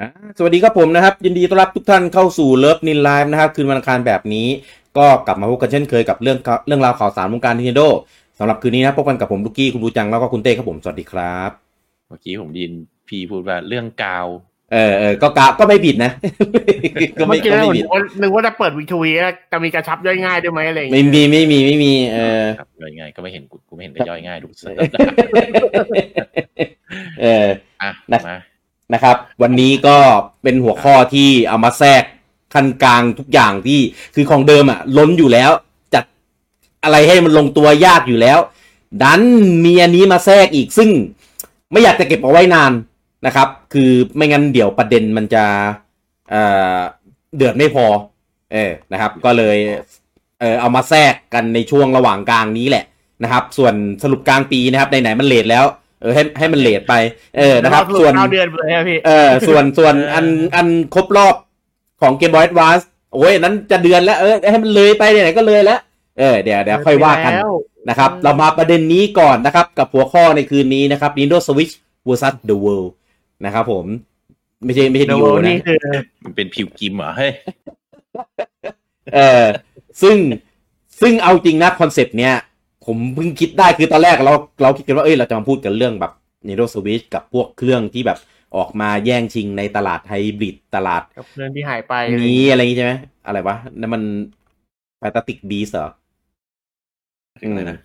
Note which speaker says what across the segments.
Speaker 1: อ่าสวัสดีครับผมนะครับ ยินดีต้อนรับทุกท่านเข้าสู่เลิฟนินไลฟ์นะครับ คืนวันอังคารแบบนี้ ก็กลับมาพบกันเช่นเคยกับเรื่องเรื่องราวข่าวสารวงการทีนโดสำหรับคืนนี้นะพบกันกับผมลูกกี้คุณรูจังแล้วก็คุณเต้ครับผมสวัสดีครับ
Speaker 2: เมื่อกี้ผมได้ยินพี่พูดว่าเรื่องกาว
Speaker 1: เออเออก็กะก็ไม่ผิดนะ ก็ไม่
Speaker 3: เมื่อกี้
Speaker 1: ก็ไม่
Speaker 3: ผม
Speaker 1: ผิด
Speaker 3: นึกว่าจะเปิดวิทวีแล้วจะมีกระชับย่อยง่ายด้วยไหมอะไรอย่าง
Speaker 1: ไม่
Speaker 3: เงี้ย
Speaker 1: มีไม่มีไม่มีเออ
Speaker 2: ครับย่อยง่ายก็ไม่เห็นกูกูไม่เห็นได้ย่อยง่ายดูสิ
Speaker 1: เออ
Speaker 2: อ่ะ
Speaker 1: นะ
Speaker 2: มา
Speaker 1: นะครับ วันนี้ก็เป็นหัวข้อที่เอามาแทรกขั้นกลางทุกอย่างที่คือของเดิมอะล้นอยู่แล้ว จัดอะไรให้มันลงตัวยากอยู่แล้ว ดันมีอันนี้มาแทรกอีกซึ่งไม่อยากจะเก็บเอาไว้นานนะครับ คือไม่งั้นเดี๋ยวประเด็นมันจะเอ่อเดือดไม่พอ เออนะครับ ก็เลยเออเอามาแทรกกันในช่วงระหว่างกลางนี้แหละนะครับ ส่วนสรุปกลางปีนะครับไหนๆมันเลทแล้วเออให้ให้มันเลทไป เออนะครับ
Speaker 3: แล้วก็
Speaker 1: ส่วน
Speaker 3: เก้าเดือนไปเลยอะพี่
Speaker 1: เออส่วนส่วนอันอันครบรอบของเกมบอย a d ว a สโอ้ยอันนั้นจะเดือนแล้ว เออให้มันเลยไปไหนๆก็เลยแล้ว เออเดี๋ยวเดี๋ยวค่อยว่ากัน
Speaker 3: แล้ว
Speaker 1: นะครับ เรามาประเด็นนี้ก่อนนะครับ กับหัวข้อในคืนนี้นะครับ Nintendo Switch vs the world นะครับผม ไม่ใช่ไม่ใช่
Speaker 3: The
Speaker 1: the
Speaker 3: World
Speaker 1: world นะ
Speaker 3: นี่คือ
Speaker 2: มันเป็นผิวกิมเหรอเฮ้ย
Speaker 1: เออซึ่งซึ่งเอาจริงนะคอนเซปต์เนี้ยผมเพิ่งคิดได้คือตอนแรกเราเราคิดกันว่าเอ้ยเราจะมาพูดกันเรื่องแบบ Nintendo Switch กับพวกเครื่องที่แบบออกมาแย่งชิงในตลาดไฮบริดตลาด
Speaker 3: กับเพื่อนที่หายไป
Speaker 1: นี้อะไรอย่างงี้ใช่ไหมอะไรวะนั่นมันฟตติกบีสเหรอ
Speaker 2: เรื่องอะไรนะ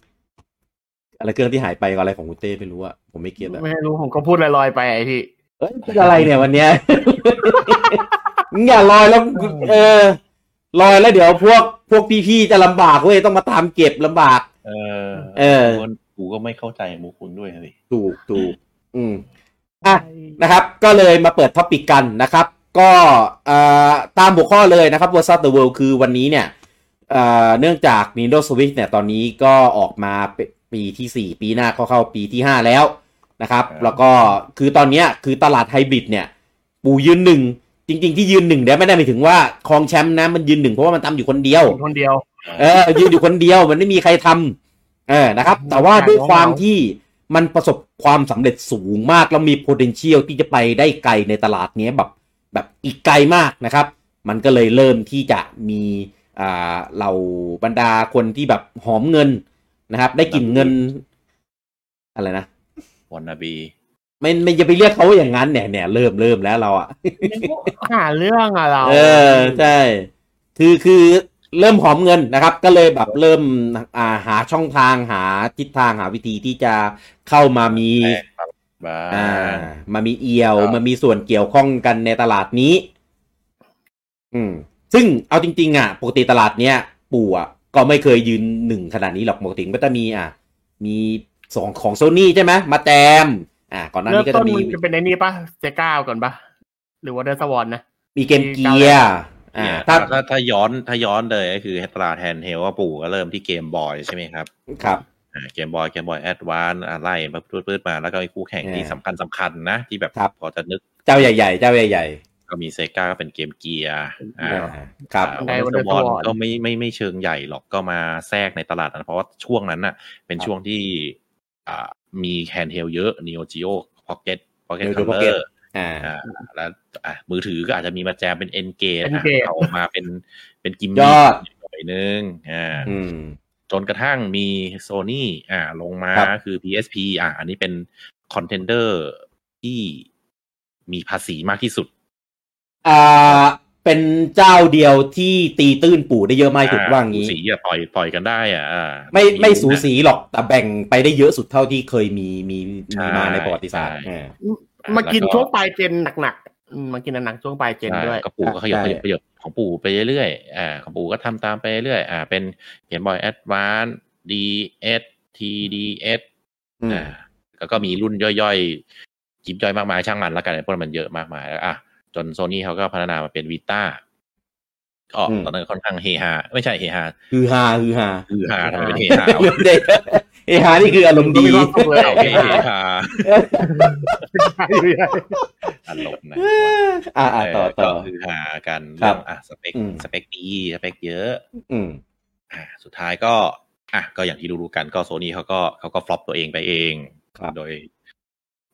Speaker 1: อะไรเครื่องที่หายไปกับอะไรของคุณเต้ไม่รู้อะผมไม่เก็ตอะ
Speaker 3: ไม่รู้ผมก็พูดลอยๆไปไอ้พี่
Speaker 1: เอ้ยเป็นอะไรเนี่ยวันเนี้ย มึงอย่าลอยแล้วเออลอยแล้วเดี๋ยวพวกพวกพี่ๆจะลำบากเว้ยต้องมาตามเก็บลำบาก
Speaker 2: เออ
Speaker 1: เออ
Speaker 2: กูกูก็ไม่เข้าใจมูคุณด้วยเลย
Speaker 1: ถูกถูกอืม อ่ะ นะครับ ก็เลยมาเปิดท็อปิกกันนะครับ ก็เอ่อตามหัวข้อเลยนะครับ What's Up the World คือวันนี้เนี่ยเอ่อเนื่องจาก Nintendo Switch เนี่ย ตอนนี้ก็ออกมาเป็นปีทีสี่4 ปีหน้าเข้าเข้าปีที่ 5 แล้วนะครับ แล้วก็คือตอนเนี้ยคือตลาดไฮบริดเนี่ย ปูยืนหนึ่ง จริง ๆ ที่ยืนหนึ่งเนี่ยไม่ได้หมายถึงว่าครองแชมป์นะ มันยืนหนึ่งเพราะว่ามันทำอยู่คนเดียว
Speaker 3: คนเดียว
Speaker 1: เออยืนอยู่คนเดียวมันไม่มีใครทำเออนะครับ แต่ว่าด้วยความที่มันประสบความสำเร็จสูงมาก แล้วมี potential ที่จะไปได้ไกลในตลาดเนี้ยแบบแบบอีกไกลมากนะครับ มันก็เลยเริ่มที่จะมีอ่าเหล่าบรรดาคนที่แบบหอมเงินนะครับ ได้กลิ่นเงิน อะไรนะ
Speaker 2: วันนาบี
Speaker 1: ไม่ไม่จะไปเรียกเขาอย่างนั้นเนี่ยเนี่ยเริ่มเริ่มแล้วเราอะ
Speaker 3: หาเรื่องอะเรา
Speaker 1: เออใช่คือคือเริ่มหอมเงินนะครับ ก็เลยแบบเริ่มอ่าหาช่องทางหาทิศทางหาวิธีที่จะเข้ามามี
Speaker 2: บ้า
Speaker 1: อ่ามามีเอียวมามีส่วนเกี่ยวข้องกันในตลาดนี้ อืม ซึ่งเอาจริง ๆ อ่ะ ปกติตลาดเนี้ยปู่อ่ะก็ไม่เคยยืนหนึ่งขนาดนี้หรอกปกติมันก็จะมีอ่ะ มีสองของโซนี่ใช่ไหมมาแจมอ่าก่อนหน้า
Speaker 3: เริ่ม
Speaker 1: นี้ก็
Speaker 3: ต้น
Speaker 1: จะมี
Speaker 3: มันจะเป็นไอ้นี่ปะเจก้าวก่อนปะหรือว่าเดสวอนนะ
Speaker 1: มีเกมเกียร์อ่า
Speaker 2: เนี่ย
Speaker 1: ถ้า
Speaker 2: ถ้าถ้าถ้าย้อนถ้าย้อนเลยก็คือตลาดแฮนด์เฮลว่าปู่ก็เริ่มที่เกมบอยใช่ไหมครับ
Speaker 1: ครับ
Speaker 2: เกมบอยเกมบอยแอดวานอะไรมาเพื่อมาแล้วก็มีคู่แข่งที่
Speaker 1: อ่า
Speaker 2: สำคัญสำคัญนะ ที่แบบ
Speaker 1: ครับ
Speaker 2: พอจะนึก
Speaker 1: เจ้าใหญ่ ๆ เจ้าใหญ่ ๆ
Speaker 2: ก็มีเซกาก็เป็นเกมเกียร์อ่า
Speaker 1: ครับ
Speaker 3: ใน
Speaker 2: ใน
Speaker 3: วั
Speaker 2: วัน น
Speaker 3: เดอร์
Speaker 2: บอล
Speaker 3: สวอน
Speaker 2: ก็ไม่ไม่ไม่เชิงใหญ่หรอกก็มาแทรกในตลาดนะเพราะว่าช่วงนั้นน่ะ เป็นช่วงที่อ่ามีแฮนด์เฮลเยอะ Neo Geo Pocket Pocket
Speaker 1: เดี๋ยวดู
Speaker 2: Color
Speaker 1: Pocket อ่า
Speaker 2: แล้วอ่ะมือถือก็อาจจะมีมาแจมเป็น N g a t e
Speaker 3: N-Gate
Speaker 2: เอามาเป็นเป็นกิม
Speaker 1: ย
Speaker 2: มิ
Speaker 1: อด
Speaker 2: คหน่อยนึงอ่า
Speaker 1: อืม
Speaker 2: จนกระทั่งมี Sony อ่าลงมา
Speaker 1: ครับ
Speaker 2: คือ PSP อ่าอันนี้เป็นคอนเทนเดอร์ที่มีภาษีมากที่สุด
Speaker 1: อ่า เป็นเจ้าเดียวที่ตีตื้นปู่ได้เยอะมากที่สุด
Speaker 2: อ่
Speaker 1: ว่างี้
Speaker 2: สูสีอะต่อยต่อยกันได้อ่ะอ่า
Speaker 1: ไม่ไม่สู
Speaker 2: นะ
Speaker 1: สีหรอก แต่แบ่งไปได้เยอะสุดเท่าที่เคยมีมี
Speaker 2: ใช่
Speaker 1: มีมาในประวัติศาสตร์
Speaker 2: ใช่
Speaker 1: อ่า
Speaker 3: มากิน
Speaker 2: แล้ว
Speaker 3: ช่วงปลายเจนหนักๆอืมมากินหนักๆช่วงปลายเจนด้วย
Speaker 2: ใช่ก็ปู่ก็ขยับ
Speaker 1: ใช่
Speaker 2: ขยับขยับของปู่ไปเรื่อยๆ อ่า ของปู่ก็ทำตามไปเรื่อยๆ อ่า เป็นเกมบอยแอดวานดีเอสทีดีเอส
Speaker 1: อืม
Speaker 2: อ่าแล้วก็มีรุ่นย่อยๆ จิบย่อยมากมายช่างมันแล้วกันไอ้พวกมันเยอะมากมายแล้วอ่ะ จนโซนี่เขาก็พัฒนามาเป็นวีต้าก็ตอนนั้นค่อนข้างเฮฮา ไม่ใช่เฮฮา
Speaker 1: ฮือฮาฮือฮา
Speaker 2: คือฮาทำไมเป็นเฮฮา
Speaker 1: เดี๋ยวเดี๋ยวเอยฮานี่คืออารมณ์ดี
Speaker 3: มีความสุขเลย
Speaker 2: เอาเฮฮาอารมณ์นะ
Speaker 1: อ่าอ่าต่อต่อ
Speaker 2: เก็คือหากัน
Speaker 1: ครั
Speaker 2: เรื่
Speaker 1: บ
Speaker 2: องอ่ะสเปค
Speaker 1: อืม
Speaker 2: สเปคดีสเปคเยอะ
Speaker 1: อืม
Speaker 2: อ่ะสุดท้ายก็อ่ะก็อย่างที่รู้ๆกันก็โซนี่เขาก็เขาก็ฟลอปตัวเองไปเอง
Speaker 1: ครับ
Speaker 2: โดย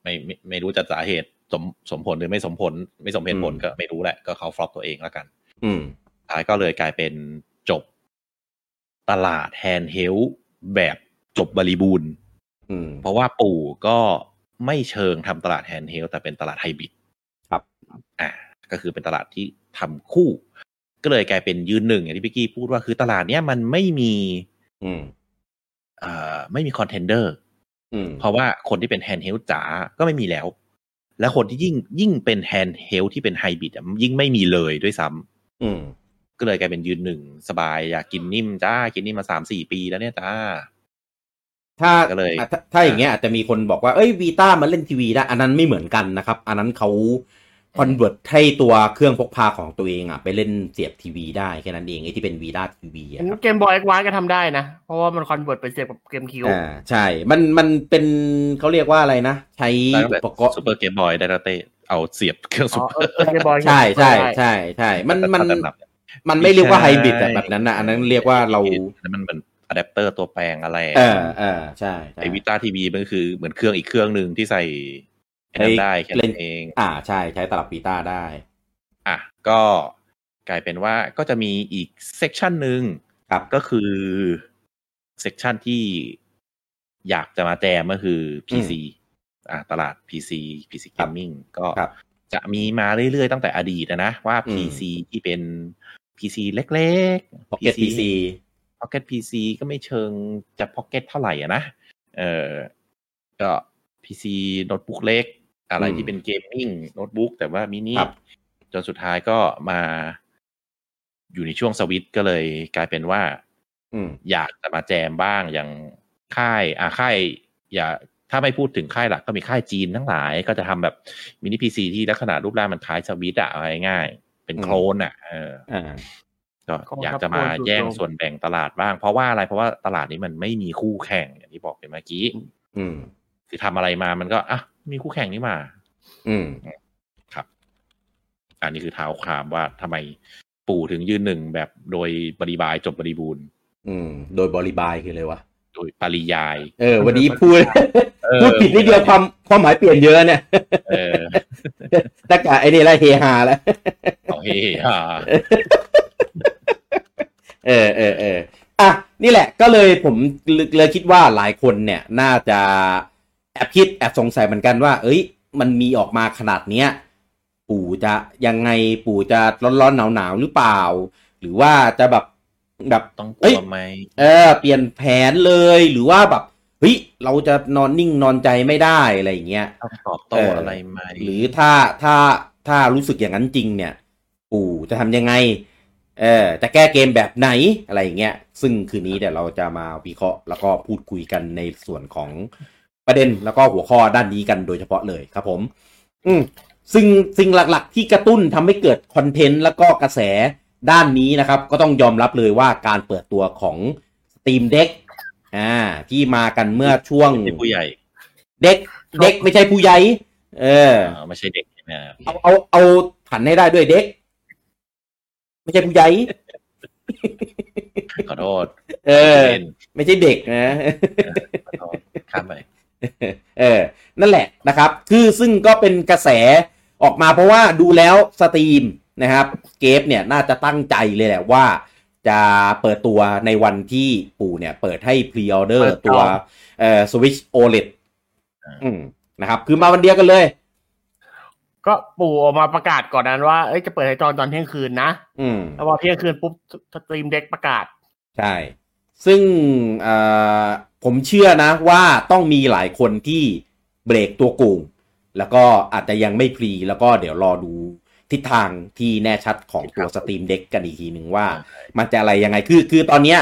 Speaker 2: ไม่ไม่ไม่รู้จะสาเหตุ สมสมผลหรือไม่สมผล ไม่สมเหตุผล
Speaker 1: อืม
Speaker 2: ก็ไม่รู้แหละ ก็เขาฟลอปตัวเองแล้วกัน
Speaker 1: อืม
Speaker 2: ท้ายก็เลยกลายเป็นจบตลาดแฮนด์เฮลแบบจบบริบูรณ์
Speaker 1: อืม
Speaker 2: เพราะว่าปู่ก็ไม่เชิงทำตลาดแฮนด์เฮลแต่เป็นตลาดไฮบริด
Speaker 1: ครับ
Speaker 2: อ่า ก็คือเป็นตลาดที่ทำคู่ ก็เลยกลายเป็นยืนหนึ่งอย่างที่พี่กี้พูดว่าคือตลาดเนี้ยมันไม่มี
Speaker 1: อืม
Speaker 2: เอ่อไม่มีคอนเทนเดอร์
Speaker 1: อืม
Speaker 2: เพราะว่าคนที่เป็นแฮนด์เฮลจ๋าก็ไม่มีแล้ว และคนที่ยิ่งยิ่งเป็นแฮนด์เฮลที่เป็นไฮบริดอะยิ่งไม่มีเลยด้วยซ้ำ
Speaker 1: อืม
Speaker 2: ก็เลยกลายเป็นยืนหนึ่งสบายอยากกินนิ่มจ้า กินนิ่มมาสามสี่ปีแล้วเนี่ยจ้า
Speaker 1: ถ้า
Speaker 2: ก็เลย
Speaker 1: อ่ะถ้าถ้าอย่างเงี้ยอาจจะมีคนบอกว่าเอ้ยวีต้ามันเล่นทีวีได้อันนั้นไม่เหมือนกันนะครับ อันนั้นเขาคอนเวิร์ตให้ตัวเครื่องพกพาของตัวเองอะไปเล่นเสียบทีวีได้แค่นั้นเองไอ้ที่เป็นวีด้าทีวีอะครับ
Speaker 3: เกมบอยแอดวานก็ทำได้นะ เพราะว่ามันคอนเวิร์ตไปเสียบกับเกมคิว
Speaker 1: อ่าใช่ มันมันเป็นเขาเรียกว่าอะไรนะ ใช้
Speaker 2: ได้
Speaker 1: อุ
Speaker 2: แต่
Speaker 1: ปกรณ์
Speaker 2: ซูเปอร์เกมบอยได้แล้วเต้เอาเสียบเครื่องซูเปอร์
Speaker 3: เกมบอย
Speaker 1: ใช่ใช่ใช่ใช่มันมัน
Speaker 2: แต่ตอแบบ
Speaker 1: มันไม่เรียกว่าไฮบริดอะแบบนั้นนะอันนั้นเรียกว่าเรา
Speaker 2: อันนั้นมันเหมือนอะแดปเตอร์ตัวแปลงอะไร
Speaker 1: เออเออใช่ใช่
Speaker 2: ไอวิต้าทีวีมันก็คือเหมือนเครื่องอีกเครื่องหนึ่งที่ใส่แอนได้แค่
Speaker 1: เล่
Speaker 2: นั้น นเอง
Speaker 1: อ่าใช่ใช้ตลับปีต้าได้
Speaker 2: อ่ะก็กลายเป็นว่าก็จะมีอีกเซกชันหนึ่ง
Speaker 1: ครับ
Speaker 2: ก็คือเซกชันที่อยากจะมาแจมก็คือ PC อ่าตลาด PC PC Gaming ก็
Speaker 1: ครับ
Speaker 2: จะมีมาเรื่อยๆตั้งแต่อดีตนะนะว่า
Speaker 1: อืม
Speaker 2: PC ที่เป็น PC เล็กๆ
Speaker 1: พ็อกเก็ตพีซี
Speaker 2: Pocket PC ก็ไม่เชิงจะ Pocket เท่าไหร่อะนะ เออก็ PC โน้ตบุ๊กเล็ก อะไร
Speaker 1: อืม
Speaker 2: ที่เป็นเกมมิ่งโน้ตบุ๊กแต่ว่ามินิ
Speaker 1: ครับ
Speaker 2: จนสุดท้ายก็มาอยู่ในช่วงสวิตช์ก็เลยกลายเป็นว่า
Speaker 1: อืม
Speaker 2: อยากจะมาแจมบ้างอย่างค่ายอ่าค่าย อย่าถ้าไม่พูดถึงค่ายหลักก็มีค่ายจีนทั้งหลาย ก็จะทำแบบมินิพีซีที่ลักษณะรูปร่างมันคล้ายสวิตช์อะเอาง่ายๆเป็น
Speaker 1: อืม
Speaker 2: โคลนอะเออ
Speaker 1: อ่า
Speaker 2: ก็อยากจะมาแย่งส่วนแบ่งตลาดบ้าง เพราะว่าอะไรเพราะว่าตลาดนี้มันไม่มีคู่แข่งอย่างที่บอกไปเมื่อกี้
Speaker 1: อืม
Speaker 2: คือทำอะไรมามันก็อ่ะมีคู่แข่งนี่มา
Speaker 1: อืม
Speaker 2: อันนี้คือเท้าความว่าทำไมปู่ถึงยืนหนึ่งแบบโดยบริบายจบบริบูรณ์
Speaker 1: อืม โดยบริบายคือเลยวะ
Speaker 2: โดยปริยาย
Speaker 1: เอ อ วันนี้พูด
Speaker 2: เออ
Speaker 1: พูดผิดนิดเดียวความความหมายเปลี่ยนเยอะเนี่ย
Speaker 2: เออ
Speaker 1: ตั้งแต่ไอ้นี่ละ เฮฮาแล้ว
Speaker 2: เอาเฮฮา
Speaker 1: เออเออเอออ่ะ นี่แหละก็เลยผมเลยคิดว่าหลายคนเนี่ย น่าจะแอบคิดแอบสงสัยเหมือนกันว่า เอ้ย มันมีออกมาขนาดเนี้ย ปู่จะยังไงปู่จะร้อนๆหนาวๆหรือเปล่า หรือว่าจะแบบแบบ
Speaker 2: ต้องก
Speaker 1: เอ้ย
Speaker 2: ลัวไหม
Speaker 1: เออเปลี่ยนแผนเลย หรือว่าแบบเฮ้ยเราจะนอนนิ่งนอนใจไม่ได้อะไรอย่างเงี้ย
Speaker 2: ต้องตอบโต้
Speaker 1: เอออ
Speaker 2: อะไรไหม
Speaker 1: หรือถ้าถ้าถ้ารู้สึกอย่างนั้นจริงเนี่ย ปู่จะทำยังไง เออจะแก้เกมแบบไหนอะไรอย่างเงี้ยซึ่งคืนนี้เดี๋ยวเราจะมาวิเคราะห์แล้วก็พูดคุยกันในส่วนของประเด็นแล้วก็หัวข้อด้านนี้กันโดยเฉพาะเลยครับผม อืมซึ่งสิ่งหลักๆ ที่กระตุ้นทำให้เกิดคอนเทนต์แล้วก็กระแสด้านนี้นะครับ ก็ต้องยอมรับเลยว่าการเปิดตัวของ Steam Deck อ่าที่มากันเมื่อช่วง
Speaker 2: ที่ผู้ใหญ่
Speaker 1: Deck Deck ไม่ใช่ผู้ใหญ่เออ
Speaker 2: เออไม่ใช่เด็กนะครับ
Speaker 1: เอาเอาเอาผันให้ได้ด้วยเด็ก ไม่ใช่ผู้ใหญ่
Speaker 2: ขอโทษ
Speaker 1: เออ
Speaker 2: ล่น
Speaker 1: ไม่ใช่เด็กนะ
Speaker 2: ขอโทษข้ามไป
Speaker 1: เออ นั่นแหละนะครับ คือซึ่งก็เป็นกระแสออกมาเพราะว่าดูแล้วสตรีมนะครับ เกฟเนี่ยน่าจะตั้งใจเลยแหละว่า จะเปิดตัวในวันที่ปู่เนี่ย เปิดให้พรีออเดอร์ตัวเอ่อสวิชโอเลดนะครับ คือมาวันเดียวกันเลย
Speaker 3: ก็ปู่ออกมาประกาศก่อนนั้นว่าเอ้ยจะเปิดให้จองตอนเที่ยงคืนนะ
Speaker 1: อืม
Speaker 3: แล้วพอเที่ยงคืนปุ๊บสตรีมเด็กประกาศ
Speaker 1: ใช่ ซึ่งเอ่อผมเชื่อนะว่าต้องมีหลายคนที่เบรกตัวโกงแล้วก็อาจจะยังไม่พรี แล้วก็เดี๋ยวรอดูทิศทางที่แน่ชัดของตัวสตรีมเด็กกันอีกทีหนึ่งว่า มันจะอะไรยังไง คือ คือตอนเนี้ย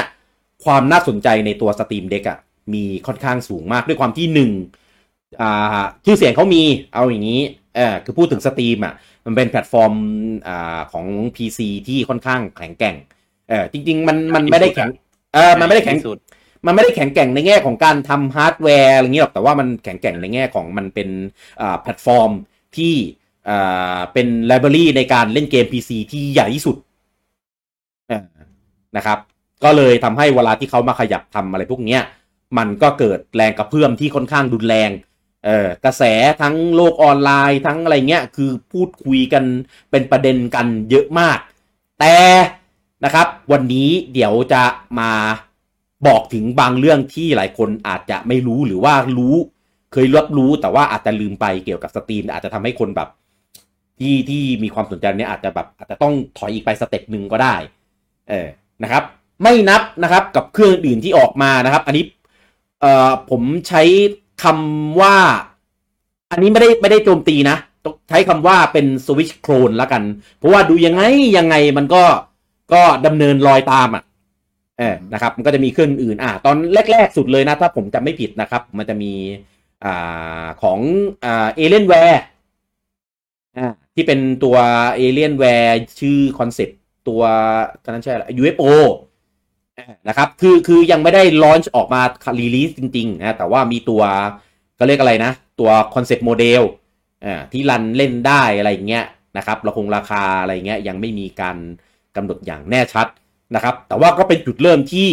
Speaker 1: ความน่าสนใจในตัวสตรีมเด็กอะมีค่อนข้างสูงมากด้วยความที่หนึ่งอ่าชื่อเสียงเขามีเอาอย่างนี้เออคือพูดถึงสตรีมอะมันเป็นแพลตฟอร์มอ่าของ PC ที่ค่อนข้างแข็งแกร่งเออจริง ๆ มันมันไม่ได้แข็งเออมันไม่ได้แข็ง
Speaker 2: ที่สุด
Speaker 1: มันไม่ได้แข็งแกร่งในแง่ของการทำฮาร์ดแวร์อะไรเงี้ยหรอก แต่ว่ามันแข็งแกร่งในแง่ของมันเป็นอ่าแพลตฟอร์มที่อ่าเป็นไลบรารีในการเล่นเกม PC ที่ใหญ่ที่สุดอ่านะครับ ก็เลยทำให้เวลาที่เขามาขยับทำอะไรพวกเนี้ย มันก็เกิดแรงกระเพื่อมที่ค่อนข้างรุนแรง เออกระแสทั้งโลกออนไลน์ทั้งอะไรเงี้ยคือพูดคุยกันเป็นประเด็นกันเยอะมาก แต่นะครับ วันนี้เดี๋ยวจะมาบอกถึงบางเรื่องที่หลายคนอาจจะไม่รู้หรือว่ารู้ เคยรับรู้แต่ว่าอาจจะลืมไปเกี่ยวกับสตรีม อาจจะทำให้คนแบบ ที่ที่มีความสนใจเนี้ยอาจจะแบบอาจจะต้องถอยอีกไปสเต็ปหนึ่งก็ได้ เออนะครับ ไม่นับนะครับกับเครื่องอื่นที่ออกมานะครับ อันนี้เอ่อผมใช้คำว่า อันนี้ไม่ได้ไม่ได้โจมตีนะต้องใช้คำว่าเป็นสวิชโครนละกัน เพราะว่าดูยังไงยังไงมันก็ก็ดำเนินรอยตามอ่ะเออนะครับ มันก็จะมีเครื่องอื่น อ่า ตอนแรก ๆ สุดเลยนะ ถ้าผมจำไม่ผิดนะครับ มันจะมี อ่าของอ่าเอเลนแวร์อ่าที่เป็นตัวเอเลนแวร์ชื่อคอนเซ็ปต์ตัวตอนนั้นใช่อะไร UFO อ่านะครับคือคือยังไม่ได้ลอนช์ออกมารีลีสจริงๆนะแต่ว่ามีตัวก็เรียกอะไรนะ ตัวคอนเซ็ปต์โมเดลอ่าที่รันเล่นได้อะไรอย่างเงี้ยนะครับเราคงราคาอะไรเงี้ยยังไม่มีการกำหนดอย่างแน่ชัดนะครับ แต่ว่าก็เป็นจุดเริ่มที่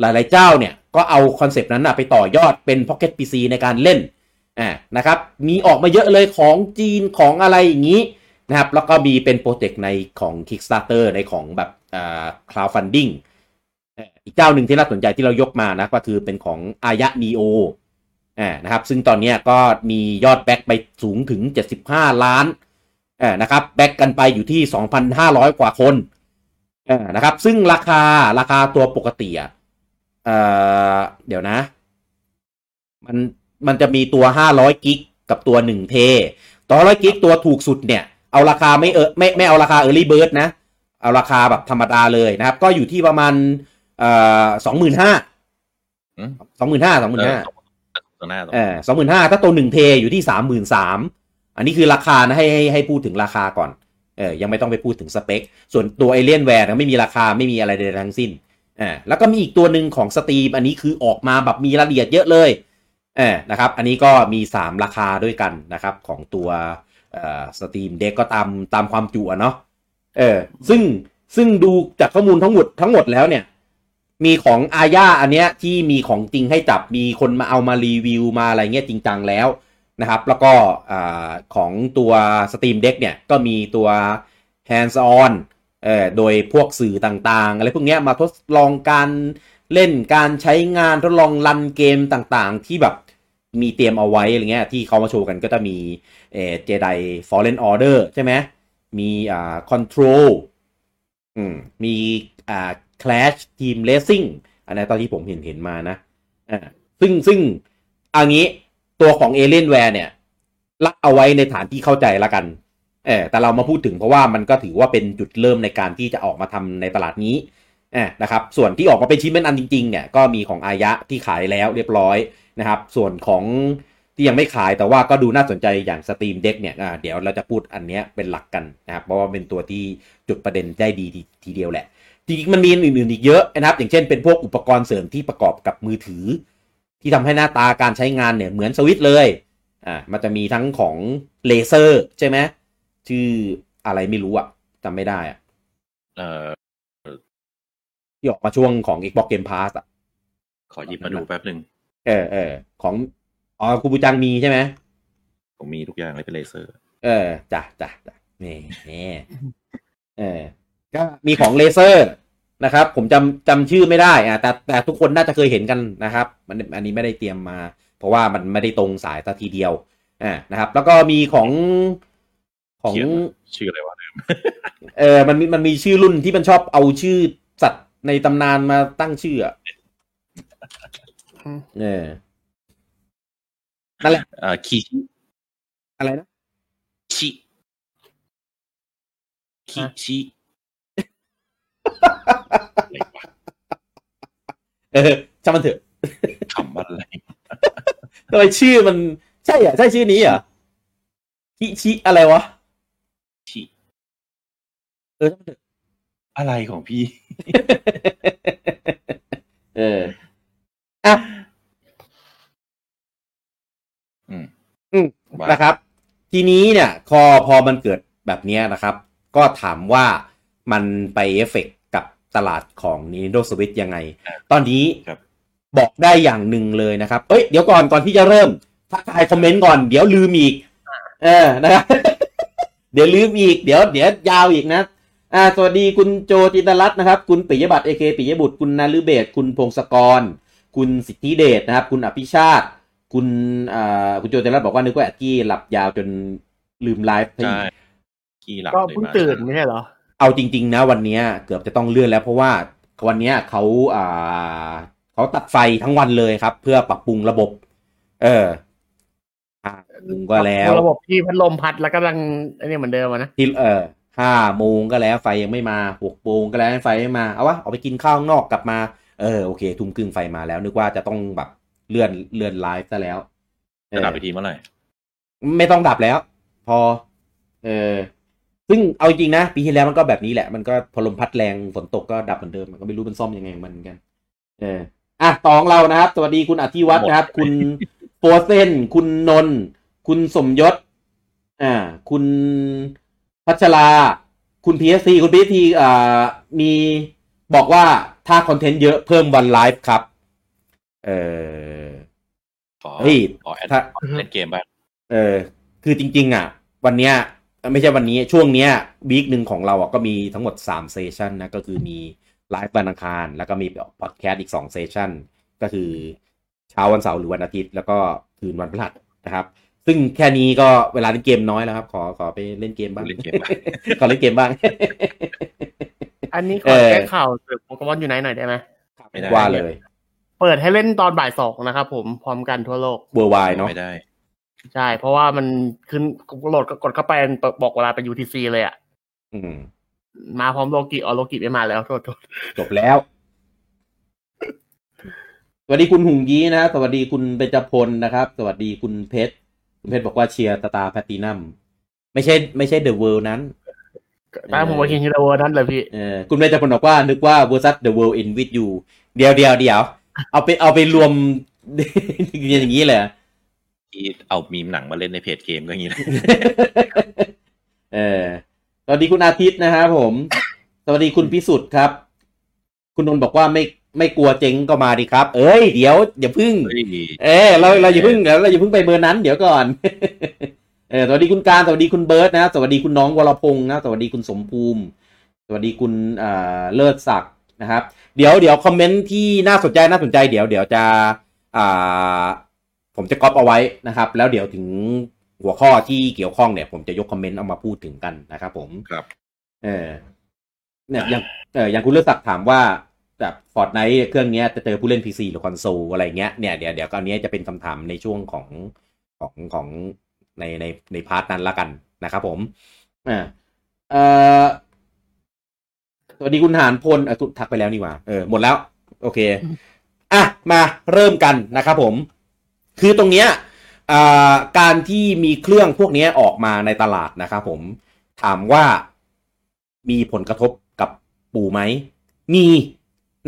Speaker 1: หลายๆเจ้าเนี่ยก็เอาคอนเซปต์นั้นนะไปต่อยอดเป็น Pocket PC ในการเล่นอ่านะครับมีออกมาเยอะเลยของจีนของอะไรอย่างนี้นะครับแล้วก็มีเป็นโปรเจกต์ในของ Kickstarter ในของแบบอ่า crowdfunding อ่าอีกเจ้าหนึ่งที่น่าสนใจที่เรายกมานะก็คือเป็นของอายะ Neo อ่านะครับซึ่งตอนเนี้ยก็มียอดแบ็กไปสูงถึง 75 ล้านอ่านะครับแบ็กกันไปอยู่ที่ 2,500 กว่าคนอ่านะครับซึ่งราคาราคาตัวปกติอ่ะ เอ่อเดี๋ยวนะ มันมันจะมีตัวห้าร้อยกิกกับตัวหนึ่งเทตัวร้อยกิกตัวถูกสุดเนี่ย เอาราคาไม่เออไม่ไม่เอาราคา Early Bird นะ เอาราคาแบบธรรมดาเลยนะครับ ก็อยู่ที่ประมาณเอ่อสองหมื่นห้า
Speaker 2: อืม
Speaker 1: สองหมื่นห้าสองหมื่นห้า
Speaker 2: ตัวหน้าตัว
Speaker 1: เออสองหมื่นห้าถ้าตัวหนึ่งเทอยู่ที่สามหมื่นสามอันนี้คือราคานะให้ให้ให้พูดถึงราคาก่อนเออยังไม่ต้องไปพูดถึงสเปค ส่วนตัวเอเลียนแวร์นะไม่มีราคาไม่มีอะไรใดๆทั้งสิ้นอ่าแล้วก็มีอีกตัวหนึ่งของสตรีมอันนี้คือออกมาแบบมีรายละเอียดเยอะเลยเออนะครับ อันนี้ก็มี 3 ราคาด้วยกันนะครับของตัวเอ่อสตรีมเด็กก็ตามตามความจุอะเนาะเออซึ่งซึ่งดูจากข้อมูลทั้งหมดทั้งหมดแล้วเนี่ย มีของอาญาอันเนี้ยที่มีของจริงให้จับมีคนมาเอามารีวิวมาอะไรเงี้ยจริงจังแล้วนะครับ แล้วก็อาของตัว Steam Deck เนี่ยก็มีตัว hands on เอ่อโดยพวกสื่อต่างๆ อะไรพวกเนี้ยมาทดลองการเล่นการใช้งานทดลองรันเกมต่างๆ ที่แบบมีเตรียมเอาไว้อะไรเงี้ยที่เขามาโชว์กันก็จะมีเอ่อ Jedi Fallen Order ใช่ไหมมีอ่า Control อืมมีอ่า Clash Team Racing อันนี้นตอนที่ผมเห็นเห็นมานะอ่าซึ่งซึ่งเอางี้ตัวของ Alienware เนี่ยรักเอาไว้ในฐานที่เข้าใจละกันเออแต่เรามาพูดถึงเพราะว่ามันก็ถือว่าเป็นจุดเริ่มในการที่จะออกมาทำในตลาดนี้อ่านะครับ ส่วนที่ออกมาเป็นชิ้นเป็นอันจริงๆเนี่ยก็มีของอายะที่ขายแล้วเรียบร้อยนะครับ ส่วนของที่ยังไม่ขายแต่ว่าก็ดูน่าสนใจอย่าง Steam Deck เนี่ยอ่าเดี๋ยวเราจะพูดอันเนี้ยเป็นหลักกันนะครับเพราะว่าเป็นตัวที่จุดประเด็นได้ดีทีทีเดียวแหละ จริงๆมันมีอนอื่นๆอีกเยอะนะครับ อย่างเช่นเป็นพวกอุปกรณ์เสริมที่ประกอบกับมือถือ ที่ทำให้หน้าตาการใช้งานเนี่ยเหมือนสวิตช์เลยอ่ามันจะมีทั้งของเลเซอร์ใช่ไหมชื่ออะไรไม่รู้อะจำไม่ได้อะ
Speaker 2: เออ
Speaker 1: ที่ออกมาช่วงของ Xbox Game Pass อะ
Speaker 2: ขอหยิบมาดูแป๊บหนึ่ง
Speaker 1: เออเออของอ๋อคูบูจังมีใช่ไหม
Speaker 2: ผมมีทุกอย่างเลยเป็นเลเซอร์
Speaker 1: เออจ้ะจ้ะจ้ะแหม่แหม่เออก็มีของเลเซอร์นะครับ ผมจำจำชื่อไม่ได้อะแต่แต่ทุกคนน่าจะเคยเห็นกันนะครับ มันอันนี้ไม่ได้เตรียมมา เพราะว่ามันไม่ได้ตรงสายซะทีเดียวอ่านะครับ แล้วก็มีของของ
Speaker 2: เขียน ชื่ออะไรวะ
Speaker 1: เออ มันมี มันมีชื่อรุ่นที่มันชอบเอาชื่อสัตว์ในตำนานมาตั้งชื่ออะ
Speaker 3: อืม
Speaker 1: เออ
Speaker 2: เอ่อคีชิ
Speaker 1: อะไรนะ
Speaker 2: ชิคีชิอะไรวะ
Speaker 1: เออช่างมันเถอะ
Speaker 2: คำอะไร
Speaker 1: ทำไมชื่อมัน ใช่เหรอใช่ชื่อนี้เหรอฮิชิอะไรวะ
Speaker 2: ชิ
Speaker 1: เอ อช่างมันเถอะ
Speaker 2: อะไรของพี่
Speaker 1: เออ อ่ะ
Speaker 2: ว่า
Speaker 1: นะครับ ทีนี้เนี่ยพอพอมันเกิดแบบเนี้ยนะครับ ก็ถามว่ามันไปเอฟเฟกต์กับตลาดของ Nintendo Switch ยังไง ตอนนี้
Speaker 2: ครับ
Speaker 1: บอกได้อย่างหนึ่งเลยนะครับ เอ้ยเดี๋ยวก่อนก่อนที่จะเริ่ม ทักทายคอมเมนต์ก่อนเดี๋ยวลืมอีก เออนะครับ เดี๋ยวลืมอีก เดี๋ยวเดี๋ยวยาวอีกนะ อ่า สวัสดีคุณโจจินตรัตน์นะครับ คุณปิยบัตรเอเคปิยบุตร คุณนาลือเบศคุณพงศกร คุณสิทธิเดชนะครับ คุณอภิชาติ คุณอ่าคุณโจจินตรัตน์บอกว่านึกว่าแอดกี้หลับยาวจนลืมไลฟ์ไปอี
Speaker 2: ใช่
Speaker 1: ก
Speaker 2: ขี้หลับ
Speaker 3: ก็
Speaker 2: ลย
Speaker 3: เพิ่ง
Speaker 2: มา
Speaker 3: ตื่นไม่ใช่เหรอ
Speaker 1: เอาจริง ๆ นะวันเนี้ยเกือบจะต้องเลื่อนแล้วเพราะว่าวันเนี้ยเขาอ่าเขาตัดไฟทั้งวันเลยครับ เพื่อปรับปรุงระบบ เออห้าโมงก็แล้ว
Speaker 3: ระบบที่พัดลมพัดแล้วกำลังไอันนี้เหมือนเดิมอะนะ
Speaker 1: ที่เออห้าโมงก็แล้วไฟยังไม่มาหกโมงก็แล้วไฟไม่มาเอาวะออกไปกินข้าวข้างนอกกลับมาเออโอเค ทุ่มครึ่งไฟมาแล้ว นึกว่าจะต้องแบบเลื่อนเลื่อนไลฟ์ซะแล้วเอ
Speaker 2: จะ
Speaker 1: อ
Speaker 2: ดับอีกทีเมื่อไหร่
Speaker 1: ไม่ต้องดับแล้ว พอ เออ ซึ่งเอาจริงๆนะ ปีที่แล้วมันก็แบบนี้แหละ มันก็พอลมพัดแรงฝนตกก็ดับเหมือนเดิมมันก็ไม่รู้มันซ่อมยังไงของมันเหมือนกัน เอออ่ะตอของเรานะครับ สวัสดีคุณอธิวัฒน์นะครับ คุณโปเซนคุณนนท์คุณสมยศ อ่า คุณพัชรา คุณพีเอซีคุณพีเอซีอ่ามีบอกว่าถ้าคอนเทนต์เยอะเพิ่มวันไลฟ์ครับ เออ
Speaker 2: ขอ
Speaker 1: เฮ้ย
Speaker 2: ขอแอด
Speaker 1: ถ้า
Speaker 2: เล่นเกมบ้าง
Speaker 1: เออคือจริง ๆ อ่ะ วันเนี้ยไม่ใช่วันนี้ช่วงเนี้ยวีคหนึ่งของเราอ่ะก็มีทั้งหมด 3 เซสชันนะ ก็คือมีไลฟ์วันอังคาร แล้วก็มีพอดแคสต์อีก 2 เซสชันก็คือเช้าวันเสาร์หรือวันอาทิตย์ แล้วก็คืนวันพฤหัสนะครับ ซึ่งแค่นี้ก็เวลาเล่นเกมน้อยแล้วครับ ขอขอไปเล่นเกมบ้าง
Speaker 2: เล่นเกมบ้าง
Speaker 1: ขอเล่นเกมบ้าง
Speaker 3: อันนี้ข
Speaker 1: เอ
Speaker 3: อ
Speaker 1: อ
Speaker 3: แก้ข่าวเสือโปเกมอนอยู่ไหนหน่อยได้ไหม
Speaker 2: ไม่ได้
Speaker 1: ว่าเลย
Speaker 3: เปิดให้เล่นตอนบ่ายสองนะครับผมพร้อมกันทั่วโลก
Speaker 1: เบอร์วายเนาะ
Speaker 2: ไม่ได้
Speaker 3: ใช่ เพราะว่ามันขึ้นโหลดก็กดเข้าไปมันบอกเวลาเป็น UTC เลยอะ
Speaker 1: อืม
Speaker 3: มาพร้อมโลกิออโลกิไม่มาแล้วโทษโทษ
Speaker 1: จบแล้ว สวัสดีคุณหุงยี้นะสวัสดีคุณเบญจพลนะครับ สวัสดีคุณเพชรคุณเพชรบอกว่าเชียร์ตาตาแพตตินัมไม่ใช่ไม่ใช่เดอะเวิลด์นั้น
Speaker 3: แต่ผมว่าคิงฮิโรเวอร์นั่นเลยพี่
Speaker 1: เออคุณเบญจพลบอกว่านึกว่า versus the world in with you เดียวเดียวเดียวเอาไปเอาไปรวม อย่างนี้เลยเหรอ
Speaker 2: ที่เอามีมหนังมาเล่นในเพจเกมก็อย่างนี้แหละ
Speaker 1: เออสวัสดีคุณอาทิตย์นะครับผม สวัสดีคุณพิสุทธิ์ครับ คุณนนท์บอกว่าไม่ไม่กลัวเจ๊งก็มาดีครับ เอ้ยเดี๋ยวอย่าพึ่ง
Speaker 2: เฮ้ย
Speaker 1: เออเราเราอย่าเพิ่งเดี๋ยวเราอย่าเพิ่งไปเบอร์นั้นเดี๋ยวก่อน เออสวัสดีคุณการสวัสดีคุณเบิร์ตนะสวัสดีคุณน้องวรพงษ์นะสวัสดีคุณสมภูมิ สวัสดีคุณเอ่อเลิศศักดิ์นะครับ เดี๋ยวเดี๋ยวคอมเมนต์ที่น่าสนใจน่าสนใจเดี๋ยวเดี๋ยวจะอ่าผมจะก๊อปเอาไว้นะครับ แล้วเดี๋ยวถึงหัวข้อที่เกี่ยวข้องเนี่ย ผมจะยกคอมเมนต์เอามาพูดถึงกันนะครับผม
Speaker 2: ครับ
Speaker 1: เออเนี่ยอย่างเอออย่างคุณเลือกศักดิ์ถามว่าแบบฟอร์ดไนท์เครื่องเนี้ยจะเจอผู้เล่น PC หรือคอนโซลอะไรเงี้ยเนี่ยเดี๋ยวเดี๋ยวก็อันเนี้ยจะเป็นคำถามในช่วงของของของในในในพาร์ทนั้นละกันนะครับผมอ่าเออสวัสดีคุณหานพลเออคุณทักไปแล้วนี่หว่าเออหมดแล้ว โอเค อ่ะ มาเริ่มกันนะครับผม คือตรงเนี้ยอ่าการที่มีเครื่องพวกเนี้ยออกมาในตลาดนะครับผม ถามว่ามีผลกระทบกับปู่ไหม มี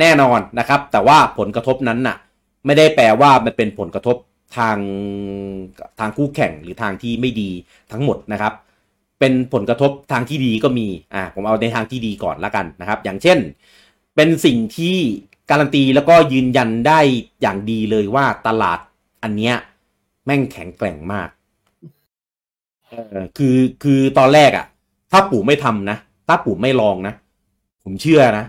Speaker 1: แน่นอนนะครับ แต่ว่าผลกระทบนั้นน่ะ ไม่ได้แปลว่ามันเป็นผลกระทบทางทางคู่แข่งหรือทางที่ไม่ดีทั้งหมดนะครับ เป็นผลกระทบทางที่ดีก็มีอ่าผมเอาในทางที่ดีก่อนละกันนะครับ อย่างเช่น เป็นสิ่งที่การันตีแล้วก็ยืนยันได้อย่างดีเลยว่าตลาดอันเนี้ยแม่งแข็งแกร่งมาก เออคือคือตอนแรกอะ่ะ ถ้าปู่ไม่ทำนะ ถ้าปู่ไม่ลองนะ ผมเชื่อนะ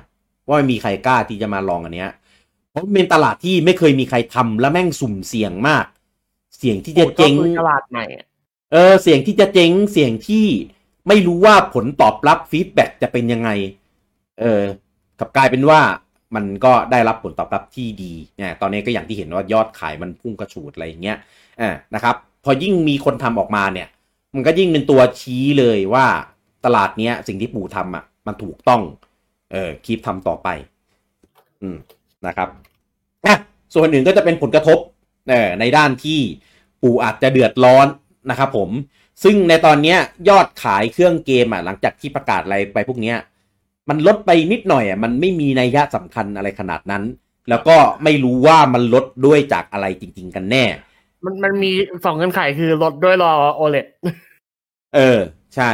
Speaker 1: ว่าไม่มีใครกล้าที่จะมาลองอันเนี้ยเพราะมันเป็นตลาดที่ไม่เคยมีใครทำและแม่งสุ่มเสี่ยงมาก เสี่ยงที่จะเจ๊ง
Speaker 3: ก็คือตลาดใหม่อะ
Speaker 1: เออเสียงที่จะเจ๊งเสียงที่ไม่รู้ว่าผลตอบรับฟีดแบ็กจะเป็นยังไง เออกลับกลายเป็นว่ามันก็ได้รับผลตอบรับที่ดีเนี่ยตอนนี้ก็อย่างที่เห็นว่ายอดขายมันพุ่งกระฉูดอะไรอย่างเงี้ยอ่านะครับ พอยิ่งมีคนทำออกมาเนี่ย มันก็ยิ่งเป็นตัวชี้เลยว่าตลาดเนี้ย สิ่งที่ปู่ทำอ่ะ มันถูกต้อง เออคีบทำต่อไป อืมนะครับอ่ะส่วนอื่นก็จะเป็นผลกระทบ เออในด้านที่ปู่อาจจะเดือดร้อนนะครับผม ซึ่งในตอนเนี้ยยอดขายเครื่องเกมอ่ะหลังจากที่ประกาศอะไรไปพวกเนี้ย มันลดไปนิดหน่อยอ่ะมันไม่มีนัยยะสำคัญอะไรขนาดนั้น แล้วก็ไม่รู้ว่ามันลดด้วยจากอะไรจริง ๆ กันแน่
Speaker 3: มันมันมีสองเงื่อนไขคือลดด้วยรอโอเลด
Speaker 1: เออ ใช่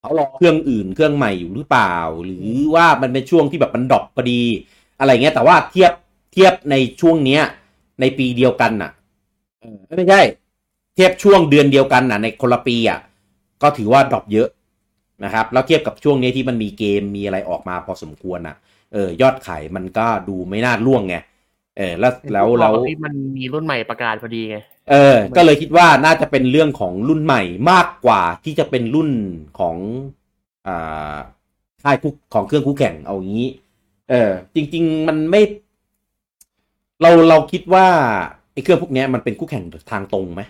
Speaker 1: เขารอเครื่องอื่นเครื่องใหม่อยู่หรือเปล่า หรือว่ามันเป็นช่วงที่แบบมันดรอปพอดี อะไรเงี้ยแต่ว่าเทียบเทียบในช่วงเนี้ย ในปีเดียวกันน่ะ เออไม่ใช่ เทียบช่วงเดือนเดียวกันนะในคนละปีอ่ะก็ถือว่าดรอปเยอะนะครับ แล้วเทียบกับช่วงนี้ที่มันมีเกมมีอะไรออกมาพอสมควรอ่ะ เออยอดขายมันก็ดูไม่น่าล่วงไงเออแล้วแล้ว
Speaker 3: เพ
Speaker 1: แล้
Speaker 3: ราะ
Speaker 1: ว
Speaker 3: ว่าที่มันมีรุ่นใหม่ประกาศพอดีไง
Speaker 1: เออ ก็เลยคิดว่าน่าจะเป็นเรื่องของรุ่นใหม่มากกว่าที่จะเป็นรุ่นของอ่าค่ายคู่ของเครื่องคู่แข่งเอางี้ เออ จริง ๆ มันไม่ เราเราคิดว่าไอ้เครื่องพวกเนี้ยมันเป็นคู่แข่งทางตรงไหม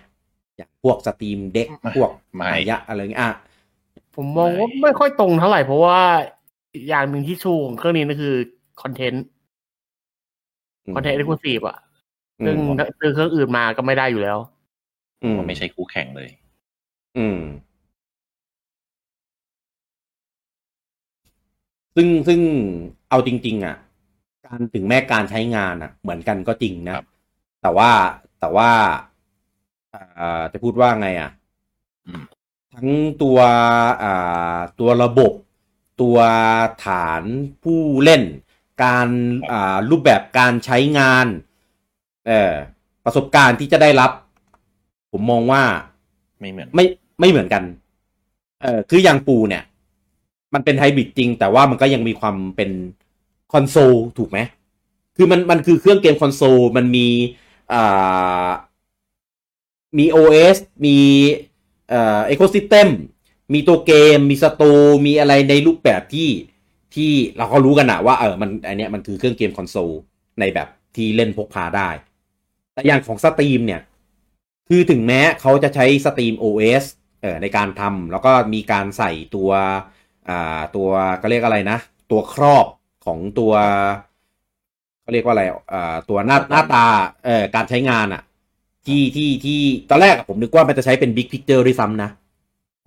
Speaker 1: อย่างพวกสตรีมเด็ก
Speaker 2: ไม่
Speaker 1: พวก
Speaker 2: ไม่
Speaker 1: ยะอะไรเงี้ยอ่ะ
Speaker 3: ผมมองว่าไม่ค่อยตรงเท่าไหร่เพราะว่าอีกอย่างหนึ่งที่ชูของเครื่องนี้ก็คือคอนเทนต์คอนเทนต์เอ็กซ์คลูซีฟอะซึ่งซื้อเครื่องอื่นมาก็ไม่ได้อยู่แล้ว
Speaker 2: ก็ไม่ใช่คู่แข่งเลย
Speaker 1: อืม ซึ่งซึ่งเอาจริง ๆ อ่ะ การถึงแม้การใช้งานอ่ะ เหมือนกันก็จริงนะ
Speaker 2: ครับ
Speaker 1: แต่ว่าแต่ว่าอ่าจะพูดว่าไงอ่ะ
Speaker 2: อืม
Speaker 1: ทั้งตัวอ่าตัวระบบ ตัวฐานผู้เล่น การอ่ารูปแบบการใช้งานเออประสบการณ์ที่จะได้รับ ผมมองว่า
Speaker 2: ไม่เหมือน
Speaker 1: ไม่ไม่เหมือนกัน เออคืออย่างปูเนี่ย มันเป็นไฮบริดจริง แต่ว่ามันก็ยังมีความเป็นคอนโซลถูกไหม คือมันมันคือเครื่องเกมคอนโซล มันมีอ่ามี OS มีเอ่อ ecosystem มีตัวเกม มีสตูมีอะไรในรูปแบบที่ที่เราก็รู้กันนะว่าเออมันอันเนี้ยมันคือเครื่องเกมคอนโซล ในแบบที่เล่นพกพาได้ แต่อย่างของสตรีมเนี่ย คือถึงแม้เขาจะใช้สตรีม OS เอ่อในการทำแล้วก็มีการใส่ตัวอ่าตัวก็เรียกอะไรนะ ตัวครอบของตัวเขาเรียกว่าอะไรอ่าตัวหน้าหน้าตาเอ่อการใช้งานอะที่ที่ที่ตอนแรกอะผมนึกว่ามันจะใช้เป็น Big Picture ด้วยซ้ำนะ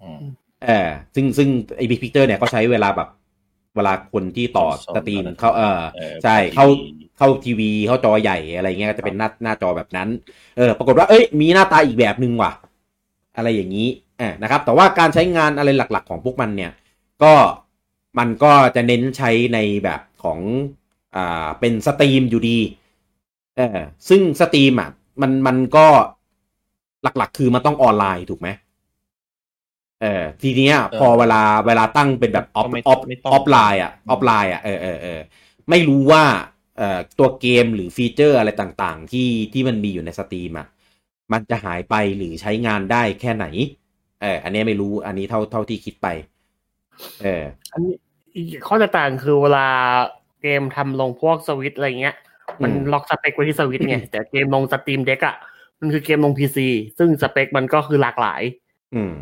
Speaker 2: อืม
Speaker 1: เออซึ่งซึ่งไอ้บิ๊กพิกเจอร์เนี่ยก็ใช้เวลาแบบเวลาคนที่ต่อ
Speaker 2: ส่อง
Speaker 1: สตรีม
Speaker 2: ต่อ
Speaker 1: เข้าเออ
Speaker 2: เออ
Speaker 1: ใช่
Speaker 2: เข้า
Speaker 1: เข้า
Speaker 2: TV
Speaker 1: เข้าทีวีเข้าจอใหญ่อะไรเงี้ยก็จะเป็นหน้าหน้าจอแบบนั้น เออ ปรากฏว่าเอ้ยมีหน้าตาอีกแบบหนึ่งว่ะ อะไรอย่างนี้อ่านะครับ แต่ว่าการใช้งานอะไรหลักๆของพวกมันเนี่ย ก็มันก็จะเน้นใช้ในแบบของอ่าเป็นสตรีมอยู่ดีเออซึ่งสตรีมอ่ะมันมันก็หลักๆ คือมันต้องออนไลน์ถูกไหมเออทีเนี้ย พอเวลาเวลาตั้งเป็นแบบออฟ
Speaker 2: ก็ไม่
Speaker 1: ออฟ
Speaker 2: ไม่ต้
Speaker 1: อ
Speaker 2: อง
Speaker 1: อฟไลน์อ่ะออฟไลน์อ่ะเออเออเออไม่รู้ว่าเอ่อตัวเกมหรือฟีเจอร์อะไรต่างๆ ที่ที่มันมีอยู่ในสตรีมอ่ะมันจะหายไปหรือใช้งานได้แค่ไหน เอออันเนี้ยไม่รู้อันนี้เท่าเท่าที่คิดไป เออ
Speaker 3: อันนี้อีกข้อแตกต่างคือเวลาเกมทำลงพวกสวิตช์อะไรเงี้ย มัน
Speaker 1: อืม
Speaker 3: ล็อกสเปคไว้ที่สวิตช์ไง แต่เกมลงสตรีมเด็กอะมันคือเกมลงพีซีซึ่งสเปคมันก็คือหลากหลาย
Speaker 1: อืม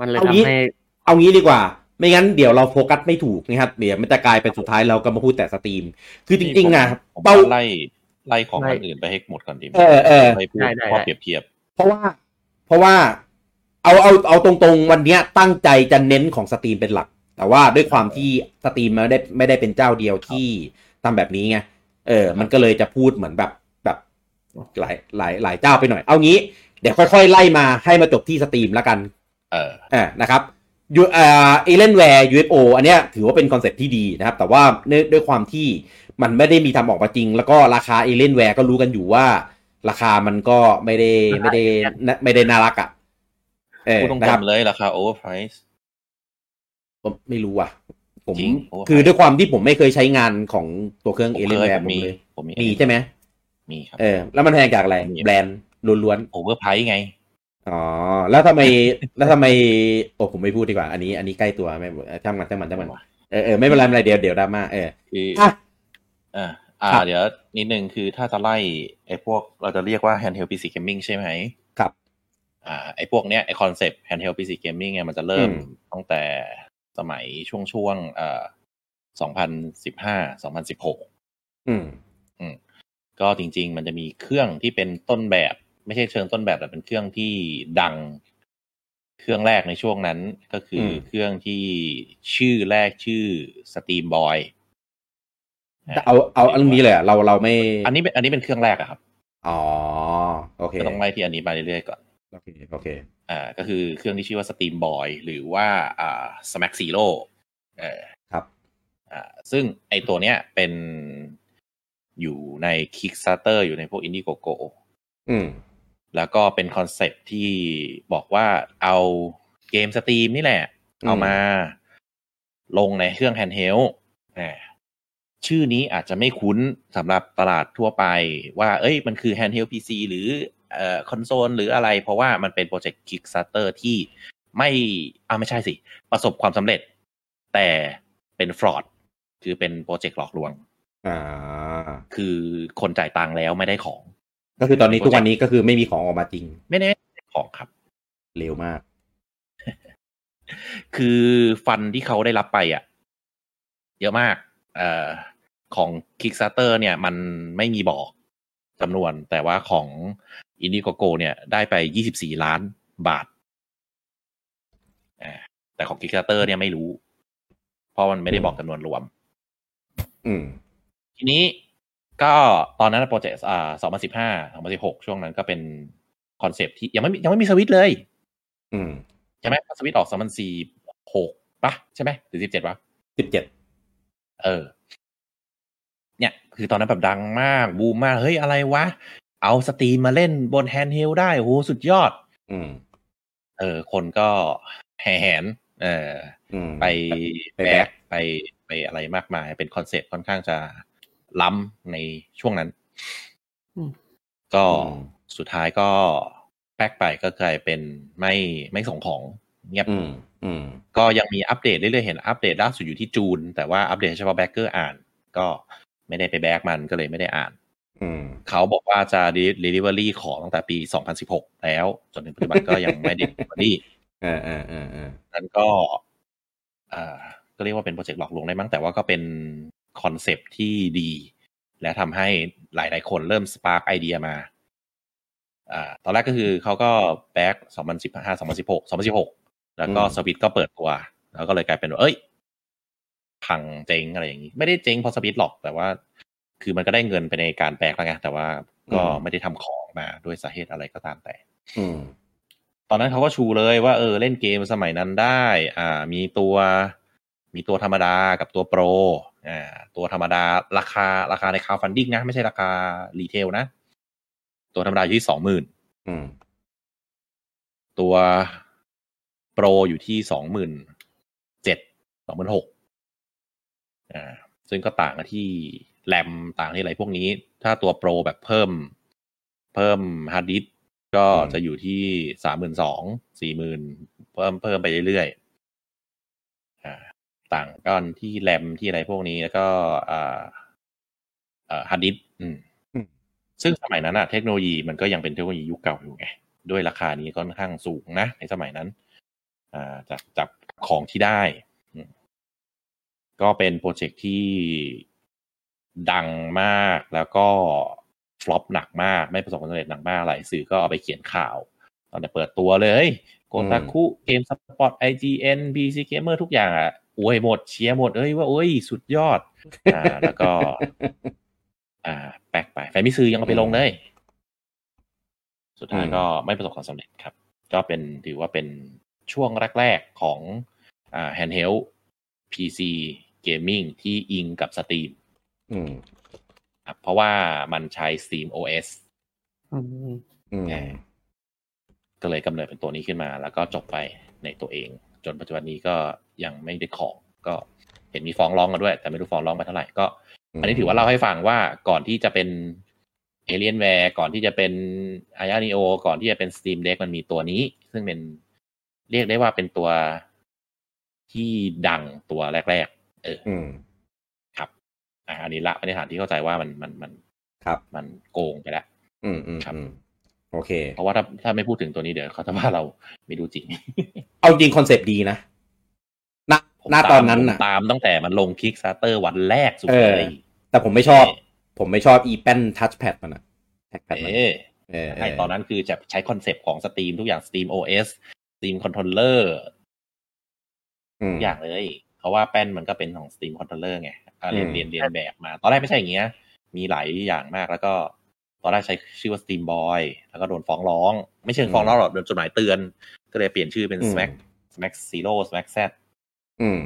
Speaker 3: มันเลย
Speaker 1: เอางี้
Speaker 3: ทำให้
Speaker 1: เอางี้ดีกว่า ไม่งั้นเดี๋ยวเราโฟกัสไม่ถูกนะครับ เดี๋ยวมันจะกลายเป็นสุดท้ายเราก็มาพูดแต่สตรีม คือจริงๆอ่ะ
Speaker 2: ผม
Speaker 1: เป้า
Speaker 2: ไล่ไล่ของอันอื่นไปให้หมดก่อนดีไหม
Speaker 1: เออเออ
Speaker 2: ไปพูด
Speaker 3: ได้ได้
Speaker 2: ข้อเปรียบเทียบ
Speaker 1: เพราะว่า เพราะว่า เอาเอาเอาตรงๆวันเนี้ยตั้งใจจะเน้นของสตรีมเป็นหลัก แต่ว่าด้วยความที่สตรีมไม่ได้ไม่ได้เป็นเจ้าเดียวที่ทำแบบนี้ไง เออ มันก็เลยจะพูดเหมือนแบบแบบหลายหลายหลายเจ้าไปหน่อย เอางี้ เดี๋ยวค่อยๆไล่มาให้มาจบที่สตรีมแล้วกัน
Speaker 2: เออ
Speaker 1: อ่านะครับยูเอ่อเอเลนแวร์ UFO อันเนี้ยถือว่าเป็นคอนเซ็ปต์ที่ดีนะครับ แต่ว่าเนื่องด้วยความที่มันไม่ได้มีทำออกมาจริง แล้วก็ราคาเอเลนแวร์ก็รู้กันอยู่ว่า ราคามันก็ไม่ได้ไม่ได้ไม่ได้น่ารักอ่ะเออ
Speaker 2: พูดตรง
Speaker 1: นะครับ
Speaker 2: ๆเลยราคา overprice
Speaker 1: ผมไม่รู้อ่ะ ผม
Speaker 2: จริงโอ้
Speaker 1: คือด้วยความที่ผมไม่เคยใช้งานของตัวเครื่อง
Speaker 2: ผม
Speaker 1: เอเล
Speaker 2: เคน ย
Speaker 1: แว
Speaker 2: ผ
Speaker 1: ร์
Speaker 2: ม
Speaker 1: ผม
Speaker 2: มี
Speaker 1: เลย
Speaker 2: ผมมี
Speaker 1: มีใช่ไหม
Speaker 2: มีครับ
Speaker 1: เออ แล้วมันแพงจากอะไร
Speaker 2: มี
Speaker 1: แบรนด์ล้วน
Speaker 2: overprice ไง
Speaker 1: ๆอ๋อแล้วทำไม แล้วทำไมโอ้ผมไม่พูดดีกว่า อันนี้ อันนี้ใกล้ตัวไม่ช่างมันช่างมันช่างมัน เออเออไม่เป็นไรไม่เป็นไรเดี๋ยวเดี๋ยวดราม่าเออ
Speaker 2: คือ
Speaker 1: อ่ะ
Speaker 2: อ่าอ่า
Speaker 1: ครับ
Speaker 2: เดี๋ยวนิดนึงคือถ้าจะไล่ไอ้พวกเราจะเรียกว่า handheld PC gaming ใช่ไหม
Speaker 1: ครับ
Speaker 2: อ่าไอ้พวกเนี้ยไอ้คอนเซปต์ handheld PC gaming เนี่ยมันจะเริ่มตั้งแต่สมัยช่วงช่วงๆเอ่อสองพันสิบห้าสองพันสิบหก
Speaker 1: อืม
Speaker 2: ก็จริง ๆ มันจะมีเครื่องที่เป็นต้นแบบ ไม่ใช่เชิงต้นแบบแต่เป็นเครื่องที่ดัง เครื่องแรกในช่วงนั้นก็คืออ
Speaker 1: ม
Speaker 2: เครื่องที่ชื่อแรกชื่อ Steam Boy นะ
Speaker 1: เอาเอาเรื่องนี้เลยอะเราเราไม่
Speaker 2: อันนี้เป็นอันนี้เป็นเครื่องแรกอะครับ
Speaker 1: อ๋อโอเค
Speaker 2: ก็ต้องไล่ที่อันนี้มาเรื่อยๆก่อน
Speaker 1: โอเคโอเค
Speaker 2: อ่าก็คือเครื่องที่ชื่อว่า Steam Boy หรือว่าอ่า Smack Zero เออ
Speaker 1: ครับ
Speaker 2: อ่าซึ่งไอตัวเนี้ยเป็นอยู่ใน Kickstarter อยู่ในพวก Indiegogo
Speaker 1: อืม
Speaker 2: แล้วก็เป็นคอนเซปต์ที่บอกว่าเอาเกมสตรีมนี่แหละ เอามาลงในเครื่องแฮนด์เฮลชื่อนี้อาจจะไม่คุ้นสำหรับตลาดทั่วไป ว่า เอ้ย มันคือแฮนด์เฮลพีซีหรือเอ่อคอนโซลหรืออะไร เพราะว่ามันเป็นโปรเจกต์ Kickstarter ที่ไม่อ่าไม่ใช่สิ ประสบความสำเร็จ แต่เป็นฟรอดคือเป็นโปรเจกต์หลอกลวง
Speaker 1: อ่า
Speaker 2: คือคนจ่ายตังค์แล้วไม่ได้ของ
Speaker 1: ก็คือตอนนี้ทุกวันนี้ก็คือไม่มีของออกมาจริง
Speaker 2: ไม่ได้ของครับ
Speaker 1: เร็วมาก
Speaker 2: คือฟันที่เขาได้รับไปอ่ะ เยอะมาก เอ่อของ Kickstarter เนี่ย มันไม่มีบอกจำนวน แต่ว่าของ Indiegogo เนี่ยได้ไป 24 ล้านบาทอ่าแต่ของ Kickstarter เนี่ยไม่รู้ เพราะมันไม่ได้บอกจำนวนรวม
Speaker 1: อืม
Speaker 2: ทีนี้ก็ตอนนั้นโปรเจกต์อ่าสองพันสิบห้าสองพันสิบหกช่วงนั้นก็เป็นคอนเซปต์ที่ยังไม่มียังไม่มีสวิตช์เลย
Speaker 1: อืม
Speaker 2: ใช่ไหมสวิตช์ออกสองพันสี่หกปะใช่ไหมหรือสิบเจ็ดปะ
Speaker 1: สิบเจ็ด
Speaker 2: เออ เนี่ย คือตอนนั้นแบบดังมาก บูมมาก เฮ้ย อะไรวะ เอาสตรีมมาเล่นบนแฮนด์เฮลได้โอ้โหสุดยอด
Speaker 1: อืม
Speaker 2: เออ คนก็แห่แหน เออ
Speaker 1: อืม
Speaker 2: ไป
Speaker 1: ไป
Speaker 2: แบ
Speaker 1: แบก
Speaker 2: กไปไปอะไรมากมาย เป็นคอนเซปต์ค่อนข้างจะล้ำในช่วงนั้น
Speaker 3: อืม
Speaker 2: ก็
Speaker 1: อืม
Speaker 2: สุดท้ายก็แป๊กไปก็กลายเป็นไม่ไม่ส่งของเงียบ
Speaker 1: อืม อืม
Speaker 2: ก็ยังมีอัปเดตเรื่อยๆเห็นอัปเดตล่าสุดอยู่ที่จูน แต่ว่าอัปเดตเฉพาะแบ็กเกอร์อ่าน ก็ไม่ได้ไปแบกมันก็เลยไม่ได้อ่าน
Speaker 1: อืม
Speaker 2: เขาบอกว่าจะ delivery ของตั้งแต่ปี 2016 แล้ว จนถึงปัจจุบันก็ยังไม่ delivery
Speaker 1: เออเออเออเออ
Speaker 2: นั้นก็เอ่อก็เรียกว่าเป็นโปรเจกต์หลอกลวงได้มั้งแต่ว่าก็เป็นคอนเซปต์ที่ดี และทำให้หลาย ๆ คนเริ่มสปาร์กไอเดียมาอ่าตอนแรกก็คือเขาก็แบ็ก2015 2016 2016 แล้วก็สวิตก็เปิดตัว แล้วก็เลยกลายเป็นว่าเอ้ย พังเจ๊งอะไรอย่างนี้ ไม่ได้เจ๊งเพราะสวิตหรอก แต่ว่า คือมันก็ได้เงินไปในการแบกแล้วไงแต่ว่าก็ไม่ได้ทำของมาด้วยสาเหตุอะไรก็ตามแต่
Speaker 1: อืม
Speaker 2: ตอนนั้นเขาก็ชูเลยว่าเออเล่นเกมสมัยนั้นได้ อ่า มีตัว มีตัวธรรมดากับตัวโปรอ่าตัวธรรมดาราคาราคาในคาวฟันดิ้งนะ ไม่ใช่ราคารีเทลนะ ตัวธรรมดาอยู่ที่สองหมื่น
Speaker 1: อืม
Speaker 2: ตัวโปรอยู่ที่สองหมื่นเจ็ดสองหมื่นหกอ่าซึ่งก็ต่างกันที่แรมต่างที่อะไรพวกนี้ ถ้าตัวโปรแบบเพิ่ม เพิ่มฮาร์ดดิสก์ก็
Speaker 1: อืม
Speaker 2: จะอยู่ที่สามหมื่นสองสี่หมื่นเพิ่มเพิ่มไปเรื่อยๆอ่าต่างกันที่แรมที่อะไรพวกนี้แล้วก็อ่าเอ่อฮาร์ดดิสก์อืม
Speaker 1: อืม
Speaker 2: ซึ่งสมัยนั้นอะเทคโนโลยีมันก็ยังเป็นเทคโนโลยียุคเก่าอยู่ไง ด้วยราคานี้ค่อนข้างสูงนะ ในสมัยนั้น อ่าจากจากของที่ได้อืมก็เป็นโปรเจกต์ที่ดังมากแล้วก็ฟลอปหนักมาก ไม่ประสบความสำเร็จหนักมากหลายสื่อก็เอาไปเขียนข่าวตอนแต่เปิดตัวเลยโกตาคุเกมสปอร์ต IGN BC Gamer ทุกอย่างอ่ะอวยหมดเชียร์หมดเอ้ยว่าโอ้ยสุดยอด อ่า แล้วก็ อ่า แปลกไปแฟนมิซือยังเอาไปลงเลย สุดท้ายก็ไม่ประสบความสำเร็จครับ ก็เป็นถือว่าเป็นช่วงแรก ๆ ของอ่าแฮนด์เฮลพีซีเกมมิ่งที่อิงกับสตรีม
Speaker 1: อืม
Speaker 2: ครับเพราะว่ามันใช้ Steam OS
Speaker 3: อืม
Speaker 1: อืม
Speaker 2: ก็เลยกำเนิดเป็นตัวนี้ขึ้นมา แล้วก็จบไปในตัวเอง จนปัจจุบันนี้ก็ยังไม่ได้ของ ก็เห็นมีฟ้องร้องมาด้วย แต่ไม่รู้ฟ้องร้องไปเท่าไหร่ก็ อันนี้ถือว่าเล่าให้ฟังว่าก่อนที่จะเป็นเอเลียนแวร์ก่อนที่จะเป็นอายานิโอก่อนที่จะเป็น Steam Deck มันมีตัวนี้ ซึ่งเป็นเรียกได้ว่าเป็นตัวที่ดังตัวแรก ๆ เออ
Speaker 1: อืม
Speaker 2: อ่ะอันนี้ละไม่ได้ฐานที่เข้าใจว่ามันมันมัน
Speaker 1: ครับ
Speaker 2: มันโกงไปแล้ว
Speaker 1: อืมอืม
Speaker 2: ครับ
Speaker 1: อืมโอเค
Speaker 2: เพราะว่าถ้าถ้าไม่พูดถึงตัวนี้เดี๋ยวเขาจะว่าเราไม่ดูจริง
Speaker 1: เอาจริงคอนเซปต์ดีนะณ
Speaker 2: ผม
Speaker 1: ณตอนนั้น
Speaker 2: ผม
Speaker 1: น่ะ
Speaker 2: ตามตั้งแต่มันลงคิกสตาร์เตอร์วันแรกสุด
Speaker 1: เออ
Speaker 2: เลย
Speaker 1: แต่ผมไม่ชอบ ผมไม่ชอบอีแป้นทัชแพดมันอะแท็กแพดมัน
Speaker 2: เออ
Speaker 1: เออเ
Speaker 2: ใช่ตอนนั้นคือจะใช้คอนเซปต์ของสตรีมทุกอย่างสตรีม OS สตรีมคอนโทรลเลอร์
Speaker 1: อืม
Speaker 2: ทุกอย่างเลย เพราะว่าแป้นมันก็เป็นของสตรีมคอนโทรลเลอร์ไงอ่ะเรียน
Speaker 1: อืม
Speaker 2: เรียนเรียนแบบมา ตอนแรกไม่ใช่อย่างเงี้ย มีหลายอย่างมากแล้วก็ ตอนแรกใช้ชื่อว่าสตรีมบอยแล้วก็โดนฟ้องร้อง ไม่เชิงฟ้องร้องหรอกโดนจดหมายเตือน ก็เลยเปลี่ยนชื่อเป็น Smack Smack Zero Smack Z
Speaker 1: อืม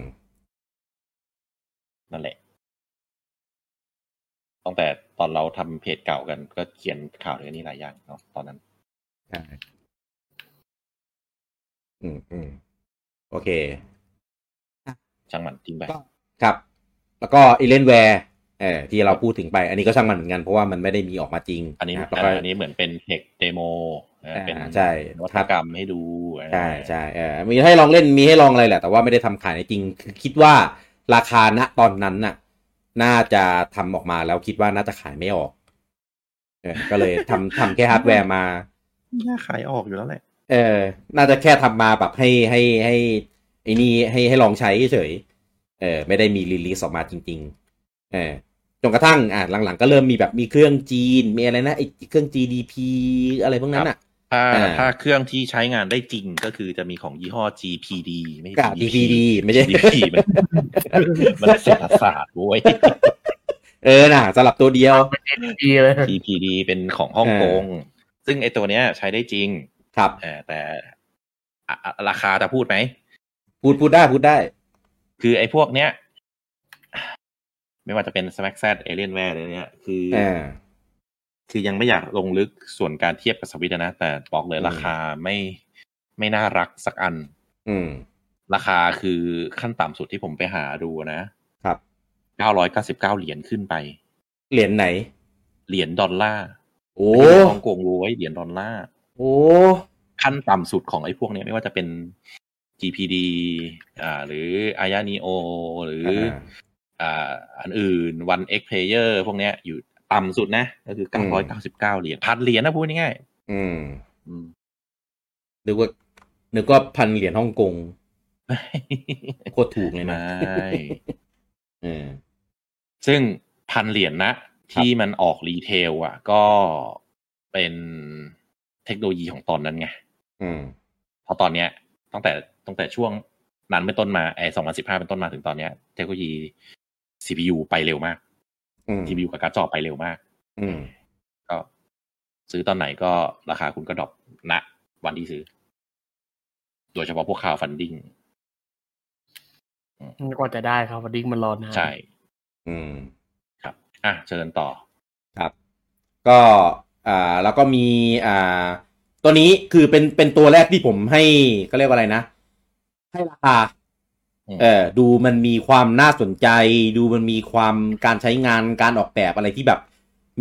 Speaker 2: นั่นแหละ ตั้งแต่ตอนเราทำเพจเก่ากันก็เขียนข่าวเรื่องนี้หลายอย่างเนาะตอนนั้น
Speaker 1: ใช่อืมอืมโอเค
Speaker 2: ช่างมันทิ้งไป
Speaker 1: ก็ ครับ แล้วก็เอเลนแวร์เออที่เราพูดถึงไป อันนี้ก็ช่างมันเหมือนกันเพราะว่ามันไม่ได้มีออกมาจริง
Speaker 2: อันนี้
Speaker 1: ะแล้ว
Speaker 2: อ่า
Speaker 1: ก็
Speaker 2: อันนี้เหมือนเป็นเทคเดโมนะเป็น
Speaker 1: อ่าใช่
Speaker 2: นวัตกรรมให้ดูอ่า
Speaker 1: ใช่ใช่เออมีให้ลองเล่นมีให้ลองอะไรแหละ แต่ว่าไม่ได้ทำขายในจริง คือคิดว่าราคาณตอนนั้นน่ะ น่าจะทำออกมาแล้วคิดว่าน่าจะขายไม่ออกเออก็เลย ทำทำแค่ฮาร์ดแวร์มา
Speaker 2: ไม่น่าขายออกอยู่แล้วแหละ
Speaker 1: เออ น่าจะแค่ทำมาแบบให้ให้ให้ไอ้นี่ให้ให้ลองใช้เฉย เออ ไม่ได้มีรีลีสออกมาจริง ๆ เออ จนกระทั่ง อ่ะหลังๆ ก็เริ่มมีแบบมีเครื่องจีน มีอะไรนะไอ้เครื่อง GDP อะไรพวกนั้นอ่ะ
Speaker 2: ถ้า
Speaker 1: อ่า
Speaker 2: ถ้าเครื่องที่ใช้งานได้จริงก็คือจะมีของยี่ห้อ GPD ไม่
Speaker 1: กับ DPD ไม่ใช่
Speaker 2: GDP มัน มันเศรษฐศาสตร์โว้ย
Speaker 1: เออ น่ะสลับตัวเดียว
Speaker 3: ดีเลย
Speaker 2: GPD เป็นของฮ่องกง ซึ่งไอตัวเนี้ยใช้ได้จริง
Speaker 1: ครับ
Speaker 2: เออแต่อ่ะอ่ะราคาจะพูดไหม
Speaker 1: พูดพูดได้พูดได้
Speaker 2: คือไอ้พวกเนี้ย ไม่ว่าจะเป็น Smack Z Alienware อะไรเนี่ยคือ
Speaker 1: เอ่า
Speaker 2: คือยังไม่อยากลงลึกส่วนการเทียบกับสวิตช์นะ แต่บอกเลย
Speaker 1: อืม
Speaker 2: ราคาไม่ไม่น่ารักสักอัน
Speaker 1: อืม
Speaker 2: ราคาคือขั้นต่ำสุดที่ผมไปหาดูนะครับ เก้าร้อยเก้าสิบเก้าเหรียญขึ้นไป
Speaker 1: เหรียญไหน
Speaker 2: เหรียญดอลลาร์
Speaker 1: โอ้
Speaker 2: ไม่ใช่เหรียญฮ่องกงโว้ยเหรียญดอลลาร์
Speaker 1: โอ้
Speaker 2: ขั้นต่ำสุดของไอ้พวกเนี้ยไม่ว่าจะเป็น GPD อ่า หรือ a y a n e o หรือ
Speaker 1: อ่า
Speaker 2: อ่าอันอื่น One X Player พวกเนี้ยอยู่ต่ำสุดนะ ก็คือ
Speaker 1: อืม
Speaker 2: 999 เหรียญพันเหรียญนะพูดง่าย
Speaker 1: อืม
Speaker 2: ๆอืม
Speaker 1: นึกว่านึกว่าพันเหรียญฮ่องกงโคตรถูกเลยน
Speaker 2: ไม่
Speaker 1: ะเออ
Speaker 2: ซึ่งพันเหรียญนะ ที่มันออกรีเทลอ่ะ ก็เป็นเทคโนโลยีของตอนนั้นไง
Speaker 1: อืม
Speaker 2: เพราะตอนเนี้ยตั้งแต่ตั้งแต่ช่วงนั้นเป็นต้นมาไอ้สองพันสิบห้าเป็นต้นมาถึงตอนเนี้ย เทคโนโลยี CPU ไปเร็วมาก
Speaker 1: อืม
Speaker 2: CPU กับการ์ดจอไปเร็วมาก
Speaker 1: อืม
Speaker 2: ก็ ซื้อตอนไหนก็ราคาคุณก็ดรอปณวันที่ซื้อ โดยเฉพาะพวกข่าวฟันดิ้ง
Speaker 3: กว่าจะได้ครับดิ้งมันรอนาน
Speaker 2: ใช่
Speaker 1: อืม
Speaker 2: ครับ อ่ะเชิญต่อ
Speaker 1: ครับ ก็อ่าแล้วก็มีอ่าตัวนี้คือเป็นเป็นตัวแรกที่ผมให้ก็เรียกว่าอะไรนะ ให้ราคา
Speaker 2: อืม
Speaker 1: เออดูมันมีความน่าสนใจ ดูมันมีความการใช้งานการออกแบบอะไรที่แบบ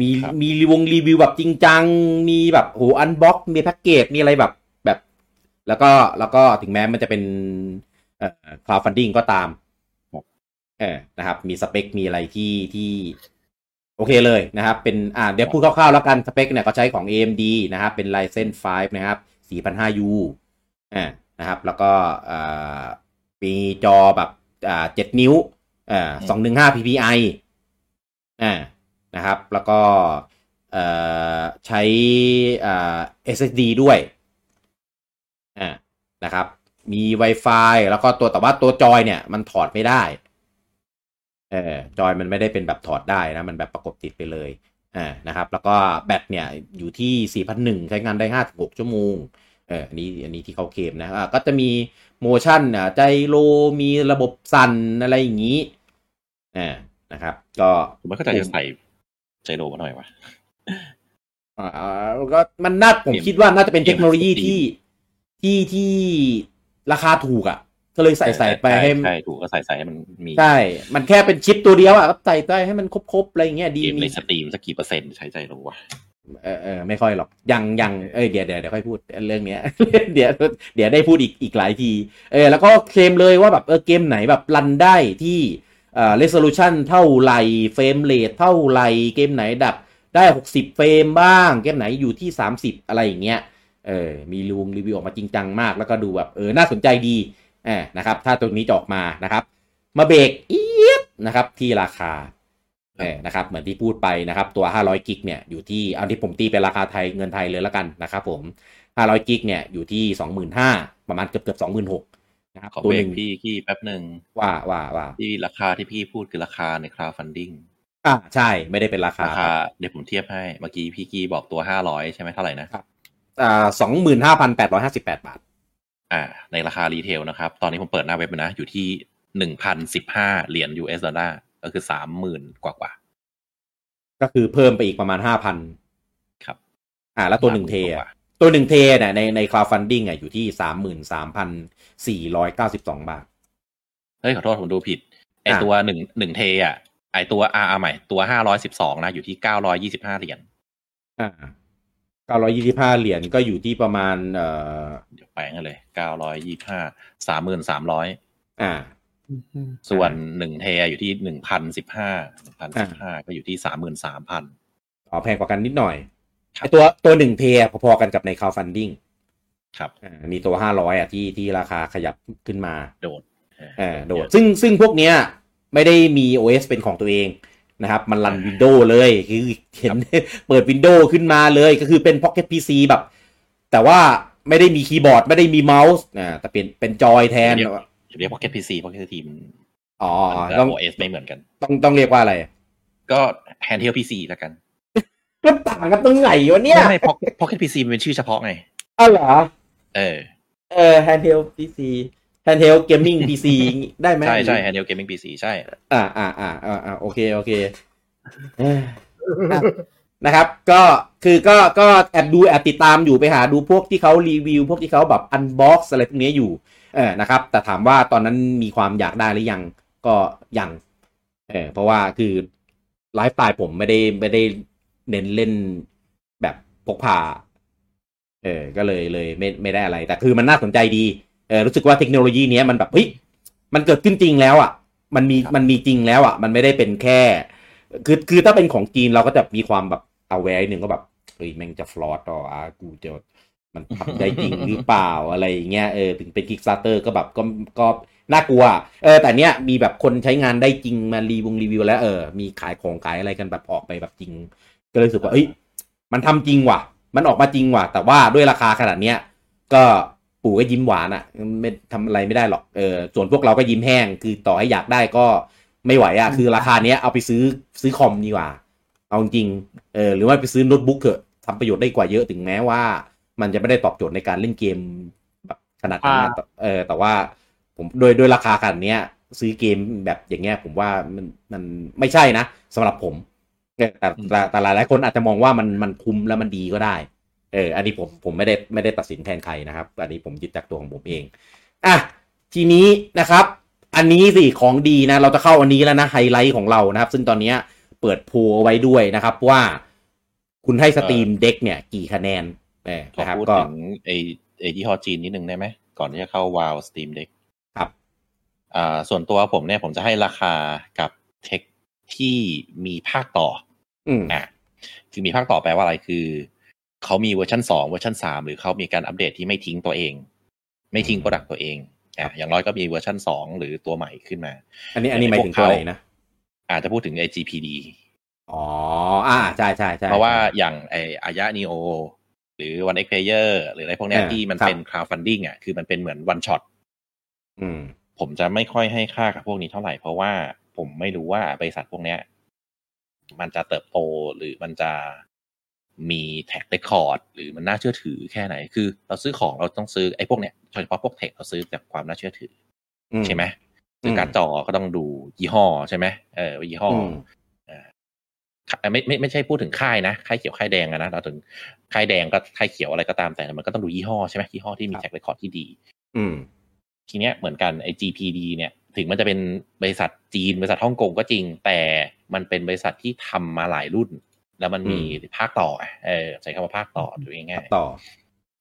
Speaker 1: มี
Speaker 2: ครับ
Speaker 1: มีรีวงรีวิวแบบจริงจัง มีแบบโหอันบ็อกมีแพ็กเกจมีอะไรแบบแบบ แล้วก็แล้วก็ถึงแม้มันจะเป็นเอ่อ crowdfunding ก็ตาม เออ นะครับ มีสเปค มีอะไรที่ที่ โอเคเลยนะครับ เป็น อ่า เดี๋ยวพูดคร่าวๆแล้วกัน สเปคเนี่ยก็ใช้ของ AMD นะครับ เป็น Ryzen 5 นะครับ 4005U อ่า นะครับ แล้วก็อ่ามีจอแบบ อ่า 7 นิ้ว อ่า 215 ppi อ่า นะครับ แล้วก็ เอ่อ ใช้อ่า SSD ด้วย อ่า นะครับ มี Wi-Fi แล้วก็ตัวแต่ว่าตัวจอยเนี่ย มันถอดไม่ได้ เออจอยมันไม่ได้เป็นแบบถอดได้นะ มันแบบประกบติดไปเลยอ่านะครับ แล้วก็แบตเนี่ยอยู่ที่ 4,001ใช้งานได้ 5-6 ชั่วโมงเอออันนี้อันนี้ที่เขาเคลมนะอ่าก็จะมีโมชั่นอ่ะใจโลมีระบบสั่นอะไรอย่างนี้อ่านะครับ ก็
Speaker 2: ผมไม่เข้าใจจะใส่ใจโลมาหน่อยวะ
Speaker 1: อ่าก็มันน่าผมคิดว่าน่าจะเป็นเทคโนโลยีที่ที่ที่ราคาถูกอ่ะ ก็เลยใส่ใส่ไปให้
Speaker 2: ใช่ถูกก็ใส่ใส่ให้มันมี
Speaker 1: ใช่ มันแค่เป็นชิปตัวเดียวอ่ะก็ใส่ใส่ให้มันครบๆอะไรอย่างเงี้ยดี
Speaker 2: เกมใน
Speaker 1: มี
Speaker 2: สตรีมสักกี่เปอร์เซ็นต์ใช้ใจโลวะ
Speaker 1: เออเออไม่ค่อยหรอกยังยังเอ้ยเดี๋ยวเดี๋ยวเดี๋ยวค่อยพูดเรื่องเนี้ย เดี๋ยวเดี๋ยวได้พูดอีกอีกหลายทีเออแล้วก็เคลมเลยว่าแบบเออเกมไหนแบบรันได้ที่เอ่อ resolution เท่าไหร่เฟรมเรทเท่าไหร่เกมไหนดับได้ 60 เฟรมบ้าง เกมไหนอยู่ที่ 30 อะไรอย่างเงี้ยเออมีรีวงรีวิวออกมาจริงจังมาก แล้วก็ดูแบบเออน่าสนใจดีเออนะครับ ถ้าตัวนี้จะออกมานะครับ มาเบรกเอียดนะครับที่ราคา เออนะครับ เหมือนที่พูดไปนะครับ ตัว 500 กิก เนี่ย อยู่ที่ เอาที่ผมตีเป็นราคาไทย เงินไทยเลยแล้วกันนะครับผม 500 กิก เนี่ย อยู่ที่ 25,000ประมาณเกือบเกือบ26,000นะครับ
Speaker 2: ขอ
Speaker 1: ตัว
Speaker 2: เบร
Speaker 1: ห
Speaker 2: ก
Speaker 1: นึ่ง
Speaker 2: พี่กี้แป๊บหนึ่ง
Speaker 1: ว่าว่าว่า
Speaker 2: ที่ราคาที่พี่พูดคือราคาในคราวฟันดิ้ง
Speaker 1: อ่าใช่ ไม่ได้เป็นราคา
Speaker 2: ราคาเดี๋ยวผมเทียบให้ เมื่อกี้พี่กี้บอกตัวห้าร้อยใช่ไหมเท่าไหร่นะ
Speaker 1: อ่า25,858 บาท
Speaker 2: อ่า ในราคารีเทลนะครับ ตอนนี้ผมเปิดหน้าเว็บนะ อยู่ที่หนึ่งพันสิบห้าเหรียญ US ดอลลาร์ก็คือสามหมื่นกว่ากว่า
Speaker 1: ก็คือเพิ่มไปอีกประมาณ 5,000
Speaker 2: ครับ
Speaker 1: อ่า แล้วตัวหนึ่งเท
Speaker 2: ก
Speaker 1: อะ
Speaker 2: ว่า
Speaker 1: ตัวหนึ่งเทเนี่ยในในคลาวฟันดิ้งอ่ะอยู่ที่สามหมื่นสามพันสี่ร้อยเก้าสิบสองบาท
Speaker 2: เฮ้ยขอโทษผมดูผิด ไอ
Speaker 1: อ่ะ
Speaker 2: ตัวหนึ่งหนึ่งเทอ่ะ ไอตัวอาร์ใหม่ตัวห้าร้อยสิบสองนะอยู่ที่เก้าร้อยยี่สิบห้าเหรียญ
Speaker 1: อ่าเก้าร้อยยี่สิบห้าเหรียญก็อยู่ที่ประมาณเอ่อ
Speaker 2: เดี๋ยวแปลงกันเลยเก้าร้อยยี่ห้าสามหมื่นสามร้อย
Speaker 1: อ่า
Speaker 2: ส่วนหนึ่งเทอยู่ที่หนึ่งพันสิบห้าหนึ่งพันสิบห้าก็อยู่ที่สามหมื่นสามพัน
Speaker 1: อ๋อแพงกว่ากันนิดหน่อย
Speaker 2: ครับ
Speaker 1: ไอ้ตัวตัวหนึ่งเพย์พอๆกันกับในคาวฟันดิ้ง
Speaker 2: ครับ
Speaker 1: อ่ามีตัวห้าร้อยอ่ะที่ที่ราคาขยับขึ้นมา
Speaker 2: โดด
Speaker 1: อ่าโดดซึ่งซึ่งพวกเนี้ยไม่ได้มี OS เป็นของตัวเองนะครับ มันรัน Windows เลยคือเห็น เปิด Windows ขึ้นมาเลยก็คือเป็น Pocket PC แบบ แต่ว่าไม่ได้มีคีย์บอร์ด ไม่ได้มีเมาส์อ่าแต่เป็นเป็นจอยแทน
Speaker 2: เดี๋ยว อย่าเรียก Pocket PC Pocket ทีม
Speaker 1: อ๋อ
Speaker 2: มัน
Speaker 1: ต้
Speaker 2: ก็
Speaker 1: อง
Speaker 2: OS ไม่เหมือนกัน
Speaker 1: ต้องต้องเรียกว่าอะไร
Speaker 2: ก็ Handheld PC ละกัน
Speaker 1: ก็ต่างกันตรงไหนวะเนี่ย
Speaker 2: ไม่ไม่ Pocket- Pocket PC มันเป็นชื่อเฉพาะไง
Speaker 1: อ้าวเหรอ
Speaker 2: เออ
Speaker 1: เออแฮนด์เฮลพีซีแฮนด์เฮลเกมมิ่งพีซีได้ไหม
Speaker 2: ใช่ใช่ Handheld Gaming PC ใช่
Speaker 1: อ่าอ่าอ่าอ่าอ่าโอเค โอเคเอ้ยนะครับ ก็คือก็ก็แอบดูแอบติดตามอยู่ไปหาดูพวกที่เขารีวิว พวกที่เขาแบบอันบ็อกซ์อะไรพวกเนี้ยอยู่ เออนะครับ แต่ถามว่าตอนนั้นมีความอยากได้หรือยังก็ยังเออเพราะว่าคือไลฟ์สไตล์ผมไม่ได้ไม่ได้เน้นเล่นแบบพกพาเออก็เลยเลยไม่ไม่ได้อะไร แต่คือมันน่าสนใจดีเออรู้สึกว่าเทคโนโลยีเนี้ยมันแบบเฮ้ยมันเกิดขึ้นจริงแล้วอะ่ะ มันมีมันมีจริงแล้วอะ่ะ มันไม่ได้เป็นแค่ คือคือถ้าเป็นของจีนเราก็จะมีความแบบเอาแวร์หนึ่งก็แบบเฮ้ยแม่งจะฟลอตต่ออ่ะกูจะมันทำได้จริงหรือเปล่าอะไรอย่างเงี้ยเออถึงเป็น Kickstarter ก็แบบก็ก็น่ากลัวอะเออแต่เนี้ยมีแบบคนใช้งานได้จริงมารีวงรีวิวแล้วเออมีขายของขายอะไรกันแบบออกไปแบบจริง ก็เลยรู้สึกว่าเอ้ยมันทำจริงว่ะ มันออกมาจริงว่ะ แต่ว่าด้วยราคาขนาดเนี้ยก็ปู่ก็ยิ้มหวานอะ่ะไม่ทำอะไรไม่ได้หรอกเออส่วนพวกเราก็ยิ้มแห้งคือต่อให้อยากได้ก็ไม่ไหวอะ่ะคือราคาเนี้ยเอาไปซื้อซื้อคอมดีกว่า เอาจริงๆเออหรือว่าไปซื้อโน้ตบุ๊กเถอะทำประโยชน์ได้กว่าเยอะถึงแม้ว่า มันจะไม่ได้ตอบโจทย์ในการเล่นเกมแบบขนาดนั้นนะ
Speaker 3: อ่า
Speaker 1: แต่เออแต่ว่าผมโดยโดยราคาขนาดเนี้ย ซื้อเกมแบบอย่างเงี้ย ผมว่ามันมันไม่ใช่นะสำหรับผมเออแต่แต่แต่หลายหลายคนอาจจะมองว่ามันมันคุ้มแล้วมันดีก็ได้ เออ อันนี้ผมผมไม่ได้ไม่ได้ตัดสินแทนใครนะครับ อันนี้ผมยึดจากตัวของผมเอง อ่ะ ทีนี้นะครับ อันนี้สิของดีนะ เราจะเข้าอันนี้แล้วนะไฮไลท์ของเรานะครับ ซึ่งตอนเนี้ยเปิดโพลเอาไว้ด้วยนะครับว่าคุณให้สตรีมเด็กเนี่ย กี่คะแนนเออ
Speaker 2: ขอ
Speaker 1: นะครับ
Speaker 2: พูด
Speaker 1: ก็
Speaker 2: ถึงไอไอยี่ห้อจีนนิดนึงได้ไหม ก่อนที่จะเข้าวา s สต e ีมเด็ก
Speaker 1: ครับ
Speaker 2: อ่าส่วนตัวผมเนี่ยผมจะให้ราคากับเทคที่มีภาคต่อ
Speaker 1: อืม
Speaker 2: อ่ะคือมีภาคต่อแปลว่าอะไรคือ เขามีเวอร์ชันสองเวอร์ชันสามหรือเขามีการอัปเดตที่ไม่ทิ้งตัวเอง ไม่ทิ้งโปรดักตัวเองอ่ะอย่างน้อยก็มีเวอร์ชันสองหรือตัวใหม่ขึ้นมา
Speaker 1: อันนี้อันนี้หมายถึงตัวไหนนะ
Speaker 2: อาจจะพูดถึงไอ GPD
Speaker 1: อ๋อ อ่า ใช่ใช่ใช่
Speaker 2: เพราะว่าอย่างไออายะนีโอหรือวันเอ็กเพเยอร์หรืออะไรพวกเนี้ย
Speaker 1: อ่า
Speaker 2: ที่มัน
Speaker 1: ครับ
Speaker 2: เป็นคราวฟันดิ้งอ่ะคือมันเป็นเหมือนวันช็อต
Speaker 1: อืม
Speaker 2: ผมจะไม่ค่อยให้ค่ากับพวกนี้เท่าไหร่ เพราะว่าผมไม่รู้ว่าบริษัทพวกเนี้ย มันจะเติบโตหรือมันจะมีแท็กเรคคอร์ดหรือมันน่าเชื่อถือแค่ไหน คือ เราซื้อของเราต้องซื้อไอ้พวกเนี้ยโดยเฉพาะพวกเทคเราซื้อจากความน่าเชื่อถืออใช่ไหมซื้อการ์ดจอก็ต้องดูยี่ห้อใช่ไหมเออว่ายี่ห้ออ
Speaker 1: ม
Speaker 2: เอ่อไม่ไม่ไม่ใช่พูดถึงค่ายนะค่ายเขียวค่ายแดงอะนะเราถึงค่ายแดงก็ค่ายเขียวอะไรก็ตามแต่มันก็ต้องดูยี่ห้อใช่ไหมยี่ห้อที่มีแท็กเรคคอร์ดที่ดี
Speaker 1: อืม
Speaker 2: ทีเนี้ยเหมือนกันไอ้ GPD เนี่ยถึงมันจะเป็นบริษัทจีน บริษัทฮ่องกงก็จริง แต่มันเป็นบริษัทที่ทำมาหลายรุ่น แล้วมันมีภาคต่ออะเออใช้คำว่าภาคต่อดูง่ายๆ
Speaker 1: ต่อ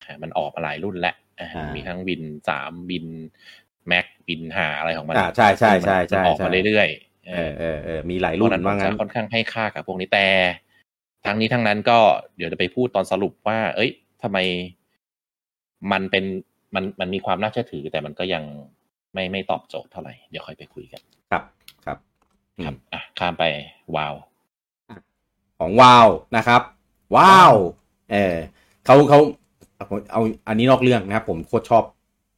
Speaker 2: อ่ะมันออกมาหลายรุ่นแล้วอ่ะ
Speaker 1: อ่ามี
Speaker 2: มีทั้งวินสามวินแม็กวินหาอะไรของมัน
Speaker 1: อ่าใช่ใช่ใช่ใช่
Speaker 2: มันออก
Speaker 1: ใช่
Speaker 2: มาเรื่อยๆ
Speaker 1: เอ
Speaker 2: เอ
Speaker 1: อ
Speaker 2: อ
Speaker 1: เออเออมีหลายรุ่น
Speaker 2: เพะฉะ
Speaker 1: ว่างั้น
Speaker 2: ผมจะค่อนข้างให้ค่ากับพวกนี้แต่ทั้งนี้ทั้งนั้นก็เดี๋ยวจะไปพูดตอนสรุปว่า เอ้ยทำไมมันเป็นมันมันมีความน่าเชื่อถือ แต่มันก็ยังไม่ไม่ตอบโจทย์เท่าไหร่เดี๋ยวค่อยไปคุยกัน
Speaker 1: ครับครับ
Speaker 2: ครับอ่ะข้ามไปวาว
Speaker 1: ของวาวนะครับว้าวเออเขาเขาเอาเอาอันนี้นอกเรื่องนะครับ ผมโคตรชอบ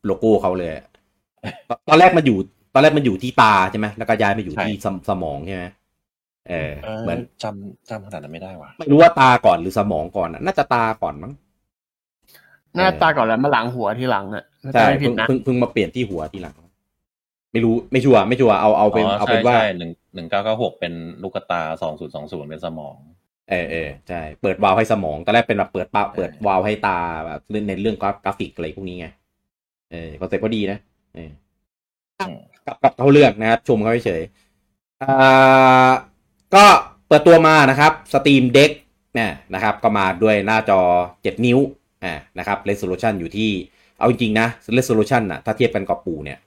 Speaker 1: โลโก้เขาเลย ตตอนแรกมันอยู่ ตอนแรกมันอยู่ที่ตาใช่ไหมแล้วก็ย้ายมาอยู่
Speaker 2: ใช่
Speaker 1: ที่สมสมองใช่ไหมเออเหมือน
Speaker 2: จำจำขนาดนั้นไม่ได้ว่ะ
Speaker 1: ไม่รู้ว่าตาก่อนหรือสมองก่อนอะน่าจะตาก่อนมั้ง
Speaker 3: หน้าตาก่อนแล้วมาหลังหัวที่หลังอ่ะถ้า
Speaker 1: ใช่
Speaker 3: จำไม่ผิ
Speaker 1: เพิ่
Speaker 3: ด
Speaker 1: ง
Speaker 3: นะ
Speaker 1: เพิ่งเพิ่งมาเปลี่ยนที่หัวทีหลัง ไม่รู้ไม่ชัวร์ไม่ชัวร์เอาเอาเป็นเอาเป็นว่า
Speaker 2: ใช่ใช่หนึ่งหนึ่งเก้าเก้าหกเป็นลูกตาสองศูนย์สองศูนย์เป็นสมอง
Speaker 1: เออเออใช่ เปิดวาล์วให้สมองตอนแรกเป็นแบบเปิดปาเปิดวาล์วให้ตาแบบเล่นในเรื่องกราฟิกอะไรพวกนี้ไงเออคอนเซ็ปต์ก็ดีนะเออ กลับกลับเข้าเลือกนะครับ ชมเขาเฉยๆอ่าก็เปิดตัวมานะครับสตรีมเด็กเนี่ยนะครับ ก็มาด้วยหน้าจอ 7 นิ้วอ่านะครับ resolution อยู่ที่เอาจริงๆนะ resolution น่ะถ้าเทียบกันกับปูเนี่ย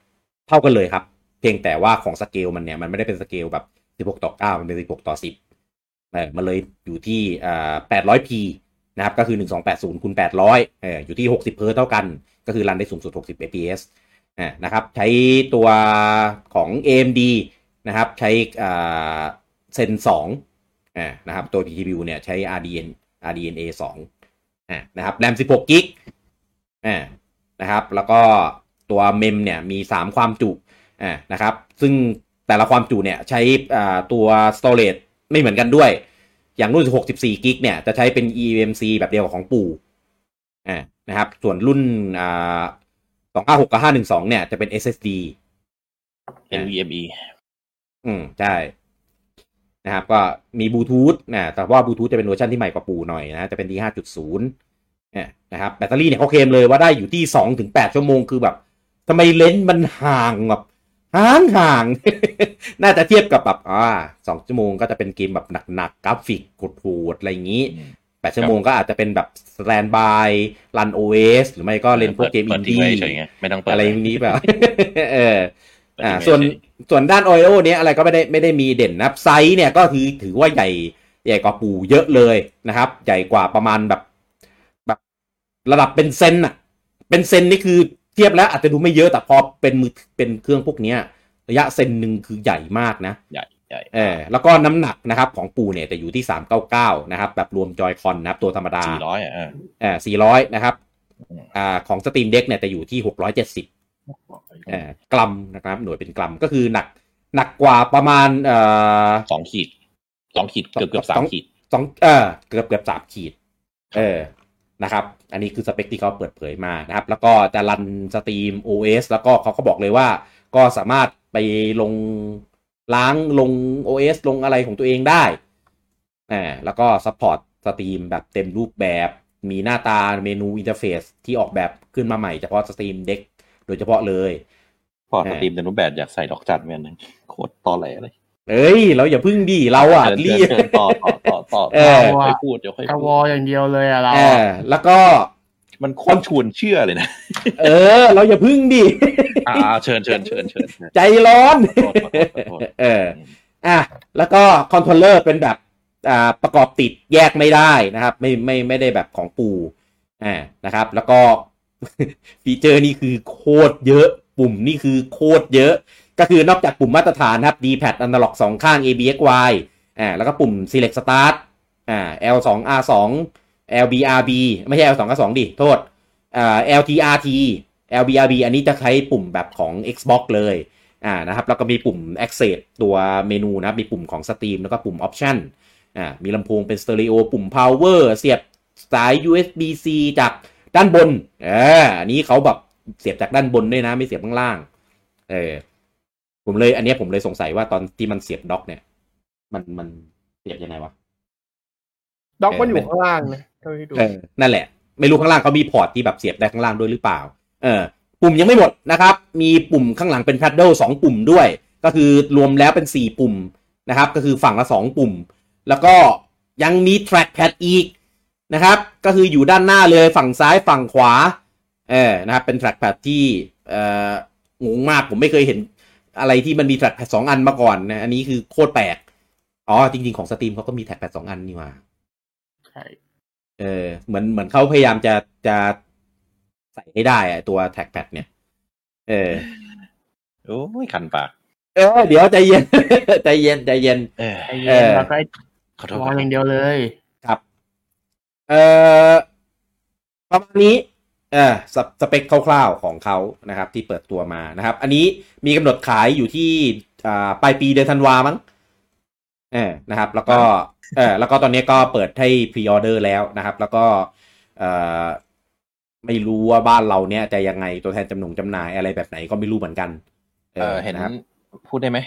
Speaker 1: เท่ากันเลยครับ เพียงแต่ว่าของสเกลมันเนี่ย มันไม่ได้เป็นสเกลแบบ 16 ต่อ 9 มันเป็น 16 ต่อ 10เออมันเลยอยู่ที่อ่า 800p นะครับ ก็คือ 1280คูณ800เอออยู่ที่ 60เพิร์เท่ากัน ก็คือรันได้สูงสุด 60 fps อ่านะครับใช้ตัวของ AMD นะครับใช้อ่าเซน2อ่านะครับตัว GPU เนี่ยใช้ RDN RDNA 2อ่านะครับแรม16กิกอ่านะครับแล้วก็ตัวเมมเนี่ยมี 3 ความจุอ่านะครับซึ่งแต่ละความจุเนี่ยใช้อ่าตัว storage ไม่เหมือนกันด้วย อย่างรุ่น 64กิกเนี่ยจะใช้เป็น eMMC แบบเดียวกับของปู่อ่านะครับส่วนรุ่นอ่าสองห้าหกกับห้าหนึ่งสองเนี่ยจะเป็น SSD
Speaker 2: NVMe
Speaker 1: อืมใช่นะครับ ก็มีบลูทูธนะแต่ว่าบลูทูธจะเป็นเวอร์ชันที่ใหม่กว่าปูหน่อยนะ จะเป็นที่ห้าจุดศูนย์เนี่ยนะครับแบตเตอรี่เนี่ยเขาเคลมเลยว่าได้อยู่ที่สองถึงแปดชั่วโมงคือแบบทำไมเลนส์มันห่างแบบห่างห่าง น่าจะเทียบกับแบบอ่าสองชั่วโมงก็จะเป็นเกมแบบหนักๆกราฟิกโหดๆอะไรอย่างนี้แปดชั่วโมงก็อาจจะเป็นแบบสแตนบายรันโอเอสหรือไม่ก็เล่นพวกเกมอินดี้
Speaker 2: ไม่ต้องเปิด
Speaker 1: อะไรนี้แบบเอออ่าส่วนส่วนด้านโอโอเนี้ยอะไรก็ไม่ได้ไม่ได้มีเด่นนะไซส์เนี่ยก็ถือถือว่าใหญ่ใหญ่กว่าปู่เยอะเลยนะครับ ใหญ่กว่าประมาณแบบแบบระดับเป็นเซนอะเป็นเซนนี่คือเทียบแล้วอาจจะดูไม่เยอะแต่พอเป็นมือเป็นเครื่องพวกเนี้ย ระยะเซนหนึ่งคือใหญ่มากนะ
Speaker 2: ใหญ่ใหญ่
Speaker 1: เออแล้วก็น้ำหนักนะครับของปูเนี่ยจะอยู่ที่สามเก้าเก้านะครับ แบบรวมจอยคอนนะครับ ตัวธรรมดา
Speaker 2: สี่ร้อยอ่
Speaker 1: าเออสี่ร้อยนะครับอ่าของสตรีมเด็กเนี่ยจะอยู่ที่หกร้อยเจ็ดสิบเออกรัมนะครับ หน่วยเป็นกรัมก็คือหนักหนักกว่าประมาณเอ่อ
Speaker 2: สองขีดสองขีดเกือบเกือบสามขีด
Speaker 1: สองเออเกือบเกือบสามขีด เออนะครับ อันนี้คือสเปคที่เขาเปิดเผยมานะครับ แล้วก็จะรันสตรีม OS แล้วก็เขาก็บอกเลยว่า ก็สามารถไปลงล้างลง OS ลงอะไรของตัวเองได้อ่าแล้วก็ซัพพอร์ตสตรีมแบบเต็มรูปแบบ มีหน้าตาเมนูอินเทอร์เฟซที่ออกแบบขึ้นมาใหม่เฉพาะสตรีมเด็กโดยเฉพาะเลย
Speaker 2: พอสตรีมเต็มรูปแบบอยากใส่ดอกจันเหมือนนึงโคตรตอแหลเลย
Speaker 1: เอ้ย เราอย่าพึ่งดีเราอ่ะ
Speaker 2: รีบต่อต่อต่อต่อ
Speaker 1: เออ
Speaker 2: ค่อยพูดเดี๋ยวค่อย
Speaker 3: พูดวออย่างเดียวเลยอ่ะเรา
Speaker 1: เออแล้วก็
Speaker 2: มันโคตรชวนเชื่อเลยนะ
Speaker 1: เออ เราอย่าพึ่งดิ
Speaker 2: อ่าเชิญเชิญเชิญเชิญ
Speaker 1: ใจร้อน เอออ่ะแล้วก็คอนโทรลเลอร์เป็นแบบอ่าประกอบติดแยกไม่ได้นะครับ ไม่ไม่ไม่ได้แบบของปูอ่านะครับ แล้วก็ ฟีเจอร์นี่คือโคตรเยอะ ปุ่มนี่คือโคตรเยอะ ก็คือนอกจากปุ่มมาตรฐานครับ D-pad analog สองข้าง ABXY อ่าแล้วก็ปุ่ม select start อ่า L2 R2 LBRB ไม่ใช่ L2 R2 ดิโทษอ่า LTRT LBRB อันนี้จะใช้ปุ่มแบบของ Xbox เลยอ่านะครับแล้วก็มีปุ่ม Access ตัวเมนูนะครับมีปุ่มของ Steam แล้วก็ปุ่ม Option อ่ามีลำโพงเป็น Stereo ปุ่ม Power เสียบสาย USB-C จากด้านบน เออ อันนี้เขาแบบเสียบจากด้านบนด้วยนะ ไม่เสียบข้างล่าง เออ ผมเลย อันนี้ผมเลยสงสัยว่าตอนที่มันเสียบด็อก เนี่ย มันมันเสียบยังไงวะ
Speaker 3: ด็อกมันอยู่ข้างล่างนะเท่าที่ดู
Speaker 1: เออนั่นแหละ ไม่รู้ข้างล่างเขามีพอร์ตที่แบบเสียบได้ข้างล่างด้วยหรือเปล่า เออ ปุ่มยังไม่หมดนะครับ มีปุ่มข้างหลังเป็นแพดเดิลสองปุ่มด้วย ก็คือรวมแล้วเป็นสี่ปุ่มนะครับ ก็คือฝั่งละสองปุ่ม แล้วก็ยังมีแทร็กแพดอีกนะครับก็คืออยู่ด้านหน้าเลยฝั่งซ้ายฝั่งขวาเออนะครับเป็นแทร็กแพดที่เอ่องงมากผมไม่เคยเห็นอะไรที่มันมีแทร็กแพดสองอันมาก่อนนะอันนี้คือโคตรแปลกอ๋อจริง ๆ ของสตรีมเขาก็มีแทร็กแพดสองอันนี่ว่า
Speaker 3: ใช่
Speaker 1: เออเหมือนเหมือนเขาพยายามจะจะใส่ให้ได้อะตัวแทร็กแพดเนี่ย เออ
Speaker 2: โอ้ยคันปาก
Speaker 1: เออเดี๋ยวใจเย็น ใจเย็นใจเย็น
Speaker 2: เออ
Speaker 3: ใจเย็นแล้วก็
Speaker 2: ขอโทษ
Speaker 3: วออย่างเดียวเลย
Speaker 1: ครับเอ่อประมาณนี้เออสสเปคคร่าวๆของเขานะครับ ที่เปิดตัวมานะครับ อันนี้มีกำหนดขายอยู่ที่อ่าปลายปีเดือนธันวามั้งเออนะครับ แล้วก็เออแล้วก็ตอนนี้ก็เปิดให้พรีออเดอร์แล้วนะครับ แล้วก็เอ่อไม่รู้ว่าบ้านเราเนี่ยจะยังไงตัวแทนจำหนงจำหน่ายอะไรแบบไหนก็ไม่รู้เหมือนกัน
Speaker 2: เออเห็นนะครับพูดได้ไหม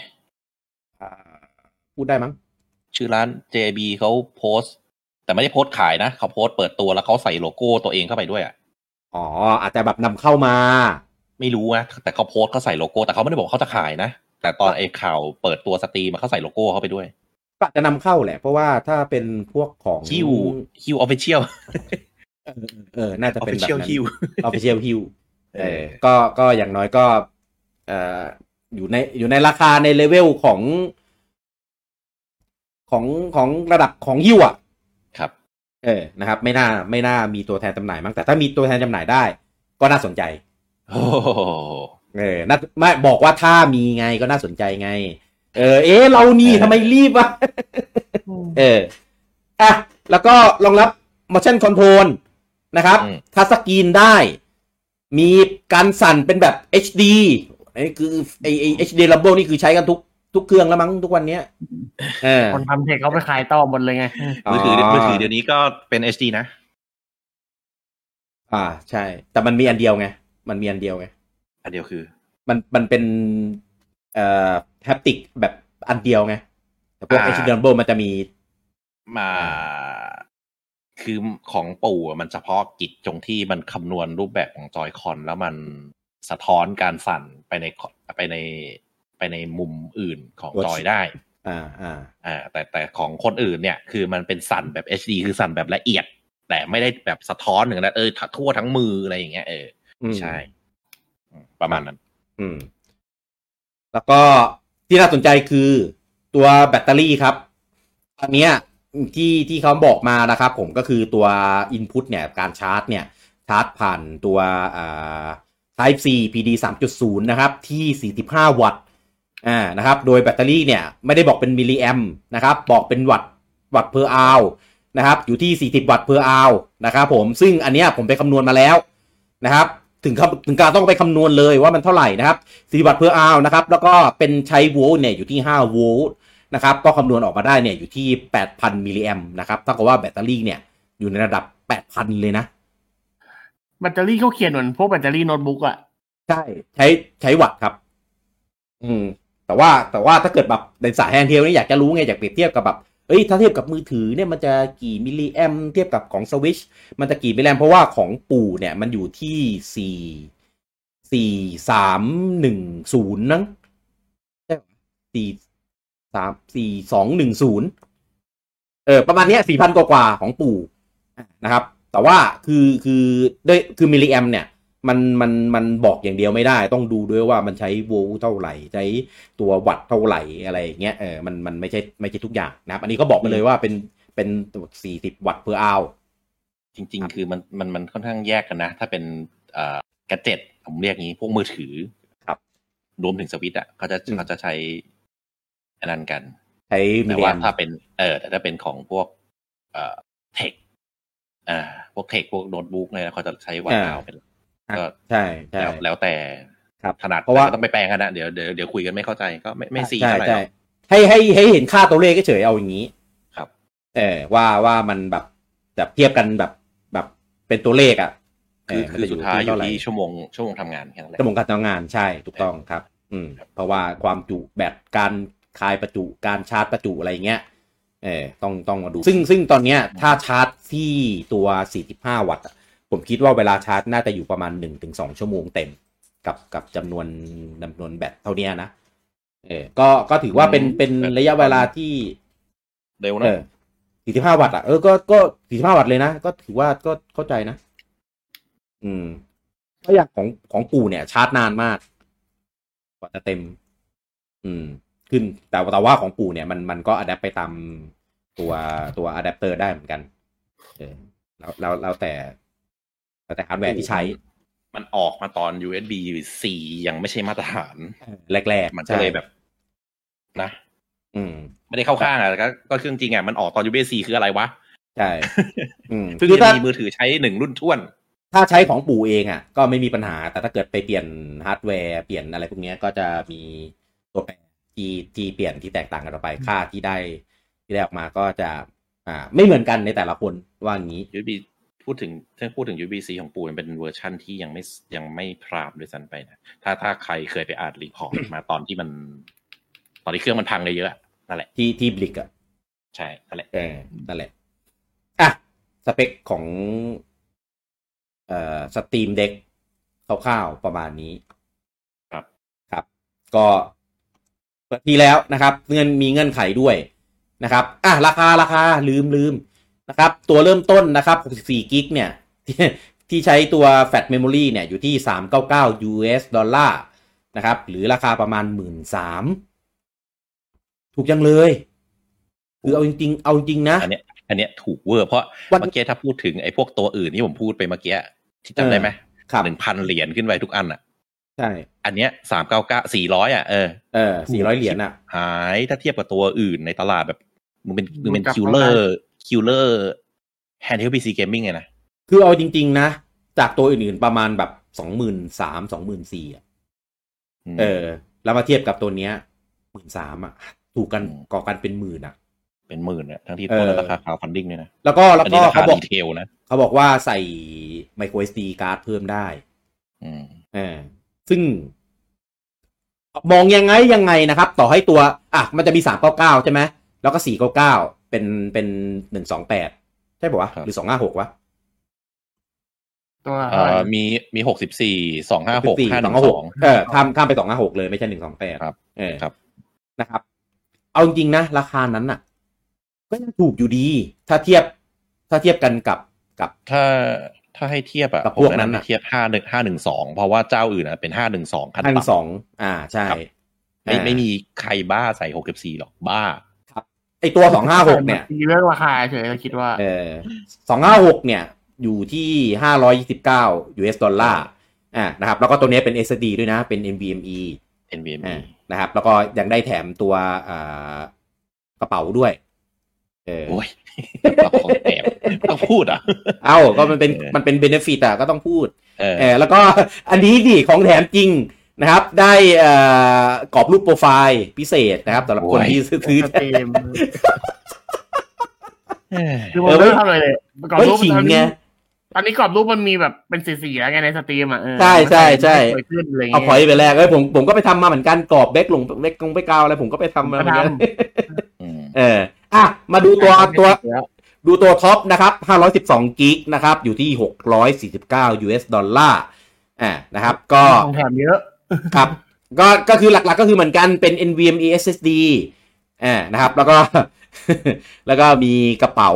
Speaker 1: พูดได้มั้ง
Speaker 2: ชื่อร้าน JB เขาโพส แต่ไม่ได้โพสต์ขายนะเขาโพสต์เปิดตัวแล้วเขาใส่โลโก้ตัวเองเข้าไปด้วยอ่ะ
Speaker 1: อ๋ออาจจะแบบนำเข้ามา
Speaker 2: ไม่รู้นะแต่เขาโพสต์เขาใส่โลโก้แต่เขาไม่ได้บอกว่าเขาจะขายนะ แต่ตอนไอ้ข่าวเปิดตัวสตรีมอะเขาใส่โลโก้เข้าไปด้วย
Speaker 1: ก็อาจจะนำเข้าแหละ เพราะว่าถ้าเป็นพวกของ
Speaker 2: ฮิวฮิวออฟฟิเชียล
Speaker 1: เออเออ น่า
Speaker 2: อ
Speaker 1: จะ
Speaker 2: อฟ
Speaker 1: เป็น
Speaker 2: ฟิ
Speaker 1: แบบ
Speaker 2: เชียล
Speaker 1: นั้น
Speaker 2: ฮิ ว
Speaker 1: ออฟฟิเชียลฮิวเอ
Speaker 2: เอ
Speaker 1: อ
Speaker 2: อ
Speaker 1: ก็ก็อย่างน้อยก็เอ่ออยู่ในอยู่ในราคาในเลเวลของ ของของระดับของฮิวอ่ะ
Speaker 2: ครับ
Speaker 1: เออ นะครับ ไม่น่า ไม่น่ามีตัวแทนจำหน่ายมั้ง แต่ถ้ามีตัวแทนจำหน่ายได้ ก็น่าสนใจ
Speaker 2: โอ้โห
Speaker 1: เออน่าไม่บอกว่าถ้ามีไงก็น่าสนใจไง เออ เอ๊ะ เรานี่ทำไมรีบวะ เออ อ่ะ แล้วก็รองรับ motion control นะครับทัชสกรีนได้ มีการสั่นเป็นแบบ HD ไอ้คือไอ้ไอ้ HD Rumble นี่คือใช้กันทุกทุกเครื่องแล้วมั้งทุกวันเนี้ย เออ
Speaker 3: คนทำเทคเขาไปขายต่อหมดเลยไง
Speaker 2: มือถืออมือถือเดี๋ยวนี้ก็เป็น HD นะ
Speaker 1: อ่า ใช่ แต่มันมีอันเดียวไง มันมีอันเดียวไง
Speaker 2: อันเดียวคือ
Speaker 1: มันมันเป็นเอ่อแฮปติกแบบอันเดียวไง แต่พวกไอชิเดนโบมันจะมี
Speaker 2: มาคือของปู่อะมันเฉพาะกิจตรงที่มันคำนวณรูปแบบของจอยคอน แล้วมันสะท้อนการสั่นไปในคไปในไปในมุมอื่นของจอยได้
Speaker 1: อ่าอ่า
Speaker 2: อ่าแต่แต่ของคนอื่นเนี่ย คือมันเป็นสั่นแบบ HD คือสั่นแบบละเอียด แต่ไม่ได้แบบสะท้อนถึงนะเออทั่วทั้งมืออะไรอย่างเงี้ยเออ
Speaker 1: อืม
Speaker 2: ใช่อืมประมาณนั้น
Speaker 1: อืม แล้วก็ที่น่าสนใจคือตัวแบตเตอรี่ครับตอนเนี้ยที่ที่เขาบอกมานะครับผมก็คือตัว Input เนี่ย การชาร์จเนี่ย ชาร์จผ่านตัวอ่า Type C PD 3.0 นะครับ ที่ 45 วัตต์อ่านะครับ โดยแบตเตอรี่เนี่ย ไม่ได้บอกเป็นมิลลิแอมป์นะครับ บอกเป็นวัตต์วัตต์เพอร์อาวนะครับ อยู่ที่ 40 วัตต์เพอร์อาวนะครับผมซึ่งอันเนี้ยผมไปคำนวณมาแล้วนะครับ ถึงคำถึงการต้องไปคำนวณเลยว่ามันเท่าไหร่นะครับ 40 วัตต์เพอร์อาวนะครับ แล้วก็เป็นใช้โวลต์เนี่ยอยู่ที่ 5 โวลต์นะครับ ก็คำนวณออกมาได้เนี่ยอยู่ที่ 8,000 มิลลิแอมป์นะครับเท่ากับว่าแบตเตอรี่เนี่ยอยู่ในระดับ 8,000 เลยนะ
Speaker 3: แบตเตอรี่เขาเขียนเหมือนพวกแบตเตอรี่โน้ตบุ๊กอะ
Speaker 1: ใช่ใช้ใช้วัดครับ อืม แต่ว่าแต่ว่าถ้าเกิดแบบในสายแฮนด์เทลนี่อยากจะรู้ไงอยากเปรียบเทียบกับแบบเอ้ยถ้าเทียบกับมือถือเนี่ยมันจะกี่มิลลิแอมเทียบกับของสวิชมันจะกี่มิลลิแอมเพราะว่าของปู่เนี่ยมันอยู่ที่สี่สี่สามหนึ่งศูนย์นั้งใช่ปะสี่สามสี่สองหนึ่งศูนย์เออประมาณเนี้ยสี่พันกว่ากว่าๆของปู่นะครับ แต่ว่าคือคือด้วยคือมิลลิแอมเนี่ย มันมันมันบอกอย่างเดียวไม่ได้ ต้องดูด้วยว่ามันใช้โวลต์เท่าไหร่ ใช้ตัววัตต์เท่าไหร่อะไรอย่างเงี้ยเออมันมันไม่ใช่ไม่ใช่ทุกอย่างนะครับ อันนี้ก็บอกไปเลยว่าเป็นเป็นสี่สิบวัตต์ per hour
Speaker 2: จริง ๆ คือมันมันมันค่อนข้างแยกกันนะ ถ้าเป็นเอ่อกระเจ็ดผมเรียกงี้ พวกมือถือ
Speaker 1: ครับ
Speaker 2: รวมถึงสวิตช์อ่ะเขาจะ
Speaker 1: อืม
Speaker 2: เขาจะใช้อันนั้นกัน
Speaker 1: ใช้มิ
Speaker 2: แต่
Speaker 1: ลลิแอ
Speaker 2: ว่าม ถ้าเป็นเออแต่ถ้าเป็นของพวกเอ่อเทคอ่าพวกเทคพวกโน้ตบุ๊กเนี่ยเขาจะใช้วัดเอาเป็นหลักก็
Speaker 1: ใช่ใช่
Speaker 2: แล้วแล้วแต่
Speaker 1: ครับ
Speaker 2: ถนัด
Speaker 1: เพราะว่า
Speaker 2: แต่ก็ต้องไปแปลงกันนะเดี๋ยวเดี๋ยวเดี๋ยวคุยกันไม่เข้าใจก็ไม่ไม่ซี
Speaker 1: ใช่
Speaker 2: เท่าไหร่ห
Speaker 1: ใช่
Speaker 2: รอก
Speaker 1: ให้ให้ให้เห็นค่าตัวเลขเฉยๆเอาอย่างนี้
Speaker 2: ครับ
Speaker 1: เออว่าว่ามันแบบแบบเทียบกันแบบแบบเป็นตัวเลขอ่ะ
Speaker 2: คือ
Speaker 1: เ
Speaker 2: คือสุดท้ายอ
Speaker 1: มันจะ
Speaker 2: ยู่
Speaker 1: เท่ไหร่
Speaker 2: ที่ชั่วโมงชั่วโมงทำงานแค่นั้นแหละ
Speaker 1: ชั่วโมงการทำงานใช่ถูกต้องครับ อืม เพราะว่าความจุแบตการคายประจุการชาร์จประจุอะไรอย่างเงี้ยเออต้องต้องมาดู ซึ่งซึ่งตอนเนี้ยถ้าชาร์จที่ตัว 45 วัตต์อะผมคิดว่าเวลาชาร์จน่าจะอยู่ประมาณ 1-2 ชั่วโมงเต็ม กับกับจำนวนจำนวนแบตเท่าเนี้ยนะเออก็ก็ถือว่าเป็น
Speaker 2: อืม
Speaker 1: เป็นระยะเวลาที่
Speaker 2: เร็วนะ
Speaker 1: เออ45 วัตต์อ่ะเออก็ก็45 วัตต์เลยนะ ก็ถือว่าก็เข้าใจนะ อืมก็อย่างของของปู่เนี่ย ชาร์จนานมาก กว่าจะเต็ม อืม ขึ้นแต่แต่ว่าของปู่เนี่ยมันมันก็อัดแอปไปตามตัวตัวอะแดปเตอร์ได้เหมือนกัน เออแล้วแล้วแล้วแต่แล้วแต่ฮาร์ดแวร์ที่ใช้
Speaker 2: มันออกมาตอน USB 4ยังไม่ใช่มาตรฐาน
Speaker 1: แรกๆ
Speaker 2: มันก็เลยแบบ นะ
Speaker 1: อืม
Speaker 2: ไม่ได้เข้าข้างอ่ะแต่ก็ก็เครื่องจริงอ่ะมันออกตอน USB 4คืออะไรวะ
Speaker 1: ใช่ อืม
Speaker 2: ซึ่ง
Speaker 1: คือ
Speaker 2: ยั
Speaker 1: ถ้า
Speaker 2: งมีมือถือใช้หนึ่งรุ่นท้วน
Speaker 1: ถ้าใช้ของปู่เองอ่ะก็ไม่มีปัญหาแต่ถ้าเกิดไปเปลี่ยนฮาร์ดแวร์เปลี่ยนอะไรพวกเนี้ยก็จะมีตัวแปรที่ที่เปลี่ยนที่แตกต่างกันออกไปค่าที่ได้ที่ได้ออกมาก็จะ อ่า ไม่เหมือนกันในแต่ละคนว่างี้
Speaker 2: USB พูดถึงถ้าพูดถึง USB 4ของปูมันเป็นเวอร์ชั่นที่ยังไม่ยังไม่พรามด้วยซ้ำไปนะถ้าถ้าใครเคยไปอ่านรีพอร์ตมาตอนที่มัน ตอนที่เครื่องมันพังเยอะๆอะนั่นแหละ
Speaker 1: ที่ที่บลิกอ่ะ
Speaker 2: ใช่นั่นแหละ
Speaker 1: เออนั่นแหละ อ่ะ สเปคของเอ่อสตรีมเด็กคร่าวๆประมาณนี้
Speaker 2: ครับ
Speaker 1: ครับ ก็เปิดทีแล้วนะครับ เงื่อนมีเงื่อนไขด้วยนะครับ อ่ะราคาราคาลืมลืมนะครับ ตัวเริ่มต้นนะครับ64กิกเนี่ย ที่ที่ใช้ตัว Fat Memory เนี่ยอยู่ที่ 399 US ดอลลาร์นะครับ หรือราคาประมาณ 1 3ื่นถูกจังเลย คือเอาจริงๆเอาจริงนะ
Speaker 2: อันเนี้ยอันเนี้ยถูกเวอร์เพราะ
Speaker 1: วัน
Speaker 2: เมื่อกี้ถ้าพูดถึงไอ้พวกตัวอื่นที่ผมพูดไปเมื่อกี้ที่จำได้ไหม
Speaker 1: ครับ
Speaker 2: หนึ่งพันเหรียญขึ้นไปทุกอันอ่ะ
Speaker 1: ใช่
Speaker 2: อันเนี้ยสามเก้าเก้าสี่ร้อยอ่ะเออ
Speaker 1: เออ400 เหรียญอ่ะ
Speaker 2: หายถ้าเทียบกับตัวอื่นในตลาดแบบมึงเป็นมึงเป็น
Speaker 3: มึงกลับ
Speaker 2: คิว
Speaker 3: เข้า
Speaker 2: เลอ
Speaker 3: มา
Speaker 2: ร์คิวเลอร์แฮนด์เฮลพีซีเกมมิ่งไงนะ
Speaker 1: คือเอาจริง ๆ นะ จากตัวอื่น ๆ ประมาณแบบสองหมื่นสามสองหมื่นสี่ะ
Speaker 2: อืม
Speaker 1: เออ แล้วมาเทียบกับตัวเนี้ยหมื่นสามอ่ะ ถูกกัน
Speaker 2: อืม
Speaker 1: ก่อกันเป็นหมื่นอ่ะ
Speaker 2: เป็นหมื่นเนี่ยทั้งที่
Speaker 1: เอ
Speaker 2: ตัว
Speaker 1: อ
Speaker 2: ราคาคาวฟันดิ้งเนี่ยนะ
Speaker 1: แล้วก็แล้ว
Speaker 2: อัน
Speaker 1: ก็
Speaker 2: นี้รา
Speaker 1: เขา
Speaker 2: คา
Speaker 1: บอก
Speaker 2: ดีเทลนะ
Speaker 1: เขาบอกว่าใส่ไมโคร SD การ์ดเพิ่มได้
Speaker 2: อืม
Speaker 1: เออซึ่ง มองยังไงยังไงนะครับ ต่อให้ตัว อ่ะ มันจะมีสามเก้าเก้าใช่ไหมแล้วก็สี่เก้าเก้าเป็นเป็นหนึ่งสองแปดใช่ป่วะ
Speaker 2: ครับ
Speaker 1: หรือสองห้าหกวะ
Speaker 3: ตัว
Speaker 2: เอ่อมีมีหกสิบสี่สองห้าหกห้าหนึ่งสอง
Speaker 1: เออข้ามข้ามไปสองห้าหกเลยไม่ใช่หนึ่งสองแปด
Speaker 2: ครับ
Speaker 1: เออ
Speaker 2: ครับ
Speaker 1: นะครับ เอาจริงๆนะ ราคานั้นน่ะ ก็ยังถูกอยู่ดี ถ้าเทียบ ถ้าเทียบกันกับกับ
Speaker 2: ถ้าถ้าให้เทียบอะ
Speaker 1: กับ
Speaker 2: ผ
Speaker 1: พ
Speaker 2: ม
Speaker 1: วก
Speaker 2: แนะ
Speaker 1: นั้น
Speaker 2: นำ
Speaker 1: อะ
Speaker 2: ให้เทียบห้าหนึ่งห้าหนึ่งสองเพราะว่าเจ้าอื่นอะเป็นห้าหนึ่งสองขั้น
Speaker 1: ทาง
Speaker 2: ต่ำ
Speaker 1: สองอ่าใช่
Speaker 2: ครับ ไม่
Speaker 1: อ่า
Speaker 2: ไม่มีใครบ้าใส่หกสิบสี่หรอกบ้า
Speaker 1: ไอตัวสองห้าหกเนี่ย
Speaker 3: มีเรื่องราคาเฉยเราคิดว่า
Speaker 1: เออสองห้าหกเนี่ย อยู่ที่ห้าร้อยยี่สิบเก้า US ดอลลาร์อ่านะครับ แล้วก็ตัวเนี้ยเป็น SSD ด้วยนะ เป็น NVMe
Speaker 2: NVMe
Speaker 1: อ่านะครับ แล้วก็ยังได้แถมตัวอ่ากระเป๋าด้วย เออ
Speaker 2: โอ้ย เราของแถมต้องพูดอ่ะ
Speaker 1: เอ้า ก็มันเป็น
Speaker 2: เออ
Speaker 1: มันเป็นเบนฟิตอะก็ต้องพูด
Speaker 2: เออ
Speaker 1: เออแล้วก็ อันนี้ดิของแถมจริงนะครับ ได้เอ่อกรอบรูปโปรไฟล์พิเศษนะครับสำหรับคนที่ซื้อซื้อ
Speaker 3: สตรีม
Speaker 2: เออ
Speaker 3: คือผม
Speaker 1: เออ
Speaker 3: ไม่ได้ทำอะไรเลยกรอบ
Speaker 1: เฮ้ย
Speaker 3: รูป
Speaker 1: ขิง
Speaker 3: ตอน
Speaker 1: ไง
Speaker 3: นี้ตอนนี้กรอบรูปมันมีแบบเป็นสีๆแล้วไงในสตรีมอ่ะเออ
Speaker 1: ใช่ใช่ใช่
Speaker 3: สวยขึ้นอะไร
Speaker 1: เอา
Speaker 3: เงี้
Speaker 1: พอย
Speaker 3: ย
Speaker 1: ไปแรกเอ้ยผมผมก็ไปทำมาเหมือนกันกรอบเบกลงเบกลงไปกาวอะไรผมก็ไปทำมาเหมือนกัน
Speaker 3: ผมก็ท
Speaker 2: อืม
Speaker 1: เอออ่ะมาดูตัวตัวดูตัวท็อปนะครับ512กิกนะครับ อยู่ที่ 649 US ดอลลาร์อ่านะครับ ก็
Speaker 3: ของแถมเยอะ
Speaker 1: ครับก็ก็คือหลักๆก็คือเหมือนกันเป็น NVMe SSD อ่านะครับ แล้วก็ แล้วก็มีกระเป๋า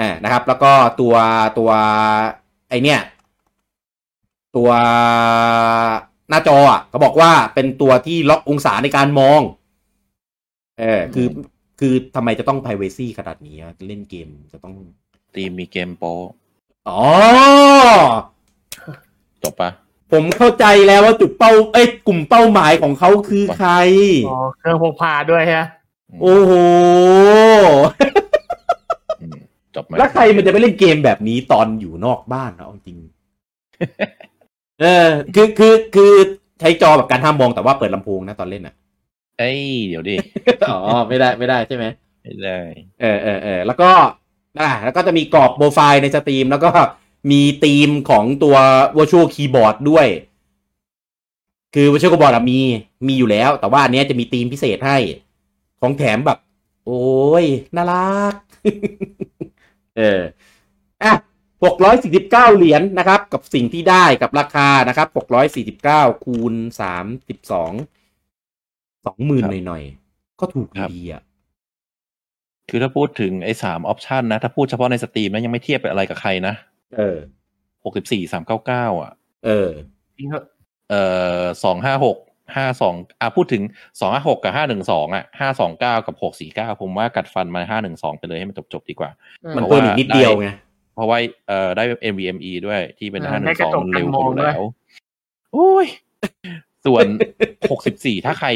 Speaker 1: อ่านะครับ แล้วก็ตัวตัวไอเนี่ย ตัวหน้าจออ่ะเขาบอกว่าเป็นตัวที่ล็อกองศาในการมอง เออคือคือทำไมจะต้อง privacy ขนาดนี้อะเล่นเกมจะต้อง
Speaker 2: ทีมมีเกมโปร
Speaker 1: อ๋อ
Speaker 2: จบปะ
Speaker 1: ผมเข้าใจแล้วว่าจุดเป้า เอ้ย กลุ่มเป้าหมายของเขาคือใคร
Speaker 3: อ๋อเครื่องพกพาด้วยฮะ
Speaker 1: โอ้ โห
Speaker 2: อืมจบไหม
Speaker 1: แล้วใครมันจะไปเล่นเกมแบบนี้ตอนอยู่นอกบ้านนะเอาจริง เออ คือคือคือใช้จอแบบการห้ามมองแต่ว่าเปิดลำโพงนะตอนเล่นอ่ะ
Speaker 2: เอ้ย เดี๋ยวดิ
Speaker 1: อ๋อ ไม่ได้ไม่ได้ใช่ไหม
Speaker 2: ไม่ได้
Speaker 1: เออเออเออแล้วก็อ่าแล้วก็จะมีกรอบโปรไฟล์ในสตรีม แล้วก็มีธีมของตัว virtual keyboard ด้วย คือ virtual keyboard อะมีมีอยู่แล้ว แต่ว่าอันเนี้ยจะมีธีมพิเศษให้ ของแถมแบบ โอ้ย น่ารัก เอออ่ะ649 เหรียญนะครับ กับสิ่งที่ได้กับราคานะครับ 649 คูณ 32 20,000หน่อยๆ ก็ถูกอยู่ดีอ่ะ
Speaker 2: คือถ้าพูดถึงไอ้สามออปชันนะ ถ้าพูดเฉพาะในสตรีมนะยังไม่เทียบอะไรกับใครนะ
Speaker 1: เออ
Speaker 2: หกสิบสี่สามเก้าเก้าอ่ะ
Speaker 1: เออ
Speaker 3: จริงเหอะ
Speaker 2: เอ่อสองห้าหกห้าสองอ่ะพูดถึงสองห้าหกกับห้าหนึ่งสองอ่ะห้าสองเก้ากับหกสี่เก้าผมว่ากัดฟันมาห้าหนึ่งสองไปเลยให้มันจบจบๆดีกว่า
Speaker 1: มัน
Speaker 2: เพราะ
Speaker 1: เพิ่ม
Speaker 2: ว่า
Speaker 1: อีกนิดเดียวไง
Speaker 2: เพราะว่าเอ่อได้ NVMe ด้วยที่เป็น
Speaker 3: เอ
Speaker 2: ห้า
Speaker 3: อ
Speaker 2: หนึ่
Speaker 3: ได้
Speaker 2: ง
Speaker 3: ก
Speaker 2: ส
Speaker 3: ระ
Speaker 2: อง
Speaker 3: จก
Speaker 2: มันเร็ว
Speaker 3: กั
Speaker 2: ก
Speaker 3: นม
Speaker 2: ว่า
Speaker 3: อ
Speaker 2: อ
Speaker 3: ง
Speaker 2: ยู่
Speaker 3: ด้วย
Speaker 2: แล้วโอ้ย ส่วน หกสิบสี่ถ้าใคร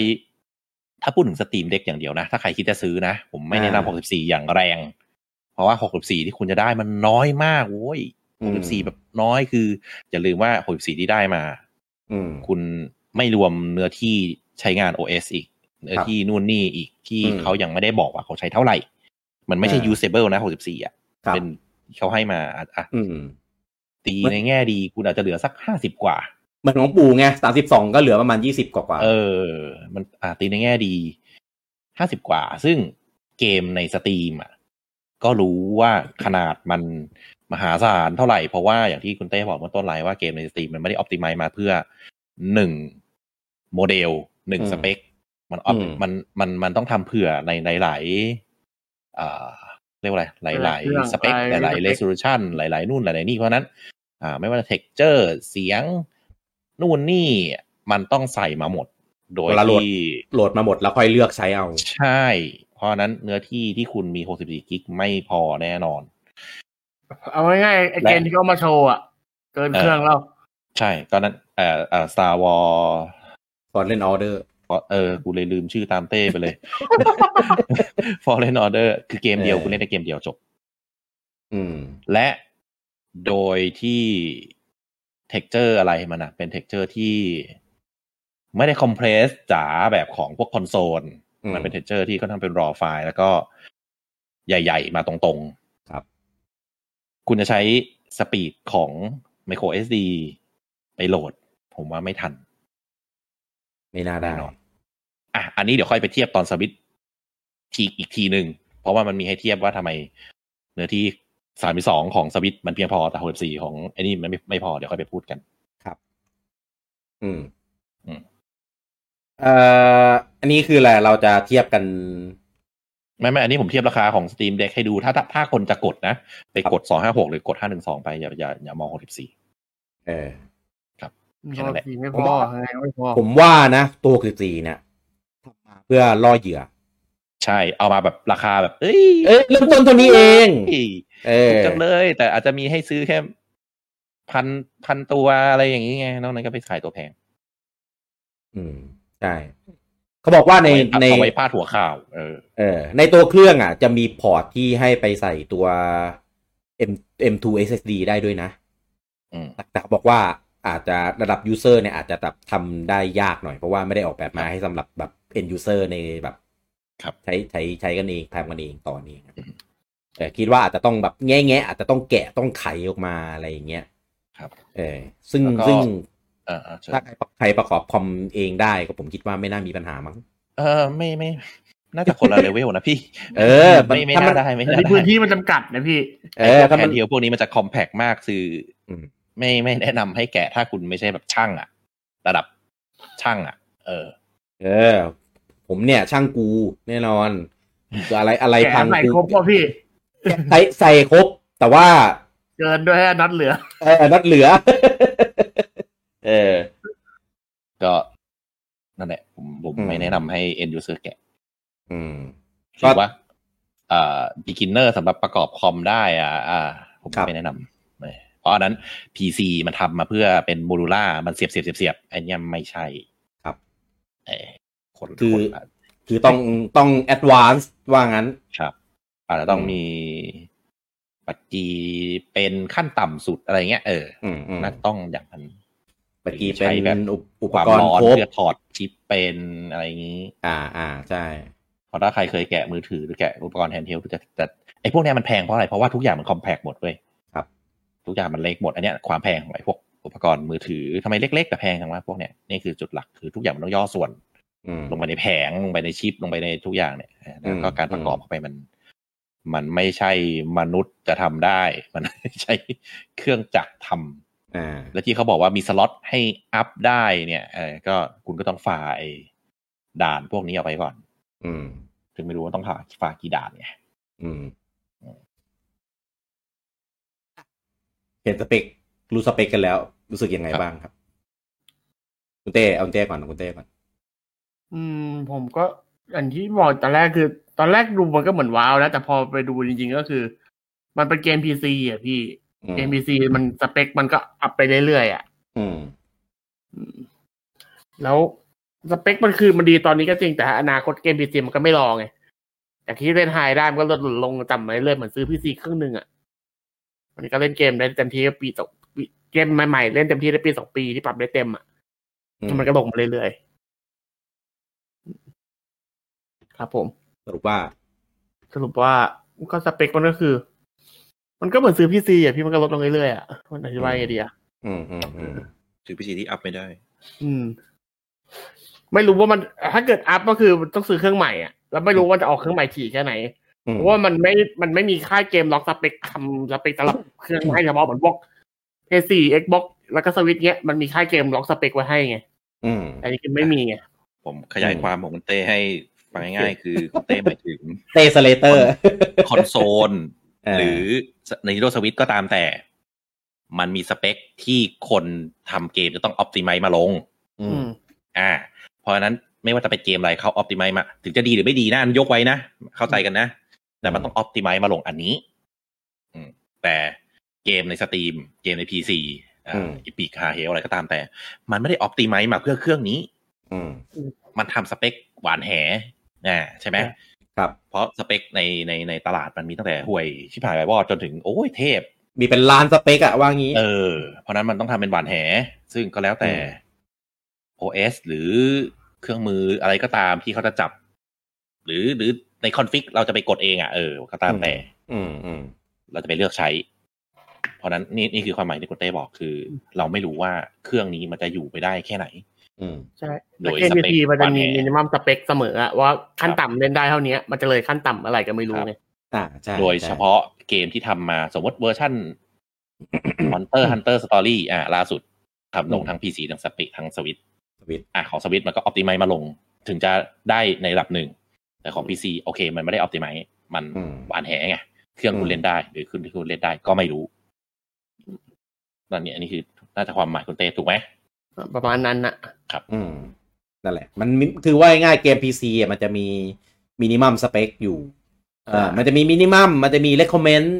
Speaker 2: ถ้าพูดถึงสตรีมเด็กอย่างเดียวนะ ถ้าใครคิดจะซื้อนะ ผมไม่แนะ
Speaker 1: อ่า
Speaker 2: นำหกสิบสี่อย่างแรง เพราะว่าหกสิบสี่ที่คุณจะได้มันน้อยมากโว้ยหกสิบสี่แบบน้อยคือ อย่าลืมว่าหกสิบสี่ที่ได้มา
Speaker 1: อืม
Speaker 2: คุณไม่รวมเนื้อที่ใช้งาน OS อีก เนื้อ
Speaker 1: ครับ
Speaker 2: ที่นู่นนี่อีกที่
Speaker 1: อืม
Speaker 2: เขายังไม่ได้บอกว่าเขาใช้เท่าไหร่ มันไม่ใช่
Speaker 1: อ่า
Speaker 2: usable นะ 64 อ่ะ
Speaker 1: ครับ
Speaker 2: เป็นเขาให้มาอ่ะอ่ะ
Speaker 1: อืม
Speaker 2: ตี
Speaker 1: มัน
Speaker 2: ในแง่ดีคุณอาจจะเหลือสัก 50 กว่า
Speaker 1: เหมือนของปู่ไงสามสิบสองก็เหลือประมาณยี่สิบกว่ากว่าๆ
Speaker 2: เออ มันอ่ะตีในแง่ดี 50 กว่า ซึ่งเกมในสตรีมอ่ะ ก็รู้ว่าขนาดมัน มหาศาลเท่าไหร่ เพราะว่าอย่างที่คุณเต้บอกเมื่อต้นไลน์ว่าเกมในสตรีมมันไม่ได้ออ t ติ i z e มาเพื่อหนึ่งโมเดลหนึ่ง
Speaker 1: อืม
Speaker 2: สเปค มัน opt-
Speaker 1: อืม
Speaker 2: มันมันมันต้องทำเผื่อในในหลายเอ่อเรียกว่าอะไร หลายหลาย
Speaker 3: เครื่อง
Speaker 2: สเปค ห
Speaker 3: ห
Speaker 2: ลายห
Speaker 3: ลา
Speaker 2: ลาย ย
Speaker 3: ๆ
Speaker 2: resolution หลายหลายนู่นหลายหลายนี่เพราะฉะนั้น อ่า ไม่ว่าจะ texture เสียง นู่นนี่มันต้องใส่มาหมด โดย
Speaker 1: เวลาโหลด
Speaker 2: ที่
Speaker 1: โหลดมาหมดแล้วค่อยเลือกใช้เอา
Speaker 2: ใช่ เพราะฉะนั้นเนื้อที่ที่คุณมี 64 กิกไม่พอแน่นอน
Speaker 3: เอาง่ายๆไอ
Speaker 2: และ
Speaker 3: เกมที่เขามาโชว์อ่ะ เกินเครื่องแล้ว
Speaker 2: ใช่ ตอนนั้นเอ่อเอ่อ Star Wars
Speaker 1: ก่อนเล่นออเดอร์
Speaker 2: เออ กูเลยลืมชื่อตามเต้ไปเลย Fallen Order คือเกมเดียว
Speaker 1: เออ
Speaker 2: คุณเล่นได้เกมเดียวจบ
Speaker 1: อืม
Speaker 2: และโดยที่ texture อะไรมันอะเป็น texture ที่ไม่ได้ compress จ๋าแบบของพวกคอนโซล
Speaker 1: อืม
Speaker 2: มันเป็น texture ที่ก็ทำเป็น raw file แล้วก็ใหญ่ๆ มาตรงๆ
Speaker 1: ครับ
Speaker 2: คุณจะใช้สปีดของ micro SD ไปโหลด ผมว่าไม่ทัน
Speaker 1: ไม่น่าได้
Speaker 2: แน่นอน อ่ะ อันนี้เดี๋ยวค่อยไปเทียบตอนสวิตช์ทีอีกทีหนึ่ง เพราะว่ามันมีให้เทียบว่าทำไมเนื้อที่สามสองของสวิตช์มันเพียงพอแต่หกสี่ของไอ้นี่มันไม่ไม่พอเดี๋ยวค่อยไปพูดกัน
Speaker 1: อืม
Speaker 2: อืม
Speaker 1: เอ่ออันนี้คืออะไรเราจะเทียบกัน
Speaker 2: ไม่ไม่อันนี้ผมเทียบราคาของ Steam Deck ให้ดูถ้าถ้าถ้าคนจะกดนะ ไปกดสองห้าหกหรือกดห้าหนึ่งสองไปอย่าอย่าอย่ามองหกสิบสี่
Speaker 1: เออ
Speaker 2: แค่นั้นแหละ
Speaker 3: สีไม่
Speaker 1: ผ
Speaker 3: พ
Speaker 1: ม
Speaker 3: อ
Speaker 1: ว่า
Speaker 3: ยังไงก็ไม่พอ
Speaker 1: ผมว่านะตัวคือสีเนี่ยทำมาเพื่อล่อเหยื่อ
Speaker 2: ใช่เอามาแบบราคาแบบ เอ้ย
Speaker 1: เอ้ยเริ่มต้นเท่านี้เอง เออ
Speaker 2: ถูกจังเลย แต่อาจจะมีให้ซื้อแค่พันพันตัวอะไรอย่างนี้ไงนอกนั้นก็ไปขายตัวแพง
Speaker 1: อืมใช่เขาบอกว่าใน
Speaker 2: เอา
Speaker 1: ใน
Speaker 2: ไว้เอาไว้พาดหัวข่าวเออ
Speaker 1: เออในตัวเครื่องอ่ะ จะมีพอร์ตที่ให้ไปใส่ตัว M M2 SSD ได้ด้วยนะ
Speaker 2: อืม
Speaker 1: แต่บอกว่าอาจจะระดับ user เนี่ยอาจจะแบบทำได้ยากหน่อยเพราะว่าไม่ได้ออกแบบมาให้สำหรับแบบ end user ในแบบ
Speaker 2: ครับ
Speaker 1: ใช้ใช้ใช้กันเองทำกันเองตอนนี้ครับแต่คิดว่าอาจจะต้องแบบแง่แง่อาจจะต้องแกะต้องไขออกมาอะไรอย่างเงี้ย
Speaker 2: ครับ
Speaker 1: เออซึ่ง
Speaker 2: แล้วก็
Speaker 1: ซึ่ง
Speaker 2: เออเออเชิญ
Speaker 1: ถ้าใครใครประกอบคอมเองได้ก็ผมคิดว่าไม่น่ามีปัญหามั้ง
Speaker 2: เออไม่ไม่ น่าจะคนละเลเวลนะพี่
Speaker 1: เออมัน
Speaker 2: ไม่ไม่
Speaker 1: ถ้ามั
Speaker 2: น่าน ได้ไม่
Speaker 3: อัน
Speaker 2: น่า
Speaker 3: นี้
Speaker 2: ได้
Speaker 3: พื้นที่มันจำกัดนะพี่
Speaker 1: เอ
Speaker 2: ไอ้
Speaker 1: อ
Speaker 2: พวก
Speaker 1: ถ้า
Speaker 2: แผ
Speaker 1: มัน
Speaker 2: นเดียวพวกนี้มันจะคอมแพกมากคืออ
Speaker 1: ม
Speaker 2: ไม่ไม่แนะนำให้แกะถ้าคุณไม่ใช่แบบช่างอะระดับช่างอะเออ
Speaker 1: เออ ผมเนี่ยช่างกูแน่นอนคืออะไรอะไร
Speaker 3: แกะ
Speaker 1: พัง
Speaker 3: ใส่
Speaker 1: กู
Speaker 3: ครบป่ะพี่
Speaker 1: ใส่ใส่ครบ แต่ว่า
Speaker 3: เกินด้วยฮะนัดเหลือ
Speaker 1: เออนัดเหลือ เออ
Speaker 2: ก็นั่นแหละผมผม
Speaker 1: อืม
Speaker 2: ไม่แนะนำให้ end user แกะ
Speaker 1: อืม
Speaker 2: หรือว่าอ่า beginner สำหรับประกอบคอมได้อ่ะอ่า ผม
Speaker 1: ครับ
Speaker 2: ไม่แนะนำเออเพราะอันนั้น PC มันทำมาเพื่อเป็นโมดูล่ามันเสียบเสียบเสียบเสียบอันเนี้ยไม่ใช่
Speaker 1: ครับ
Speaker 2: เออคน
Speaker 1: คือ
Speaker 2: นละ
Speaker 1: คือต้องต้องแอดวานซ์ว่างั้น
Speaker 2: ครับอาจจะต้อง
Speaker 1: อืม
Speaker 2: มีปัจจีเป็นขั้นต่ำสุดอะไรเงี้ยเออ
Speaker 1: อืมอืม
Speaker 2: น่าต้องอย่างนั้น
Speaker 1: เมื่อกี้
Speaker 2: ใช้แบ
Speaker 1: เป็
Speaker 2: บ
Speaker 1: นอุปอุ
Speaker 2: ค
Speaker 1: ป
Speaker 2: วาม
Speaker 1: กรณ์
Speaker 2: ร้อน
Speaker 1: ครบ
Speaker 2: เพื่อถอดชิปเป็นอะไรงี้
Speaker 1: อ่าอ่าใช่
Speaker 2: เพราะถ้าใครเคยแกะมือถือหรือแกะอุปกรณ์แฮนด์เฮลจะจะไอ้พวกเนี้ยมันแพงเพราะอะไร เพราะว่าทุกอย่างมันคอมแพกหมดเว้ย
Speaker 1: ครับ
Speaker 2: ทุกอย่างมันเล็กหมด อันเนี้ยความแพงของไอ้พวกอุปกรณ์มือถือทำไมเล็กๆแต่แพงจังวะพวกเนี้ยนี่คือจุดหลักคือทุกอย่างมันต้องย่อส่วน
Speaker 1: อืม
Speaker 2: ลงไปในแผงลงไปในชิปลงไปในทุกอย่างเนี่ยแล้วก็
Speaker 1: อืม
Speaker 2: การประกอบเข้าไปมัน มันไม่ใช่มนุษย์จะทำได้ มันใช้เครื่องจักรทำ
Speaker 1: อ่า
Speaker 2: และที่เขาบอกว่ามีสล็อตให้อัพได้เนี่ยเออก็คุณก็ต้องฝ่าไอ้ด่านพวกนี้ออกไปก่อน
Speaker 1: อืม
Speaker 2: ถึงไม่รู้ว่าต้องฝ่าฝ่ากี่ด่านไง
Speaker 1: อืมเห็นสเปครู้สเปคกันแล้ว รู้สึกยังไงบ้างครับ คุณเต้เอาคุณเต้ก่อนเอาคุณเต้ก่อน
Speaker 3: อืม ผมก็อย่างที่บอกตอนแรกคือ ตอนแรกดูมันก็เหมือนว้าวแล้ว แต่พอไปดูจริงๆก็คือ มันเป็นเกมพีซีอ่ะพี่
Speaker 1: อืม
Speaker 3: เกมพีซีมันสเปคมันก็อัพไปเรื่อยๆอ่ะ
Speaker 1: อืม
Speaker 3: อืมแล้วสเปคมันคือมันดีตอนนี้ก็จริงแต่อนาคตเกมพีซีมันก็ไม่รอไงจากที่เล่นไฮได้มันก็ลดหล่นลงต่ำมาเรื่อยๆเหมือนซื้อพีซีเครื่องหนึ่งอ่ะมันก็เล่นเกมได้เต็มที่ก็ปีสองปีเกมใหม่ๆเล่นเต็มที่ได้ปีสองปีที่ปรับได้เต็มอ่ะ
Speaker 1: อืม
Speaker 3: มันก็ลงมาเรื่อยๆครับผม
Speaker 1: สรุปว่า
Speaker 3: สรุปว่าก็สเปคมันก็คือ มันก็เหมือนซื้อพีซีอ่ะพี่มันก็ลดลงเรื่อยๆอ่ะมันอธิบายไงดีอ่ะ
Speaker 1: อืมอืมอืม
Speaker 2: คือพีซีที่อัพไม่ได้
Speaker 3: อืม ไม่รู้ว่ามันถ้าเกิดอัพก็คือมันต้องซื้อเครื่องใหม่อ่ะแล้วไม่รู้ว่าจะออกเครื่องใหม่ถี่แค่ไหน
Speaker 1: อืม
Speaker 3: เพราะว่ามันไม่ มันไม่มีค่ายเกมล็อกสเปคทำสเปคสำหรับเครื่องให้เฉพาะเหมือนพวก PS4 Xbox แล้วก็สวิตเนี้ยมันมีค่ายเกมล็อกสเปคไว้ให้ไง
Speaker 1: อืม
Speaker 3: แต่อันนี้คือไม่มีไง
Speaker 2: ผมขยายความของคุณเต้ให้ฟังง่ายๆคือคุณเต้หมาย ถึง
Speaker 1: เตสเลเตอร์
Speaker 2: คอนโซล หรือในโลสวิตก็ตามแต่ มันมีสเปคที่คนทำเกมจะต้องออ t ติไม e มาลง
Speaker 1: อื
Speaker 3: อื
Speaker 1: ม
Speaker 3: ม
Speaker 2: อ่า เพราะฉะนั้นไม่ว่าจะเป็นเกมอะไรเขาออ t ติไม e มา ถึงจะดีหรือไม่ดีนะอันยกไว้นะ เข้าใจกันนะ แต่มันต้องออ t ติไม e มาลงอันนี้ อืม แต่เกมในสตรีมเกมในพีซี
Speaker 1: อืม
Speaker 2: อีปีคาเฮลอะไรก็ตามแต่ มันไม่ได้ออ t ติไม e มาเพื่อเครื่องนี้
Speaker 1: อืม
Speaker 2: มันทำสเปคหวานแหนะใช่ไหม
Speaker 1: ครับ
Speaker 2: เพราะสเปคในในในตลาดมันมีตั้งแต่ห่วยชิบหายไปวอดจนถึงโอ้ยเทพ
Speaker 1: มีเป็นล้านสเปกอะว่างี้
Speaker 2: เออ เพราะนั้นมันต้องทำเป็นหวานแห ซึ่งก็แล้วแต่
Speaker 1: อืม
Speaker 2: OS หรือเครื่องมืออะไรก็ตามที่เขาจะจับ หรือหรือในคอนฟิกเราจะไปกดเองอ่ะเออก็ตามแต่
Speaker 1: อืมอืม
Speaker 2: เราจะไปเลือกใช้ เพราะนั้นนี่นี่คือความหมายที่คุณเต้บอกคือ เราไม่รู้ว่าเครื่องนี้มันจะอยู่ไปได้แค่ไหน
Speaker 1: อืม
Speaker 3: ใช่
Speaker 2: โดย
Speaker 3: แต่เกม
Speaker 2: สเปค
Speaker 3: พีมันจะมี
Speaker 2: ความแน่
Speaker 3: มินิมัมสเปคเสมออะว่าขั้น
Speaker 2: ครับ
Speaker 3: ต่ำเล่นได้เท่านี้มันจะเลยขั้นต่ำอะไรก็ไม่
Speaker 2: ค
Speaker 3: รู้
Speaker 2: รับ
Speaker 3: ไง
Speaker 1: อ่า ใช่
Speaker 2: โดยเฉพาะเกมที่ทำมาสมมติเวอร์ชัน Monster Hunter Story อ่าล่าสุดทำลงทั้ง PC ทั้งสปีทั้งสวิต
Speaker 1: ใช่สวิตช์
Speaker 2: อ่ะของสวิตมันก็ออ t ติไม e มาลง ถึงจะได้ในระดับหนึ่ง แต่ของ PC โอเค มันไม่ได้ออ t ติไม e มัน
Speaker 1: อืม
Speaker 2: หวานแหไงเครื่องคุ
Speaker 1: อืม
Speaker 2: ณเล่นได้ หรือคุณที่คุณเล่นได้ก็ไม่รู้นั่นเนี่ยอันนี้คือน่าจะความหมายคุณเต้ถูกไหม
Speaker 3: ประมาณนั้นอะ
Speaker 1: อืม นั่นแหละ มันมิคือว่าง่ายๆเกม PC อ่ะมันจะมีมินิมัมสเปคอยู่ เออมันจะมีมินิมัม มันจะมีเลคคอมเมนต์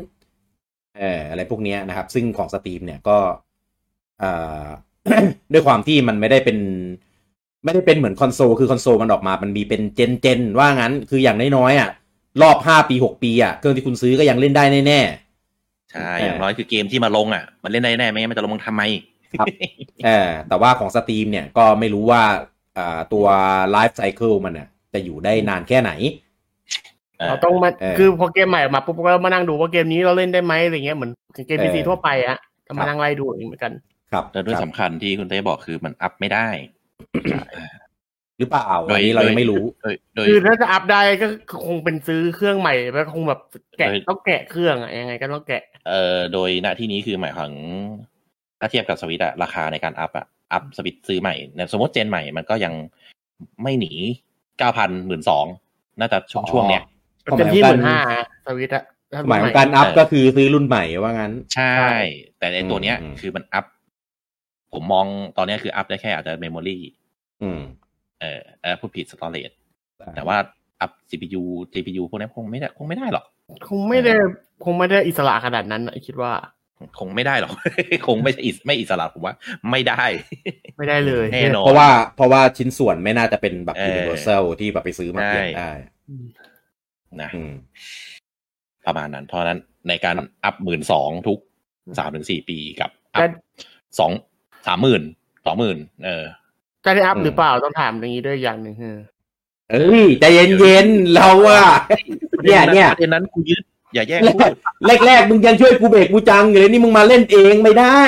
Speaker 1: เอ่ออะไรพวกเนี้ยนะครับ ซึ่งของสตรีมเนี่ยก็เอ่อ ด้วยความที่มันไม่ได้เป็น ไม่ได้เป็นเหมือนคอนโซล คือคอนโซลมันออกมา มันมีเป็นเจนเจนๆว่างั้น คืออย่างน้อยๆอ่ะ รอบห้าปีหกปีอ่ะ เครื่องที่คุณซื้อก็ยังเล่นได้แน่ๆ
Speaker 2: ใช่ อย่างน้อยคือเกมที่มาลงอ่ะ มันเล่นได้แน่ไหมงั้นมันจะลงทำไม
Speaker 1: ครับ เออแต่ว่าของสตรีมเนี่ยก็ไม่รู้ว่าอ่าตัวไลฟ์ไซเคิลมันน่ะจะอยู่ได้นานแค่ไหน
Speaker 2: อ่า
Speaker 3: เราต้องมา
Speaker 1: เออ
Speaker 3: คือพอเกมใหม่ออกมาปุ๊บก็มานั่งดูว่าเกมนี้เราเล่นได้ไหมอะไรเงี้ยเหมือนเกมพีซี
Speaker 1: เออ
Speaker 3: ทั่วไปอะก็
Speaker 1: ครับ
Speaker 3: มานั่งไล่ดูอีกเหมือนกัน
Speaker 1: ครับ
Speaker 2: แล้วด้วย
Speaker 1: ครับ
Speaker 2: สำคัญที่คุณเต้บอกคือมันอัพไม่ได้
Speaker 1: หรือเปล่า
Speaker 2: โดย
Speaker 1: อันนี้เรายังไม่รู้
Speaker 2: โดยโดย
Speaker 3: คือถ้าจะอัพได้ก็คงเป็นซื้อเครื่องใหม่แล้วคงแบบแกะ
Speaker 2: เออ
Speaker 3: ต้องแกะเครื่องอะยังไงก็ต้องแกะ
Speaker 2: เอ่อโดยณที่นี้คือหมายของถ้าเทียบกับสวิตช์อะราคาในการอัพอะอัพสวิตช์ซื้อใหม่เนี่ยสมมติเจนใหม่มันก็ยังไม่หนีเก้าพันหมื่นสองน่าจะช่วง
Speaker 1: อ๋อ
Speaker 2: ช่วงเนี้ย
Speaker 1: ความห
Speaker 3: เต็
Speaker 1: มายข
Speaker 3: ม
Speaker 1: อง
Speaker 3: ที่ห
Speaker 1: การ
Speaker 3: มื่นห้าสวิตช์อะถ้
Speaker 1: หมายของการอัพก็คือซื้อรุ่นใหม่ว่างั้น
Speaker 2: ใช่ แต่ในตัวเนี้ย
Speaker 1: อืม
Speaker 2: คือมันอัพ ผมมองตอนเนี้ยคืออัพได้แค่อาจจะเมมโมรี
Speaker 1: อืม
Speaker 2: เอ่อเอ่อพูดผิดสตอเรจแต่ว่าอัพ CPU GPU พวกนี้คงไม่ได้คงไม่ได้หรอก
Speaker 3: คงไม่ได้คงไม่ได้อิสระขนาดนั้นอะคิดว่า
Speaker 2: คงไม่ได้หรอก คงไม่ใช่อิสไม่อิสระผมว่า ไม่ได้
Speaker 3: ไม่ได้เลย
Speaker 2: แน่นอน
Speaker 1: เพราะว่าเพราะว่าชิ้นส่วนไม่น่าจะเป็นแบบ
Speaker 2: เออ
Speaker 1: universal ที่แบบไปซื้อมาเปลี่ยนได้
Speaker 2: นะ
Speaker 1: อืม
Speaker 2: ประมาณนั้นเพราะฉะนั้นในการอัพหมื่นสองทุกสามถึงสี่ปีกับอั
Speaker 3: แต่
Speaker 2: พสองสามหมื่นสองหมื่นเออ
Speaker 3: จะได้อัพ
Speaker 1: อืม
Speaker 3: หรือเปล่าต้องถามอย่างนี้ด้วยอย่างหนึ่ง คือ
Speaker 1: เอ้ยใจเย็นๆเราว่า เนี่ยเนี่ย
Speaker 2: ประเด็นนั้นกูยึดอย่าแย่งพูด
Speaker 1: แรกๆมึงยังช่วยกูเบรกกูจังอยู่เลยนี่มึงมาเล่นเองไม่ได้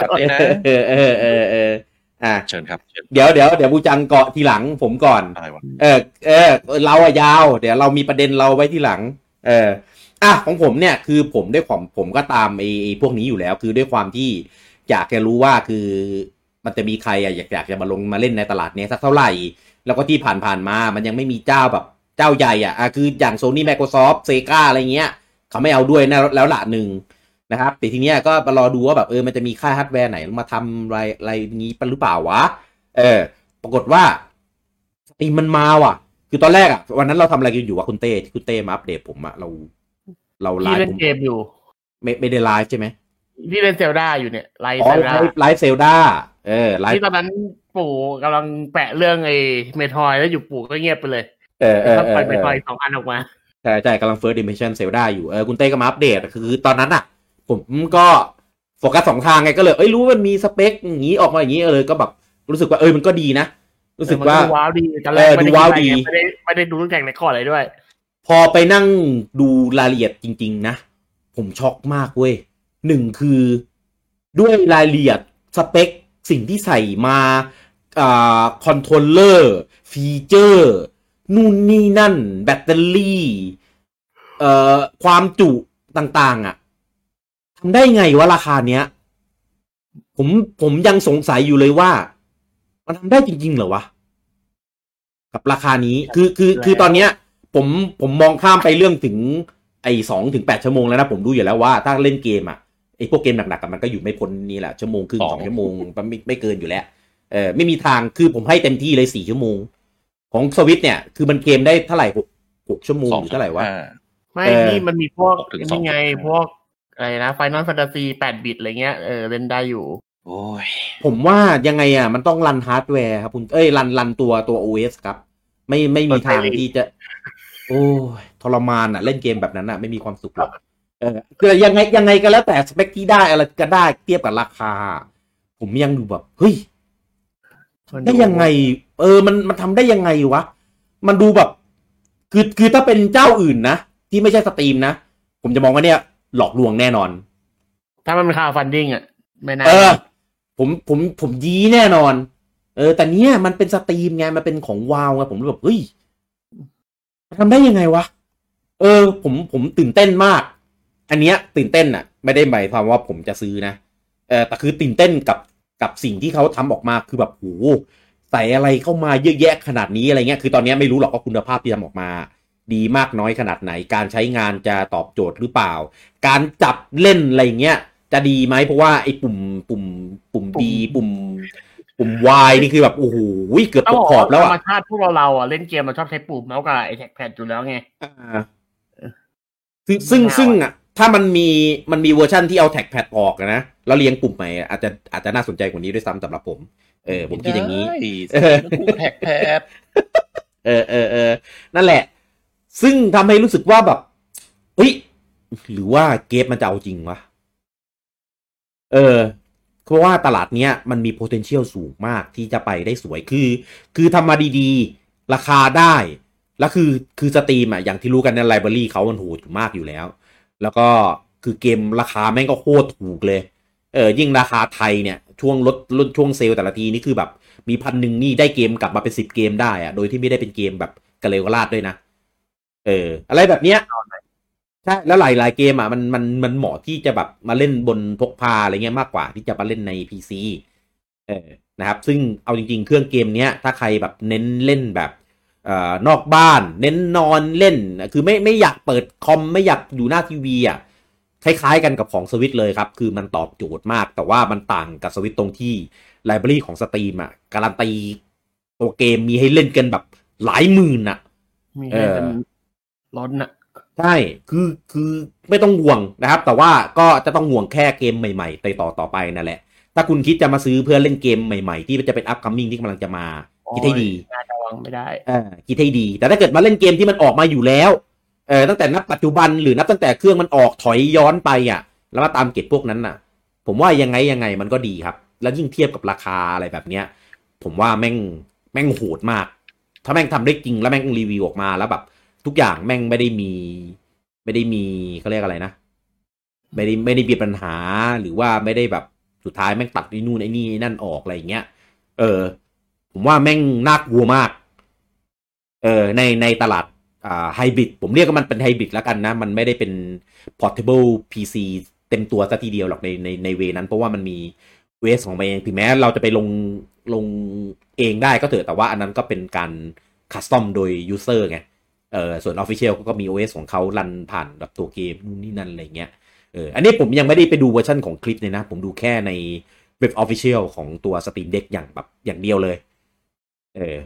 Speaker 2: จัดเลยนะ
Speaker 1: เออเออเออเอออ่ะ
Speaker 2: เชิญครับเชิญ
Speaker 1: เดี๋ยวเดี๋ยวเดี๋ยวบูจังเกาะทีหลังผมก่อน
Speaker 2: อะไรวะ
Speaker 1: เออเออเราอะยาว เดี๋ยวเรามีประเด็นเราไว้ทีหลัง เอออ่ะของผมเนี่ยคือผมด้วยความผมก็ตามไอ้ไอ้พวกนี้อยู่แล้ว คือด้วยความที่อยากจะรู้ว่าคือมันจะมีใครอะอยากอยากจะมาลงมาเล่นในตลาดเนี้ยสักเท่าไหร่ แล้วก็ที่ผ่านๆมา มันยังไม่มีเจ้าแบบเจ้าใหญ่อะอ่ะคืออย่างโซนี่ Microsoft s e g a อะไรเงี้ย เขาไม่เอาด้วยนะแล้วละหนึ่งนะครับแต่ทีเนี้ยก็มารอดูว่าแบบเออมันจะมีค่ายฮาร์ดแวร์ไหนมาทำอะไรอะไรนี้ปะหรือเปล่าวะ เออ ปรากฏว่าสตรีมมันมาว่ะ คือตอนแรกอะวันนั้นเราทำอะไรกันอยู่วะคุณเต้ที่คุณเต้มาอัปเดตผมอะเรา เราไล
Speaker 3: พี่
Speaker 1: ฟ์
Speaker 3: เล่น
Speaker 1: ผม
Speaker 3: เกมอยู่
Speaker 1: ไม่ไม่ได้ไลฟ์ใช่ไหม
Speaker 3: พี่เล่นเซลดาอยู่เนี่ยไลฟ์
Speaker 1: อ๋อ
Speaker 3: เซ
Speaker 1: ไล
Speaker 3: ลดา
Speaker 1: ฟ์ไลฟ์เซลดาเออไล
Speaker 3: ที่
Speaker 1: ฟ์
Speaker 3: ตอนนั้นปู่กำลังแปะเรื่องไอ้เมทอยแล้วอยู่ปู่ก็เงียบไปเลย
Speaker 1: เออเออ
Speaker 3: แล้ว
Speaker 1: เอ
Speaker 3: ปล่อ
Speaker 1: อยเออ
Speaker 3: เมทอยสองอันออกมา
Speaker 1: ใช่ใช่กำลังเฟิร์สดิเมชันเซลดาอยู่เออคุณเต้ก็มาอัปเดตคือตอนนั้นอะผมก็โฟกัสสองทางไงก็เลยเอ้ยรู้ว่ามันมีสเปคอย่างนี้ออกมาอย่างนี้เออเลยก็แบบรู้สึกว่าเออมันก็ดีนะ รู้สึกว่า
Speaker 3: เออมันว้าวดีตอนแรก
Speaker 1: เออ
Speaker 3: ไม่
Speaker 1: ดู
Speaker 3: ได้
Speaker 1: ว้าวดี
Speaker 3: คิอะไรไงไม่ได้ไม่ได้ดูเรื่องแข่งในข้ออะไรด้วย
Speaker 1: พอไปนั่งดูรายละเอียดจริง ๆ นะ ผมช็อกมากเว้ยหนึ่งคือด้วยรายละเอียดสเปค สิ่งที่ใส่มาอ่าคอนโทรลเลอร์ ฟีเจอร์ นู่นนี่นั่น แบตเตอรี่เอ่อความจุต่างๆ อ่ะทำได้ไงวะราคาเนี้ย ผมผมยังสงสัยอยู่เลยว่า มันทำได้จริง ๆ เหรอวะ กับราคานี้ คือคือคือตอนเนี้ย ผมผมมองข้ามไปเรื่องถึง ไอ้สองถึงแปดชั่วโมงแล้วนะ ผมดูอยู่แล้วว่าถ้าเล่นเกมอ่ะไอ้พวกเกมหนักๆอะมันก็อยู่ไม่พ้นนี่แหละชั่วโมงครึ่ง
Speaker 2: สอง
Speaker 1: สองชั่วโมงมันไม่ไม่เกินอยู่แล้วเออไม่มีทางคือผมให้เต็มที่เลยสี่ชั่วโมง ของสวิตเนี่ย คือมันเกมได้เท่าไหร่หกหกชั่วโมงหรือเท่าไหร่วะ
Speaker 2: อ่
Speaker 3: ไม่
Speaker 1: เออ
Speaker 3: นี่มันมีพวก
Speaker 2: หกถึงสอง
Speaker 3: นี่ไงพวกอะไรนะไฟนอลแฟนตาซีแปดบิตอะไรเงี้ยเออเล่นได้อยู่
Speaker 2: โอ้ย
Speaker 1: ผมว่ายังไงอ่ะ มันต้องรันฮาร์ดแวร์ครับคุณเอ้ยรันรันตัวตัว OS ครับ ไม่ไม่มีทางที่จะ โอ้ยทรมานอ่ะ เล่นเกมแบบนั้นอ่ะ ไม่มีความสุขหรอกเออคือยังไงยังไงก็แล้วแต่สเปคที่ได้อะไรก็ได้เทียบกับราคา ผมยังดูแบบเฮ้ย
Speaker 3: มัน
Speaker 1: ได้ยังไง เออ มันมันทำได้ยังไงวะ มันดูแบบ คือคือถ้าเป็นเจ้าอื่นนะ ที่ไม่ใช่สตรีมนะ ผมจะมองว่าเนี่ย หลอกลวงแน่นอน
Speaker 3: ถ้ามันเป็นคาฟันดิ้งอ่ะ ไม่น่า
Speaker 1: เออ ผมผมผมยีแน่นอน เออ แต่เนี้ยมันเป็นสตรีมไง มันเป็นของวาวไงผมเลยแบบเฮ้ยมันทำได้ยังไงวะ เออ ผมผมตื่นเต้นมาก อันเนี้ย ตื่นเต้นอ่ะ ไม่ได้หมายความว่าผมจะซื้อนะเออแต่คือตื่นเต้นกับกับสิ่งที่เขาทำออกมาคือแบบโหใส่อะไรเข้ามาเยอะแยะขนาดนี้อะไรเงี้ยคือตอนเนี้ยไม่รู้หรอกว่าคุณภาพที่ทำออกมา ดีมากน้อยขนาดไหน การใช้งานจะตอบโจทย์หรือเปล่า การจับเล่นอะไรเงี้ย จะดีไหมเพราะว่าไอ้ปุ่มปุ่ม ปุ่มดีปุ่ม ปุ่มวายนี่คือแบบโอ้โหเกือบตกขอบแล้ว
Speaker 3: ธร
Speaker 1: อ่ะ
Speaker 3: รมชาติพวกเราเราอ่ะเล่นเกมเราชอบใช้ปุ่มเมาส์กับไอแท็กแพดอยู่แล้วไง
Speaker 1: อ่าซึ่งซึ่งซึ่งอ่ะ ถ้ามันมีมันมีเวอร์ชั่นที่เอาแท็กแพดออกอะนะแล้วเลี้ยงปุ่มใหม่อะอาจจะอาจจะน่าสนใจกว่านี้ด้วยซ้ำสำหรับผมเออผมคิดอย่างนี้
Speaker 2: ได้สกิลกูแท็กแพด
Speaker 1: เออเออเออนั่นแหละ ซึ่งทำให้รู้สึกว่าแบบเฮ้ยหรือว่าเกมมันจะเอาจริงวะ เออเพราะว่าตลาดเนี้ยมันมี potential สูงมากที่จะไปได้สวยคือ คือทำมาดีๆ ราคาได้ แล้วคือคือสตรีมอ่ะอย่างที่รู้กันในไลบรารีเขามันโหดอยู่มากอยู่แล้ว แล้วก็คือเกมราคาแม่งก็โคตรถูกเลย เออยิ่งราคาไทยเนี่ย ช่วงลดลดช่วงเซลล์แต่ละทีนี่คือแบบ มีพันหนึ่งนี่ได้เกมกลับมาเป็นสิบเกมได้อะโดยที่ไม่ได้เป็นเกมแบบกระเลวกระลาดด้วยนะ เออ อะไรแบบเนี้ยใช่แล้วหลายหลายเกมอ่ะมันมันมันเหมาะที่จะแบบมาเล่นบนพกพาอะไรเงี้ยมากกว่าที่จะมาเล่นในพีซีเออนะครับ ซึ่งเอาจริง ๆ เครื่องเกมเนี้ยถ้าใครแบบเน้นเล่นแบบเอ่อนอกบ้าน เน้นนอนเล่น คือไม่ไม่อยากเปิดคอมไม่อยากอยู่หน้าทีวีอ่ะคล้ายๆกันกับของสวิตเลยครับ คือมันตอบโจทย์มาก แต่ว่ามันต่างกับสวิตตรงที่ ไลบรารีของสตรีมอ่ะ การันตีตัวเกมมีให้เล่นกันแบบหลายหมื่นอ่ะ
Speaker 3: มีเล่นเป็น
Speaker 1: เออ
Speaker 3: ล้นอ่ะ
Speaker 1: ใช่ คือ คือไม่ต้องห่วงนะครับ แต่ว่าก็จะต้องห่วงแค่เกมใหม่ๆ ไปต่อต่อไปนั่นแหละ ถ้าคุณคิดจะมาซื้อเพื่อเล่นเกมใหม่ๆ ที่จะเป็นอัพคัมมิ่งที่กำลังจะมา คิดให้ดี
Speaker 3: น่าจะวางไม่ได้
Speaker 1: เออคิดให้ดี แต่ถ้าเกิดมาเล่นเกมที่มันออกมาอยู่แล้ว เออตั้งแต่นับปัจจุบันหรือนับตั้งแต่เครื่องมันออกถอยย้อนไปอ่ะ แล้วมาตามเก็บพวกนั้นน่ะ ผมว่ายังไงยังไงมันก็ดีครับ แล้วยิ่งเทียบกับราคาอะไรแบบเนี้ย ผมว่าแม่งแม่งโหดมาก ถ้าแม่งทำได้จริงแล้วแม่งรีวิวออกมาแล้วแบบ ทุกอย่างแม่งไม่ได้มี ไม่ได้มีเขาเรียกอะไรนะ ไม่ได้ไม่ได้มีปัญหาหรือว่าไม่ได้แบบสุดท้ายแม่งตัดไอ้นู่นไอ้นี่ไอ้นั่นออกอะไรอย่างเงี้ย เออ ผมว่าแม่งน่ากลัวมาก เออในในตลาดอ่าไฮบริดผมเรียกว่ามันเป็นไฮบริดแล้วกันนะ มันไม่ได้เป็น portable PC เต็มตัวซะทีเดียวหรอกในในในเวนั้น เพราะว่ามันมีเวสของมันเองถึงแม้เราจะไปลงลงเองได้ก็เถอะแต่ว่าอันนั้นก็เป็นการคัสตอมโดยยูเซอร์ไงเออส่วน Official ก็มี OS ของเขารันผ่านแบบตัวเกมนู่นนี่นั่นอะไรเงี้ยเอออันนี้ผมยังไม่ได้ไปดูเวอร์ชันของคลิปเลยนะ ผมดูแค่ในเว็บ Official ของตัว Steam Deck อย่างแบบอย่างเดียวเลย เออ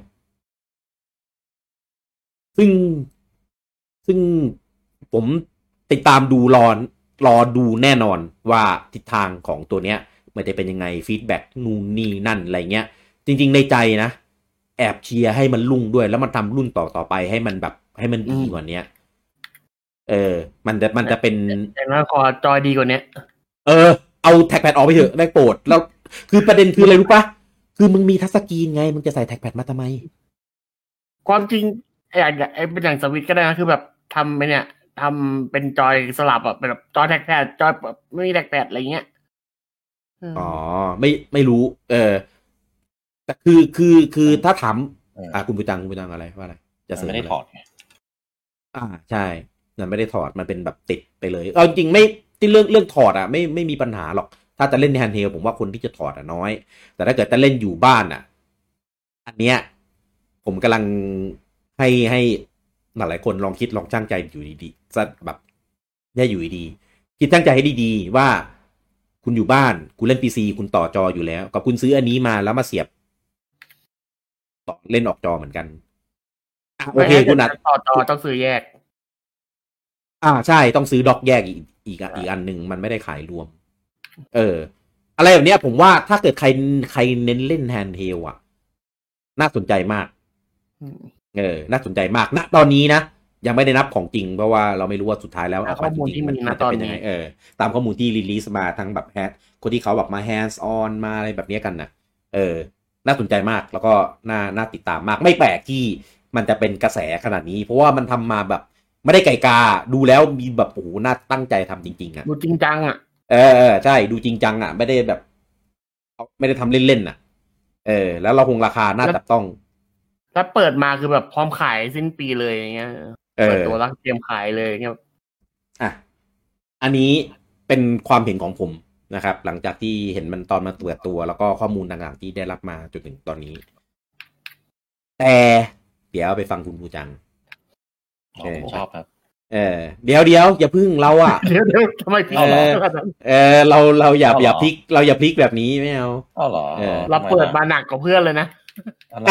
Speaker 1: ซึ่งซึ่งผมติดตามดูรอรอดูแน่นอนว่าทิศทางของตัวเนี้ย มันจะเป็นยังไงฟีดแบ็กนู่นนี่นั่นอะไรเงี้ย จริง ๆ ในใจนะ แอบเชียร์ให้มันลุ่งด้วย แล้วมันทำรุ่นต่อต่อไปให้มันแบบ ให้มันดี
Speaker 3: อืม
Speaker 1: กว่าเนี้ย เออ มันจะมันจะเป็น
Speaker 3: แต่ว่าขอจอยดีกว่าเนี้ย
Speaker 1: เออ เอาแท็กแพดออกไปเถอะได้โปรดแล้ว คือประเด็นคืออะไรรู้ปะคือมึงมีทัชสกรีนไง มึงจะใส่แท็กแพดมาทำไม
Speaker 3: ความจริงไอ้อย่างไอ้เป็นอย่างสวิตก็ได้นะคือแบบทำไปเนี่ยทำเป็นจอยสลับอ่ะเป็นแบบจอยแท็กแพดจอยแบบไม่มีแท็กแพดอะไรเงี้ยเอออ
Speaker 1: อ๋อ ไม่ไม่รู้ เออแต่คือคือคือถ้าถาม
Speaker 2: เออ
Speaker 1: อ่าคุณปูจังคุณปูจังอะไรว่าอะไร จะเสริ
Speaker 2: ไม่ได้ถอดไง
Speaker 1: อ่าใช่ มันไม่ได้ถอดมันเป็นแบบติดไปเลย เอาจริงไม่ที่เรื่องเรื่องถอดอ่ะไม่ไม่มีปัญหาหรอก ถ้าจะเล่นในแฮนด์เฮลผมว่าคนที่จะถอดอ่ะน้อย แต่ถ้าเกิดจะเล่นอยู่บ้านอ่ะ อันเนี้ย ผมกำลังให้ให้หลายหลายๆคนลองคิดลองช่างใจอยู่ดีๆสักแบบได้อยู่ดีๆคิดช่างใจให้ดีๆ ว่าคุณอยู่บ้านคุณเล่นพีซีคุณต่อจออยู่แล้ว กับคุณซื้ออันนี้มาแล้วมาเสียบ ต่อเล่นออกจอเหมือนกันอ่ะโอเคคุณอัด
Speaker 3: ต่อต่อต้องซื้อแยก
Speaker 1: อ่าใช่ต้องซื้อด็อกแยกอีกอีกอ่ะอีกอันหนึ่งมันไม่ได้ขายรวม เออ อะไรแบบเนี้ยผมว่าถ้าเกิดใครใครเน้นเล่นแฮนด์เฮลอ่ะ น่าสนใจมาก
Speaker 3: อืม
Speaker 1: เออ น่าสนใจมากณตอนนี้นะ ยังไม่ได้นับของจริง เพราะว่าเราไม่รู้ว่าสุดท้ายแล้ว
Speaker 3: ตาม
Speaker 1: กจ
Speaker 3: ข้อมูล
Speaker 1: ริง
Speaker 3: ที่
Speaker 1: ๆมัน
Speaker 3: มีนะ
Speaker 1: มันจะเป็นยังไง
Speaker 3: ตอนนี้
Speaker 1: เออตามข้อมูลที่รีลีสมาทั้งแบบแฮนคนที่เขาแบบมา hands on มาอะไรแบบเนี้ยกันนะเออ น่าสนใจมากแล้วก็น่าน่าติดตามมาก ไม่แปลกที่มันจะเป็นกระแสขนาดนี้ เพราะว่ามันทำมาแบบ ไม่ได้ไก่กาดูแล้วมีแบบโอ้โหน่าตั้งใจทำจริงๆอ่ะ
Speaker 3: ดูจริงจังอ่ะ
Speaker 1: เออเออใช่ดูจริงจังอ่ะ ไม่ได้แบบเอาไม่ได้ทำเล่นๆน่ะ เออ แล้วเราคงราคาน่าจับต้อง
Speaker 3: แล้วเปิดมาคือแบบพร้อมขายสิ้นปีเลยอย่างเงี้ย
Speaker 1: เออ
Speaker 3: เปิดตัวแล้วเตรียมขายเลยอย่าง เงี้ย
Speaker 1: อ่ะ อันนี้เป็นความเห็นของผมนะครับ หลังจากที่เห็นมันตอนมาตรวจตัวแล้วก็ข้อมูลต่างๆที่ได้รับมาจนถึงตอนนี้ แต่เดี๋ยวไปฟังคุณภูจัง
Speaker 2: อ๋อผมชอบครับ
Speaker 1: เออ เดี๋ยวเดี๋ยวอย่าพึ่งเราอ่ะ
Speaker 3: เดี๋ยวเดี๋ยวทำไมพี่
Speaker 1: เออ เออเราเราอย่าอย่าพลิก เราอย่าพลิกแบบนี้ไม่เอา
Speaker 2: อ้าวเหรอ
Speaker 1: เออ
Speaker 3: เราเปิดมาหนักกว่าเพื่อนเลยนะ
Speaker 2: อะไร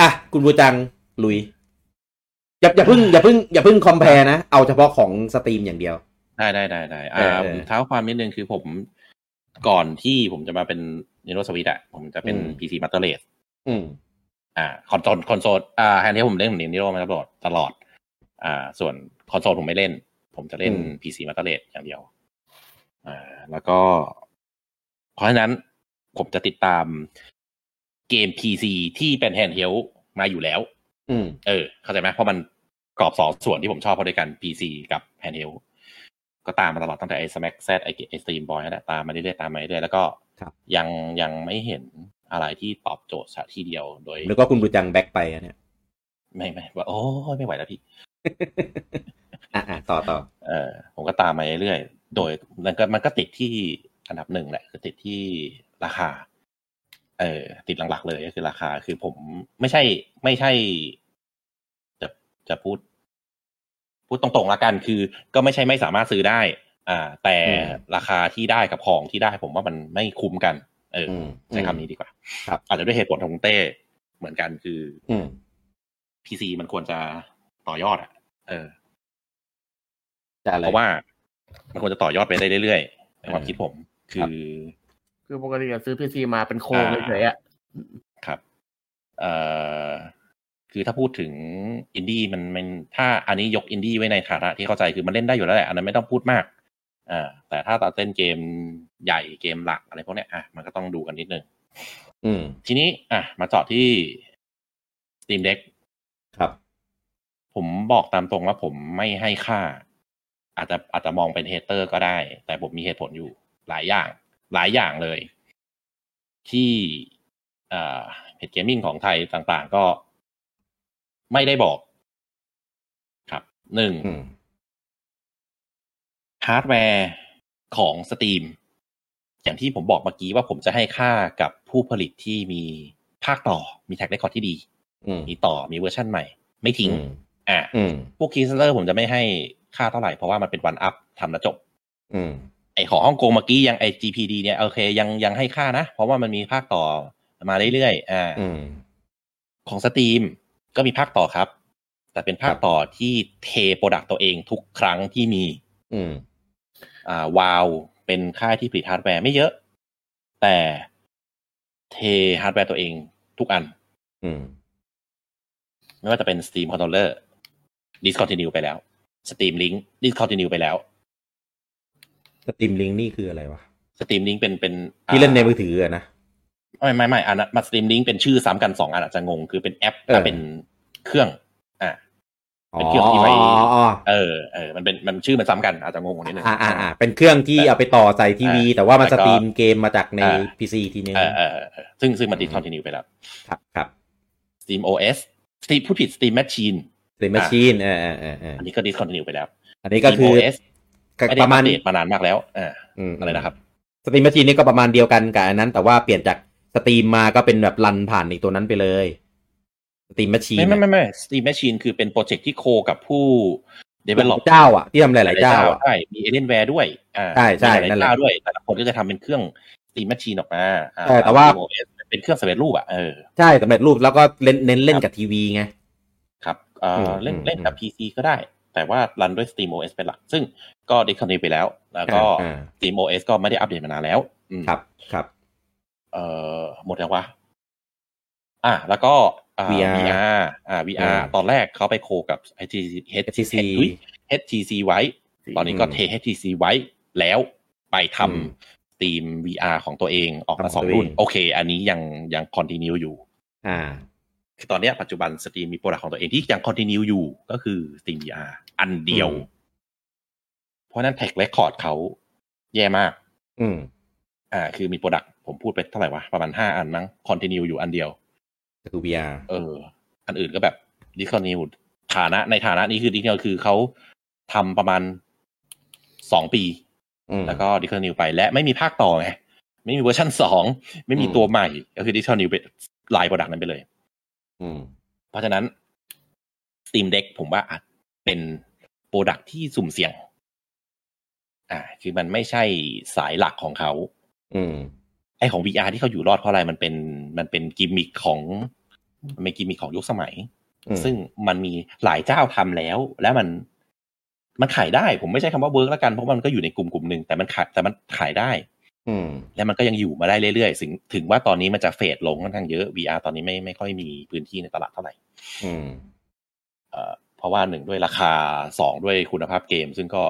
Speaker 1: อ่ะคุณบูจังลุย อย่าอย่าเพึ่งอย่าเพึ่งอย่าเพึ่งคอมเพลนะ เอาเฉพาะของสตรีมอย่างเดียว
Speaker 2: ได้ได้ได้ได้
Speaker 1: เอ
Speaker 2: อ่า
Speaker 1: อเออ
Speaker 2: ผมเท้าความนิดนึงคือผมก่อนที่ผมจะมาเป็นนิโรสวิตอะผมจะเป็น
Speaker 1: อืม
Speaker 2: PC m a s t e r r a c e
Speaker 1: อืม
Speaker 2: อ่าคอนโซลคอนโซลอ่าแฮนด์เฮลผมเล่นผมเล่นนิโรมาตลอดตลอด อ่า ส่วนคอนโซลผมไม่เล่น ผมจะเล่น
Speaker 1: อืม
Speaker 2: PC m a s t e r r a c e อย่างเดียว อ่า แล้วก็ เพราะฉะนั้นผมจะติดตามเกม PC ที่เป็นแฮนด์เฮลมาอยู่แล้ว
Speaker 1: อืม
Speaker 2: เออ เข้าใจไหมเพราะมันกรอบสองส่วนที่ผมชอบเข้าด้วยกัน PC กับ Handheld ก็ตามมาตลอดตั้งแต่ไอ้ Smack Z ไอ้ไอ้ Steam Boy นั่นแหละตามมาเรื่อยๆตามมาเรื่อยๆแล้วก็
Speaker 1: ครับ
Speaker 2: ยังยังไม่เห็นอะไรที่ตอบโจทย์ซะทีเดียวโดย
Speaker 1: แล้วก็คุณบูจังแบ็คไปอะเนี่ย
Speaker 2: ไม่ไม่ว่าโอ้ยไม่ไหวแล้วพี่
Speaker 1: อ่ะอ่ะต่อต่อ
Speaker 2: เออผมก็ตามมาเรื่อยๆ โดยมันก็มันก็ติดที่อันดับหนึ่งแหละคือติดที่ราคา เออติดหลักๆเลยก็คือราคาคือผมไม่ใช่ ไม่ใช่ จะจะพูด พูดตรงๆละกันคือ ก็ไม่ใช่ไม่สามารถซื้อได้ อ่า แต่
Speaker 1: อืม
Speaker 2: ราคาที่ได้กับของที่ได้ ผมว่ามันไม่คุ้มกัน เอออ
Speaker 1: อืม
Speaker 2: ใช้คำนี้ดีกว่า
Speaker 1: ครับ
Speaker 2: อาจจะด้วยเหตุผลของคุณเต้เหมือนกันคือ
Speaker 1: อืม
Speaker 2: พีซีมันควรจะต่อยอดอ่ะ เออ
Speaker 1: จะอะไร
Speaker 2: เพราะว่ามันควรจะต่อยอดไปได้เรื่อยๆในความ
Speaker 1: อืม
Speaker 2: คิดผม คื
Speaker 1: ครับ
Speaker 2: อ
Speaker 3: คือปกติอะซื้อพีซีมาเป็นโครง
Speaker 2: อ่า
Speaker 3: เฉยๆอะ
Speaker 2: ครับเอ่อคือถ้าพูดถึงอินดี้มันมันถ้าอันนี้ยกอินดี้ไว้ในฐานะที่เข้าใจคือมันเล่นได้อยู่แล้วแหละอันนั้นไม่ต้องพูดมากอ่าแต่ถ้าตัดเต้นเกมใหญ่เกมหลักอะไรพวกเนี้ยอ่ะมันก็ต้องดูกันนิดนึง
Speaker 1: อืม
Speaker 2: ทีนี้ อ่ะ มาเจาะที่ Steam Deck
Speaker 1: ครับ
Speaker 2: ผมบอกตามตรงว่าผมไม่ให้ค่า อาจจะอาจจะมองเป็นเฮเตอร์ก็ได้ แต่ผมมีเหตุผลอยู่หลายอย่าง หลายอย่างเลย ที่เอ่อเพจเกมมิ่งของไทยต่างๆ ก็ไม่ได้บอก ครับหนึ่ง
Speaker 1: อืม
Speaker 2: ฮาร์ดแวร์ของสตรีมอย่างที่ผมบอกเมื่อกี้ว่าผมจะให้ค่ากับผู้ผลิตที่มีภาคต่อมีแท็กเรคคอร์ดที่ดี
Speaker 1: อืม
Speaker 2: มีต่อมีเวอร์ชั่นใหม่ ไม่ทิ้ง
Speaker 1: อืม
Speaker 2: อ่ะ
Speaker 1: อืม
Speaker 2: พวกคีสเลอร์ผมจะไม่ให้ค่าเท่าไหร่ เพราะว่ามันเป็นวันอัพทำแล้วจบ
Speaker 1: อืม
Speaker 2: ไอของฮ่องกงเมื่อกี้ยังไอ GPD เนี่ยโอเคยังยังให้ค่านะ เพราะว่ามันมีภาคต่อมาเรื่อยๆอ่า
Speaker 1: อืม
Speaker 2: ของสตรีมก็มีภาคต่อครับ แต่เป็นภา
Speaker 1: ค
Speaker 2: ครับ ต่อที่เทโปรดักต์ตัวเองทุกครั้งที่มี
Speaker 1: อืม
Speaker 2: อ่าวาวเป็นค่ายที่ผลิตฮาร์ดแวร์ไม่เยอะ แต่เทฮาร์ดแวร์ตัวเองทุกอัน
Speaker 1: อืม
Speaker 2: ไม่ว่าจะเป็น Steam Controller discontinue ไปแล้ว Steam Link discontinue ไปแล้ว
Speaker 1: สตรีมลิงนี่คืออะไรวะ
Speaker 2: สตรีมลิงเป็นเป็น
Speaker 1: ที่เล่นในมือ
Speaker 2: อ
Speaker 1: ถืออะนะ
Speaker 2: ไม่ไม่ไม่อันนั้นมาสตรีมลิงเป็นชื่อซ้ำกันสองอันอาจจะงง คือเป็นแอป
Speaker 1: เออ
Speaker 2: กับเป็นเครื่อง อ่ะ
Speaker 1: อ๋
Speaker 2: เป็
Speaker 1: อน
Speaker 2: เครื่องที่ไว้
Speaker 1: อ๋ออ๋อ
Speaker 2: เออเออมันเป็นมันชื่อมันซ้ำกันอาจจะงงนิดนึง
Speaker 1: อ่าอ่าอ่าเป็นเครื่องที่เอาไปต่อใส่ทีวี แต่ว่ามันส
Speaker 2: แล้วก็
Speaker 1: ตรีมเกมมาจากใน
Speaker 2: อ่า
Speaker 1: พีซีทีนึง
Speaker 2: เออเออเออซึ่งซึ่งมันดิสคอนติเนียไปแล้ว
Speaker 1: ครับ ครับ
Speaker 2: สตรีมโอเอส สตีผู้ผิดสตีมแมชชีน
Speaker 1: หรือแมชชีนเออเออเออเออ
Speaker 2: อันนี้ก็ดิสคอนติเนียไปแล้ว
Speaker 1: อันนี้ก็คือ
Speaker 2: TeamOS ไม่
Speaker 1: ป
Speaker 2: ได้
Speaker 1: ระมาณ
Speaker 2: อัปเดตมานานมากแล้วอ่าอะไรนะครับ
Speaker 1: สตรีมแมชชีนนี่ก็ประมาณเดียวกันกับอันนั้น แต่ว่าเปลี่ยนจากสตรีมมาก็เป็นแบบรันผ่านในตัวนั้นไปเลยสตรีมแมชชีน
Speaker 2: ไม่ไม่ไม่ไม่สตีมแมชชีนคือเป็นโปรเจกต์ที่โคกับผู้เดเวลลอป
Speaker 1: เจ้าอ่ะ ที่ทำหลาย ๆ เจ้าอ่ะ
Speaker 2: ใช่ มีเอเดนแวร์ด้วย อ่า
Speaker 1: ใช่ใช่
Speaker 2: มีหลาย
Speaker 1: นั่นแหละ
Speaker 2: เจ้าด้วย แต่ละคนก็จะทำเป็นเครื่องตีมัชชีนออกมาอ่
Speaker 1: เออแต่ว่า
Speaker 2: ม OS เป็นเครื่องสำเร็จรูปอ่ะ เออ
Speaker 1: ใช่สำเร็จรูปแล้วก็เล่นเน้นเล่นกับทีวีไง
Speaker 2: ครับเอออ
Speaker 1: ม
Speaker 2: เล่น
Speaker 1: อืม
Speaker 2: เล่นกับ PC ก็ได้ แต่ว่ารันด้วย SteamOS เป็นหลัก ซึ่งก็ดิสคอนเนไปแล้ว แล้วก็
Speaker 1: อ่า
Speaker 2: SteamOS ก็ไม่ได้อัปเดตมานานแล้วอืม
Speaker 1: ครับครับ
Speaker 2: เออหมดยังวะ อ่า แล้วก็อ่า
Speaker 1: VR
Speaker 2: VR อ่า
Speaker 1: เอ
Speaker 2: VR
Speaker 1: อ
Speaker 2: ตอนแรกเขาไปโคกับ HTC
Speaker 1: HTC
Speaker 2: HTC ไว้ ตอนนี้ก็เท HTC ไว้แล้วไปท
Speaker 1: อืม
Speaker 2: ำทีม VR ของตัวเองออกมา
Speaker 1: ทำของ
Speaker 2: สอง
Speaker 1: ตัวเอง
Speaker 2: รุ่น โอเค อันนี้ยังยังคอนติเนียอยู่
Speaker 1: อ่า
Speaker 2: คือตอนเนี้ยปัจจุบันสตรีมมีโปรดักต์ของตัวเองที่ยังคอนติเนียอยู่ก็คือสตรีม VR อันเดียว
Speaker 1: อืม
Speaker 2: เพราะฉะนั้นแท็กเรคคอร์ดเขาแย่มาก
Speaker 1: อืม
Speaker 2: อ่า คือมีโปรดักต์ผมพูดไปเท่าไหร่วะ ประมาณห้าอันมั้งคอนติเนียอยู่อันเดียว
Speaker 1: ก็คือ VR
Speaker 2: เออ อันอื่นก็แบบดิสคอนนิวฐานะในฐานะนี้คือดิสคอนคือเขาทำประมาณสองปี
Speaker 1: อืม
Speaker 2: แล้วก็ดิจิทัลนิวไปและไม่มีภาคต่อไง ไม่มีเวอร์ชันสองไม่มี
Speaker 1: อืม
Speaker 2: ตัวใหม่ก็คือดิจิทัลนิวไปลายโปรดักต์นั้นไปเลย
Speaker 1: อืม
Speaker 2: เพราะฉะนั้น Steam Deck ผมว่าอาจเป็นโปรดักต์ที่สุ่มเสี่ยง อ่า คือมันไม่ใช่สายหลักของเขา
Speaker 1: อืม
Speaker 2: ไอของ VR ที่เขาอยู่รอดเพราะอะไรมันเป็นมันเป็นกิมมิคของมันเป็นกิมมิคของยุคสมัย
Speaker 1: อืม
Speaker 2: ซึ่งมันมีหลายเจ้าทำแล้ว แล้วมันมันขายได้ ผมไม่ใช้คำว่าเวิร์กแล้วกันเพราะมันก็อยู่ในกลุ่มกลุ่มหนึ่งแต่มันขายแต่มันขายได้
Speaker 1: อืม
Speaker 2: แล้วมันก็ยังอยู่มาได้เรื่อยๆ ถึงถึงว่าตอนนี้มันจะเฟดลงค่อนข้างเยอะ VR ตอนนี้ไม่ไม่ค่อยมีพื้นที่ในตลาดเท่าไหร่
Speaker 1: อืม
Speaker 2: เอ่อเพราะว่าหนึ่งด้วยราคาสองด้วยคุณภาพเกม ซึ่งก็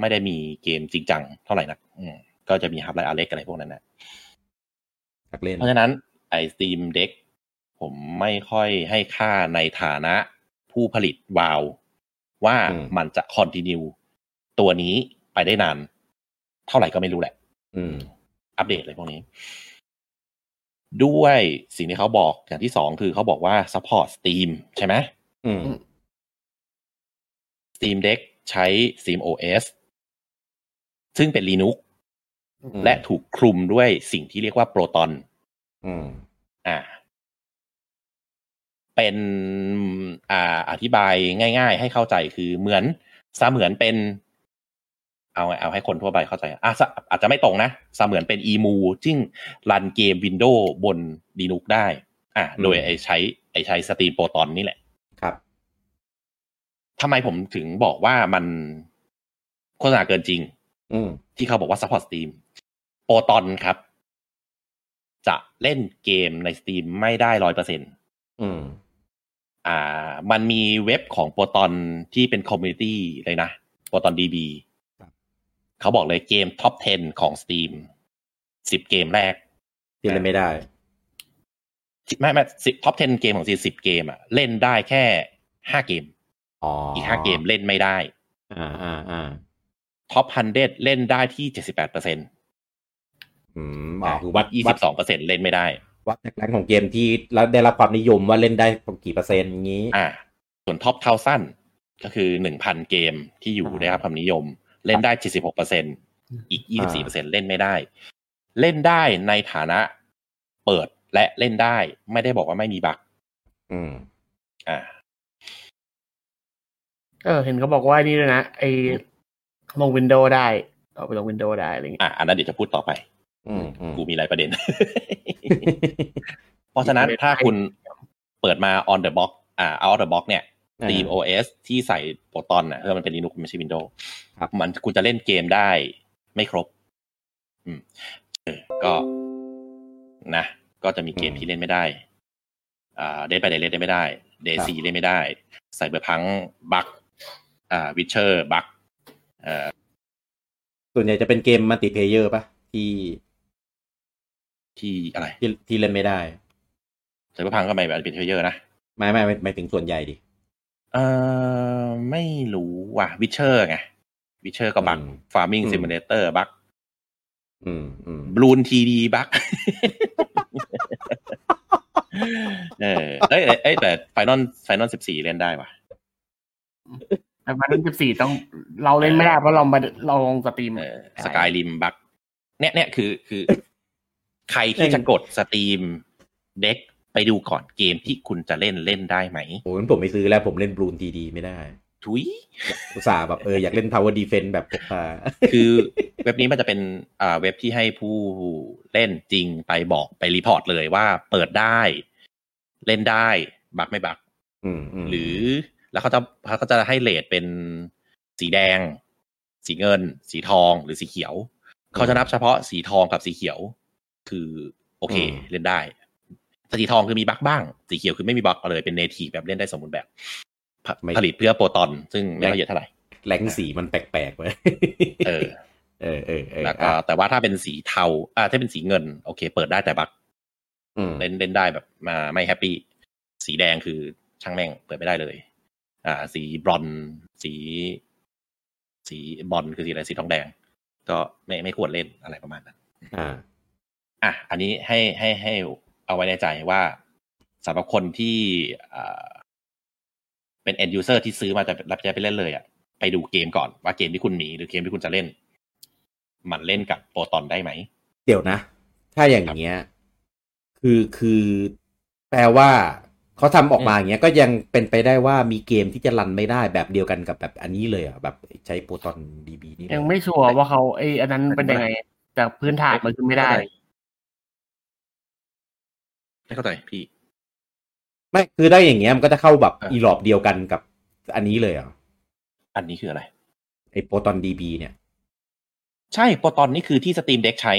Speaker 2: ไม่ได้มีเกมจริงจังเท่าไหร่นักอืมก็จะมีฮับไลท์อเล็กอะไรพวกนั้นนะ
Speaker 1: อยากเล่น
Speaker 2: เพราะฉะนั้นไอ Steam Deck ผมไม่ค่อยให้ค่าในฐานะผู้ผลิตวาว ว่า
Speaker 1: อืม
Speaker 2: มันจะคอนติเนียตัวนี้ไปได้นาน เท่าไหร่ก็ไม่รู้แหละ
Speaker 1: อืม
Speaker 2: อัปเดตอะไรพวกนี้ ด้วยสิ่งที่เขาบอกอย่างที่สองคือเขาบอกว่า support Steam ใช่ไหม
Speaker 1: อืม
Speaker 2: Steam Deck ใช้ Steam OS ซึ่งเป็น Linux
Speaker 1: อืม
Speaker 2: และถูกคลุมด้วยสิ่งที่เรียกว่า Proton
Speaker 1: อืม
Speaker 2: อ่า เป็นอ่าอธิบายง่าย ๆ ให้เข้าใจคือเหมือนเสมือนเป็น เอาไงเอาให้คนทั่วไปเข้าใจอ่ะสะอาจจะไม่ตรงนะเสมือนเป็นอีมูซึ่งรันเกมวินโด w s บน Linux ได้ อ่า โดย
Speaker 1: อืม
Speaker 2: ไอใช้ไอใช้สตรีมโปรตอนนี่แหละ
Speaker 1: ครับ
Speaker 2: ทำไมผมถึงบอกว่ามันโฆษณาเกินจริง
Speaker 1: อืม
Speaker 2: ที่เขาบอกว่า support Steam โปรตอนครับ จะเล่นเกมใน Steam ไม่ได้ร้อยเปอร์เซ็นต์
Speaker 1: อืม
Speaker 2: อ่ามันมีเว็บของโปรตอนที่เป็นคอมมูนิตี้เลยนะโปรตอนดีบี
Speaker 1: ครับ
Speaker 2: เขาบอกเลยเกมท็อป 10 ของ Steam 10 เกมแรก
Speaker 1: ที่เล่นไม่ได้
Speaker 2: ไม่ไม่สิท็อป 10 เกมของ Steam 10 เกมอะเล่นได้แค่ 5 เกม
Speaker 1: อ๋อ
Speaker 2: อี
Speaker 1: อี
Speaker 2: ก 5 เกมเล่นไม่ได้
Speaker 1: อ่าอ่าอ่า
Speaker 2: ท็อป 100 เล่นได้ที่ 78%
Speaker 1: อืมอ๋อคือวัดวัด
Speaker 2: 22%เล่นไม่ได้
Speaker 1: วัดจากแรงของเกมที่แล้วได้รับความนิยมว่าเล่นได้กี่เปอร์เซ็นต์อย่างนี้
Speaker 2: อ่า ส่วนท็อปเทาสั้นก็คือ 1,000 เกมที่อยู่
Speaker 1: อ่า
Speaker 2: ได้รับความนิยม เล่นได้ 76เปอร์เซ็นอีก
Speaker 1: อ่
Speaker 2: 24เปอา ร์เซ็นเล่นไม่ได้ เล่นได้ในฐานะเปิดและเล่นได้ ไม่ได้บอกว่าไม่มีบั๊ก
Speaker 1: อืม
Speaker 2: อ่า
Speaker 3: เออ เห็นเขาบอกว่านี่เลยนะไอ้ลงวินโดว์ได้เอาไปลงวินโดว์ได้อะไรเงี้ย
Speaker 2: อ่าอันนั้นเดี๋ยวจะพูดต่อไป
Speaker 1: อืมอืม
Speaker 2: กูมีหลายประเด็น เพราะฉะนั้นถ้าคุณเปิดมา on the box อ่า out the box เนี่ย ตีม OS ที่ใส่โปรตอนน่ะเพื่อมันเป็น Linux ไม่ใช่ Windows
Speaker 1: ครับ
Speaker 2: มันคุณจะเล่นเกมได้ไม่ครบ อืมเออก็นะ ก็จะมีเกมที่เล่นไม่ได้ อ่าเดนไปเดนเล่นไม่ได้ เดซีเล่นไม่ได้ ใส่เบอร์พังบักอ่าวิเชอร์บัก
Speaker 1: ส่วนใหญ่จะเป็นเกมมัลติเพลเยอร์ปะที่
Speaker 2: ที่อะไร
Speaker 1: ที่ที่เล่นไม่ได้
Speaker 2: ใส่เบอร์พังก็ไม่เป็นเยอะนะ
Speaker 1: ไม่ไม่ไม่ไม่ถึงส่วนใหญ่ดิ
Speaker 2: เออไม่รู้ว่ะวิเชอร์ไงวิเชอร์ก็บักฟาร์มิงซิมูเลเตอร์บัก
Speaker 1: อืมอืม
Speaker 2: บลูนทีดีบัก เออเอ้ยเอ้ยแต่ไฟนอลไฟนอลสิบสี่เล่นได้ว่ะ
Speaker 3: แต่วันที่สิบสี่ต้องเราเล่นไม่ได้เพราะเรามาเราลงสตรีม
Speaker 2: เออสกายริมบักเนี่ยเนี่ยคือคือ ใครที่จะกดสตรีมเด็กไปดูก่อนเกมที่คุณจะเล่นเล่นได้ไหม
Speaker 1: โอ้ยงั้นผมไม่ซื้อแล้วผมเล่นบลูนดีๆไม่ได้
Speaker 2: ทุย
Speaker 1: อุตส่าห์แบบเอออยากเล่นทาวเวอร์ดีเฟนแบบพกพา
Speaker 2: คือ เว็บนี้มันจะเป็นอ่าเว็บที่ให้ผู้เล่นจริงไปบอกไปรีพอร์ตเลยว่าเปิดได้ เล่นได้บักไม่บัก
Speaker 1: อืมอืม
Speaker 2: หรือแล้วเขาจะเขาก็จะให้เลทเป็นสีแดง สีเงิน สีทองหรือสีเขียว เขาจะนับเฉพาะสีทองกับสีเขียว คือโอเค เล่นได้แต่สีทองคือมีบั๊กบ้าง สีเขียวคือไม่มีบั๊กเลยเป็นเนทีฟแบบเล่นได้สมบูรณ์แบบผผลิตเพื่อโปรตอน ซึ่งไม่ละเอียดเท่าไหร่
Speaker 1: แหลงสีมันแปลกๆเว้ย
Speaker 2: เออ
Speaker 1: เออเออเออ
Speaker 2: แล้วก็
Speaker 1: อ่ะ
Speaker 2: แต่ว่าถ้าเป็นสีเทาอ่าถ้าเป็นสีเงิน โอเค เปิดได้แต่บัก
Speaker 1: อืม
Speaker 2: เล่นเล่นได้แบบมาไม่แฮปปี้ สีแดงคือช่างแม่งเปิดไม่ได้เลย อ่า สีบรอนซ์สี สีบอลคือสีอะไรสีทองแดง ก็ไม่ไม่ควรเล่นอะไรประมาณนั้น
Speaker 1: อ่า
Speaker 2: อ่ะ อันนี้ให้ให้ให้เอาไว้ในใจว่าสำหรับคนที่อ่าเป็น end user ที่ซื้อมาจะรับจะไปเล่นเลยอ่ะ ไปดูเกมก่อนว่าเกมที่คุณมีหรือเกมที่คุณจะเล่น มันเล่นกับโปรตอนได้ไหม
Speaker 1: เดี๋ยวนะ ถ้าอย่างเงี้ย คือคือแปลว่า เขาทำออกมาอย่างเงี้ยก็ยังเป็นไปได้ว่ามีเกมที่จะรันไม่ได้แบบเดียวกันกับแบบอันนี้เลยเหรอ่ะแบบใช้โปรตอนดีบีนี่เลย
Speaker 3: ยังไม่ชัวร์ว่าเขาไอ้อันนั้นเป็นยังไง แต่พื้นฐานมันคือไม่ได้
Speaker 2: ไม่เข้าใจพี่
Speaker 1: ไม่คือได้อย่างเงี้ยมันก็จะเข้าแบบ
Speaker 2: เอออี
Speaker 1: อีหลอบเดียวกันกับอันนี้เลยเหรอ่ะ
Speaker 2: อันนี้คืออะไร
Speaker 1: ไอโปรตอนดีบีเนี่ย
Speaker 2: ใช่โปรตอนนี่คือที่สตรีมเด็กใช้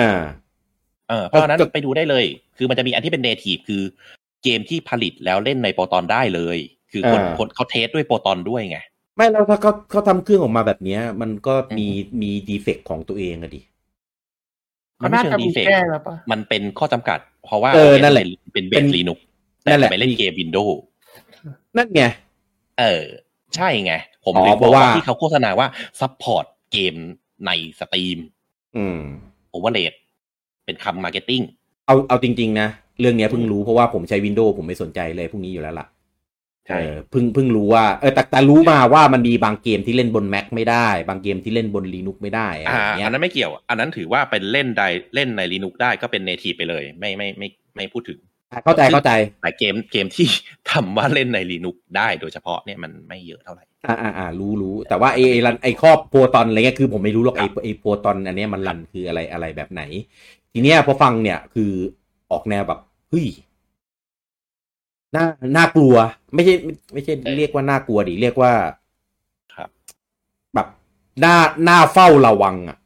Speaker 1: อ่า
Speaker 2: เออเพราะฉะนั้น
Speaker 1: ก็
Speaker 2: ไปดูได้เลย คือมันจะมีอันที่เป็นเนทีฟคือเกมที่ผลิตแล้วเล่นในโปรตอนได้เลย คือคนคนเขาเทสด้วยโปรตอนด้วยไง
Speaker 1: ไม่แล้วถ้าเขาเขาทำเครื่องออกมาแบบเนี้ย มันก็มีมีดีเฟกของตัวเองอะดิ
Speaker 2: มั
Speaker 3: ก็
Speaker 2: นไม่
Speaker 3: น่า
Speaker 2: เชิ
Speaker 3: จะ
Speaker 2: งดี
Speaker 3: มี
Speaker 2: เฟก
Speaker 3: แก้แล้วปะ
Speaker 2: มันเป็นข้อจำกัด เพราะว่า
Speaker 1: เออนั่นแหละ
Speaker 2: เป็นเบ
Speaker 1: เป็
Speaker 2: ส
Speaker 1: น
Speaker 2: ลีนุก
Speaker 1: นั่
Speaker 2: แต่
Speaker 1: นแหละ
Speaker 2: ไปเล่นเกมวินโดว์
Speaker 1: นั่นไง
Speaker 2: เออ ใช่ไง ผม
Speaker 1: อ๋อ
Speaker 2: ถึง
Speaker 1: เพ
Speaker 2: บอ
Speaker 1: ราะ
Speaker 2: กว่า
Speaker 1: ว่า
Speaker 2: ที่เขาโฆษณาว่าซัพพอร์ตเกมในสตรีม
Speaker 1: อืม
Speaker 2: โอเวอร์เลดเป็นคำมาร์เก็ตติ้ง
Speaker 1: เอาเอาจริง ๆ นะ เรื่องเนี้ยเพิ่งรู้เพราะว่าผมใช้ Windows ผมไม่สนใจเลยพวกนี้อยู่แล้วล่ะ
Speaker 2: ใช่
Speaker 1: เออเพิ่งเพิ่งรู้ว่าเออแต่แต่รู้มาว่ามันมีบางเกมที่เล่นบน Mac ไม่ได้ บางเกมที่เล่นบน Linux ไม่ได้อะไร
Speaker 2: อ่า
Speaker 1: อย่างเงี้ย
Speaker 2: อันนั้นไม่เกี่ยว อันนั้นถือว่าเป็นเล่นใดเล่นใน Linux ได้ก็เป็นเนทีฟไปเลย ไม่ไม่ไม่ไม่พูดถึง
Speaker 1: เข้าใจเข้าใจ
Speaker 2: แต่เกมเกมที่ ทำว่าเล่นใน Linux ได้โดยเฉพาะเนี่ยมันไม่เยอะเท่าไหร่
Speaker 1: อ่าอ่าอ่ารู้รู้แต่ว่าไอไอ รันไอครอบโปรตอนอะไรเงี้ยคือผมไม่รู้หรอกไอไอโปรตอนอันเนี้ยมันรันคืออะไรอะไรแบบไหน ทีเนี้ยพอฟังเนี่ยคือออกแนวแบบเฮ้ยน่าน่ากลัว ไม่ใช่ไม่ใช่เรียกว่าน่ากลัวดิเรียกว่า
Speaker 2: ครับ
Speaker 1: แบบหน้าหน้าเฝ้าระวังอ่ะ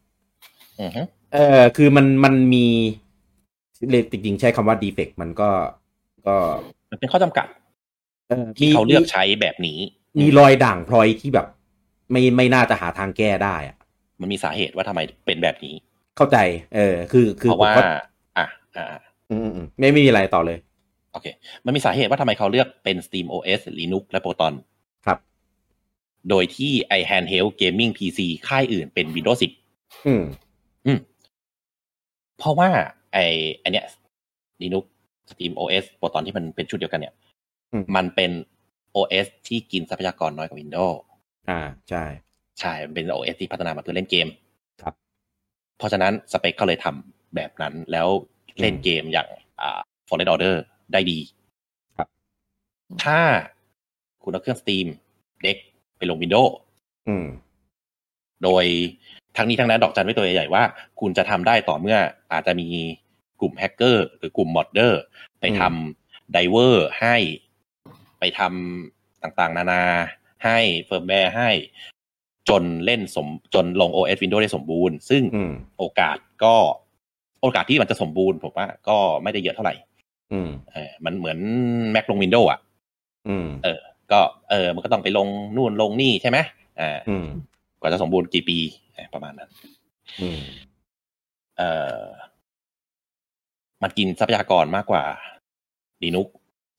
Speaker 2: อือฮึ
Speaker 1: เออคือมันมันมีเลยจริงๆใช้คำว่าดีเฟกมันก็ก็
Speaker 2: มันเป็นข้อจำกัด
Speaker 1: เออ
Speaker 2: ที่เขาเลือกใช้แบบนี้
Speaker 1: มีรอยด่างพลอยที่แบบ ไม่ไม่น่าจะหาทางแก้ได้อะ
Speaker 2: มันมีสาเหตุว่าทำไมเป็นแบบนี้
Speaker 1: เข้าใจ เออ คือคือ
Speaker 2: เพราะ
Speaker 1: ผม
Speaker 2: ว่า
Speaker 1: ก็
Speaker 2: อ่ะอ่า
Speaker 1: อืมอืมไม่ไม่มีอะไรต่อเลย
Speaker 2: โอเค มันมีสาเหตุว่าทำไมเขาเลือกเป็น Steam OS Linux และ Proton
Speaker 1: ครับ
Speaker 2: โดยที่ไอ handheld gaming PC ค่ายอื่นเป็น Windows 10
Speaker 1: อืม
Speaker 2: เพราะว่าไออันเนี้ย Linux Steam OS โปรตอนที่มันเป็นชุดเดียวกันเนี่ย
Speaker 1: อืม
Speaker 2: มันเป็น OS ที่กินทรัพยากรน้อยกว่า Windows
Speaker 1: อ่าใช่
Speaker 2: ใช่ มันเป็น OS ที่พัฒนามาเพื่อเล่นเกม
Speaker 1: ครับ
Speaker 2: เพราะฉะนั้นสเปคก็เลยทำแบบนั้นแล้วเล่นเกมอย่างอ่า Fallen Order ได้ดี
Speaker 1: ครับ
Speaker 2: ถ้าคุณเอาเครื่อง Steam เด็กไปลง Windows
Speaker 1: อืม
Speaker 2: โดยทั้งนี้ทั้งนั้นดอกจันไว้ตัวใหญ่ๆว่า คุณจะทำได้ต่อเมื่ออาจจะมีกลุ่มแฮกเกอร์หรือกลุ่มมอดเดอร์ ไปทำไดเวอร์ให้ ไปทำต่างๆ นานาให้เฟิร์มแวร์ให้ จนเล่นสมจนลง OS Windows ได้สมบูรณ์ ซึ่ง
Speaker 1: อืม
Speaker 2: โอกาสก็โอกาสที่มันจะสมบูรณ์ผมว่าก็ไม่ได้เยอะเท่าไหร่
Speaker 1: อืม
Speaker 2: เออมันเหมือน Mac ลง Windows อ่ะ
Speaker 1: อืม
Speaker 2: ก็เออมันก็ต้องไปลงนู่นลงนี่ใช่ไหมอ่า
Speaker 1: อืม
Speaker 2: กว่าจะสมบูรณ์กี่ปีอ่ะประมาณนั้น
Speaker 1: อืม
Speaker 2: เอ่อมันกินทรัพยากรมากกว่า Linux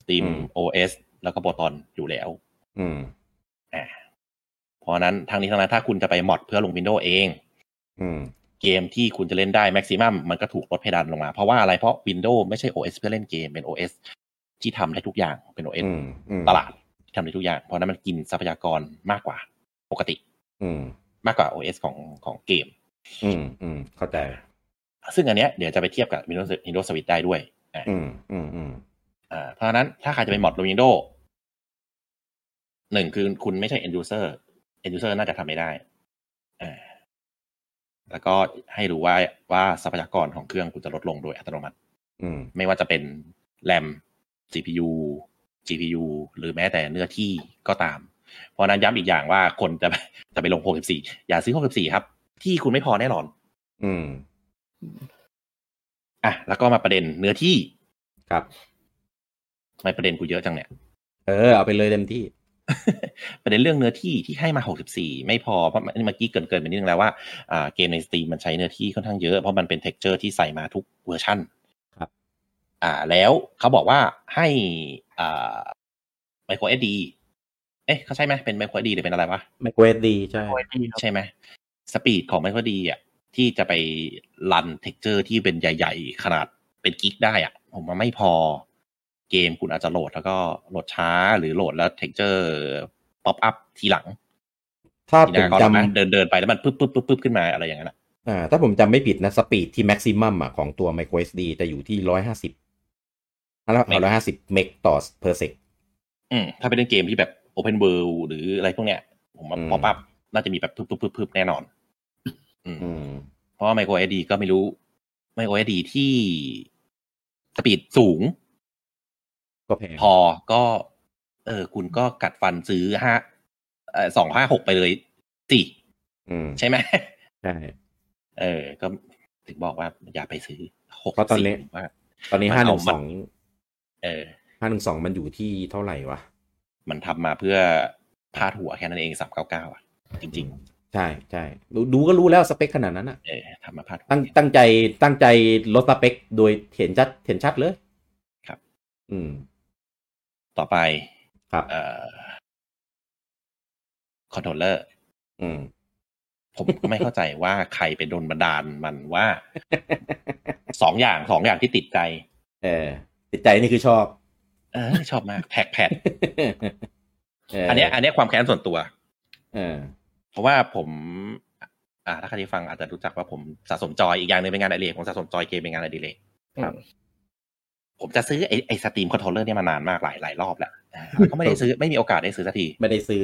Speaker 2: Steam
Speaker 1: อืม
Speaker 2: OS แล้วก็โปรตอนอยู่แล้ว
Speaker 1: อืม
Speaker 2: เพราะฉะนั้นทางนี้ทางนั้นถ้าคุณจะไปมอดเพื่อลง Windows เอง
Speaker 1: อืม
Speaker 2: เก เกมที่คุณจะเล่นได้แม็กซิมัมมันก็ถูกลดเพดานลงมา เพราะว่าอะไรเพราะ Windows ไม่ใช่ OS เพื่อเล่นเกมเป็น OS ที่ทำได้ทุกอย่างเป็น OS
Speaker 1: อืมอืม
Speaker 2: ตลาดที่ทำได้ทุกอย่าง เพราะนั้นมันกินทรัพยากรมากกว่าปกติ
Speaker 1: อืม
Speaker 2: มากกว่า OS ของของเกม
Speaker 1: อืมอืมเข้าใจ
Speaker 2: ซึ่งอันเนี้ยเดี๋ยวจะไปเทียบกับ Windows Windows Switch ได้ด้วยอ่ะ
Speaker 1: อืมอืมอืม
Speaker 2: อ่าเพราะฉะนั้นถ้าใครจะเป็นมอด Windows หนึ่งคือคุณไม่ใช่ end user end user น่าจะทำไม่ได้อ่าแล้วก็ให้รู้ว่าว่าทรัพยากรของเครื่องคุณจะลดลงโดยอัตโนมัติ
Speaker 1: อืม
Speaker 2: ไม่ว่าจะเป็นแรม CPU GPU หรือแม้แต่เนื้อที่ก็ตาม เพราะฉะนั้นย้ำอีกอย่างว่าคนจะ จะไปลง 64 อย่าซื้อ 64 ครับ ที่คุณไม่พอแน่นอน
Speaker 1: อืม
Speaker 2: อ่ะ แล้วก็มาประเด็นเนื้อที่
Speaker 1: ครับ
Speaker 2: ทำไมประเด็นกูเยอะจังเนี่ย
Speaker 1: เออเอาไปเลยเต็มที่
Speaker 2: ประเด็นเรื่องเนื้อที่ที่ให้มา 64 ไม่พอ เพราะเมื่อกี้เกรินเกินๆไปนิดนึงแล้วว่าอ่าเกมในสตรีมมันใช้เนื้อที่ค่อนข้างเยอะ เพราะมันเป็นเท็กเจอร์ที่ใส่มาทุกเวอร์ชัน
Speaker 1: ครับ
Speaker 2: อ่า แล้วเขาบอกว่าให้อ่าไมโครเอสดีเอ๊ะเขาใช่ไหมเป็นไมโครเอสดีหรือเป็นอะไรวะ
Speaker 1: ไมโครเวฟดีใช่
Speaker 3: โอ้ยดีครับ
Speaker 2: ใช่ไหมสปีดของไมโครดีอ่ะที่จะไปรันเท็กเจอร์ที่เป็นใหญ่ ๆ ขนาดเป็นกิกได้อ่ะ ผมว่าไม่พอเกมคุณอาจจะโหลดแล้วก็โหลดช้าหรือโหลดแล้วเท็กเจอร์ป๊อปอัพทีหลัง
Speaker 1: ถ้า
Speaker 2: ที
Speaker 1: ผ
Speaker 2: หน้าม ก็
Speaker 1: จ
Speaker 2: ได้ไหมเดินเดินๆไปแล้วมันปึ๊บปึ๊บปึ๊บปึ๊บขึ้นมาอะไรอย่างนั้นอะ
Speaker 1: ำอ่าถ้าผมจำไม่ผิดนะ สปีดที่แม็กซิมัมอ่ะของตัวไมโครเวฟดีจะอยู่ที่ร้อยห้าสิบร้อยห้าสิบเมกต่อเพอร์เซก
Speaker 2: อืมถ้าไปเล่นเกมที่แบบ Open World หรืออะไรพวกเนี้ย ผมว่า
Speaker 1: อืม
Speaker 2: ป๊อปอัพน่าจะมีแบบปึ๊บปึ๊บปึ๊บปึ๊บแน่นอน อืม
Speaker 1: อืม
Speaker 2: เพราะไมโครเอดีก็ไม่รู้ไมโครเอดีที่สปีดสูง
Speaker 1: ก็แพง
Speaker 2: พอก็ เออ คุณก็กัดฟันซื้อห้าสองห้าหกไปเลยสิ
Speaker 1: อืม
Speaker 2: ใช่ไหม
Speaker 1: ใช่
Speaker 2: เออ ก็ถึงบอกว่าอย่าไปซื้อหก
Speaker 1: เพราะตอนนี้
Speaker 2: ว่า
Speaker 1: ตอนนี้
Speaker 2: มัน
Speaker 1: ห้าห
Speaker 2: เอา
Speaker 1: นึ่ง
Speaker 2: มั
Speaker 1: ส
Speaker 2: น
Speaker 1: อง
Speaker 2: เออ
Speaker 1: ห้าหนึ่งสองมันอยู่ที่เท่าไหร่วะ
Speaker 2: มันทำมาเพื่อพาดหัวแค่นั้นเองสามเก้าเก้าอ่ะ จริง
Speaker 1: ใช่ใช่ดูดูก็รู้แล้วสเปคขนาดนั้นอ่ะ
Speaker 2: ๆ เออทำมาพาดหัว
Speaker 1: ตั้งตั้งใจตั้งใจลดสเปคโดยเห็นชัดเห็นชัดเลย
Speaker 2: ครับ
Speaker 1: อืม
Speaker 2: ต่อไป
Speaker 1: ครับ
Speaker 2: เอ่อคอนโทรลเลอร์
Speaker 1: อืม
Speaker 2: ผมก็ไม่เข้าใจว่าใครไปโดนบันดาลมันว่า สองอย่างสองอย่างที่ติดใจ
Speaker 1: เออติดใจนี่คือชอบ
Speaker 2: เออ ชอบมากแท็กแพด
Speaker 1: เ
Speaker 2: อันเนี้ยอันเนี้ยความแค้นส่วนตัว
Speaker 1: เออ
Speaker 2: เพราะว่าผม อ่าถ้าใครที่ฟังอาจจะรู้จักว่าผมสะสมจอยอีกอย่างหนึ่งเป็นงานอดิเรกผมสะสมจอยเกมเป็นงานอดิเรก
Speaker 1: ครับ
Speaker 2: ผมจะซื้อไอ้ไอ้สตรีมคอนโทรลเลอร์เนี่ยมานานมากหลายหลายรอบแล้วอ่าแล้วก็ไม่ได้ซื้อไม่มีโอกาสได้ซื้อสักที
Speaker 1: ไม่ได้ซื้อ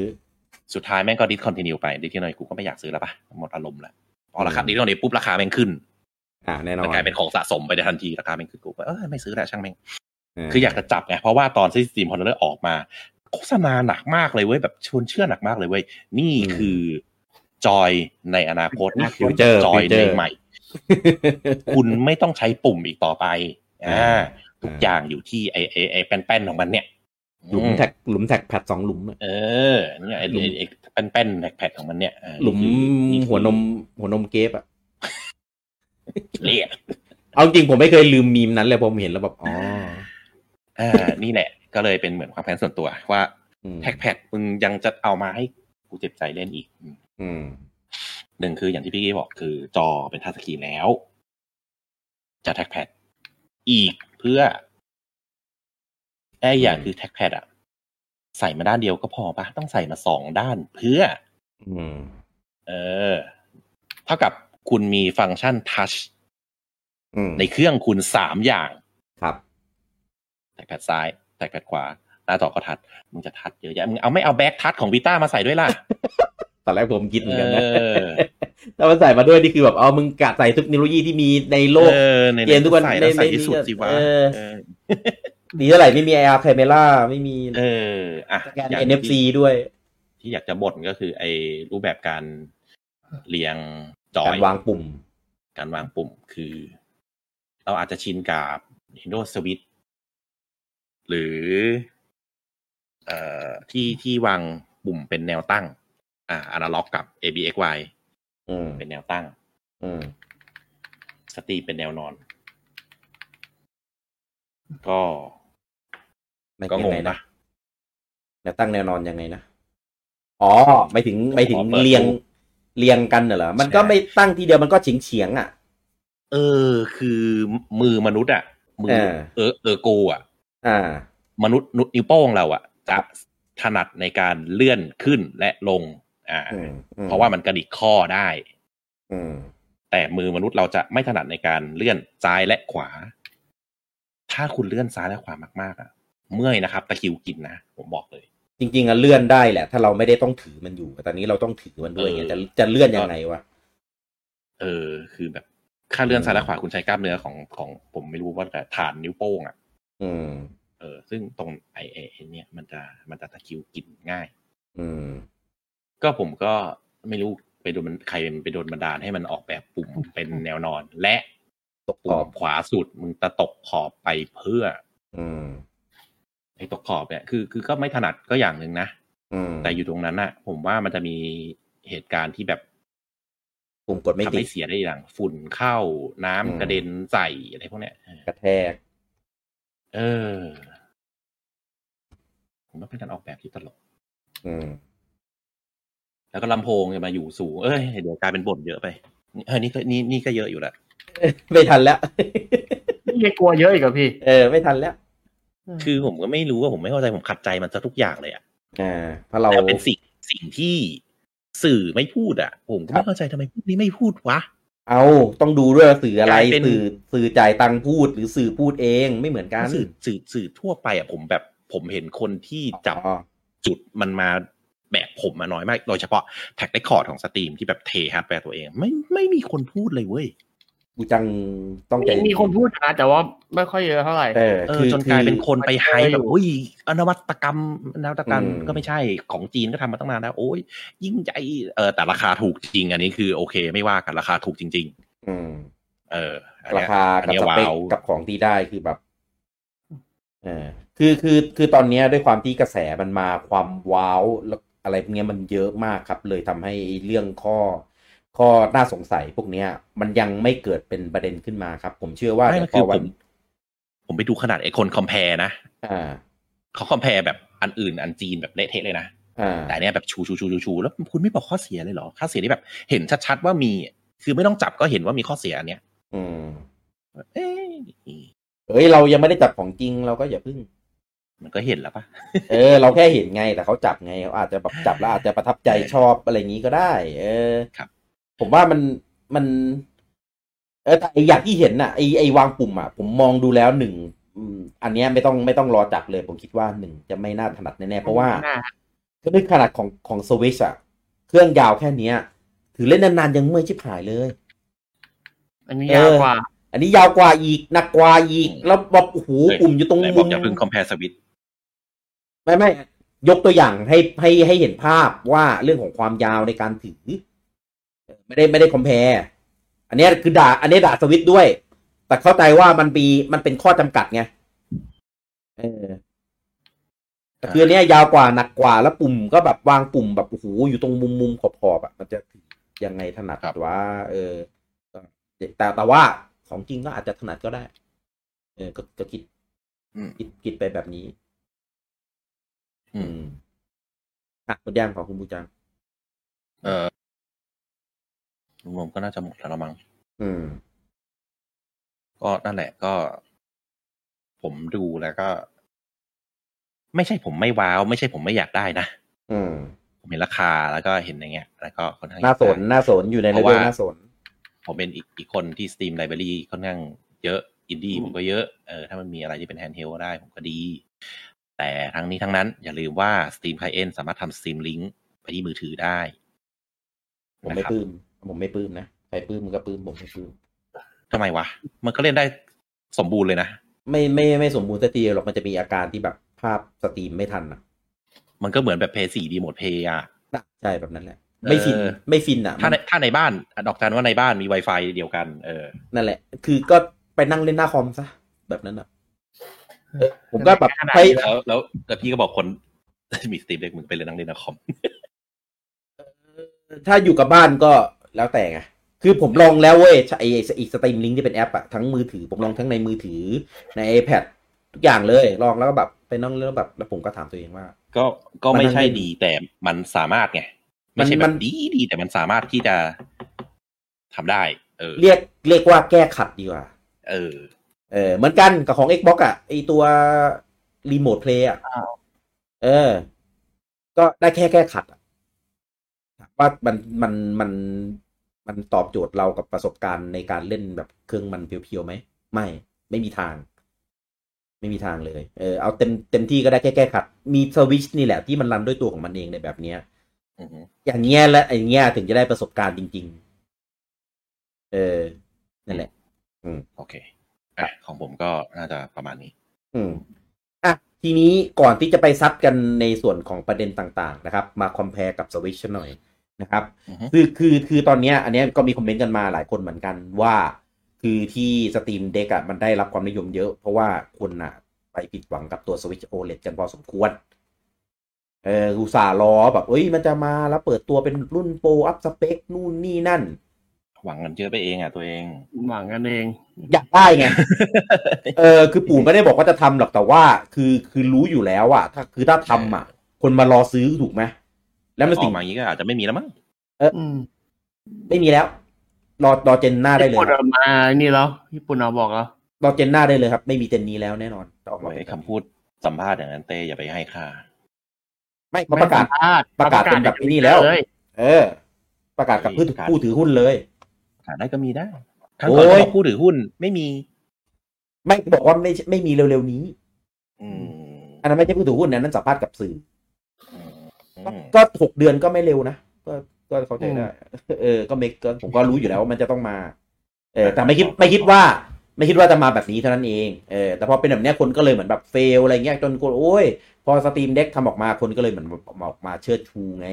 Speaker 2: สุดท้ายแม่งก็ดิสคอนติเนียไปดิสคอนติเนียกูก็ไม่อยากซื้อแล้วปะหมดอารมณ์แล้วพอราคาดิสคอนติเนียปุ๊บราคาแม่งขึ้น
Speaker 1: อ่าแน่นอ
Speaker 2: มัน
Speaker 1: น
Speaker 2: กลายเป็นของสะสมไปในทันทีราคาแม่งขึ้นกูก็เออไม่ซื้อแล้วช่างแม่ง
Speaker 1: เ
Speaker 2: คืออยากจะจับไงเพราะว่าตอนที่สตรีมคอนโทรลเลอร์ออกมาโฆษณาหนักมากเลยเว้ยแบบชวนเชื่อหนักมากเลยเว้ยนี่คือจอยในอนาคตนี่คือ
Speaker 1: Future
Speaker 2: จอยใน
Speaker 1: Future
Speaker 2: ใหม่ คุณไม่ต้องใช้ปุ่มอีกต่อ ไปอ่าทุกอย่างอยู่ที่ไอไอไอแป้นๆของมันเนี่ย
Speaker 1: หลุมแท็กหลุมแท็กแพดสองหลุมอะ
Speaker 2: เออเนี่ยไอ
Speaker 1: หลุม
Speaker 2: ไอ้ไอแป้นๆแผลกๆของมันเนี่ยอ่า
Speaker 1: หลุม
Speaker 2: คือ
Speaker 1: หัวนมหัวนมเกฟอะ
Speaker 2: เรียก
Speaker 1: เอาจริงผมไม่เคยลืมมีมนั้นเลยผมเห็นแล้วแบบอ๋อ
Speaker 2: อ่านี่แหละ ก็เลยเป็นเหมือนความแค้นส่วนตัวว่า
Speaker 1: อืม
Speaker 2: แท็กแพดมึงยังจะเอามาให้กูเจ็บใจเล่นอีก
Speaker 1: อืม
Speaker 2: หนึ่งคืออย่างที่พี่กี้บอกคือจอเป็นทัชสกรีนแล้ว จะแท็กแพดอีกเพื่อไอ้อย่าง
Speaker 1: อืม
Speaker 2: คือแท็กแพดอะใส่มาด้านเดียวก็พอปะต้องใส่มาสองด้านเพื่อ
Speaker 1: อืม
Speaker 2: เออ เท่ากับคุณมีฟังก์ชันทัช
Speaker 1: อืม
Speaker 2: ในเครื่องคุณสามอย่าง
Speaker 1: ครับ
Speaker 2: แท็กแพดซ้าย แท็กแพดขวา หน้าจอก็ทัชมึงจะทัชเยอะแยะมึงเอาไม่เอาแบ็กทัชของวีต้ามาใส่ด้วยล่ะ
Speaker 1: ตอนแรกผมคิดเหมือนกันนะ
Speaker 2: เออ
Speaker 1: ถ้ามันใส่มาด้วยนี่คือแบบเอามึงกะใส่ทุกเทคโนโลยีที่มีในโลก
Speaker 2: เออใน
Speaker 1: เกมทุกวัน
Speaker 2: ใส่แล้ว
Speaker 1: ใน
Speaker 2: ใส่ที่สุดสิวะ
Speaker 1: เออ
Speaker 2: เออ
Speaker 1: ดีเท่าไหร่ไม่มี AR camera ไม่มี
Speaker 2: เอออ่ะ
Speaker 1: สแการ
Speaker 2: อย่าง
Speaker 1: NFC
Speaker 2: ที่
Speaker 1: ด้วย
Speaker 2: ที่อยากจะบ่นก็คือ ไอ้รูปแบบการเรียงจอ
Speaker 1: กา
Speaker 2: ยว
Speaker 1: รางปุ่ม
Speaker 2: การวางปุ่มคือ เราอาจจะชินกับ Windows Switch หรือ เอ่อที่ที่วางปุ่มเป็นแนวตั้ง อ่าอนาล็อกกับ ABXY
Speaker 1: อืม
Speaker 2: เป็นแนวตั้ง
Speaker 1: อืม
Speaker 2: สตรีมเป็นแนวนอน ก็
Speaker 1: ใน
Speaker 2: ก็
Speaker 1: เม
Speaker 2: งง
Speaker 1: ไห
Speaker 2: นะ
Speaker 1: แนวตั้งแนวนอนยังไงนะ อ๋อไม่ถึงไม่ถึง
Speaker 2: ขอเปิด
Speaker 1: เรียง
Speaker 2: ดู
Speaker 1: เรียงกันน่ะเหรอ มันก็
Speaker 2: ใช่
Speaker 1: ไม่ตั้งทีเดียวมันก็เฉียงเฉียงๆอ่ะ
Speaker 2: เออ คือมือมนุษย์อ่ะ มือ
Speaker 1: เออ
Speaker 2: เออเออโกอ่ะ
Speaker 1: อ่า
Speaker 2: มนุษย์นุษย์นิ้วโป้งเราอ่ะ จะถนัดในการเลื่อนขึ้นและลง อ่า
Speaker 1: อืมอืม
Speaker 2: เพราะว่ามันกระดิกข้อได้
Speaker 1: อืม
Speaker 2: แต่มือมนุษย์เราจะไม่ถนัดในการเลื่อนซ้ายและขวา ถ้าคุณเลื่อนซ้ายและขวามากๆอ่ะ เมื่อยนะครับตะคริวกินนะ ผมบอกเลย
Speaker 1: จริง ๆอะเลื่อนได้แหละ ถ้าเราไม่ได้ต้องถือมันอยู่แต่ตอนนี้เราต้องถือมันด้วยไง
Speaker 2: เออ
Speaker 1: จะจะเลื่อนยังไงวะ
Speaker 2: เออ คือแบบค่าเลื่อนซ้ายและขวาคุณใช้กล้ามเนื้อของของผมไม่รู้ว่าแต่ฐานนิ้วโป้งอ่ะ
Speaker 1: อืม
Speaker 2: เออ ซึ่งตรงไอเอเนี่ยมันจะมันจะตะคริวกินง่าย
Speaker 1: อืม
Speaker 2: ก็ผมก็ไม่รู้ไปโดนมันใครไปโดนบันดาลให้มันออกแบบปุ่ม เป็นแนวนอน และ
Speaker 1: ตกข
Speaker 2: ปุ่
Speaker 1: อ
Speaker 2: ม
Speaker 1: บ
Speaker 2: ขวาสุดมึงตะตกขอบไปเพื่อ
Speaker 1: อืม
Speaker 2: ไอ้ตกขอบเนี่ยคือคือก็ไม่ถนัดก็อย่างหนึ่งนะ
Speaker 1: อืม
Speaker 2: แต่อยู่ตรงนั้นน่ะ ผมว่ามันจะมีเหตุการณ์ที่แบบ
Speaker 1: ปุ่มกดไม่
Speaker 2: ทำ
Speaker 1: ติ
Speaker 2: ให้
Speaker 1: ด
Speaker 2: เสียได้อย่าง ฝุ่นเข้าน้ำ
Speaker 1: อืม
Speaker 2: กระเด็นใส่อะไรพวกเนี้ย
Speaker 1: กระแทก
Speaker 2: เออ ผมว่าเป็นการออกแบบที่ตลก
Speaker 1: อืม
Speaker 2: แล้วก็ลำโพงจะมาอยู่สูง เอ้ยเดี๋ยวกลายเป็นบ่นเยอะไปเออนี่ก็นี่นี่ก็เยอะอยู่แหละ
Speaker 1: ไม่ทันแล้ว
Speaker 3: นี่ยังกลัวเยอะอีกเหรอพี่
Speaker 1: เออ ไม่ทันแล้ว
Speaker 2: คือผมก็ไม่รู้ว่าผมไม่เข้าใจผมขัดใจมันซะทุกอย่างเลยอะ
Speaker 1: อ่าเพราะเรา
Speaker 2: แต่เป็นสิ่งสิ่งที่สื่อไม่พูดอะผมก็ไม่เข้าใจทำไมพวกนี้ไม่พูดวะ
Speaker 1: เอาต้องดูด้วยว่าสื่ออะไร
Speaker 2: กลายเป็น
Speaker 1: สื่อสื่อจ่ายตังค์พูดหรือสื่อพูดเองไม่เหมือนกัน
Speaker 2: สื่อสื่อสื่อทั่วไปอะผมแบบผมเห็นคนที่จับ
Speaker 1: อ๋อ
Speaker 2: จุดมันมาแบบผมมาน้อยมาก โดยเฉพาะแท็กเรคคอร์ดของสตรีมที่แบบเทฮาร์ดแวร์ตัวเอง ไม่ไม่มีคนพูดเลยเว้ย
Speaker 1: กูจังต้อง
Speaker 3: ยังมีคนพูดนะแต่ว่าไม่ค่อยเยอะเท่าไหร่
Speaker 1: เออ
Speaker 2: เอ
Speaker 1: คือ อ
Speaker 2: จนกลายเป็น
Speaker 1: อ
Speaker 2: คนไปไฮป์แบบอุ้ยอนวัตกรรมนวัตกรรม
Speaker 1: อืม
Speaker 2: ก็ไม่ใช่ของจีนก็ทำมาตั้งนานแล้วโอ้ย ยิ่งใหญ่เออแต่ราคาถูกจริง อันนี้คือโอเคไม่ว่ากันราคาถูกจริง
Speaker 1: อืม
Speaker 2: ๆ เอออัน
Speaker 1: รา
Speaker 2: เนี้ย
Speaker 1: คา
Speaker 2: อัน
Speaker 1: กับ
Speaker 2: เนี้ย
Speaker 1: สเปค
Speaker 2: ว้าว
Speaker 1: กับของที่ได้คือแบบเออคือคือคือตอนเนี้ยด้วยความที่กระแสมันมาความว้าวแล้วอะไรพวกเนี้ยมันเยอะมากครับ เลยทำให้เรื่องข้อ ข้อน่าสงสัยพวกเนี้ย มันยังไม่เกิดเป็นประเด็นขึ้นมาครับ ผมเชื่อว่า
Speaker 2: ไม่
Speaker 1: เดี๋ย
Speaker 2: มั
Speaker 1: วพวั
Speaker 2: นคือ อผ
Speaker 1: น
Speaker 2: ม ผมไปดูขนาดไอ้คนคอมเพลนะ
Speaker 1: อ่า
Speaker 2: เขาคอมเพลแบบอันอื่นอันจีนแบบเละเทะเลยนะ
Speaker 1: อ่า
Speaker 2: แต่อันเนี้ยแบบชูชูชูชูชูแล้วคุณไม่บอกข้อเสียเลยเหรอข้อเสียที่แบบเห็นชัดๆว่ามีคือไม่ต้องจับก็เห็นว่ามีข้อเสียอันเนี้ย
Speaker 1: อืม
Speaker 2: เอ๊ะ
Speaker 1: เอ้ยเรายังไม่ได้จับของจริงเราก็อย่าพึ่ง
Speaker 2: มันก็เห็นแล้วปะ
Speaker 1: เออ เราแค่เห็นไงแต่เขาจับไงเขาอาจจะแบบจับแล้วอาจจะประทับใจชอบอะไรอย่างนี้ก็ได้ เออผมว่ามันมัน เออแต่ไอ้อย่างที่เห็นน่ะไอไอวางปุ่มอ่ะผมมองดูแล้วหนึ่งอืมอันเนี้ยไม่ต้องไม่ต้องรอจับเลย ผมคิดว่าหนึ่งจะไม่น่าถนัดแน่ๆเพราะว่า
Speaker 3: ไม่น่า
Speaker 1: ก็ด้วยขนาดของของสวิชอะเครื่องยาวแค่เนี้ย ถือเล่นนานๆยังเมื่อยชิบหายเลย
Speaker 3: อันนี้ยากกว่า
Speaker 1: อันนี้ยาวกว่าอีกหนักกว่าอีก แล้วแบบโอ้โหปุ่มอยู่ตรง
Speaker 2: ไหนบ
Speaker 1: มุ
Speaker 2: อก
Speaker 1: ม
Speaker 2: อย่าเพิ่งคอมเพลสวิต
Speaker 1: ไม่ไม่ยกตัวอย่างให้ให้ให้เห็นภาพว่าเรื่องของความยาวในการถือ ไม่ได้ไม่ได้คอมเพลอันเนี้ยคือด่า อันเนี้ยด่าสวิตช์ด้วย แต่เข้าใจว่ามันมีมันเป็นข้อจำกัดไงเออแต่คืออันเนี้ยยาวกว่าหนักกว่าแล้วปุ่มก็แบบวางปุ่มแบบโอ้โหอยู่ตรงมุมมุมขอบขอบๆอ่ะมันจะยังไงถนัดว่า เออก็แต่แต่ว่าของจริงก็อาจจะถนัดก็ได้ เออ ก็ก็คิดคิดคิดไปแบบนี้ อืมอ่ะคุณย่างของคุณบูจัง
Speaker 2: เออรวมๆก็น่าจะหมดแล้วละมั้ง
Speaker 1: อืม
Speaker 2: ก็นั่นแหละก็ ผมดูแล้วก็ ไม่ใช่ผมไม่ว้าว ไม่ใช่ผมไม่อยากได้นะ
Speaker 1: อืม
Speaker 2: ผมเห็นราคาแล้วก็เห็นอย่างเงี้ย แล้วก็ค่อนข้าง
Speaker 1: น่าสน น่าสน อยู่ใน
Speaker 2: เพ
Speaker 1: เรื่
Speaker 2: ราะ
Speaker 1: อ
Speaker 2: ว่าง
Speaker 1: น่าสน
Speaker 2: ผมเป็นอีกอีกคนที่สตรีมไลบรารีค่อนข้างเยอะอินดี้
Speaker 3: อืม
Speaker 2: ผมก็เยอะเออถ้ามันมีอะไรที่เป็นแฮนด์เฮลก็ได้ ผมก็ดี แต่ทั้งนี้ทั้งนั้น อย่าลืมว่าสตรีมไคเอนสามารถทำสตรีมลิงก์ไปที่มือถือได้
Speaker 1: ผมไม่ปลื้ม ผมไม่ปลื้มนะ ใครปลื้มมันก็ปลื้ม ผมไม่ปลื้ม
Speaker 2: ทำไมวะ มันก็เล่นได้สมบูรณ์เลยนะ
Speaker 1: ไม่ไม่ไม่สมบูรณ์สักทีหรอก มันจะมีอาการที่แบบภาพสตรีมไม่ทันอ่ะ
Speaker 2: มันก็เหมือนแบบเพย์สี่ดีโหมดเพย์อ่ะ
Speaker 1: น่ะใช่แบบนั้นแหละ ไม่ฟิน
Speaker 2: เออ
Speaker 1: ไม่ฟินอ่ะ
Speaker 2: ถ้าใน
Speaker 1: มัน
Speaker 2: ถ้าในบ้านดอกจันว่าในบ้านมี Wi-Fi เดียวกัน เออ
Speaker 1: นั่นแหละ คือก็ไปนั่งเล่นหน้าคอมซะ แบบนั้นอ่ะเออผมก็แบบ
Speaker 3: ขนาด
Speaker 1: ไป
Speaker 3: นี้
Speaker 2: แล้วแล้วแล้วพี่ก็บอกคน มีสตรีมเด็กมึงไปเลยนนั่งเล่นนะคอม
Speaker 1: ถ้าอยู่กับบ้านก็แล้วแต่ไง คือผมลองแล้วเว้ยไอไอ้ไอีสตรีมลิงที่เป็นแอปอะทั้งมือถือ ผมลองทั้งในมือถือ ใน iPad ทุกอย่างเลย ลองแล้วก็แบบไปนั่งแล้วแบบ แล้วผมก็ถามตัวเองว่า
Speaker 2: ก็ก็
Speaker 1: มันนั่
Speaker 2: ไม่
Speaker 1: งเล่น
Speaker 2: ใช่ดีแต่มันสามารถไง ไม่ใช่
Speaker 1: มั
Speaker 2: แบ
Speaker 1: น
Speaker 2: บดีดีแต่มันสามารถที่จะทำได้ เออ
Speaker 1: เรียกเรียกว่าแก้ขัดดีกว่า
Speaker 2: เออ
Speaker 1: เออเหมือนกันกับของ Xbox อ่ะไอตัวรีโมทเพลย์อ่ะ
Speaker 3: อ่า
Speaker 1: เออ ก็ได้แค่แก้ขัดอะว่ามันมันมันมันตอบโจทย์เรากับประสบการณ์ในการเล่นแบบเครื่องมันเพียวๆไหม ไม่ ไม่มีทาง ไม่มีทางเลย เออเอาเต็มเต็มที่ก็ได้แค่แก้ขัด มีสวิชนี่แหละที่มันรันด้วยตัวของมันเองในแบบเนี้ย
Speaker 2: อือฮึ
Speaker 1: อย่างเงี้ยและอย่างเงี้ยถึงจะได้ประสบการณ์จริง ๆ เออนั่นแหละ
Speaker 2: โอเคอ่ะของผมก็น่าจะประมาณนี้
Speaker 1: อืมอ่ะทีนี้ก่อนที่จะไปซัดกันในส่วนของประเด็นต่างๆ นะครับ มาคอมเพลกับสวิชหน่อยนะครับ
Speaker 2: อือฮึ
Speaker 1: คือคือคือตอนเนี้ย อันเนี้ยก็มีคอมเมนต์กันมาหลายคนเหมือนกันว่า คือที่สตรีมเด็กอะมันได้รับความนิยมเยอะ เพราะว่าคนอะไปผิดหวังกับตัวสวิชโอเลกันพอสมควร เอออุตส่าห์รอแบบเอ้ยมันจะมาแล้วเปิดตัวเป็นรุ่นโปรอัพสเปคนู่นนี่นั่น
Speaker 2: หวังกันเยอะไปเองอ่ะตัวเอง
Speaker 3: หวังกันเอง
Speaker 1: อยากได้ไง เออคือปู่ไม่ได้บอกว่าจะทำหรอกแต่ว่า คือคือรู้อยู่แล้วอะถ้าคือถ้าทำอะคนมารอซื้อถูกไหมแล้วมัน
Speaker 2: ออ
Speaker 1: สิ่ง
Speaker 2: กมาอย่างนี้ก็อาจจะไม่มีแล้วมั้ง
Speaker 3: อืม
Speaker 1: ไม่มีแล้ว รอรอเจนหน้าได้เลย
Speaker 3: ญี่ปุ่
Speaker 1: ค
Speaker 3: น
Speaker 1: รับ
Speaker 3: เอามานี่แล้วญี่ปุ่นเอาบอกแล้ว
Speaker 1: รอเจนหน้าได้เลยครับ ไม่มีเจนนี้แล้วแน่นอนจะออกมา
Speaker 2: ไว้
Speaker 1: เป็น
Speaker 2: คำพูดสัมภาษณ์อย่างนั้นเต้อย่าไปให้ค่า
Speaker 1: ไม่เขาประกาศ
Speaker 3: ไม่สัมภษณ์
Speaker 1: ประกาศเป็นแบบนี้แล้ว
Speaker 3: เย
Speaker 1: เออ ประกาศกับ
Speaker 2: ไม่
Speaker 1: ผู้
Speaker 2: มีการ
Speaker 1: ผู้ถือหุ้นเลย
Speaker 2: หาได้ก็มีได้ครั้งก่อน
Speaker 1: โอ้ย
Speaker 2: เขาบอกผู้ถือหุ้นไม่มี
Speaker 1: ไม่บอกว่าไม่ไม่มีเร็วๆนี้
Speaker 2: อืม
Speaker 1: อันนั้นไม่ใช่ผู้ถือหุ้นนะนั่นสัมภาษณ์กับสื่อ
Speaker 2: อืม
Speaker 1: ก็ก็หกเดือนก็ไม่เร็วนะ ก็ก็เข้าใจได้ เออ ก็เมกผมก็รู้อยู่แล้วว่ามันจะต้องมา เออ แต่ไม่คิดไม่คิดว่า ไม่คิดว่าจะมาแบบนี้เท่านั้นเอง เออ แต่พอเป็นแบบเนี้ยคนก็เลยเหมือนแบบเฟลอะไรเงี้ยจนคนโอ้ย พอสตรีมเด็กทำออกมาคนก็เลยเหมือนออกมาเชิดชูไง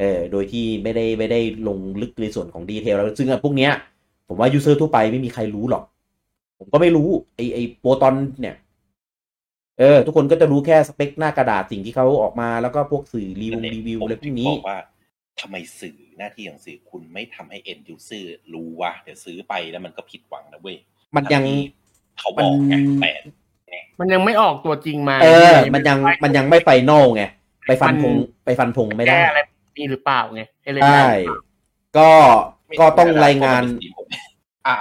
Speaker 1: เออ โดยที่ไม่ได้ไม่ได้ลงลึกในส่วนของดีเทลแล้วซึ่งพวกเนี้ย ผมว่ายูเซอร์ทั่วไปไม่มีใครรู้หรอก ผมก็ไม่รู้ไอไอโปรตอนเนี่ย เออ ทุกคนก็จะรู้แค่สเปคหน้ากระดาษสิ่งที่เขาออกมาแล้วก็พวกสื่อรีวิวรีวิวอะไรพวกนี้
Speaker 2: ผมถึงบอกว่าทำไมสื่อหน้าที่ของสื่อคุณไม่ทำให้เอ็นยูเซอร์รู้ว่าเดี๋ยวซื้อไปแล้วมันก็ผิดหวังนะเว้ย
Speaker 1: มันยัง
Speaker 2: ทั้ที่เขาบอกไง
Speaker 1: มัน
Speaker 2: แต่
Speaker 3: มันยังไม่ออกตัวจริงมา
Speaker 1: เออ
Speaker 3: ไ
Speaker 1: มันยังมันยังไม่ไฟนอลไง ไปฟันธง
Speaker 3: มัน
Speaker 1: ไปฟันธงไม่ได้
Speaker 3: แก้อะไรมีหรือเปล่าไงให้เล่น
Speaker 1: ใช่
Speaker 3: ได้
Speaker 1: ก็
Speaker 2: ไม่
Speaker 1: ก็ต้องรายงาน
Speaker 2: อ่า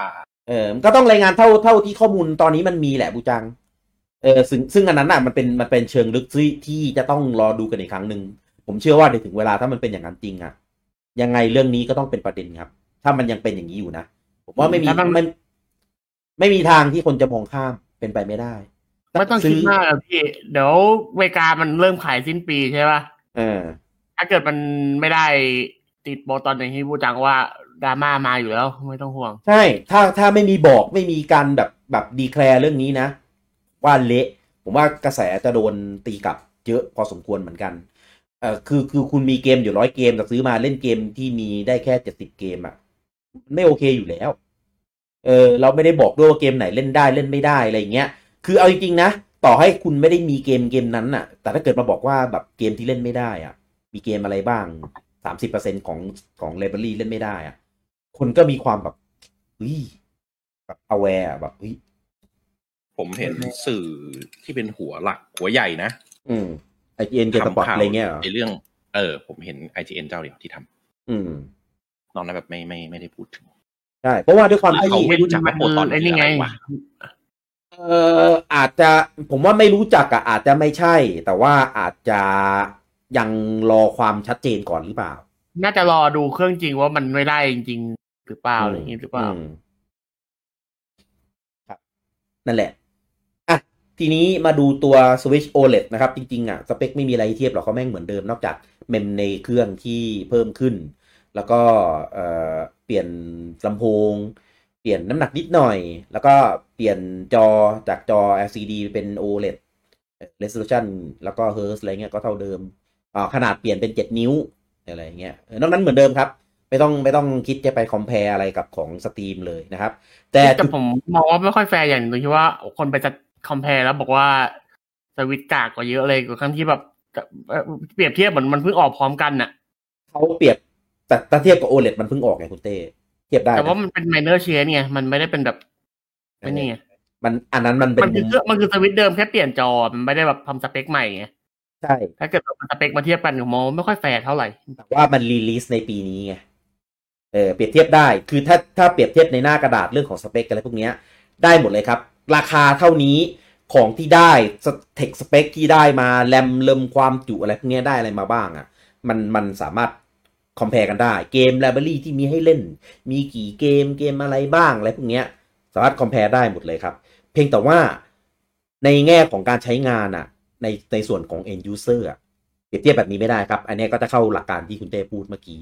Speaker 1: เออมันก็ต้องรายงานเท่าเท่าที่ข้อมูลตอนนี้มันมีแหละบูจัง เออซึ่งซึ่งอันนั้นอ่ะมันเป็นมันเป็นเชิงลึกที่ที่จะต้องรอดูกันอีกครั้งหนึ่งผมเชื่อว่าเดี๋ยวถึงเวลาถ้ามันเป็นอย่างนั้นจริงอ่ะยังไงเรื่องนี้ก็ต้องเป็นประเด็นครับ ถ้ามันยังเป็นอย่างนี้อยู่นะผมว่าไม่มี
Speaker 3: ถ้น
Speaker 1: ไม่ไม่มีทางที่คนจะมองข้ามเป็นไปไม่ได้
Speaker 3: ไม่ต้องคิดมากอะพี่ เดี๋ยวอเมริกามันเริ่มขายสิ้นปีใช่ป่ะ
Speaker 1: เออ
Speaker 3: ถ้าเกิดมันไม่ได้ติดโบตอนอย่างที่พูดจังว่าดราม่ามาอยู่แล้ว ไม่ต้องห่วง
Speaker 1: ใช่ ถ้าถ้าไม่มีบอกไม่มีการแบบแบบดีแคลร์เรื่องนี้นะ ว่าเละ ผมว่ากระแสจะโดนตีกลับเยอะพอสมควรเหมือนกันเออคือคือคุณมีเกมอยู่ร้อยเกมแต่ซื้อมาเล่นเกมที่มีได้แค่เจ็ดสิบเกมอะ่ะมันไม่โอเคอยู่แล้ว เออ เราไม่ได้บอกด้วยว่าเกมไหนเล่นได้เล่นไม่ได้อะไรอย่างเงี้ย คือเอาจริงๆนะ ต่อให้คุณไม่ได้มีเกมเกมนั้นน่ะ แต่ถ้าเกิดมาบอกว่าแบบเกมที่เล่นไม่ได้อ่ะ มีเกมอะไรบ้างสามสิบเปอร์เซ็นของของไลบรารีเล่นไม่ได้อ่ะ คนก็มีความแบบเฮ้ยแบบ aware อะแบบเฮ้ย
Speaker 2: ผมเห็นสื่อที่เป็นหัวหลักหัวใหญ่นะ
Speaker 1: อืมไอเอ็นเกมสปอร์ต
Speaker 2: ทำข่าว
Speaker 1: อะไรเงี้ยเหรอ
Speaker 2: ไอเรื่อง เออ ผมเห็น IGN เจ้าเดียวที่ทำ
Speaker 1: อืม
Speaker 2: นอกนั้นแบบไม่ไม่ไม่ได้พูดถึง
Speaker 1: ใช่เพราะว่าด้วยความ
Speaker 2: หรือ
Speaker 1: ที่
Speaker 2: เขาไม่รู้จักว่าโปรตอน
Speaker 3: ไอ้นี่ไง
Speaker 2: คืออะไรวะ
Speaker 1: เอออาจจะผมว่าไม่รู้จักอะอาจจะไม่ใช่ แต่ว่าอาจจะยังรอความชัดเจนก่อนหรือเปล่า
Speaker 3: น่าจะรอดูเครื่องจริงว่ามันไม่ได้จริงๆหรือเปล่าอะไรอย่างนี้หรือเปล่า
Speaker 1: มครับ นั่นแหละ อ่ะ ทีนี้มาดูตัว Switch OLED นะครับ จริง ๆ อ่ะ สเปคไม่มีอะไรเทียบหรอกเขาแม่งเหมือนเดิม นอกจากเมมในเครื่องที่เพิ่มขึ้น แล้วก็เอ่อเปลี่ยนลำโพง เปลี่ยนน้ำหนักนิดหน่อย แล้วก็เปลี่ยนจอจากจอ LCD เป็น OLED เอ่อ resolution แล้วก็ hertz อะไรเงี้ยก็เท่าเดิมอ่าขนาดเปลี่ยนเป็น 7 นิ้ว อะไรเงี้ยเออนอกนั้นเหมือนเดิมครับ ไม่ต้องไม่ต้องคิดจะไปคอมเพลอะไรกับของสตรีมเลยนะครับ แต่
Speaker 3: แต่ผมมองว่าไม่ค่อยแฟร์อย่างหนึ่งตรงที่ว่าคนไปจัดคอมเพลแล้วบอกว่าสวิตช์กากกว่าเยอะเลยกว่าครั้งที่แบบเอ่อเปรียบเทียบเหมือนมันเพิ่งออกพร้อมกันน่ะ
Speaker 1: เขาเปรียบแต่แต่เทียบกับ OLED มันเพิ่งออกไงคุณเต้ เทียบได้นะ
Speaker 3: แต่ว่ามันเป็น minor shade ไงมันไม่ได้เป็นแบบไม่นี่ไง
Speaker 1: มันอันนั้นมันเป็น
Speaker 3: มันคือเครื่องมันคือสวิตช์เดิมแค่เปลี่ยนจอมันไม่ได้แบบทำสเปคใหม่ไง
Speaker 1: ใช่
Speaker 3: ถ้าเกิดเอาสเปคมาเทียบกันผมมองว่าไม่ค่อยแฟร์เท่าไหร่
Speaker 1: แต่ว่ามันรีลิสในปีนี้ไงเออเปรียบเทียบได้คือถ้าถ้าเปรียบเทียบในหน้ากระดาษเรื่องของสเปคอะไรพวกเนี้ย ได้หมดเลยครับ ราคาเท่านี้ของที่ได้เทคสเปคที่ได้มาแรมเริ่มความจุอะไรพวกเนี้ยได้อะไรมาบ้างอะ่ะ มันมันสามารถคอมเพลกันได้เกมไลบรารีที่มีให้เล่น มีกี่เกมเกมอะไรบ้างอะไรพวกเนี้ย สามารถคอมเพลได้หมดเลยครับ เพียงแต่ว่าในแง่ของการใช้งานอะ่ะ ในในส่วนของ end user อะเปรียบเทียบแบบนี้ไม่ได้ครับ อันเนี้ยก็จะเข้าหลักการที่คุณเต้พูดเมื่อกี้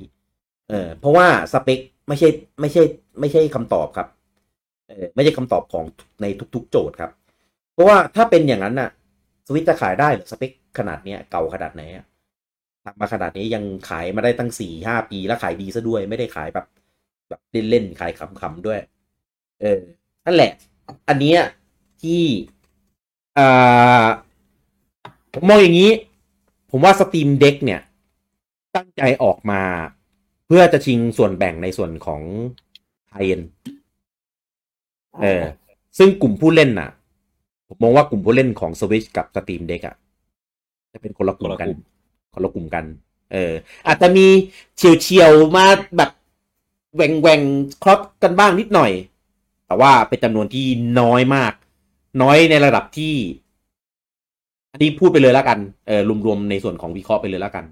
Speaker 1: เออเพราะว่าสเปคไม่ใช่ไม่ใช่ ไม่ใช่คำตอบครับเออไม่ใช่คำตอบของในทุกๆ โจทย์ครับ เพราะว่าถ้าเป็นอย่างนั้นน่ะ สวิตจะขายได้เหรือสเปคขนาดเนี้ยเก่าขนาดไหนอะทำมาขนาดนี้ยังขายมาได้ตั้งสี่ห้าปีแล้วขายดีซะด้วย ไม่ได้ขายแบบ แบบเล่นๆขายขำๆด้วย เออนั่นแหละ อันเนี้ยที่อ่าผมมองอย่างนี้ ผมว่าสตรีมเด็กเนี่ย ตั้งใจออกมา เพื่อจะชิงส่วนแบ่งในส่วนของไฮเอ็นเออ ซึ่งกลุ่มผู้เล่นน่ะ ผมมองว่ากลุ่มผู้เล่นของสวิชกับสตรีมเด็กอ่ะ จะเป็นคนละกลุ่มกัน
Speaker 2: คน
Speaker 1: คน
Speaker 2: ละกลุ่ม
Speaker 1: ละกลุ่มกัน เออ อาจจะมีเฉียวเฉียวๆมาแบบแหว่งแหว่งๆครอบกันบ้างนิดหน่อย แต่ว่าเป็นจำนวนที่น้อยมาก น้อยในระดับที่ อันนี้พูดไปเลยแล้วกัน เออรวมๆในส่วนของวิเคราะห์ไปเลยแล้วกัน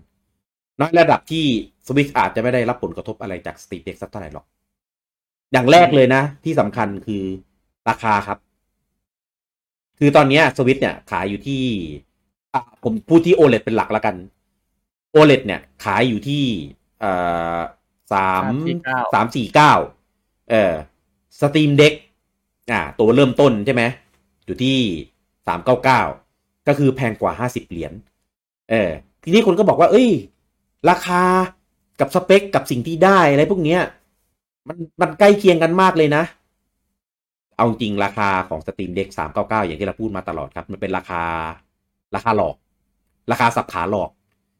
Speaker 1: น้อยระดับที่สวิชอาจจะไม่ได้รับผลกระทบอะไรจากสตรีมเด็กสักเท่าไหร่หรอก อย่างแรกเลยนะ ที่สำคัญคือราคาครับ คือตอนเนี้สวิตเนี่ยขายอยู่ที่อ่ะผมพูดที่ OLED เป็นหลักละกัน OLED เนี่ย ขายอยู่ที่เอ่อสาม
Speaker 3: 349
Speaker 1: สามสี่เก้าเออสตรีมเด็กอ่า ตัวเริ่มต้นใช่ไหมอยู่ที่สามเก้าเก้าก็คือแพงกว่าห้าสิบเหรียญเออทีนี้คนก็บอกว่า เอ้ย ราคากับสเปคกับสิ่งที่ได้อะไรพวกเนี้ย มันมันใกล้เคียงกันมากเลยนะ เอาจริงราคาของสตรีมเด็กสามเก้าเก้าอย่างที่เราพูดมาตลอดครับ มันเป็นราคาราคาหลอก ราคาสับขาหลอก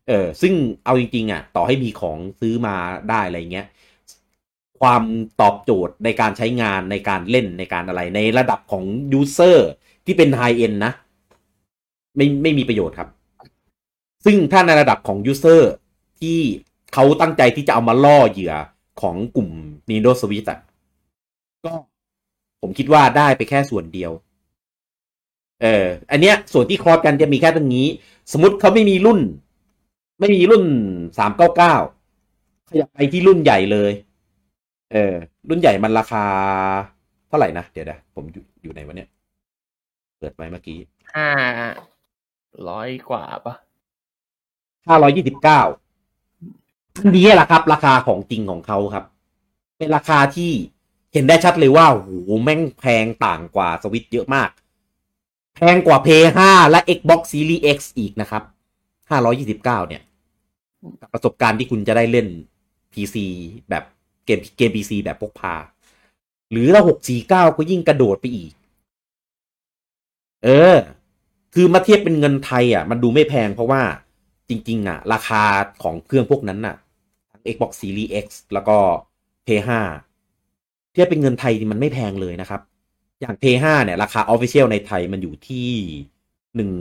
Speaker 1: เออซึ่งเอาจริงๆอ่ะ ต่อให้มีของซื้อมาได้อะไรเงี้ย ความตอบโจทย์ในการใช้งานในการเล่นในการอะไรในระดับของยูเซอร์ที่เป็นไฮเอ็นนะ ไม่ไม่มีประโยชน์ครับ ซึ่งถ้าในระดับของยูเซอร์ที่เขาตั้งใจที่จะเอามาล่อเหยื่อของกลุ่ม Nintendo Switch อ่ะก็ผมคิดว่าได้ไปแค่ส่วนเดียว เออ อันเนี้ยส่วนที่ครอสกันจะมีแค่ตรงนี้ สมมติเขาไม่มีรุ่น ไม่มีรุ่นสามเก้าเก้าขยับไปที่รุ่นใหญ่เลย เออ รุ่นใหญ่มันราคาเท่าไหร่นะ เดี๋ยวนะผมอยู่อยู่ไหนวะเนี่ย เปิดไว้เมื่อกี้
Speaker 3: ห้าร้อยกว่าปะ
Speaker 1: ห้าร้อยยี่สิบเก้าอันนี้แหละครับ ราคาของจริงของเขาครับ เป็นราคาที่เห็นได้ชัดเลยว่าโอ้โหแม่งแพงต่างกว่าสวิตเยอะมาก แพงกว่า p 5และ Xbox Series X อีกนะครับ 529 เนี่ยกับประสบการณ์ที่คุณจะได้เล่น PC แบบเกมเกม PC แบบพกพา หรือถ้า649 ก็ยิ่งกระโดดไปอีก เออ คือมาเทียบเป็นเงินไทยอ่ะ มันดูไม่แพงเพราะว่าจริง ๆ อ่ะ ราคาของเครื่องพวกนั้นน่ะทั้ง Xbox Series X แล้วก็ P5 เทียบเป็นเงินไทยนี่มันไม่แพงเลยนะครับ อย่าง P5 เนี่ยราคา Official ในไทยมันอยู่ที่หนึ่ง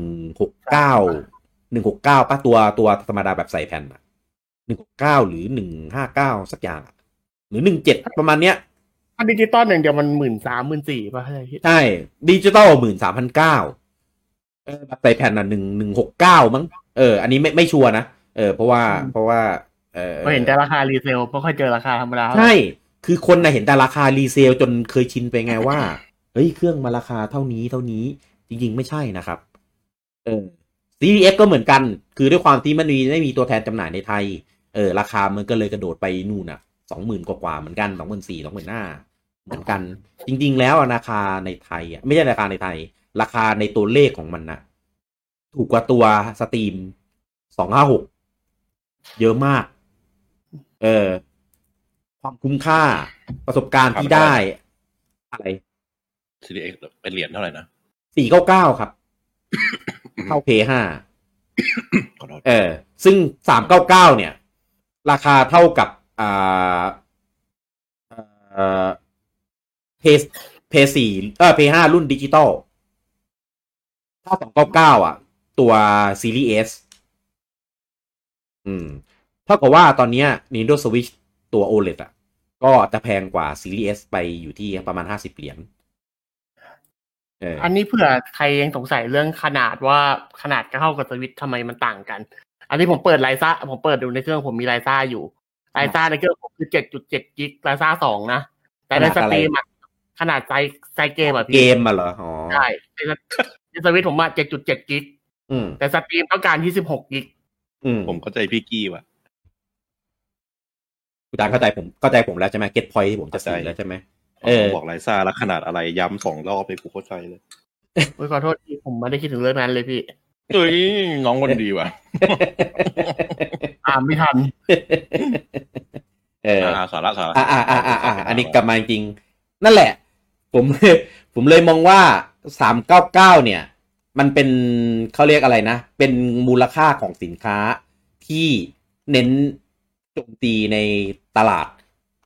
Speaker 1: หกเก้าหนึ่งหกเก้าป้าตัวตัวธรรมดาแบบใส่แผ่นอะหนึ่งหกเก้าหรือหนึ่งห้าเก้าสักอย่างอะหรือหนึ่งเจ็ดประมาณเนี้ย
Speaker 3: ถ้าดิจิตอลอย่างเดียวมันหมื่นสามหมื่นสี่ป่ะอะไรที่
Speaker 1: ใช่ดิจิตอลหมื่นสามพันเก้าเออแบบใส่แผ่นอ่ะหนึ่งหนึ่งหกเก้ามั้งเออ อันนี้ไม่ไม่ชัวร์นะ เออ เพราะว่าเพราะว่า เออ
Speaker 3: เห็นแต่ราคารีเซลไม่ค่อยเจอราคาธรรมดาเท่าไหร่
Speaker 1: ใช่ คือคนนะเห็นแต่ราคารีเซลจนเคยชินไปไงว่า เฮ้ย เครื่องมาราคาเท่านี้เท่านี้ จริง ๆ ไม่ใช่นะครับ เออ Series X ก็เหมือนกัน คือด้วยความที่มันมีไม่มีตัวแทนจำหน่ายในไทย เออ ราคามันก็เลยกระโดดไปนู่นอ่ะ สองหมื่นกว่าๆเหมือนกันสองหมื่นสี่สองหมื่นห้าเหมือนกัน จริง ๆ แล้วอะราคาในไทยอ่ะ ไม่ใช่ราคาในไทย ราคาในตัวเลขของมันนะถูกกว่าตัวสตรีมสองห้าหกเยอะมาก เออ ความคุ้มค่าประสบการณ์ที่ได้ อะไร
Speaker 2: ซีรีส์เป็นเหรียญเท่าไหร่นะ
Speaker 1: สี่เก้าเก้าครับ เข้าเพห้า
Speaker 2: ขอโทษ
Speaker 1: เออ ซึ่งสามเก้าเก้าเนี่ย ราคาเท่ากับอ่าเอ่อเพย์เพย์สี่เออเพย์ห้ารุ่นดิจิตอลถ้าสองเก้าเก้าอ่ะ ตัวซีรีส์เอส อืมเท่ากับว่าตอนเนี้ย Nintendo Switch ตัว OLED อ่ะ ก็จะแพงกว่า Series S ไปอยู่ที่ประมาณห้าสิบเหรียญเอออ
Speaker 3: อันนี้เผื่อใครยังสงสัยเรื่องขนาดว่าขนาดเท่ากับสวิตช์ทำไมมันต่างกัน อันนี้ผมเปิดไลซ่าผมเปิดดูในเครื่องผมมีไลซ่าอยู่ไลซ่าในเครื่องผมคือเจ็ดจุดเจ็ดกิกไลซ่าสองนะ แต่ในสตรีมอะขนาดไซส์ไซส์เกมอะ
Speaker 1: เก
Speaker 3: พี่
Speaker 1: มมาเหรออ๋อ
Speaker 3: ใช่ในสในสวิตช์ผมอะเจ็ดจุดเจ็ดกิก
Speaker 1: อืม
Speaker 3: แต่สตรีมต้องการยี่สิบหกกิก
Speaker 1: อืม
Speaker 2: ผมเข้าใจพี่กี้ว่ะ
Speaker 1: คุณตาเข้าใจผมเข้าใจผมแล้วใช่ไหมเก็ตพอยที่ผมจะสื่อแล้วใช่ไหม เออ
Speaker 2: ผมบอกไลซ่าแล้วขนาดอะไรย้ำสองรอบเลยกูเข้าใจเลย
Speaker 3: อุ๊ยขอโทษทีผมไม่ได้คิดถึงเรื่องนั้นเลยพี่
Speaker 2: เฮ้ยน้องคนดีว่ะ
Speaker 3: อ่านไม่ทัน
Speaker 1: เออ
Speaker 2: อ่าสาระสาระ
Speaker 1: อ่าอ่าอ่าอ่าอันนี้กลับมาจริงๆนั่นแหละ ผมผมเลยม องว่าสามเก้าเก้าเนี่ย มันเป็นเขาเรียกอะไรนะ เป็นมูลค่าของสินค้าที่เน้นโจมตีในตลาด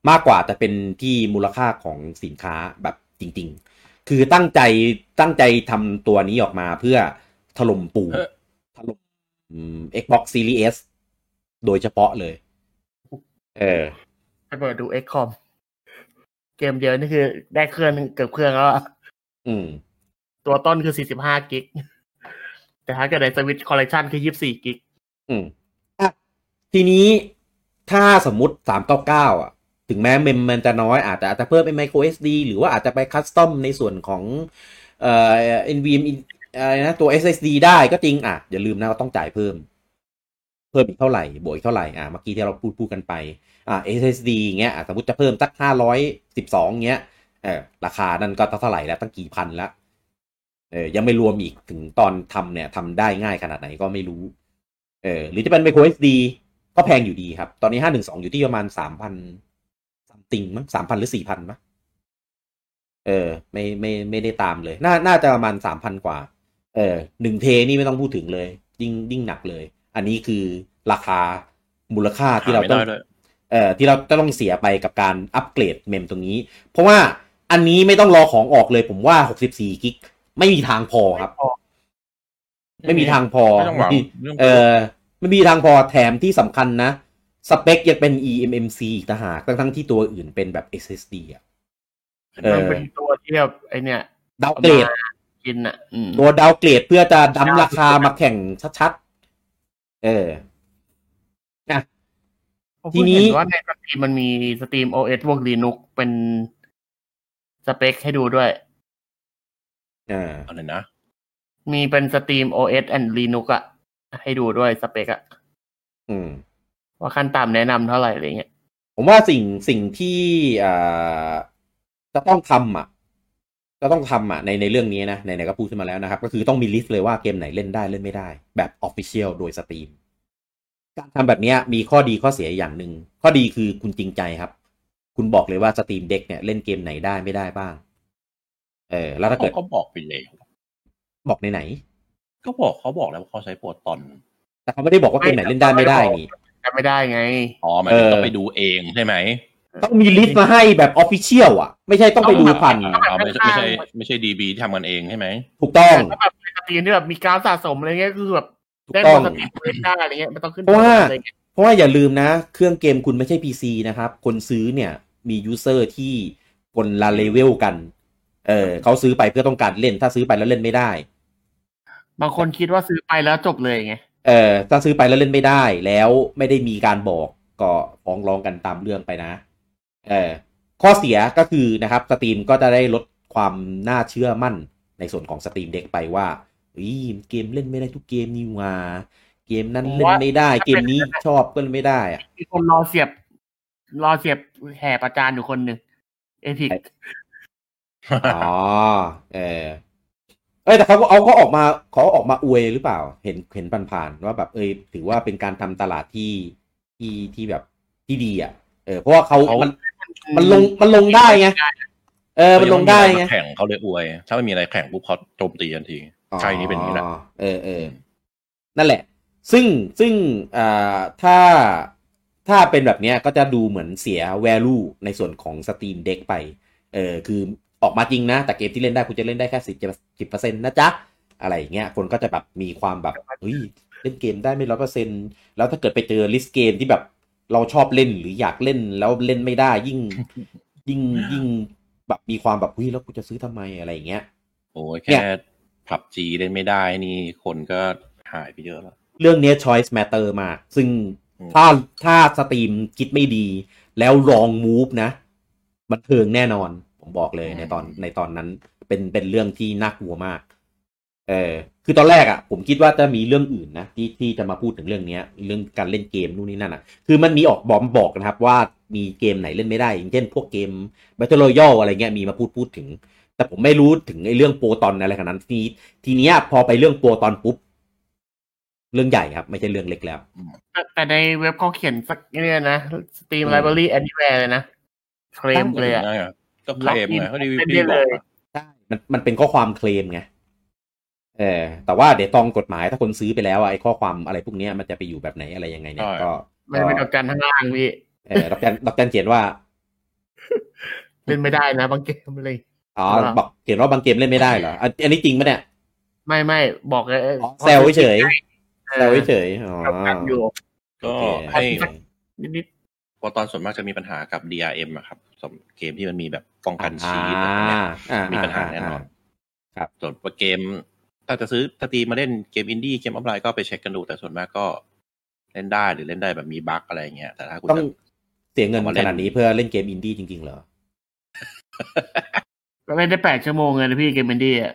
Speaker 1: มากกว่าแต่เป็นที่มูลค่าของสินค้าแบบจริง ๆ คือตั้งใจตั้งใจทำตัวนี้ออกมาเพื่อถล่มปู
Speaker 2: เออ
Speaker 1: ถล่มอืม Xbox Series S โดยเฉพาะเลย เออ
Speaker 3: ไปเปิดดูเอ็กคอมเกมเดียวนี่คือได้เครื่องหนึ่งเกือบเครื่องแล้วอะ
Speaker 1: อืม
Speaker 3: ตัวต้นคือ 45 กิก แต่ถ้าเกิดในสวิตคอลเลกชันคือ 24 กิก
Speaker 1: อืมอ่ะทีนี้ถ้าสมมติสามเก้าเก้าอ่ะ ถึงแม้เมมมันจะน้อยอาจจะอาจจะเพิ่มเป็นไมโคร SD หรือว่าอาจจะไปคัสตอมในส่วนของเอ่อ NVMe อะไรนะตัว SSD ได้ก็จริงอ่ะ อย่าลืมนะว่าต้องจ่ายเพิ่ม เพิ่มอีกเท่าไหร่ บวกอีกเท่าไหร่ อ่ะเมื่อกี้ที่เราพูดพูดกันไป อ่ะ SSD อย่างเงี้ยอ่ะสมมติจะเพิ่มสักห้าร้อยสิบสองเงี้ยเออราคานั้นก็เท่าไหร่แล้วตั้งกี่พันละเออยังไม่รวมอีกถึงตอนทำเนี่ยทำได้ง่ายขนาดไหนก็ไม่รู้ เออหรือจะเป็น micro SD ก็แพงอยู่ดีครับ ตอนนี้ห้าหนึ่งสองอยู่ที่ประมาณสามพันสามติงมั้งสามพันหรือสี่พันมั้งเออ ไม่ไม่ไม่ได้ตามเลย น่าน่าจะประมาณสามพันกว่า เออหนึ่งเทนี่ไม่ต้องพูดถึงเลย ยิ่งยิ่งหนักเลย อันนี้คือราคามูลค่าที่เราต้อง
Speaker 2: หไม่ได้ด้วย
Speaker 1: เอ่อที่เราจะต้องเสียไปกับการอัปเกรดเมมตรงนี้ เพราะว่าอันนี้ไม่ต้องรอของออกเลยผมว่า 64 กิก ไม่มีทางพอครับ ไม่มีทางพอ
Speaker 2: ไม่ต้องหวัง
Speaker 1: เออไม่มีทางพอแถมที่สำคัญนะ สเปคยังเป็น eMMC อีกต่างหากทั้งทั้งๆที่ตัวอื่นเป็นแบบ SSD อ่ะ เออ
Speaker 3: มันเป็นตัวที่แบบไอเนี่ย
Speaker 1: ดาวเกรด
Speaker 3: กินอ่ะอืม
Speaker 1: ตัวดาวเกรดเพื่อจะดั้มราคามาแข่งชัดๆ เออ
Speaker 3: ผม
Speaker 1: ที
Speaker 3: เพิ่ง
Speaker 1: นี้
Speaker 3: เห็นว่าในสตรีมมันมีสตรีม OS บวก Linux เป็นสเปคให้ดูด้วย
Speaker 1: อ่า
Speaker 2: อะไรนะ
Speaker 3: มีเป็นสตรีม OS and Linux อะให้ดูด้วยสเปคอะ
Speaker 1: อืม
Speaker 3: ว่าขั้นต่ำแนะนำเท่าไหร่อะไรเงี้ย
Speaker 1: ผมว่าสิ่งสิ่งที่อ่าจะต้องทำอ่ะจะต้องทำอ่ะในในเรื่องนี้นะในในก็พูดขึ้นมาแล้วนะครับ ก็คือต้องมีลิสต์เลยว่าเกมไหนเล่นได้เล่นไม่ได้ แบบออฟฟิเชียลโดยสตรีมการทำแบบเนี้ยมีข้อดีข้อเสียอย่างหนึ่งข้อดีคือคุณจริงใจครับ คุณบอกเลยว่าสตรีมเด็กเนี่ยเล่นเกมไหนได้ไม่ได้บ้าง เออ แล้วถ้า
Speaker 2: เขา
Speaker 1: เกิด
Speaker 2: ก็บอกไปเลย
Speaker 1: บอกในไหน
Speaker 2: ก็บอกเขาบอกแล้วว่าเขาใช้โปรตอน
Speaker 1: ๆแต่เขาไม่ได้บอกว่าเกมไหนเล่นได้ไม่ได้นี่
Speaker 3: แต่ไม่ได้ไง
Speaker 2: อ๋อหมายถึง
Speaker 1: เออ
Speaker 2: ต้องไปดูเองใช่ไหม
Speaker 1: ต้องมีลิสต์มาให้แบบออฟฟิเชียลอ่ะ ไม่ใช่ต้องไปดูผ่าน
Speaker 2: อ่าไม่ใช่ไม่ใช่ไม่ใช่ดีบีที่ทำกันเองใช่ไหม
Speaker 1: ถูกต้อง
Speaker 3: ถ้าแบบในสตรีมที่แบบมีการดสะสมอะไรเงี้ยคือแบบ
Speaker 1: ถูก
Speaker 3: ได้
Speaker 1: ต้
Speaker 3: บ
Speaker 1: อน ง
Speaker 3: สตรีมเล่นได้อะไรเงี้ยไม่ต้องขึ้น
Speaker 1: เพราะว่า
Speaker 3: อะไรเงี้ย
Speaker 1: เพราะว่าอย่าลืมนะ เครื่องเกมคุณไม่ใช่ PC นะครับ คนซื้อเนี่ยมียูเซอร์ที่คนละเลเวลกัน เออเขาซื้อไปเพื่อต้องการเล่น ถ้าซื้อไปแล้วเล่นไม่ได้
Speaker 3: บางคนคิดว่าซื้อไปแล้วจบเลยไง
Speaker 1: เออถ้าซื้อไปแล้วเล่นไม่ได้ แล้วไม่ได้มีการบอกก็ฟ้องร้องกันตามเรื่องไปนะ เออข้อเสียก็คือนะครับสตรีมก็จะได้ลดความน่าเชื่อมั่นในส่วนของสตรีมเด็กไปว่าอีเกมเล่นไม่ได้ทุกเกมนี่หว่าเกมนั้นเล่นไม่ได้ เกมนี้ชอบก็เล่นไม่ได้อะ
Speaker 3: มีคนรอเสียบ รอเสียบแห่ประจานอยู่คนหนึ่งเอพิก
Speaker 1: ไอ้ อ๋อ เออเอ้ยแต่เขาก็เอาเขาออกมาเขาออกมาอวยหรือเปล่า เห็นเห็นผ่านๆว่าแบบเอยถือว่าเป็นการทำตลาดที่ที่ที่แบบที่ดีอ่ะ เออเพราะว่าเขามันมันลงมันลงได้ไงเออ มันลงได้ไง
Speaker 2: เขายัม่มีอะรมาแข่งเขาเลยอวย ถ้าไม่มีอะไรแข่งปุ๊บเขาโจมตีทันที ใช่นี่เป็นอย่างนี้แหละ
Speaker 1: อ๋อเออเออนั่นแหละ ซึ่งซึ่งอ่าถ้าถ้าเป็นแบบเนี้ยก็จะดูเหมือนเสีย value ในส่วนของ Steam Deck ไป เออคือออกมาจริงนะ แต่เกมที่เล่นได้คุณจะเล่นได้แค่สิบเปอร์เซ็นต์นะจ๊ะ อะไรอย่างเงี้ยคนก็จะแบบมีความแบบเฮ้ย เล่นเกมได้ไม่ร้อยเปอร์เซ็นแล้วถ้าเกิดไปเจอลิสต์เกมที่แบบเราชอบเล่นหรืออยากเล่นแล้วเล่นไม่ได้ยิ่ง ยิ่งยิ่งแบบมีความแบบเฮ้ยแล้วกูจะซื้อทำไมอะไรอย่างเงี้ย
Speaker 2: โอ้ย
Speaker 1: เนี่
Speaker 2: แค่
Speaker 1: ย
Speaker 2: ผับจีเล่นไม่ได้นี่คนก็หายไปเยอะแล้ว
Speaker 1: เรื่องเนี้ย choice matter มาก ซึ่ง
Speaker 2: อืม
Speaker 1: ถ้าถ้าสตรีมคิดไม่ดี แล้วลอง move นะ บันเทิงแน่นอน ผมบอกเลยในตอนในตอนนั้นเป็นเป็นเรื่องที่น่ากลัวมาก เออคือตอนแรกอะ่ะ ผมคิดว่าจะมีเรื่องอื่นนะที่ที่จะมาพูดถึงเรื่องเนี้ย เรื่องการเล่นเกมนู่นนี่นั่นอะ่ะ คือมันมีออกบอมบอกนะครับ ว่ามีเกมไหนเล่นไม่ได้อย่างเช่นพวกเกม Battle Royale อะไรเงี้ยมีมาพูดพูดถึง แต่ผมไม่รู้ถึงไอ้เรื่องโปรตอนอะไรขนาดนั้นทีทีเนี้ยพอไปเรื่องโปรตอนปุ๊บ เรื่องใหญ่ครับ ไม่ใช่เรื่องเล็กแล้ว
Speaker 3: แต่แต่ในเว็บเขาเขียนสักเนี่ยนะสตรีมไลบรารีแอนดิแวร์เลยนะ เคลมเลยอะ
Speaker 2: ตั้งแต่ไหนก็เคลมไงเขาดี
Speaker 3: เป็น
Speaker 2: วี
Speaker 3: เรื่อง
Speaker 2: บ
Speaker 3: เล
Speaker 2: อก
Speaker 3: ย
Speaker 2: อะ
Speaker 1: ใช่มันมันเป็นข้อความเคลมไง เออ แต่ว่าเดี๋ยวตองกฎหมายถ้าคนซื้อไปแล้วอะไอ้ข้อความอะไรพวกเนี้ยมันจะไปอยู่แบบไหนอะไรยังไงเนี่ยก็
Speaker 3: มันเป็นดอกจันข้างล่างพี่
Speaker 1: เออดอกจัน ดอกจันเขียนว่า
Speaker 3: เล่นไม่ได้นะบางเกมอะไร
Speaker 1: อ๋อ
Speaker 3: ว่า
Speaker 1: บอกเขียนว่าบางเกมเล่นไม่ได้เหรออันอันนี้จริงปะเนี่ย
Speaker 3: ไม่ไม่บอกเลย
Speaker 1: อ๋อแซวเฉยๆ
Speaker 3: เออ
Speaker 1: แซวเฉยๆอ๋อ
Speaker 3: ดอกจันอยู่
Speaker 2: ก็
Speaker 1: โอเค
Speaker 2: ให้
Speaker 3: นิด
Speaker 2: พอตอนส่วนมากจะมีปัญหากับ DRM อะครับสำหรับเกมที่มันมีแบบป้องกัน
Speaker 1: อ่า
Speaker 2: ชีตอะไรพวกเนี้ย
Speaker 1: อ่
Speaker 2: มีปัญหาแน่นอน
Speaker 1: ครับ
Speaker 2: ส่วนเกม ถ้าจะซื้อถ้าตีมาเล่นเกมอินดี้เกมออฟไลน์ก็ไปเช็คกันดู แต่ส่วนมากก็เล่นได้หรือเล่นได้แบบมีบั๊กอะไรอย่างเงี้ยแต่ถ้าคุณ
Speaker 1: ต้อง
Speaker 2: จะ
Speaker 1: เสียเงิน
Speaker 2: เอา
Speaker 1: ข
Speaker 2: มาเล่น
Speaker 1: นาดนี้เพื่อเล่นเกมอินดี้จริงๆเหรอ
Speaker 3: ๆก็เล่นได้แปดชั่วโมงเลยนะพี่เกมเบนดี้อะ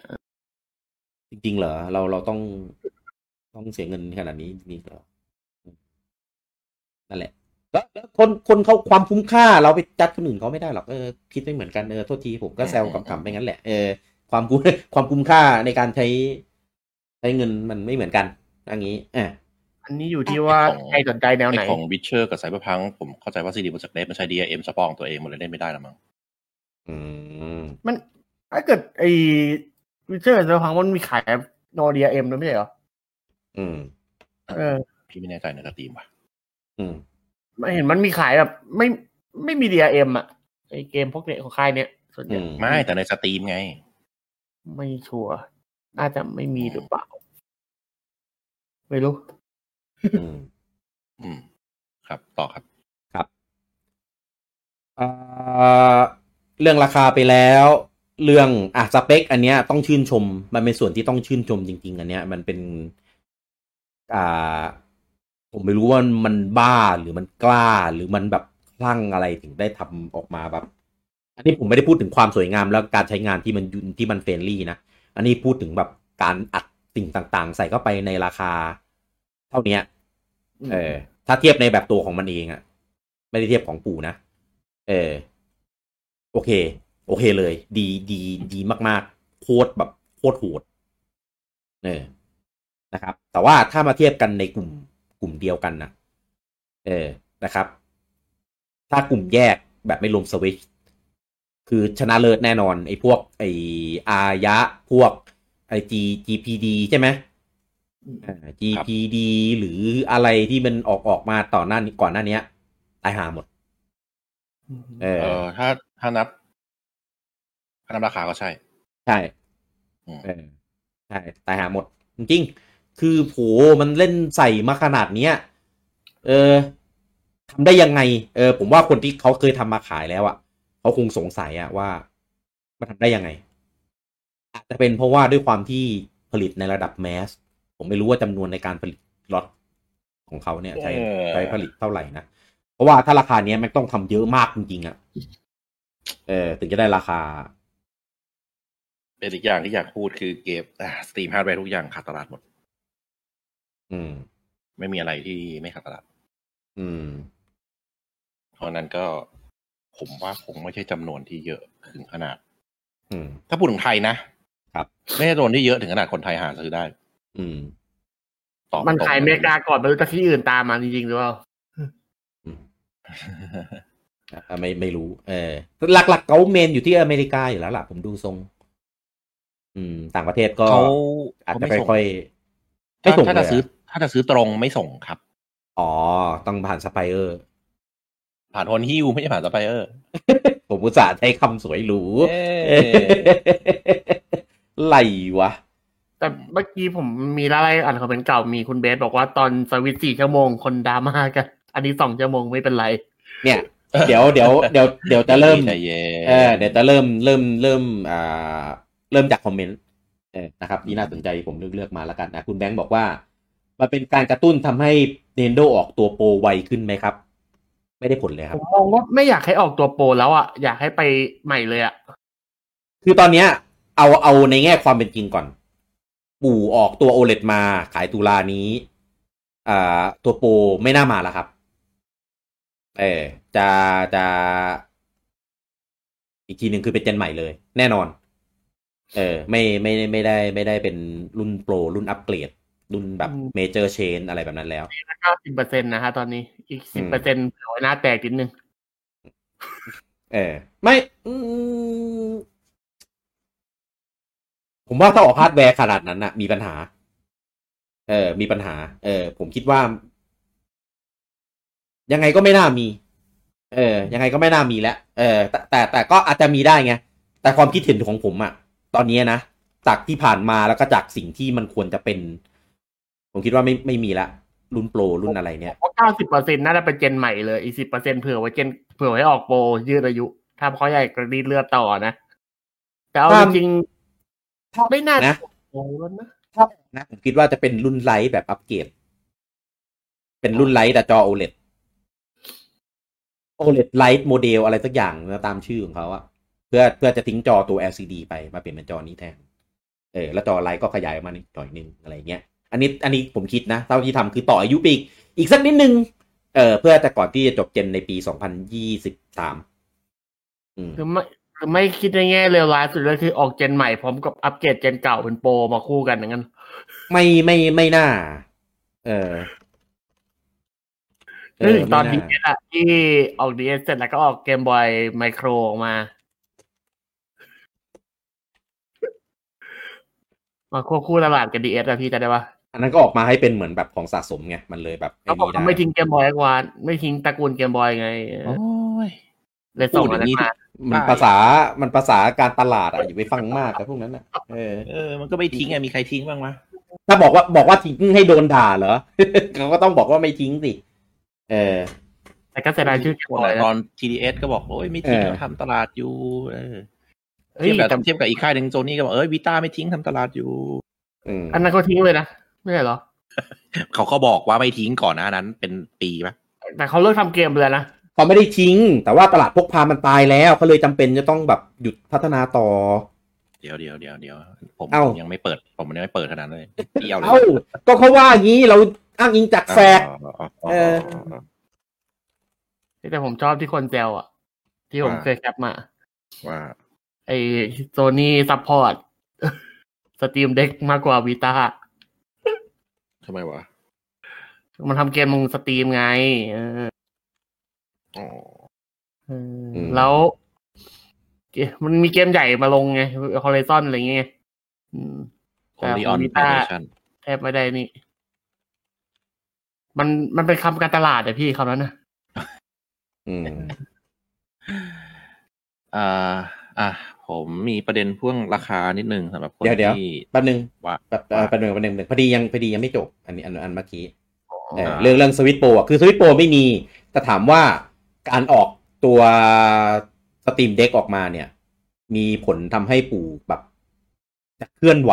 Speaker 1: จริงๆเหรอเราเราต้องต้องเสียเงินขนาดนี้จริงๆเหรอนั่นแหละแล้วแล้วคนคนเขาความคุ้มค่าเราไปจัดคนอื่นเขาไม่ได้หรอกเออคิดไม่เหมือนกันเออโทษทีผมก็แซวขำๆไปงั้นแหละเออความ คุ้ม ความคุ้มค่าในการใช้ใช้เงินมันไม่เหมือนกันอย่างนี้อ่ะ
Speaker 3: อันนี้อยู่ที่ว่า
Speaker 2: ของ
Speaker 3: ใครสนใจแนวไหน
Speaker 2: ไอของวิเชอร์กับไซเบอร์พังผมเข้าใจว่าซีดีโปรเจกต์เดมันใช้ DRM สปองตัวเองหมดเลยเล่นไม่ได้ละมั้ง
Speaker 1: อืม
Speaker 3: มันถ้าเกิดไอ้วิเชอร์เซอร์พังมันมีขายโนเดียเอ็มด้วยไม่ใช่เหรอ
Speaker 1: อืม
Speaker 3: เออ
Speaker 2: พี่ไม่แน่ใจในสตรีมว่ะ
Speaker 1: อืม
Speaker 3: ไม่เห็นมันมีขายแบบ ไม่ไม่มีเดียเอ็มอะไอ้เกมพวกเนี้ยของค่ายเนี้ยส่วนให
Speaker 1: อื
Speaker 3: ญ่
Speaker 1: ม
Speaker 2: ไม่แต่ในสตรีมไง
Speaker 3: ไม่ชัวร์น่าจะไม่มีหรือเปล่า ไม่รู้
Speaker 1: อืม
Speaker 2: อืม ครับต่อครับ
Speaker 1: เอ่อเรื่องราคาไปแล้ว เรื่องอ่ะสเปค อันเนี้ยต้องชื่นชม มันเป็นส่วนที่ต้องชื่นชมจริง ๆ อันเนี้ยมันเป็น อ่า ผมไม่รู้ว่ามันบ้าหรือมันกล้าหรือมันแบบคลั่งอะไรถึงได้ทำออกมาแบบ อันนี้ผมไม่ได้พูดถึงความสวยงามแล้วการใช้งานที่มันยุนที่มันเฟรนลี่นะ อันนี้พูดถึงแบบการอัดสิ่งต่างๆ ใส่เข้าไปในราคา เท่าเนี้ย เออ ถ้าเทียบในแบบตัวของมันเองอะไม่ได้เทียบของปู่นะ เออ โอเค โอเคเลย ดีดีดีมาก ๆ โคตรแบบโคตรโหดเออนะครับ แต่ว่าถ้ามาเทียบกันในกลุ่มกลุ่มเดียวกันนะเออนะครับ ถ้ากลุ่มแยกแบบไม่รวมสวิชคือชนะเลิศแน่นอน ไอ้พวก ไอ้อายะพวกไอ้ G GPD ใช่ไหมอ่า GPD หรืออะไรที่มันออกออกมาต่อหน้านี้ก่อนหน้าเนี้ยตายหาหมด เอ
Speaker 2: เอ
Speaker 1: อ
Speaker 2: อถ้าถ้านับถ้านับราคาก็ใช่
Speaker 1: ใช่
Speaker 2: อืม
Speaker 1: เออใช่ตายหาหมด จริงๆ คือโหมันเล่นใส่มาขนาดเนี้ย เออทำได้ยังไง เออ ผมว่าคนที่เขาเคยทำมาขายแล้วอะ่ะเขาคงสงสัยอะ่ะว่า มันทำได้ยังไง อาจจะเป็นเพราะว่าด้วยความที่ผลิตในระดับแมส ผมไม่รู้ว่าจำนวนในการผลิตล็อตของเขาเนี่ย ใช้
Speaker 2: เออ
Speaker 1: ใช้ผลิตเท่าไหร่นะ เพราะว่าถ้าราคาเนี้ยมันต้องทำเยอะมากจริงๆอะ่ะ เออ ถึงจะได้ราคา
Speaker 2: เป็นอีกอย่างที่อยากพูดคือเกมสตรีมฮาร์ดแวร์ทุกอย่างขาดตลาดหมด
Speaker 1: อืม
Speaker 2: ไม่มีอะไรที่ไม่ขาดตลาด
Speaker 1: อืม
Speaker 2: เพราะฉะนั้นก็ ผมว่าคงไม่ใช่จำนวนที่เยอะถึงขนาด
Speaker 1: อืม
Speaker 2: ถ้าพูดถึงไทยนะครับ ไม่ใช่จำนวนที่เยอะถึงขนาดคนไทยหาซื้อได้
Speaker 1: อืม
Speaker 2: ตอบ
Speaker 3: มันขายอ
Speaker 2: ตง
Speaker 3: เมริกาก่อนไม่รู้จะที่อื่นตามมาจริงๆหรือเปล่า
Speaker 1: อ่ะไม่ไม่รู้ เออ หลักๆเขาเมนอยู่ที่อเมริกาอยู่แล้วล่ะ ผมดูทรง อืม ต่างประเทศก็
Speaker 2: เขา
Speaker 1: อาจ
Speaker 2: เขา
Speaker 1: จะ
Speaker 2: ไม่
Speaker 1: ไม่
Speaker 2: ส่ง
Speaker 1: ค่อย ไม่
Speaker 2: ถ้า
Speaker 1: ส่ง
Speaker 2: ถ้า
Speaker 1: เล
Speaker 2: จะ
Speaker 1: ยอะ
Speaker 2: ซื้อ ถ้าจะซื้อตรงไม่ส่งครับ
Speaker 1: อ๋อ ต้องผ่านสไปเออร์
Speaker 2: ผ่านฮอนฮิวไม่ใช่ผ่านสไปเออร์
Speaker 1: ผมอุต ส่าห์ใช้คำสวยหรู
Speaker 2: เอ
Speaker 1: เอ้ อไหลวะ
Speaker 3: แ แต่เมื่อกี้ผมมีอะไรอ่านคอมเมนต์เก่ามีคุณเบสบอกว่าตอนสวิตสี่ชั่วโมงคนดราม่ากัน อันนี้สองชั่วโมงไม่เป็นไร
Speaker 1: เนี่ย เดี๋ยวเดี๋ยวเดี๋ยวเดี๋ยวจะเริ่ม
Speaker 2: ใจเย็น
Speaker 1: เออเดี๋ยวจะเริ่มเริ่มเริ่มอ่าเริ่มจากคอมเมนต์เออนะครับที่น่าสนใจผมเลือกเลือกมาแล้วกันนะคุณแบงค์บอกว่า มันเป็นการกระตุ้นทำให้ Nintendo ออกตัวโปรไวขึ้นไหมครับ ไม่ได้ผลเลยค
Speaker 3: ผ
Speaker 1: รับ
Speaker 3: มมองว่าไม่อยากให้ออกตัวโปรแล้วอ่ะอยากให้ไปใหม่เลยอ่ะ
Speaker 1: คือตอนเนี้ยเอาเอาในแง่ความเป็นจริงก่อน ปู่ออกตัว OLED มาขายตุลานี้อ่าตัวโปรไม่น่ามาแล้วครับ เออจะจะ อีกทีหนึ่งคือเป็นเจนใหม่เลย แน่นอน เออ ไม่ไม่ไม่ได้ไม่ได้เป็นรุ่นโปรรุ่นอัปเกรด รุ่นแบบเมเจอร์เชนอะไรแบบนั้นแล้ว
Speaker 3: เก้าสิบเปอร์เซ็นต์นะฮะตอนนี้อีกสิบเปอร์เซ็นต์เผื่อไว้หน้าแตกนิดนึง
Speaker 1: เออ ไม่อืมผมว่าถ้าออกฮาร์ดแวร์ขนาดนั้นน่ะ มีปัญหา เออ มีปัญหา เออ ผมคิดว่า ยังไงก็ไม่น่ามี เออ ยังไงก็ไม่น่ามีแล้วเออแต่แต่แต่ก็อาจจะมีได้ไง แต่ความคิดเห็นของผมอะตอนนี้นะ จากที่ผ่านมาแล้วก็จากสิ่งที่มันควรจะเป็น ผมคิดว่าไม่ไม่มีละรุ่นโปรรุ่นอะไรเนี่ย
Speaker 3: เพราะเก้าสิบเปอร์เซ็นต์น่าจะเป็นเจนใหม่เลยอีกสิบเปอร์เซ็นต์เผื่อไว้เจนเผื่อไว้ออกโปรยืดอายุ ถ้าเขาอยากกระดีดเลือดต่อนะแต่เอาจริง
Speaker 1: ถ้า
Speaker 3: ๆไม่น่า
Speaker 1: นะ
Speaker 3: โปรแล้วนะ
Speaker 1: นะผมคิดว่าจะเป็นรุ่นไลท์แบบอัปเกรด เป็นรุ่นไลท์แต่จอ OLED OLED Light โมเดลอะไรสักอย่างนะตามชื่อของเขาอะเพื่อเพื่อจะทิ้งจอตัว LCD ไปมาเปลี่ยนเป็นจอนี้แทน เออ แล้วจอไลท์ก็ขยายออกมานิดหน่อยนึงอะไรเงี้ย อันนี้อันนี้ผมคิดนะเท่าที่ทำคือต่ออายุไปอีกอีกสักนิดนึง เออเพื่อแต่ก่อนที่จะจบเจนในปี 2023อืม
Speaker 3: คือไม่คือไม่คิดในแง่เลวร้ายสุดเลยคือออกเจนใหม่พร้อมกับอัปเกรดเจนเก่าเป็นโปรมาคู่กันอย่างนั้น
Speaker 1: ไม่ไม่ไม่น่า เออเ
Speaker 3: นึกถึงตอน
Speaker 1: ไม่า
Speaker 3: ดีเอสอะที่ออกดีเอสเสร็จแล้วก็ออกเกมบอยไมโครออกมา มาควบคู่ตลาดกับดีเอสอะพี่จะได้ปะ
Speaker 1: อันนั้นก็ออกมาให้เป็นเหมือนแบบของสะสมไง มันเลยแบบ
Speaker 3: เขาบอกว่าไม่ทิ้งเกมบอยแอดวานซ์ไม่ทิ้งตระกูลเกมบอยไงเออ
Speaker 2: โอ้ย
Speaker 3: เลยส่งอัน
Speaker 2: พูดอย่า
Speaker 3: นั้
Speaker 2: งนี้
Speaker 3: นมา
Speaker 1: มันภาษา มันภาษาการตลาดอ่ะ อย่าไปฟังมากกับพวกนั้นอ่ะเออ
Speaker 2: เออมันก็ไม่ทิ้งไงมีใครทิ้งบ้างวะ
Speaker 1: ถ้าบอกว่าบอกว่าทิ้งให้โดนด่าเหรอ เขาก็ต้องบอกว่าไม่ทิ้งสิ เออ
Speaker 3: แต่ก็เสียดายชื่อเกมบอย
Speaker 2: ตอ
Speaker 3: นะ
Speaker 2: น TDS ก็บอกโอ้ยไม่ทิ้ง
Speaker 1: เออ
Speaker 2: เราทำตลาดอยู่เออ
Speaker 3: เฮ้ย
Speaker 2: เทียบกับ
Speaker 3: แต่
Speaker 2: เทียบกับอีกค่ายหนึ่งโจนี่ก็บอกเอ้ยวิต้าไม่ทิ้งทำตลาดอยู่
Speaker 1: อืม
Speaker 3: อันนั้นเขาทิ้งเลยนะไม่ใช่เหรอ
Speaker 2: เขาก็บอกว่าไม่ทิ้งก่อนหน้านั้นเป็นปีปะ
Speaker 3: แต่เขาเลิกทำเกมไปแล้วนะ
Speaker 1: เขาไม่ได้ทิ้ง แต่ว่าตลาดพกพามันตายแล้วเขาเลยจำเป็นจะต้องแบบหยุดพัฒนาต่อ
Speaker 2: เดี๋ยวเดี๋ยวเดี๋ยวเดี๋ยวผม
Speaker 1: เอ้า
Speaker 2: ผมยังไม่เปิด ผมยังไม่เปิดขนาดนั้นเลยเปรี้ยวเลย
Speaker 1: เอ้า ก็เขาว่างี้เราอ้างอิงจากแฟกต์
Speaker 2: อ๋ออ๋ออ๋อ
Speaker 1: เออ
Speaker 3: แต่ผมชอบที่คนแซวอะที่ผมเคยแคปมา
Speaker 2: ว่า
Speaker 3: ไอโซนี่ซัพพอ ร์ตสตรีมเด็กมากกว่าวีตา
Speaker 2: ทำไมวะ
Speaker 3: มันทำเกมมึงสตรีมไง เออ
Speaker 2: อ๋อ
Speaker 3: เออ
Speaker 1: ม
Speaker 3: แล้วเกมมันมีเกมใหญ่มาลงไงฮอล i ซอนอะไรเงี้ยอืม
Speaker 2: คอมดีออนไฟ
Speaker 3: แต่ของ Vita
Speaker 2: เดชั่น
Speaker 3: แทบไม่ได้นี่ มันมันเป็นคำการตลาดอะพี่คำนั้นนะ
Speaker 1: อืม
Speaker 2: อ่าอ่ะผมมีประเด็นพ่วงราคานิดนึงสำหรับคน
Speaker 1: เดี๋ยวเดี๋ยว
Speaker 2: ที่
Speaker 1: แป๊บนึง
Speaker 2: ว่า
Speaker 1: แป๊บเอ่อแป๊บนึงแป๊บนึงแป๊บนึงพอดียังพอดียังไม่จบ อันนี้อันอันเมื่อกี้ เออ
Speaker 2: อ่า
Speaker 1: เรื่องเรื่องสวิตโปรคือสวิตโปรไม่มีแต่ถามว่าการออกตัวสตรีมเด็กออกมาเนี่ย มีผลทำให้ปู่แบบจะเคลื่อนไหว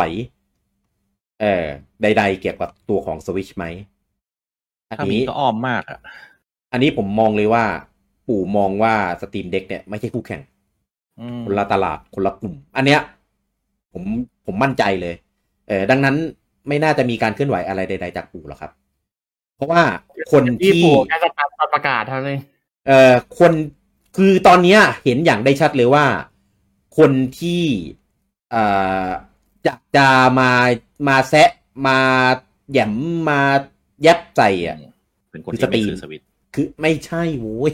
Speaker 1: เออใด ๆ เกี่ยวกับตัวของสวิชไหมอัน
Speaker 2: ถ้ามี
Speaker 1: นี้
Speaker 2: ก็อ้อมมากอ่ะ
Speaker 1: อันนี้ผมมองเลยว่า ปู่มองว่าสตรีมเด็กเนี่ยไม่ใช่คู่แข่ง
Speaker 2: อืม
Speaker 1: คนละตลาดคนละกลุ่ม อันเนี้ยผมผมมั่นใจเลย เออดังนั้นไม่น่าจะมีการเคลื่อนไหวอะไรใด ๆ จากปู่หรอกครับ เพราะว่าคน
Speaker 3: ที่
Speaker 1: ที่
Speaker 3: ปู่แค่จะตัดตอนประกาศเท่านั้นเอง
Speaker 1: เอ่อคนคือตอนเนี้ยเห็นอย่างได้ชัดเลยว่า คนที่เอ่อจะจะมามาแซะมาแหย่มมาแยบใจอ่ะ
Speaker 2: เป็นคน
Speaker 1: คือ
Speaker 2: ที่
Speaker 1: สต
Speaker 2: ไม่
Speaker 1: รีม
Speaker 2: ซื้อสวิตช์
Speaker 1: คือไม่ใช่โว้ย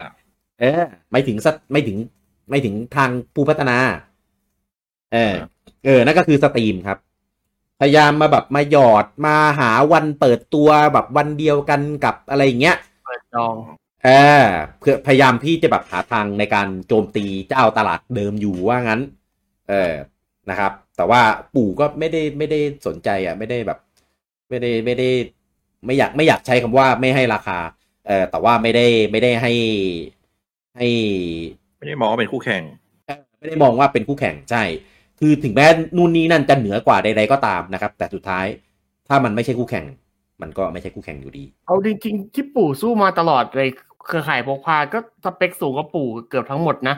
Speaker 2: อ้าว
Speaker 1: เออไม่ถึงสักไม่ถึงไม่ถึงทางผู้พัฒนา เออ เออ นั่นก็คือสตรีมครับ พยายามมาแบบมาหยอดมาหาวันเปิดตัวแบบวันเดียวกันกับอะไรอย่างเงี้ย
Speaker 3: เปิดจอง
Speaker 1: เออเพื่อพยายามที่จะแบบหาทางในการโจมตีเจ้าตลาดเดิมอยู่ว่างั้น เออนะครับ แต่ว่าปู่ก็ไม่ได้ไม่ได้สนใจอ่ะ ไม่ได้แบบ ไม่ได้ไม่ได้ ไม่อยากไม่อยากใช้คำว่าไม่ให้ราคา เออแต่ว่าไม่ได้ไม่ได้ให้ให้
Speaker 2: ไม่ได้มองว่าเป็นคู่แข่ง
Speaker 1: ไม่ได้มองว่าเป็นคู่แข่งใช่ คือถึงแม้นู่นนี่นั่นจะเหนือกว่าใดๆก็ตามนะครับ แต่สุดท้ายถ้ามันไม่ใช่คู่แข่ง มันก็ไม่ใช่คู่แข่งอยู่ดี
Speaker 3: เอาจริงๆ ที่ปู่สู้มาตลอดในเครือข่ายพกพาก็สเปคสูงกว่าปู่เกือบทั้งหมดนะ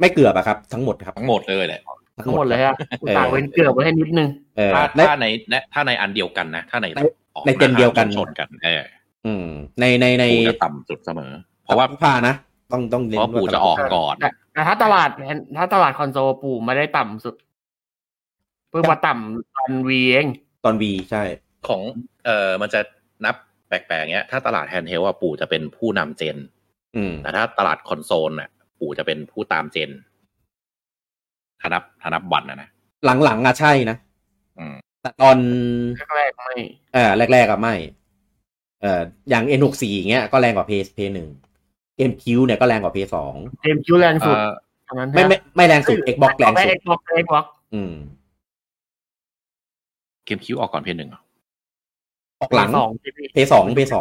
Speaker 1: ไม่เกือบอะครับ ทั้งหมดครับ
Speaker 2: ทั้งหมดเลยแหละ
Speaker 3: ทั้งหมดเลยอะอุตส่าห์เว้นเกือบไว้ให้นิดนึง
Speaker 1: เออ
Speaker 2: ถ้า
Speaker 1: ใน
Speaker 2: ถ้าในและถ้าในอันเดียวกันนะ ถ้าใน
Speaker 1: ในในเจนเดียวกัน
Speaker 2: ชนกันเออ
Speaker 1: อืมในในใน
Speaker 2: ปู่จะต่ำสุดเสมอ เพราะว่า
Speaker 1: พานะ ต้องต้อง
Speaker 2: เพ
Speaker 1: เน้น
Speaker 2: ราะปู่จะออกก่อน
Speaker 3: แต่แต่ถ้าตลาดถ้าตลาดคอนโซลปู่ไม่ได้ต่ำสุด เพิ่งมาต่ำตอนวีเอง
Speaker 1: ตอนวีใช่
Speaker 2: ของเออมันจะนับแปลกๆเงี้ย ถ้าตลาดแฮนด์เฮลอะปู่จะเป็นผู้นำเจน
Speaker 1: อืม
Speaker 2: แต่ถ้าตลาดคอนโซลน่ะ ปู่จะเป็นผู้ตามเจนถ้านับถ้านับวันนะนะ
Speaker 1: หลังๆอะใช่นะ
Speaker 2: อืม
Speaker 1: แต่ตอน
Speaker 3: แรกๆไม่
Speaker 1: เออแรกๆก็ไม่ เอออย่าง N64 อย่างเงี้ยก็แรงกว่า PS PS1 GameCube เนี่ยก็แรงกว่า PS2
Speaker 3: เกมคิวแรงสุดตอนนั้น
Speaker 1: ไม่ไม่ไม่แรงสุด Xbox แรงสุ
Speaker 3: เอ็
Speaker 1: ด
Speaker 3: กบอกเอ็กบอก
Speaker 1: อืม
Speaker 2: เกมคิวออกก่อนเพจหนึ่งเหรอ
Speaker 1: ออกหลัง
Speaker 3: สอง GP
Speaker 1: PS2 PS2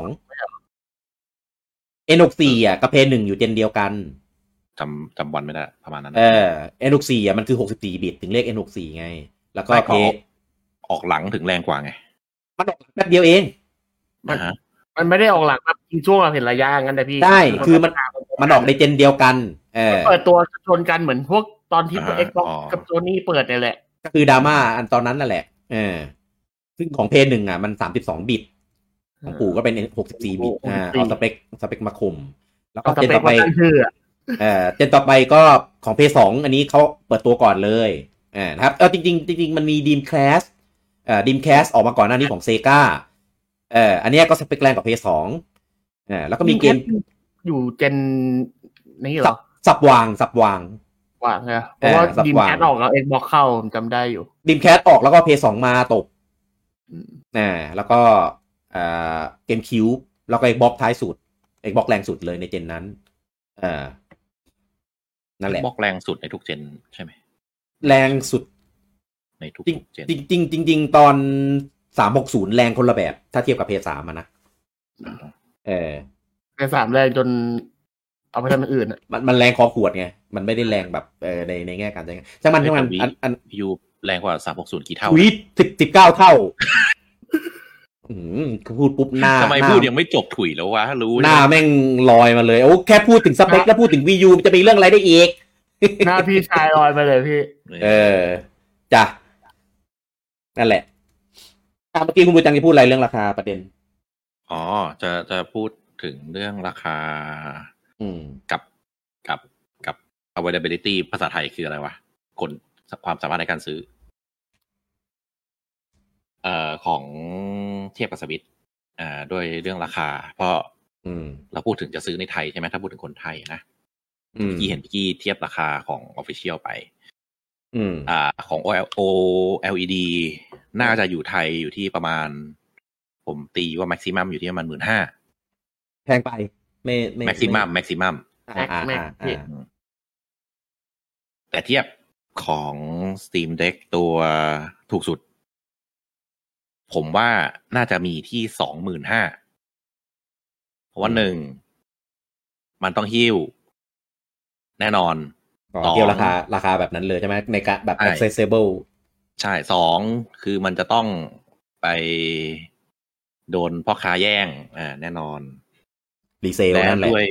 Speaker 1: N64 อ่ะกับ PS1 อยู่เจนเดียวกัน
Speaker 2: จำจำวันไม่ได้ประมาณนั้นนะ
Speaker 1: เออ N64 อ่ะมันคือ 64 บิตถึงเลข N64 ไง แล้วก็
Speaker 2: ไม่ออ
Speaker 1: PS
Speaker 2: ออกหลังถึงแรงกว่าไง
Speaker 1: มันออกแป๊บเดียวเอง
Speaker 2: นะฮะ
Speaker 3: มันไม่ได้ออกหลังแบบทิ้งช่วงเราเห็นระยะงั้นแต่พี่
Speaker 1: ได้คือมัน มันออกในเจนเดียวกัน เออ
Speaker 3: เปิดตัวชนกันเหมือนพวกตอนที่เอ็กบอก
Speaker 2: า
Speaker 3: กับโซนี่เปิดเนี่ยแหละ
Speaker 1: ก็คือดราม่าอันตอนนั้นนั่นแหละ เออ ซึ่งของเพย์หนึ่งอ่ะมันสามสิบสองบิต ของปู่ก็เป็นหกสิบสี่บิต อ่า
Speaker 3: 64
Speaker 1: เอาสเปคสเปคมาคุม แล้วก็
Speaker 3: เอาส
Speaker 1: เจน
Speaker 3: เป
Speaker 1: ต่
Speaker 3: ค
Speaker 1: อไป
Speaker 3: มาตั้งชื่ออะ
Speaker 1: เออเจนต่อไปก็ของเพย์สองอันนี้เขาเปิดตัวก่อนเลยอ่านะครับ เออจริงๆจริงๆมันมีดีมแคลสเอ่อดีมแคลสออกมาก่อนหน้านี้ของเซกาเอออันเนี้ยก็สเปคแรงกว่าเพย์สองเออแล้วก็มีเกม
Speaker 3: อยู่เจนนี่เหรอ
Speaker 1: สับวางสับวาง
Speaker 3: ว่างนะเพราะว่า
Speaker 1: เออสับ
Speaker 3: ดีม
Speaker 1: วาง
Speaker 3: แคทออกแล้วเอ็กบอกเข้าผมจำได้อยู่
Speaker 1: ดีมแคสออกแล้วก็เพย์สองมาตก
Speaker 3: อืม
Speaker 1: อ่าแล้วก็อ่าเกมคิวแล้วก็ไอ้บล็อกท้ายสุดไอ้บล็อกแรงสุดเลยในเจนนั้นอ่านั่นแหละ
Speaker 2: บอกแรงสุดในทุกเจนใช่ไหม
Speaker 1: แรงสุด
Speaker 2: ในทุก
Speaker 1: จริง
Speaker 2: เจน
Speaker 1: จริงจริงจริงๆตอนสามหกศูนย์แรงคนละแบบ ถ้าเทียบกับเพย์สามนะเออ
Speaker 3: ในสามแรงจนเอาไปทำอย่างอื่นอะ
Speaker 1: มันมันแรงคอขวดไง มันไม่ได้แรงแบบเออในในแง่การใช้งานช่างมันช่างมันอันอัน
Speaker 2: ยูแรงกว่าสามหกศูนย์กี่เท่า
Speaker 1: วิสิบสิบเก้าเท่า อืมพูดปุ๊บหน้า
Speaker 2: ทำไม
Speaker 1: หน้า
Speaker 2: พูดยังไม่จบถุยแล้ววะรู้
Speaker 1: หน้าแม่งลอยมาเลยโอ้แค่พูดถึงสเปคแล้วพูดถึงวียูจะมีเรื่องอะไรได้อีก
Speaker 3: หน้าพี่ชายลอยไปเลยพี่
Speaker 1: เออจ้ะนั่นแหละอ่ะเมื่อกี้คุณบูจังจะพูดอะไรเรื่องราคาประเด็น
Speaker 2: อ๋อจะจะพูดถึงเรื่องราคา
Speaker 1: อืม
Speaker 2: กับกับกับ availability ภาษาไทยคืออะไรวะคนความสามารถในการซื้อ เอ่อของเทียบกับสวิตช์อ่าด้วยเรื่องราคา เพราะ
Speaker 1: อืม
Speaker 2: เราพูดถึงจะซื้อในไทยใช่ไหมถ้าพูดถึงคนไทยนะ
Speaker 1: อืม
Speaker 2: พี่เห็นพี่กี้เทียบราคาของ Official ไป
Speaker 1: อืม
Speaker 2: อ่าของ O LED น่าจะอยู่ไทยอยู่ที่ประมาณ ผมตีว่า maximum อยู่ที่ประมาณหมื่นห้า
Speaker 1: แพงไป ไม่ไม่
Speaker 2: maximum maximum
Speaker 1: อ่าอ่าอ่าอ่า
Speaker 2: แต่เทียบของ Steam Deck ตัวถูกสุด ผมว่าน่าจะมีที่สองหมื่นห้าเพราะว่าหนึ่ง มันต้องหิ้ว แน่นอน
Speaker 1: ขอเที่ยวราคาราคาแบบนั้นเลยใช่ไหมในการแบบ
Speaker 2: ใช่
Speaker 1: accessible
Speaker 2: ใช่สองคือมันจะต้องไปโดนพ่อค้าแย่ง อ่า แน่นอน
Speaker 1: รีเซล
Speaker 2: และ
Speaker 1: นั่นแหละ
Speaker 2: ด้วย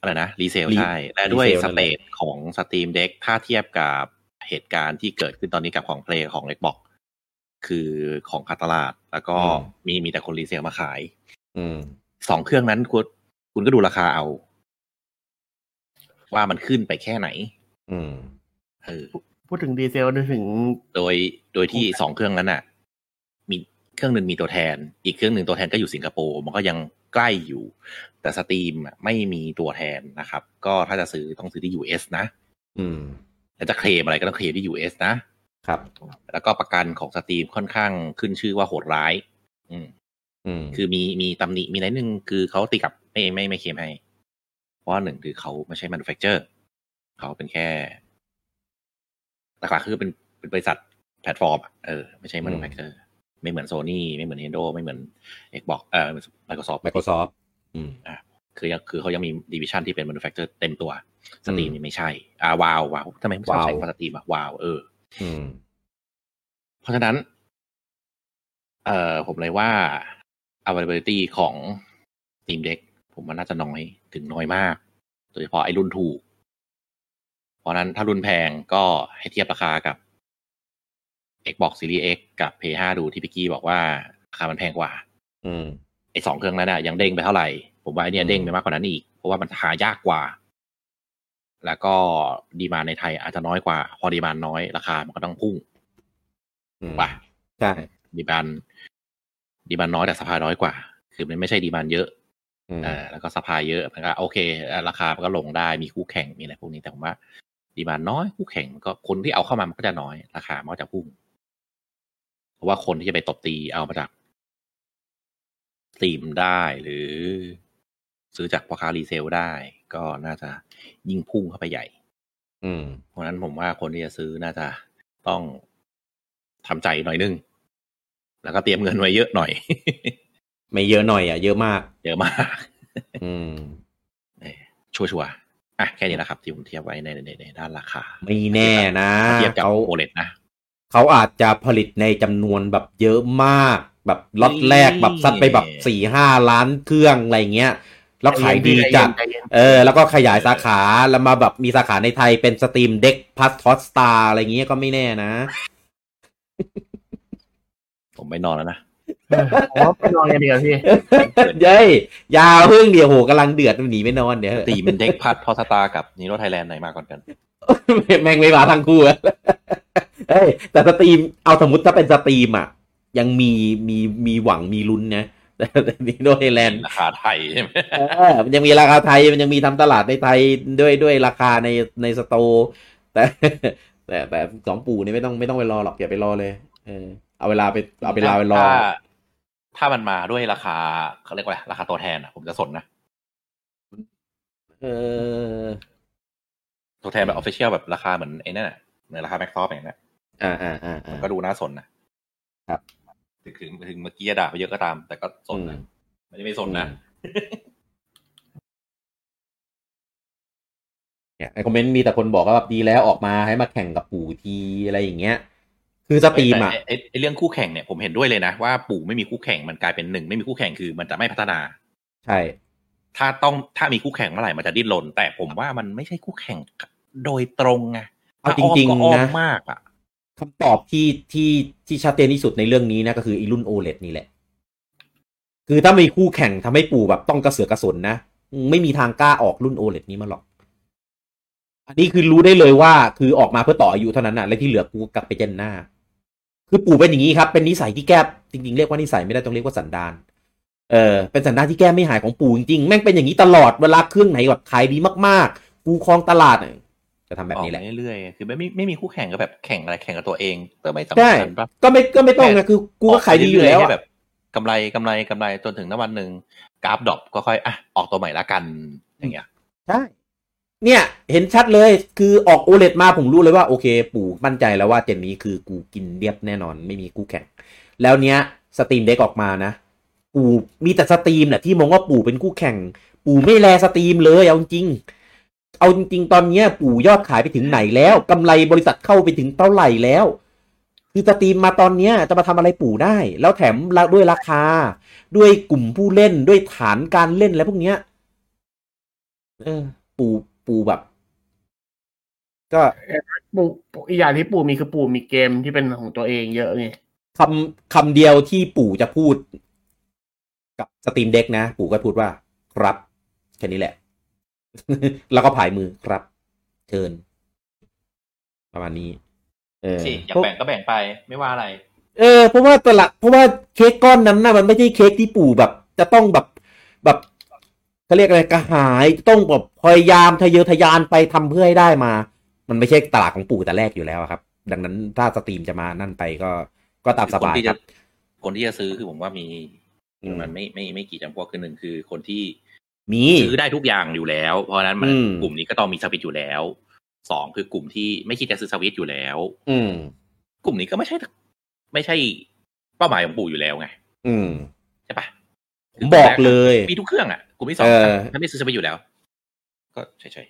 Speaker 2: อะไรนะ รีเซล
Speaker 1: Re-
Speaker 2: ใช่ และด้วย
Speaker 1: resale
Speaker 2: ส
Speaker 1: นั่นแห
Speaker 2: เต
Speaker 1: ละ
Speaker 2: ทของสตรีมเด็กถ้าเทียบกับเหตุการณ์ที่เกิดขึ้นตอนนี้กับของเพลงของ Xbox คือของคาตลาด แล้วก็มีมีแต่คนรีเซลมาขาย
Speaker 1: อืม
Speaker 2: สองเครื่องนั้นคุณคุณก็ดูราคาเอา ว่ามันขึ้นไปแค่ไหน
Speaker 1: อืม
Speaker 2: เออ
Speaker 3: พูดถึงดีเซลนึกถึง
Speaker 2: โดยโดยที่สองเครื่องนั้นน่ะ มีเครื่องหนึ่งมีตัวแทน อีกเครื่องหนึ่งตัวแทนก็อยู่สิงคโปร์มันก็ยังใกล้อยู่ แต่สตรีมอะไม่มีตัวแทนนะครับ ก็ถ้าจะซื้อต้องซื้อที่ US นะ
Speaker 1: อืม
Speaker 2: แล้วจะเคลมอะไรก็ต้องเคลมที่ US นะ
Speaker 1: ครับ
Speaker 2: แล้วก็ประกันของสตรีมค่อนข้างขึ้นชื่อว่าโหดร้าย อืม
Speaker 1: อืม
Speaker 2: คือมีมีตำหนิมีอะไรหนึ่งคือเขาตีกลับไม่ไม่ไม่เคลมให้ เพราะว่าหนึ่งคือเขาไม่ใช่ manufacturer เขาเป็นแค่หลักๆคือเป็นเป็นบริษัท แพลตฟอร์มอะเออไม่ใช่ manufacturer ไม่เหมือนโซนี่ไม่เหมือน Nintendo ไม่เหมือน Xbox เอ่อ Microsoft
Speaker 1: Microsoft อืม
Speaker 2: คือยังคือเขายังมีดิวิชันที่เป็น manufacturer เต็มตัวสตรีม
Speaker 1: อืม
Speaker 2: นี่ไม่ใช่อ่าวาววาวทำไมไม่ชอบ
Speaker 1: Wow
Speaker 2: ใช้คำว่าสตรีมอะวาวเออ
Speaker 1: อืม
Speaker 2: เพราะฉะนั้น เอ่อผมเลยว่า availability ของ Steam Deck ผมว่าน่าจะน้อยถึงน้อยมาก โดยเฉพาะไอ้รุ่นถูก เพราะฉะนั้นถ้ารุ่นแพงก็ให้เทียบราคากับ Xbox Series X กับ PS5 ดูที่พี่กี้บอกว่า ราคามันแพงกว่า
Speaker 1: อืม
Speaker 2: ไอ้สองเครื่องนั้นน่ะยังเด้งไปเท่าไหร่ ผมว่าไอ้เนี่
Speaker 1: อื
Speaker 2: ย
Speaker 1: ม
Speaker 2: เด้งไปมากกว่านั้นอีก เพราะว่ามันหายากกว่า แล้วก็ดีมานในไทยอาจจะน้อยกว่า พอดีมานน้อยราคามันก็ต้องพุ่ง
Speaker 1: อืม
Speaker 2: ไป
Speaker 1: ใช่
Speaker 2: ดีบานดีบานน้อยแต่สปายน้อยกว่า คือมันไม่ใช่ดีบานเยอะ
Speaker 1: อืม
Speaker 2: เออแล้วก็สปายเยอะมันก็โอเคเอ่อราคามันก็ลงได้มีคู่แข่งมีอะไรพวกนี้แต่ผมว่า ดีบานน้อยคู่แข่งมันก็คนที่เอาเข้ามามันก็จะน้อย ราคามันก็จะพุ่งเพราะว่าคนที่จะไปตบตีเอามาจากสตรีมได้หรือ ซื้อจากพ่อค้ารีเซลได้ ก็น่าจะยิ่งพุ่งเข้าไปใหญ่
Speaker 1: อืม
Speaker 2: เพราะฉะนั้นผมว่าคนที่จะซื้อน่าจะต้องทำใจหน่อยนึง แล้วก็เตรียมเงินไว้เยอะหน่อย
Speaker 1: ไม่เยอะหน่อยอ่ะ เยอะมาก
Speaker 2: เยอะมาก
Speaker 1: อืม
Speaker 2: ชัวร์ๆอ่ะแค่นี้นะครับ ที่ผมเทียบไว้ในในในด้านราคา
Speaker 1: ไม่แน่นะ
Speaker 2: ถ้าเทียบกับ
Speaker 1: เขา
Speaker 2: โอเลนะ
Speaker 1: เขาอาจจะผลิตในจำนวนแบบเยอะมาก แบบล็อตแรกแบบซัดไปแบบสี่ห้าล้านเครื่องอะไรเงี้ย แล้วขายดีจัด
Speaker 3: ใจเย็น
Speaker 1: เออ แล้วก็ขยายสาขาแล้วมาแบบมีสาขาในไทยเป็นสตรีมเด็กพัสทอสตาอะไรเงี้ยก็ไม่แน่นะ
Speaker 2: ผมไม่นอนแล้วนะ
Speaker 3: ใจเย็นเออผมว่าไปนอนกันดีก ว่าพี่
Speaker 1: เย้ยยาวเพิ่งเดียวโหกำลังเดือดหนีไม่นอนเดี๋ยว
Speaker 2: ตีมันเด็กพัดพอสตากับนีโรไทยแลนด์ไหนมาก่อนกัน
Speaker 1: แม่งไม่มาทางคู่อะเอ้ยแต่สตรีมเอาสมมติถ้าเป็นสตรีมอ่ะ ยังมีมีมีหวังมีลุ้นนะ แต่แต่นี่โดยแลน ด์
Speaker 2: ราคาไทยใช่ไหม
Speaker 1: เออมันยังมีราคาไทยมันยังมีทำตลาดในไทยด้วยด้วยราคาในในสโตร์ แต่แต่แต่สองปู่นี่ไม่ต้องไม่ต้องไปรอหรอกอย่าไปรอเลยเออเอาเวลาไปเอาเวลาไปรอ
Speaker 2: ถ้ถ้ามันมาด้วยราคาเขาเรียกว่าอะไรราคาตัวแทนอ่ะผมจะสนนะ
Speaker 1: เออ
Speaker 2: ตัวแทนแบบออฟฟิเชียลแบบราคาเหมือนไอ้นั่นน่ะเหมือนราคาแม็กซ์ซอฟอย่างนั้นนะ
Speaker 1: อ่าอ่าอ่าอ่า
Speaker 2: ก็ดูน่าสนนะครับ ถึงถึงถึงเมื่อกี้จะด่าไปเยอะก็ตาม แต่ก็สนนะ
Speaker 1: อืม
Speaker 2: ไม่ได้ไม่สนนะ
Speaker 1: เนี่ยไอคอมเมนต์มีแต่คนบอกว่าแบบดีแล้วออกมาให้มาแข่งกับปู่ทีอะไรอย่างเงี้ย คือสตรีมอ่ะ
Speaker 2: ไไไไอเรื่องคู่แข่งเนี่ยผมเห็นด้วยเลยนะ ว่าปู่ไม่มีคู่แข่งมันกลายเป็นหนึ่งไม่มีคู่แข่งคือมันจะไม่พัฒนา
Speaker 1: ใช่
Speaker 2: ถ้าต้องถ้ามีคู่แข่งเมื่อไหร่มันจะดิ้นรนแต่ผมว่ามันไม่ใช่คู่แข่งโดยตรงไง
Speaker 1: เอาจ
Speaker 2: ถ้
Speaker 1: ริง
Speaker 2: มก็
Speaker 1: ๆ
Speaker 2: อ้อม
Speaker 1: นะ
Speaker 2: มากอ่ะ
Speaker 1: คำตอบที่ที่ที่ชัดเจนที่สุดในเรื่องนี้นะก็คือไอีรุ่น OLED นี่แหละ คือถ้ามีคู่แข่งทำให้ปู่แบบต้องกระเสือกกระสนนะ ไม่มีทางกล้าออกรุ่น OLED นี้มาหรอก อันนี้คือรู้ได้เลยว่าคือออกมาเพื่อต่ออายุเท่านั้นนะและที่เหลือกูกลับไปเจนหน้า คือปู่เป็นอย่างนี้ครับ เป็นนิสัยที่แก้จริงๆ เรียกว่านิสัยไม่ได้ต้องเรียกว่าสันดาน เออเป็นสันดานที่แก้ไม่หายของปู่จริงๆแม่งเป็นอย่างนี้ตลอดเวลาเครื่องไหนแบบขายดีมากๆ กูครองตลาดเนี่ยจะทำแบบนี้แหละ
Speaker 2: ออกมาเรื่อยๆ คือไม่ไม่ไม่มีคู่แข่งก็แบบแข่งอะไรแข่งกับตัวเองก็ไม่สำ
Speaker 1: ใช่
Speaker 2: คัญปะ
Speaker 1: ก็ไม่ก็ไม่ต้องนะคือกูก็ขายดีอยู่แล้ว
Speaker 2: กไป
Speaker 1: อะ
Speaker 2: เรื่ๆให้แบบกำไรกำไรกำไรจนถึงนวันหนึ่งกราฟดรอปก็ค่อยอ่ะออกตัวใหม่ละกันอย่างเงี้ย
Speaker 1: ใช่ เนี่ย เห็นชัดเลย คือออกโอเลมาผมรู้เลยว่า โอเค ปู่มั่นใจแล้วว่าเจนนี้คือกูกินเรียบแน่นอน ไม่มีกูแข่ง แล้วเนี้ยสตรีมเด็กออกมานะ ปู่มีแต่สตรีมเนี่ยที่มองว่าปู่เป็นคู่แข่ง ปู่ไม่แลสตรีมเลยเอาจริง เอาจริงๆตอนเนี้ย ปู่ยอดขายไปถึงไหนแล้วกำไรบริษัทเข้าไปถึงเท่าไหร่แล้ว คือสตรีมมาตอนเนี้ยจะมาทำอะไรปู่ได้ แล้วแถมละด้วยราคา ด้วยกลุ่มผู้เล่นด้วยฐานการเล่นอะไรพวกเนี้ย เออ ปูปูแบบ ก็
Speaker 3: ปู่ปู่อีกอย่างที่ปู่มีคือปู่มีเกมที่เป็นของตัวเองเยอะไง
Speaker 1: คำคำเดียวที่ปู่จะพูด กับสตรีมเด็กนะ ปู่ก็พูดว่า ครับ แค่นี้แหละ แล้วก็ผายมือครับ เชิญ ประมาณนี้ เออ
Speaker 2: สิอยากแบ่งก็แบ่งไปไม่ว่าอะไร
Speaker 1: เออเพราะว่าตลาดเพราะว่าเค้กก้อนนั้นนะมันไม่ใช่เค้กที่ปู่แบบ จะต้องแบบแบบเขาเรียกอะไรกระหายต้องแบบพยายามทะเยอทะยานไปทำเพื่อให้ได้มา มันไม่ใช่ตลาดของปู่แต่แรกอยู่แล้วอะครับ ดังนั้นถ้าสตรีมจะมานั่นไปก็ก็ตามสบาย
Speaker 2: คนที่
Speaker 1: ค
Speaker 2: จะ
Speaker 1: รับ
Speaker 2: คนที่จะซื้อคือผมว่ามี
Speaker 1: อืม
Speaker 2: มันไม่ไม่ไม่กี่จำพวกคือหนึ่งคือคนที่
Speaker 1: มี
Speaker 2: ซื้อได้ทุกอย่างอยู่แล้ว เพราะฉะนั้นมัน
Speaker 1: อืม
Speaker 2: กลุ่มนี้ก็ต้องมีสวิตช์อยู่แล้วสองคือกลุ่มที่ไม่คิดจะซื้อสวิตช์อยู่แล้ว
Speaker 1: อืม
Speaker 2: กลุ่มนี้ก็ไม่ใช่ ไม่ใช่เป้าหมายของปู่อยู่แล้วไง
Speaker 1: อืม
Speaker 2: ใช่ปะ
Speaker 1: ผมบอกเลย
Speaker 2: มีทุกเครื่องอ่ะกลุ่มที่สอง
Speaker 1: เออ
Speaker 2: ฉันไม่ซื้อฉันไปอยู่แล้ว ก็เฉย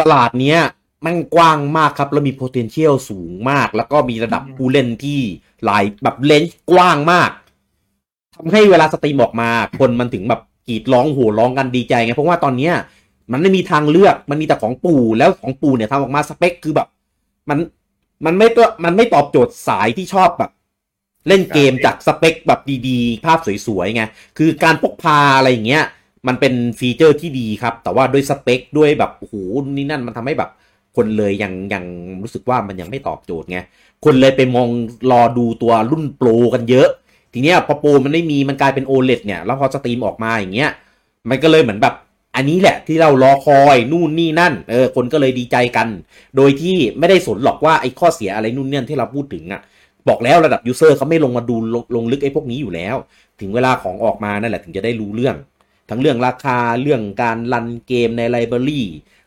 Speaker 1: ตลาดเนี้ยแมันกว้างมากครับ แล้วมี potential สูงมาก แล้วก็มีระดับผู้เล่นที่หลายแบบเลนจ์กว้างมากทำให้เวลาสตรีมออกมา คนมันถึงแบบกรีดร้องโห่ร้องกันดีใจไงเพราะว่าตอนเนี้ย มันไม่มีทางเลือกมันมีแต่ของปู่แล้วของปู่เนี่ยทำออกมาสเปคคือแบบ มันมันไม่ตัวมันไม่ตอบโจทย์สายที่ชอบแบบ เล่นเกมจากสเปคแบบดีๆ ภาพสวยๆไงคือการพกพาอะไรอย่างเงี้ย มันเป็นฟีเจอร์ที่ดีครับ แต่ว่าด้วยสเปคด้วยแบบโอ้โหนี่นั่นมันทำให้แบบ คนเลยยังยังรู้สึกว่ามันยังไม่ตอบโจทย์ไง คนเลยไปมองรอดูตัวรุ่นโปรกันเยอะ ทีเนี้ยพอโปรมันไม่มีมันกลายเป็น OLED เนี่ย แล้วพอสตรีมออกมาอย่างเงี้ย มันก็เลยเหมือนแบบ อันนี้แหละที่เรารอคอยนู่นนี่นั่น เออ คนก็เลยดีใจกัน โดยที่ไม่ได้สนหรอกว่าไอ้ข้อเสียอะไรนู่นเนี่ยที่เราพูดถึงอะ่ะ บอกแล้วระดับยูเซอร์เขาไม่ลงมาดูลงลงลึกไอ้พวกนี้อยู่แล้ว ถึงเวลาของออกมานั่นแหละถึงจะได้รู้เรื่อง ทั้งเรื่องราคาเรื่องการรันเกมในไลบรารี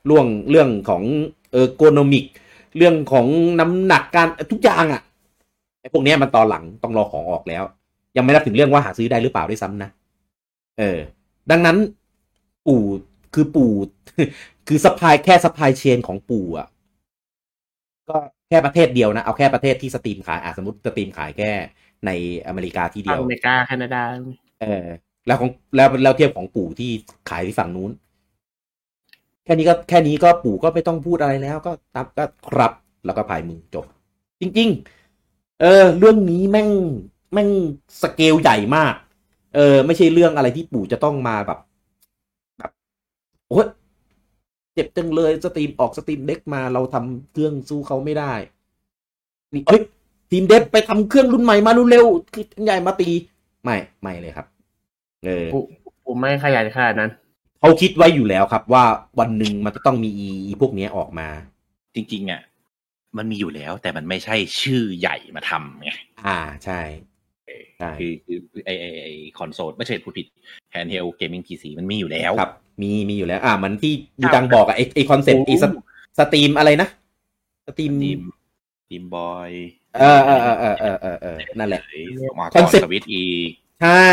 Speaker 1: เรื่องเรื่องของเออโกนมิก เรื่องของน้ำหนักการทุกอย่างอะ่ะไอ้พวกเนี้ยมันตอนหลังต้องรอของออกแล้ว ยังไม่นับถึงเรื่องว่าหาซื้อได้หรือเปล่าด้วยซ้ำนะ เออ ดังนั้น ปู่คือปู่ คือสปายแค่สปายเชนของปู่อ่ะ ก็แค่ประเทศเดียวนะ เอาแค่ประเทศที่สตรีมขายอ่ะสมมติสตรีมขายแค่ในอเมริกาที่เดียว
Speaker 3: อเมริกาแคนาดา
Speaker 1: เออแล้วของแล้วแล้วเทียบของปู่ที่ขายที่ฝั่งนู้น แค่นี้ก็แค่นี้ก็ปู่ก็ไม่ต้องพูดอะไรแล้ว ก็ตามก็ครับ แล้วก็พายมือจบ จริง ๆ เออ เรื่องนี้แม่งแม่งสเกลใหญ่มาก เออ ไม่ใช่เรื่องอะไรที่ปู่จะต้องมาแบบ แบบโอ้ยเจ็บจังเลยสตรีมออกสตรีมเด็กมาเราทำเครื่องสู้เขาไม่ได้ นี่เอ้ยทีมเด็ไปทำเครื่องรุ่นใหม่มารุ่นเร็วคือใหญ่มาตี ไม่ไม่เลยครับ เออ
Speaker 3: กู ผมไม่ขยายขนาดนั้น
Speaker 1: เขาคิดไว้อยู่แล้วครับ ว่าวันหนึ่งมันจะต้องมีอีอีพวกเนี้ยออกมา
Speaker 2: ๆจริง ๆอ่ะมันมีอยู่แล้ว แต่มันไม่ใช่ชื่อใหญ่มาทำไง
Speaker 1: อ่าใช่ใช่
Speaker 2: คือคือไอไอไอคอนโซลไม่ใช่พูดผิดแฮนด์เฮลเกมมิ่งพีซีมันมีอยู่แล้ว
Speaker 1: ครับ มีมีอยู่แล้ว อ่ามันที่ยูดังบอกอะไอไอคอนเซ็ปต์ไอสตสตรีมอะไรนะสตรีม
Speaker 2: ทีมทีมบอย
Speaker 1: เออเออเออเออเออเออเออนั่นแหละ
Speaker 2: มา
Speaker 1: ค
Speaker 2: ก่
Speaker 1: อน
Speaker 2: อน
Speaker 1: เซ็ปต์
Speaker 2: สวิตอี
Speaker 1: ใช่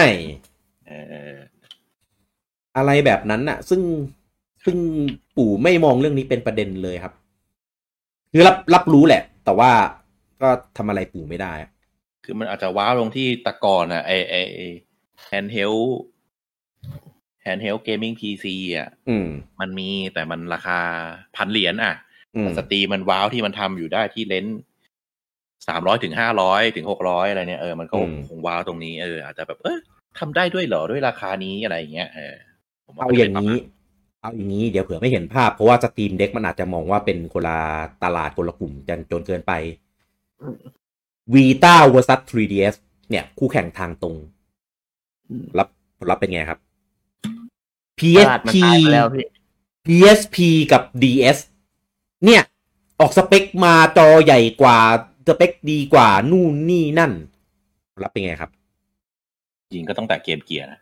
Speaker 2: เออ
Speaker 1: อะไรแบบนั้นน่ะ ซึ่งซึ่งปู่ไม่มองเรื่องนี้เป็นประเด็นเลยครับ คือรับรับรู้แหละ แต่ว่าก็ทำอะไรปู่ไม่ได้อะ
Speaker 2: คือมันอาจจะว้าวลงที่แตะก่อนอ่ะไอไอแฮนด์เฮลแฮนด์เฮลเกมมิ่งพีซีอ่ะ
Speaker 1: อืม
Speaker 2: มันมีแต่มันราคาพันเหรียญอ่ะ
Speaker 1: อืม
Speaker 2: สตรีมมันว้าวที่มันทำอยู่ได้ที่เลนสามร้อยถึงห้าร้อยถึงหกร้อยอะไรเนี่ยเออมันก็คงว้าวตรงนี้เอออาจจะแบบเออทำได้ด้วยเหรอด้วยราคานี้อะไรอย่างเงี้ยเออผมว่
Speaker 1: เอา
Speaker 2: มัน
Speaker 1: อ
Speaker 2: จะป็
Speaker 1: ย่าง
Speaker 2: ประม
Speaker 1: นี้
Speaker 2: ณ
Speaker 1: เอาอย่างนี้เดี๋ยวเผื่อไม่เห็นภาพ เพราะว่าสตรีมเด็กมันอาจจะมองว่าเป็นคนละตลาดคนละกลุ่มจนจนเกินไป
Speaker 3: อืม
Speaker 1: วีต a า vs ซั 3ds เนี่ย คู่แข่งทางตรงรับผลลัพธ์เป็นไงครับ
Speaker 3: ตลาดมัน
Speaker 1: PSP
Speaker 3: ตายไปแล้วพี่
Speaker 1: PSP กับ DS เนี่ย ออกสเปคมาจอใหญ่กว่า สเปคดีกว่า นู่นนี่นั่นผลลัพธ์เป็นไงครับ
Speaker 2: จริงก็ต้องแต่เกมเกียร์นะ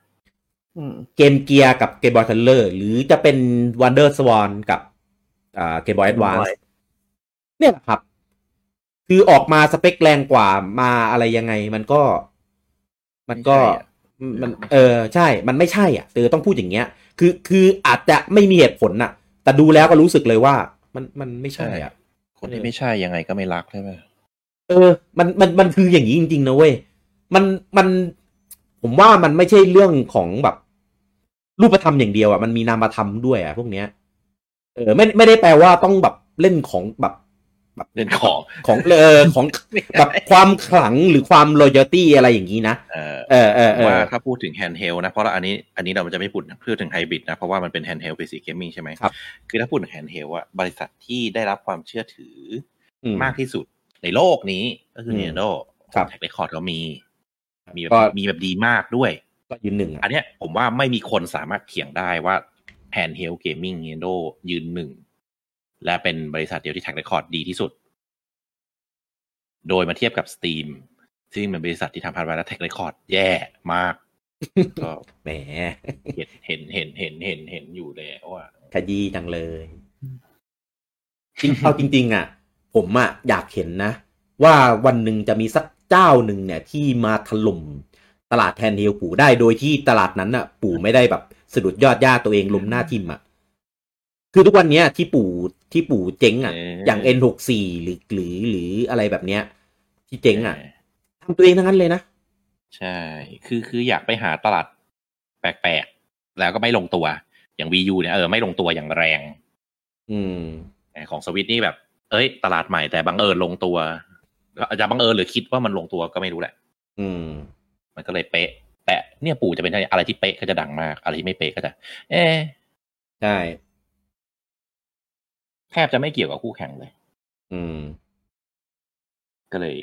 Speaker 3: อืม
Speaker 1: เกมเกียร์กับเกมบอยคัลเลอร์หรือจะเป็นวันเดอร์สวอนกับเกมบอยแอดวานซ์
Speaker 3: Game Boy
Speaker 1: เนี่ยแหละครับ คือออกมาสเปคแรงกว่ามาอะไรยังไง มันก็ มันก็ มันเออใช่ มันไม่ใช่อ่ะเออต้องพูดอย่างเงี้ย คือคืออาจจะไม่มีเหตุผลน่ะ แต่ดูแล้วก็รู้สึกเลยว่า มันมันไม่ใช่อ่ะ
Speaker 2: คนที่ไม่ใช่ยังไงก็ไม่รักใช่ไหม
Speaker 1: เออ มัน มัน มันคืออย่างนี้จริง ๆ นะเว้ย มัน มัน ผมว่ามันไม่ใช่เรื่องของแบบ รูปธรรมอย่างเดียวอะ่ะ มันมีนามธรรมด้วยอะ่ะ พวกเนี้ย เออ ไม่ ไม่ได้แปลว่าต้องแบบเล่นของแบบ
Speaker 2: เล่นของ
Speaker 1: ของเออ ของแบบความขลังหรือความ l อ y a l t y อะไรอย่างนี้นะ
Speaker 2: เออ
Speaker 1: เออเออเอ
Speaker 2: ว่า
Speaker 1: อ
Speaker 2: ถ้าพูดถึงแฮนด์เฮลนะเพราะเราอันนี้อันนี้เราจะไม่พูดพูดถึงไฮบริดนะ เพราะว่ามันเป็นแฮนด์เฮลเป็นสีเกมมิ่งใช่ไหมคือถ้าพูดถึงแฮนด์เฮลอะบริษัทที่ได้รับความเชื่อถือ
Speaker 1: อืม
Speaker 2: มากที่สุดในโลกนี้ ก็คือ
Speaker 1: ม
Speaker 2: Nintendo
Speaker 1: ครับ
Speaker 2: แท็กเรคคอร์ดก็มี มีแบบ
Speaker 1: ก็
Speaker 2: มีแบบดีมากด้วย
Speaker 1: ก็ยืนหนึ่งอะ
Speaker 2: อันเนี้ยผมว่าไม่มีคนสามารถเถียงได้ว่าแฮนด์เฮลเกมมิ่ง Nintendo ยืนหนึ่ง และเป็นบริษัทเดียวที่แท็กเรคคอร์ดดีที่สุด โดยมาเทียบกับ Steam ซึ่งเป็นบริษัทที่ทำพาร์ทไวร์และแท็กเรคคอร์ดแย่มาก ก็
Speaker 1: แหม
Speaker 2: เห็นเห็นเห็นเห็นเห็นเห็นอยู่แล้วอ่ะ
Speaker 1: ขยี้จังเลย จริงเอาจริง ๆ อ่ะ ผมอ่ะอยากเห็นนะ ว่าวันหนึ่งจะมีสักเจ้าหนึ่งเนี่ยที่มาถล่มตลาดแฮนด์เฮลปู่ได้โดยที่ตลาดนั้นอ่ะ ปู่ไม่ได้แบบสะดุดยอดย่าตัวเองล้มหน้าทิมอ่ะคือทุกวันเนี้ยที่ปู่ที่ปู่เจ๊งอ่ะ
Speaker 2: เออ
Speaker 1: อ
Speaker 2: อย่าง
Speaker 1: N64 หรือหรือหรืออะไรแบบเนี้ย ที่เจ๊งอ่ะทำตัวเองทั้งนั้นเลยนะ
Speaker 2: ใช่ คือคืออยากไปหาตลาดแปลกๆ แล้วก็ไม่ลงตัว อย่าง VU เนี่ยเออไม่ลงตัวอย่างแรง
Speaker 1: อืม
Speaker 2: แต่ของสวิตนี่แบบ เอ้ย ตลาดใหม่แต่บังเอิญลงตัวอาจจะบังเอิญหรือคิดว่ามันลงตัวก็ไม่รู้แหละ
Speaker 1: อืม
Speaker 2: มันก็เลยเป๊ะ แต่เนี่ยปู่จะเป็นอะไรที่เป๊ะก็จะดังมาก อะไรที่ไม่เป๊ะก็จะ เอ๊ะ
Speaker 1: ใช่
Speaker 2: แทบจะไม่เกี่ยวกับคู่แข่งเลย
Speaker 1: อืม
Speaker 2: ก็เลย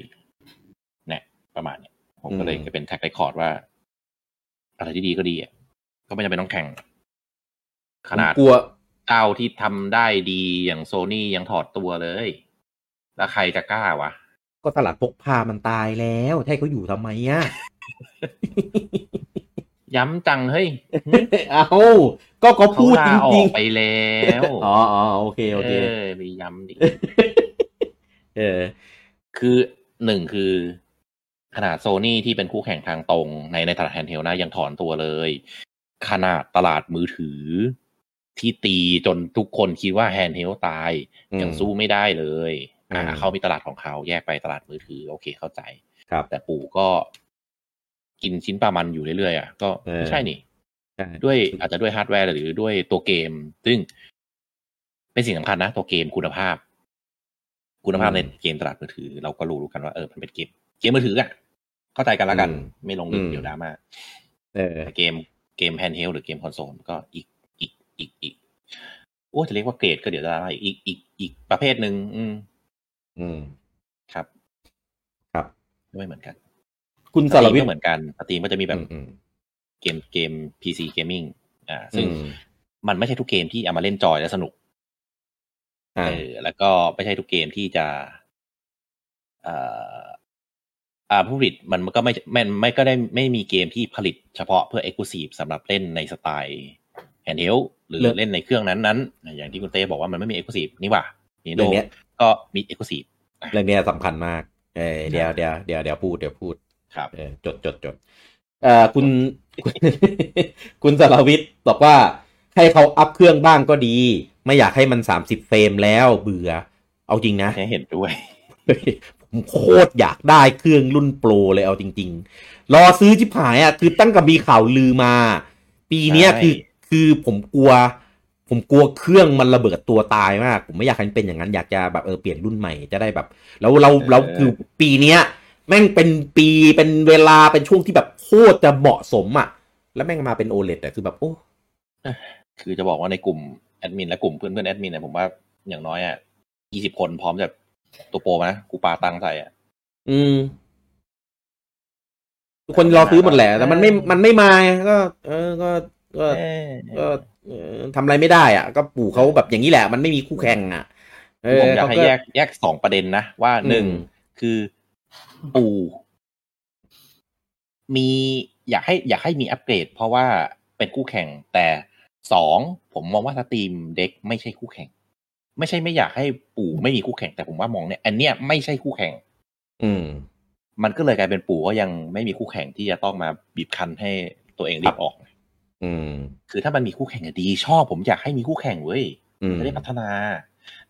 Speaker 2: เนี่ยประมาณเนี้ยผมก็เลย
Speaker 1: อืม
Speaker 2: จะเป็นแท็กเรคคอร์ดว่า อะไรที่ดีก็ดีอ่ะก็ไม่จำเป็นต้องแข่ง ขนาด
Speaker 1: ผมกลัว
Speaker 2: เจ้าที่ทำได้ดีอย่างโซนี่ยังถอดตัวเลย แล้วใครจะกล้าวะ
Speaker 1: ก็ตลาดพกพามันตายแล้วให้เขาอยู่ทำไมอ่ะ
Speaker 2: ย้ำจังเฮ้ย
Speaker 1: เอาก็เขา
Speaker 2: เขา
Speaker 1: พูด
Speaker 2: ลา
Speaker 1: จ
Speaker 2: อ
Speaker 1: ริ
Speaker 2: อก
Speaker 1: ง
Speaker 2: ไปแล้ว
Speaker 1: ๆอ๋ออ๋อโอเค โอเค
Speaker 2: เออมีย้ำดิ
Speaker 1: เออ
Speaker 2: คือหนึ่งคือ ขนาดโซนี่ที่เป็นคู่แข่งทางตรงในในตลาดแฮนด์เฮลนะยังถอนตัวเลย ขนาดตลาดมือถือ ที่ตีจนทุกคนคิดว่าแฮนด์เฮลตาย
Speaker 1: อืม
Speaker 2: ยังสู้ไม่ได้เลย อ่า
Speaker 1: อืม
Speaker 2: เขามีตลาดของเขาแยกไปตลาดมือถือ โอเคเข้าใจ
Speaker 1: ครับ
Speaker 2: แต่ปู่ก็กินชิ้นปลามันอยู่เรื่อยๆอ่ะก็
Speaker 1: เออ
Speaker 2: ไม่ใช่นี่
Speaker 1: ใช่
Speaker 2: ด้วยอาจจะด้วยฮาร์ดแวร์หรือด้วยตัวเกม ซึ่งเป็นสิ่งสำคัญนะ ตัวเกมคุณภาพ คุณภาพในเกมตลาดมือถือ เราก็รู้รู้กันว่าเออมันเป็นเกม เกมมือถืออ่ะ เข้าใจกันแล้วกัน
Speaker 1: อืม
Speaker 2: ไม่ลงลึ
Speaker 1: อื
Speaker 2: ก
Speaker 1: ม
Speaker 2: เดี๋ยวดราม่า
Speaker 1: เออ
Speaker 2: แต่เกมเกมแฮนด์เฮลหรือเกมคอนโซลก็อีกอีกอีกอีกโอ้จะเรียกว่าเกรดก็เดี๋ยวดราม่าอีกอีกอีกอีกประเภทหนึ่งอืม
Speaker 1: อืม
Speaker 2: ครับ
Speaker 1: ครับ
Speaker 2: ไม่เหมือนกัน
Speaker 1: คุณสรวิท
Speaker 2: ก็
Speaker 1: ย์
Speaker 2: เหมือนกันสตรีมก็จะมีแบบ
Speaker 1: อืม
Speaker 2: เกมเกม PC Gaming อ่า ซึ่ง
Speaker 1: อืม
Speaker 2: มันไม่ใช่ทุกเกมที่เอามาเล่นจอยและสนุก
Speaker 1: อ่า
Speaker 2: เออ แล้วก็ไม่ใช่ทุกเกมที่จะเอ่ออ่าผู้ผลิตมันก็ไม่ไม่ไม่ก็ได้ไม่มีเกมที่ผลิตเฉพาะเพื่อ Exclusive สำหรับเล่นในสไตล์แฮนด์เฮลหรือเล่นในเครื่องนั้นนั้นๆอย่างที่คุณเต้บอกว่ามันไม่มี Exclusive นี่หว่านีโด
Speaker 1: เรื่องเนี้ย
Speaker 2: ก็มี Exclusive
Speaker 1: เรื่องเนี้ยสำคัญมาก เออเดี๋ยวเดี๋ยวเดี๋ยวเดี๋ยวพูดเดี๋ยวพูด
Speaker 2: ครับ
Speaker 1: เออจดจดจดเอ่อคุณ คุณสรวิทย์บอกว่าให้เขาอัพเครื่องบ้างก็ดี ไม่อยากให้มัน 30 เฟรมแล้วเบื่อ เอาจริงนะ
Speaker 2: ให้เห็นด้วย
Speaker 1: ผมโคตรอยากได้เครื่องรุ่นโปรเลยเอาจริง ๆ รอซื้อชิบหายอ่ะ คือตั้งกับมีข่าวลือมา ปีเนี้ย
Speaker 2: ใช่
Speaker 1: คือคือผมกลัว ผมกลัวเครื่องมันระเบิดตัวตายมาก ผมไม่อยากให้มันเป็นอย่างนั้นอยากจะแบบเออเปลี่ยนรุ่นใหม่จะได้แบบ แล้วเราเราคือปีเนี้ย แม่งเป็นปีเป็นเวลาเป็นช่วงที่แบบโคตรจะเหมาะสมอ่ะ แล้วแม่งมาเป็นโอเลดอ่ะคือแบบโอ้
Speaker 2: คือจะบอกว่าในกลุ่มแอดมินและกลุ่มเพื่อนเพื่อนแอดมินเนี่ยผมว่าอย่างน้อยอ่ะยี่สิบคนพร้อมจะตัวโปรนะกูปาตังค์ใส่อ่ะ
Speaker 1: อืมทุกคนรอซื้อหมดแหละ แต่มันไม่มันไม่มาไงก็ เออก็ก็ ก็เอ่อทำอะไรไม่ได้อ่ะ ก็ปู่เขาแบบอย่างนี้แหละ มันไม่มีคู่แข่งอ่ะเ
Speaker 2: ผมอยากให้
Speaker 1: เข
Speaker 2: แยกแยกสองประเด็นนะ ว่าหนึ่ง
Speaker 1: อืม
Speaker 2: คือปู่มีอยากให้ อยากให้มีอัปเกรด เพราะว่าเป็นคู่แข่ง แต่สองผมมองว่าสตรีมเด็กไม่ใช่คู่แข่ง ไม่ใช่ไม่อยากให้ปู่ไม่มีคู่แข่ง แต่ผมว่ามองเนี่ย อันเนี้ยไม่ใช่คู่แข่ง
Speaker 1: อืม
Speaker 2: มันก็เลยกลายเป็นปู่ก็ยังไม่มีคู่แข่งที่จะต้องมาบีบคั้นให้ตัวเองรีบออก
Speaker 1: อืม
Speaker 2: คือถ้ามันมีคู่แข่งอะดีชอบผมอยากให้มีคู่แข่งเว้ย
Speaker 1: อืม
Speaker 2: จะได้พัฒนา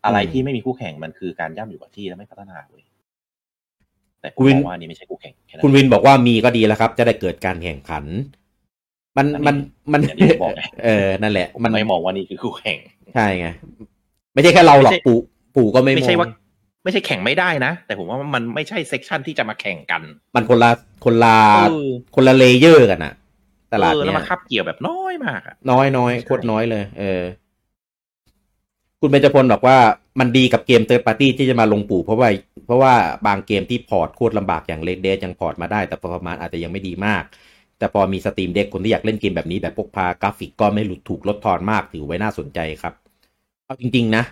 Speaker 2: อะไร
Speaker 1: อืม
Speaker 2: ที่ไม่มีคู่แข่งมันคือการย่ำอยู่กับที่แล้วไม่พัฒนาเว้ยแต่
Speaker 1: คุ
Speaker 2: คุณ
Speaker 1: ณวิน
Speaker 2: บอกว่าอันนี่ไม่ใช่คู่แข่งแนั้น
Speaker 1: คุณวินบอกว่ามีก็ดีแล้วครับ จะได้เกิดการแข่งขัน มันมันมัน
Speaker 2: อย่างที่ผมบอกไง
Speaker 1: เออนั่นแหละ
Speaker 2: มั
Speaker 1: มัน น
Speaker 2: ไม่มองว่านี่คือคู่แข่ง
Speaker 1: ใช่ไงไม่ใช่แค่เราหรอก
Speaker 2: ไม่ใช่
Speaker 1: ปู่ปู่ก็ไม่
Speaker 2: ไม่
Speaker 1: ม
Speaker 2: ใช่
Speaker 1: อง
Speaker 2: ว่า ไม่ใช่แข่งไม่ได้นะ แต่ผมว่ามันไม่ใช่เซกชันที่จะมาแข่งกัน
Speaker 1: มันคนละคนละ
Speaker 2: เออ
Speaker 1: คนละเลเยอร์กันอ่ะ ตลาด
Speaker 2: เออแล้
Speaker 1: เนี่
Speaker 2: วย มาคับเกี่ยวแบบน้อยมากอะ
Speaker 1: น้อยน้อย
Speaker 2: ใช่
Speaker 1: โคตรน้อยเลย เออ คุณเบญจพลบอกว่ามันดีกับเกมเตอร์ปาร์ตี้ที่จะมาลงปู่เพราะว่า เพราะว่าบางเกมที่พอร์ตโคตรลำบากอย่างเลดเดยังพอร์ตมาได้ แต่ประมาณอาจจะยังไม่ดีมาก แต่พอมีสตรีมเด็กคนที่อยากเล่นเกมแบบนี้แบบพกพากราฟิกก็ไม่หลุดถูกลดทอนมากถือไว้น่าสนใจครับ เอาจริง ๆ นะ